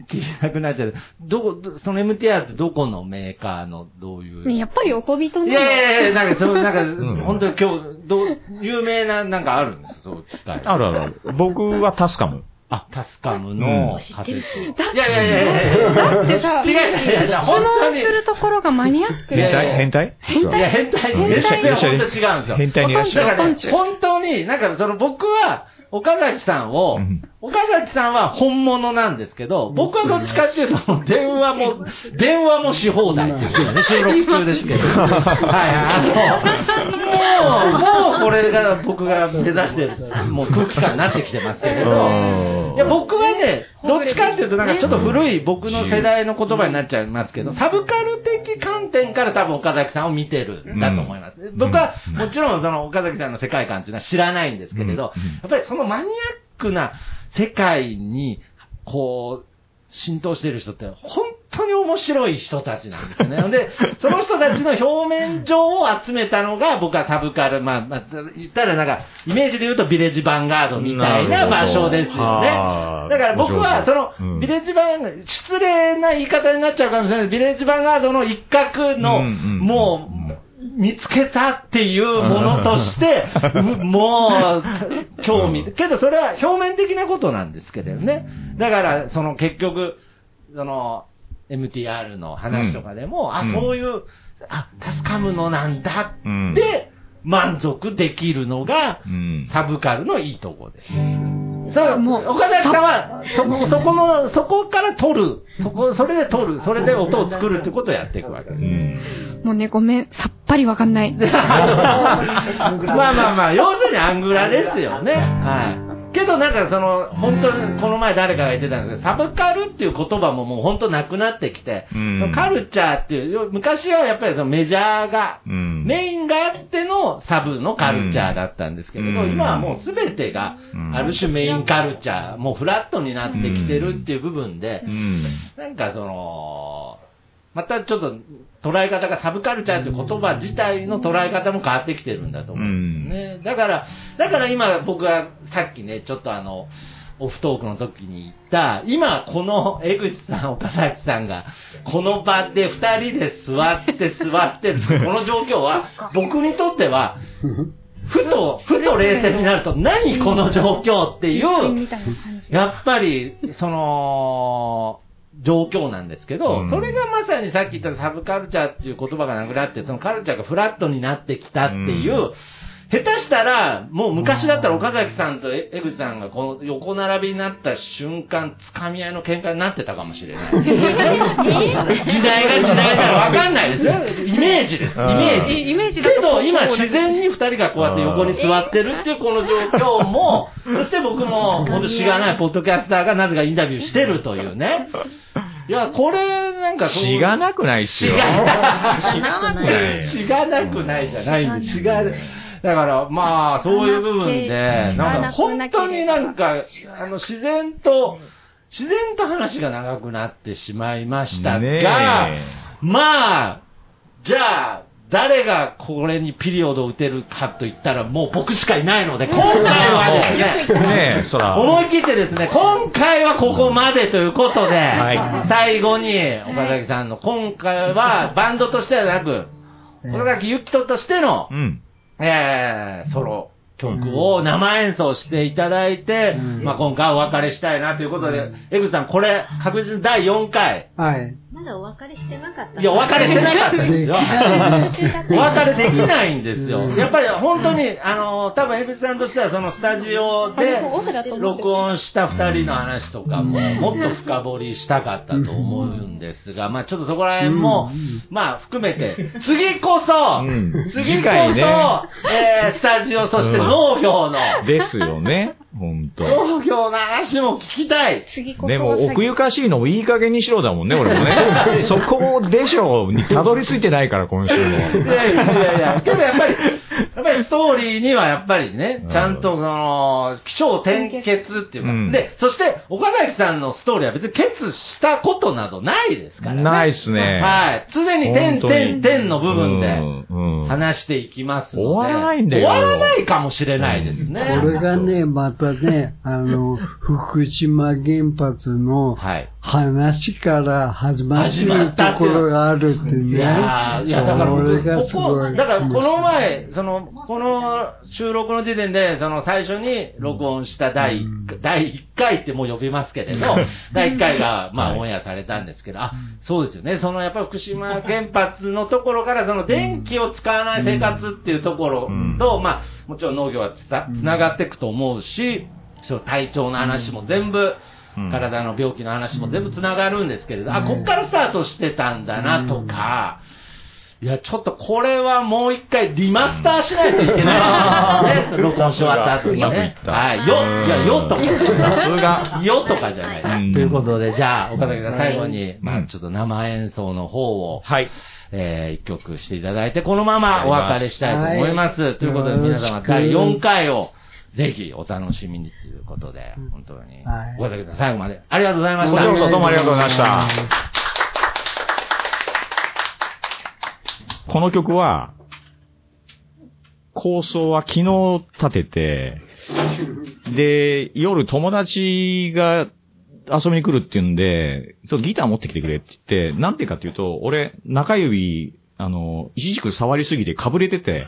[SPEAKER 5] 聞いてなくなっちゃう。どこ、どその MTR ってどこのメーカーのどういう。
[SPEAKER 14] ねやっぱりおこびと
[SPEAKER 5] い
[SPEAKER 14] ね。
[SPEAKER 5] やいやいや、なんか、そう、なんか、
[SPEAKER 6] ん
[SPEAKER 5] 本当に今日、どう、有名な、なんかあるんです、そう、機械。
[SPEAKER 6] あるあるある。僕はタスカム。
[SPEAKER 5] あ、タスカムの、
[SPEAKER 4] 知ってるし。
[SPEAKER 5] いやいやいやいや
[SPEAKER 7] だってさ、
[SPEAKER 5] 違う違う違う
[SPEAKER 7] 質
[SPEAKER 5] 本当
[SPEAKER 7] 問
[SPEAKER 5] に
[SPEAKER 7] するところがマニアック
[SPEAKER 6] 変
[SPEAKER 5] いやい
[SPEAKER 6] 態
[SPEAKER 5] や
[SPEAKER 6] 変態変
[SPEAKER 5] いや、変態、変態は本当に違うんですよ。
[SPEAKER 6] 変態にいらっしゃ
[SPEAKER 5] だ
[SPEAKER 6] る。
[SPEAKER 5] からね
[SPEAKER 7] 本当、に
[SPEAKER 5] 本当に、なんかその僕は、岡崎さんを
[SPEAKER 6] うん、
[SPEAKER 5] 岡崎さんは本物なんですけど、僕はどっちかっていうと、電話も、電話もし放題っていう
[SPEAKER 6] [LAUGHS]
[SPEAKER 5] ね、収録中ですけど。はいはい、あの、もう、もうこれが僕が目指してる、もう空気感になってきてますけれど、いや僕はね、どっちかっていうと、なんかちょっと古い僕の世代の言葉になっちゃいますけど、サブカル的観観点から多分岡崎さんを見てるんだと思います。
[SPEAKER 6] うん
[SPEAKER 5] 僕は
[SPEAKER 6] うん
[SPEAKER 5] もちろんその岡崎さんの世界観っていうのは知らないんですけれど、
[SPEAKER 6] うんうん
[SPEAKER 5] やっぱりそのマニアックな世界に、こう、浸透してる人って本当に面白い人たちなんですね。で、その人たちの表面上を集めたのが僕はサブカル、まあ、まあ、言ったらなんか、イメージで言うとビレッジヴァンガードみたいな場所ですよね。
[SPEAKER 6] なるほどはあ
[SPEAKER 5] だから僕はその、
[SPEAKER 6] うん
[SPEAKER 5] ビレッジヴァンガード、失礼な言い方になっちゃうかもしれないビレッジヴァンガードの一角の、
[SPEAKER 6] うんうん
[SPEAKER 5] もう、見つけたっていうものと
[SPEAKER 6] [LAUGHS]
[SPEAKER 5] して、うもう、興味。けどそれは表面的なことなんですけどね。だから、その結局、その、MTR の話とかでも、
[SPEAKER 6] うん
[SPEAKER 5] あ、そういう、あ、タスカムのなんだ
[SPEAKER 6] うん
[SPEAKER 5] って、満足できるのが
[SPEAKER 6] う、ん。
[SPEAKER 5] サブカルのいいとこです。さあ、もう、岡崎さんは、そこ、そこの、そこから取る。そこ、それで取る。それで音を作るってことをやっていくわけです
[SPEAKER 6] う。ん
[SPEAKER 7] もうね、ごめん、さっぱりわかんない。
[SPEAKER 5] まあまあまあ、要するにアングラですよね。はい。けどなんかその、本当にこの前誰かが言ってたんですけど、サブカルっていう言葉ももう本当なくなってきて、
[SPEAKER 6] うん
[SPEAKER 5] そのカルチャーっていう、昔はやっぱりそのメジャーが、
[SPEAKER 6] うん
[SPEAKER 5] メインがあってのサブのカルチャーだったんですけれど、
[SPEAKER 6] うん
[SPEAKER 5] 今はもう全てが
[SPEAKER 6] うん
[SPEAKER 5] ある種メインカルチャー、もうフラットになってきてるっていう部分で、
[SPEAKER 6] うん
[SPEAKER 5] なんかその、またちょっと捉え方がサブカルチャーという言葉自体の捉え方も変わってきてるんだと思うんですよね。だから、だから今僕はさっきね、ちょっとあの、オフトークの時に言った、今この江口さん、岡崎さんが、この場で二人で座って座ってる、この状況は、僕にとっては、ふと、ふと冷静になると、何この状況ってい
[SPEAKER 7] 人
[SPEAKER 5] う
[SPEAKER 7] 間、みたいな感じ。
[SPEAKER 5] やっぱり、その、状況なんですけど、
[SPEAKER 6] うん
[SPEAKER 5] それがまさにさっき言ったサブカルチャーっていう言葉がなくなって、そのカルチャーがフラットになってきたっていう、
[SPEAKER 6] うん
[SPEAKER 5] 下手したら、もう昔だったら岡崎さんと江口さんがこの横並びになった瞬間、掴み合いの喧嘩になってたかもしれない。時代が時代ならわかんないですよ。イメージです。イメージ。
[SPEAKER 7] イイメージだと
[SPEAKER 5] けど、今自然に二人がこうやって横に座ってるっていうこの状況も、そして僕も、ほんとしがないポッドキャスターがなぜかインタビューしてるというね。いや、これ、なんかそう
[SPEAKER 6] 血がなくないっす
[SPEAKER 5] 違
[SPEAKER 6] よ。
[SPEAKER 5] う
[SPEAKER 4] 知らな
[SPEAKER 6] ない
[SPEAKER 5] 違がなくないじゃないんです。違がだから、まあ、そういう部分で、
[SPEAKER 7] 違
[SPEAKER 5] な
[SPEAKER 7] が
[SPEAKER 5] んか、
[SPEAKER 7] なく
[SPEAKER 5] 本
[SPEAKER 7] なければ
[SPEAKER 5] 当になんか、あの、自然と、自然と話が長くなってしまいました
[SPEAKER 6] ね
[SPEAKER 5] が、
[SPEAKER 6] え
[SPEAKER 5] まあ、じゃあ、誰がこれにピリオドを打てるかと言ったら、もう僕しかいないので、今回はですね、
[SPEAKER 6] ねえ、そら。
[SPEAKER 5] 思い切ってですね、今回はここまでということで、
[SPEAKER 6] はい
[SPEAKER 5] 最後に岡崎さんの今回はバンドとしてはなく、岡崎ゆきととしての
[SPEAKER 6] う、ん。
[SPEAKER 5] えーソロ曲を生演奏していただいて、
[SPEAKER 3] うん
[SPEAKER 5] まあ、今回はお別れしたいなということで、江口さん、これ確実に第4回、
[SPEAKER 3] はい。
[SPEAKER 4] まだお別れしてなかった。
[SPEAKER 5] いや、お別れしてなかったんですよ。お別れできないんですよ。やっぱり本当に、あの、多分江口さんとしては、そのスタジオで録音した二人の話とかも、もっと深掘りしたかったと思うんですが、まあちょっとそこら辺も
[SPEAKER 3] うん、
[SPEAKER 5] まあ含めて、次こそ
[SPEAKER 6] うん、
[SPEAKER 5] 次
[SPEAKER 6] 次
[SPEAKER 5] こそ、
[SPEAKER 6] 回ね
[SPEAKER 5] えースタジオ、そして農業の、
[SPEAKER 6] ですよね、ほんと。
[SPEAKER 5] 農業の話も聞きたい。
[SPEAKER 7] 次こそ
[SPEAKER 6] で
[SPEAKER 7] は
[SPEAKER 6] も、
[SPEAKER 7] 詐欺
[SPEAKER 6] 奥ゆかしいのもいい加減にしろだもんね、俺
[SPEAKER 5] [LAUGHS]
[SPEAKER 6] もね。そこでしょうにたどり着いてないから、今週
[SPEAKER 5] い
[SPEAKER 6] も。
[SPEAKER 5] やいやいやいや、けどやっぱり、やっぱりストーリーにはやっぱりね、ちゃんとその、気象転結っていうか、
[SPEAKER 6] うん
[SPEAKER 5] で、そして、岡崎さんのストーリーは別にケツしたことなどないですからね。
[SPEAKER 6] ないっすね
[SPEAKER 5] はい。常に点
[SPEAKER 6] 本当に
[SPEAKER 5] 点点の部分で
[SPEAKER 6] うんうん
[SPEAKER 5] 話していきますので。
[SPEAKER 6] 終わらないんだよ
[SPEAKER 5] 終わらないかもしれないですね。
[SPEAKER 3] これがね、またね、あの、福島原発の
[SPEAKER 5] はい。
[SPEAKER 3] 話から始まってるところがあるって
[SPEAKER 5] いや
[SPEAKER 3] ね。
[SPEAKER 5] ーいや、だから
[SPEAKER 3] それが
[SPEAKER 5] 僕、
[SPEAKER 3] す
[SPEAKER 5] こ
[SPEAKER 3] ご
[SPEAKER 5] こ、
[SPEAKER 3] い。
[SPEAKER 5] だからこの前、その、この収録の時点で、その最初に録音した第1回、第1回ってもう呼びますけれど、第1回が、まあ、
[SPEAKER 6] はい
[SPEAKER 5] オンエアされたんですけど、あ、そうですよね。その、やっぱり福島原発のところから、その電気を使わない生活っていうところと、まあ、もちろん農業はつなつながっていくと思うし、その体調の話も全部、
[SPEAKER 6] うん
[SPEAKER 5] 体の病気の話も全部つながるんですけれど、あ、こっからスタートしてたんだなとか、いや、ちょっとこれはもう一回リマスターしないといけない
[SPEAKER 6] [LAUGHS]
[SPEAKER 5] ですね。録音し終わった後に
[SPEAKER 6] うまくい
[SPEAKER 5] ね
[SPEAKER 6] っ。た
[SPEAKER 5] はい。よ、いや、よとか。
[SPEAKER 6] さすが
[SPEAKER 5] よとかじゃない。
[SPEAKER 6] うん
[SPEAKER 5] ということで、じゃあ、岡崎さん最後に、
[SPEAKER 6] ん
[SPEAKER 5] まあちょっと生演奏の方を、
[SPEAKER 6] はい。
[SPEAKER 12] えー、一曲していただいて、このままお別れしたいと思います。ということで、皆様、第4回を、ぜひお楽しみにということで、本当に、ごめんなさい最後までありがとうございました。
[SPEAKER 14] こちらこそどうもありがとうございました。
[SPEAKER 6] この曲は、構想は昨日立てて、で、夜友達が遊びに来るっていうんで、ちょっとギター持ってきてくれって言って、なんでかっていうと、俺、中指、あの、一軸触りすぎてかぶれてて、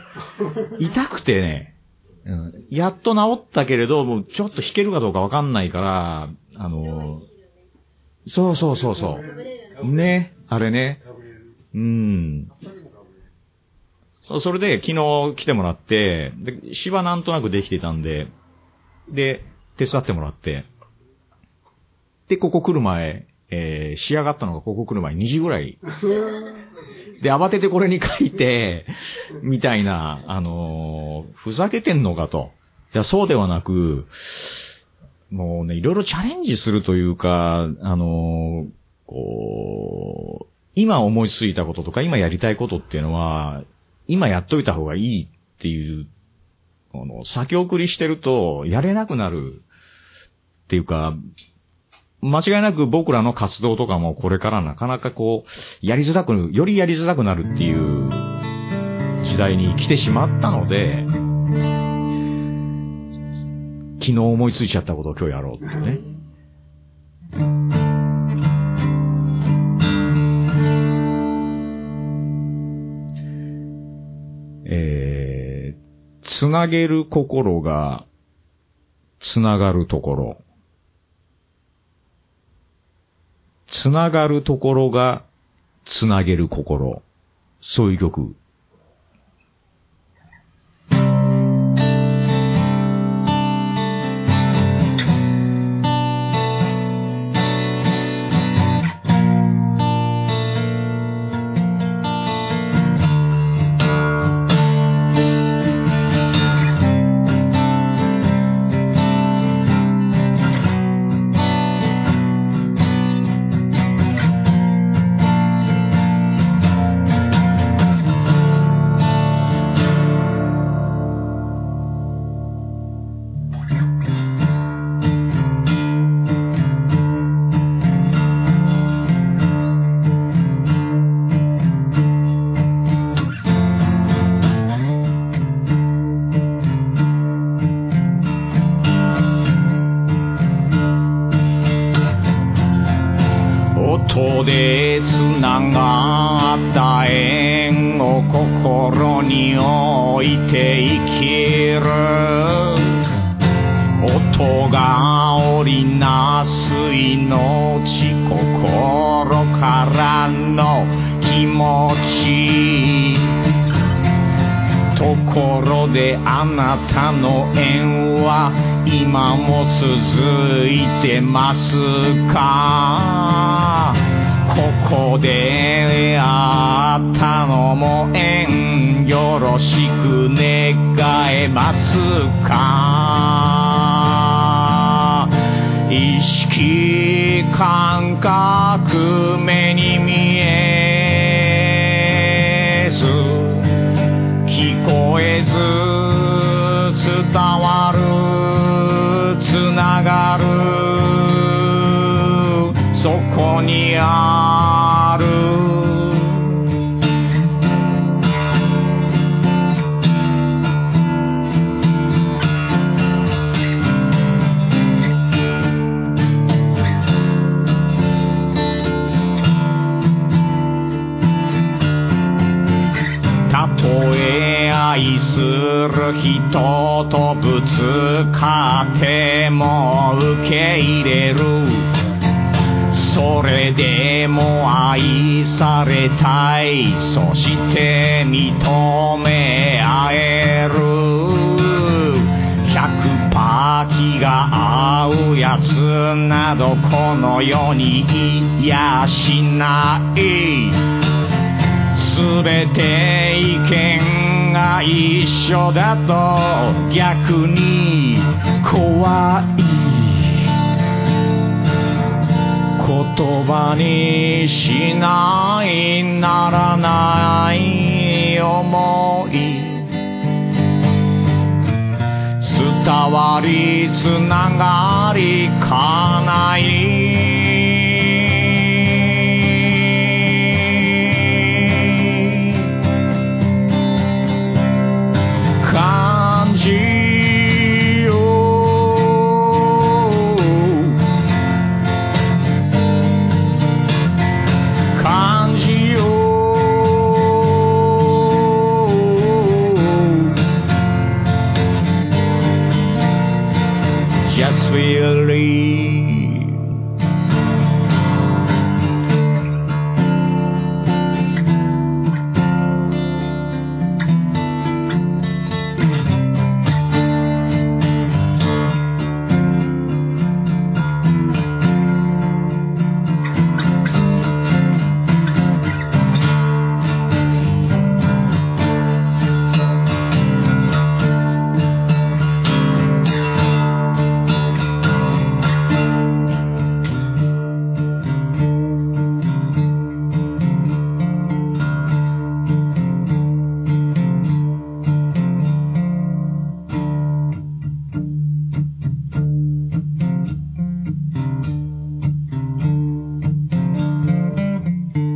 [SPEAKER 6] 痛くてね、うんやっと治ったけれど、もうちょっと弾けるかどうかわかんないから、あの、そうそうそうそう。ね、あれね。うん。そうそれで昨日来てもらって、で、芝なんとなくできてたんで、で、手伝ってもらって、で、ここ来る前、えー、仕上がったのがここ来る前2時ぐらい。で、慌ててこれに書いて、みたいな、あのーふざけてんのかと。じゃあそうではなく、もうね、いろいろチャレンジするというか、あのーこう、今思いついたこととか、今やりたいことっていうのは、今やっといた方がいいっていう、この、先送りしてると、やれなくなるっていうか、間違いなく僕らの活動とかもこれからなかなかこう、やりづらく、よりやりづらくなるっていう時代に来てしまったので、昨日思いついちゃったことを今日やろうってね。えー、つなげる心が、つながるところ。つながるところが、つなげる心。そういう曲。音でつながった縁を心に置いて生きる音が織りなす命心からの気持ちところであなたの縁は今も続いてますかここであったのも縁よろしく願えますか意識感覚目に見えず聞こえず伝わるつながるそこにあるたとえ愛する人とぶつかっても受け入れるそれでも愛されたいそして認め合える100パー気が合うやつなどこの世にいやしないすべて意見が一緒だと逆に怖い言そばにしないならない思い伝わりつながりかない感じよう感じよう Just really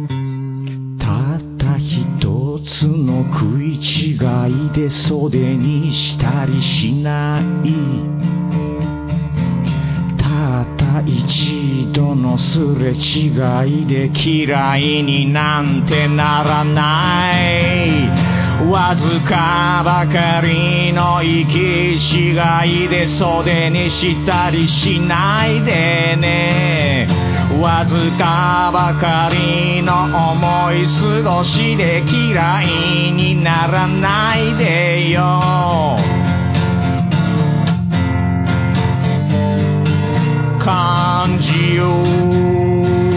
[SPEAKER 6] たった一つの食い違いで袖にしたりしないたった一度のすれ違いで嫌いになんてならないわずかばかりの息違いで袖にしたりしないでねわずかばかりの思い過ごしで嫌いにならないでよ感じよ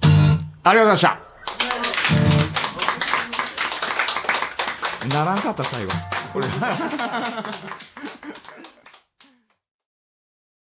[SPEAKER 6] ありがとうございました。ならんかった、最後。これ。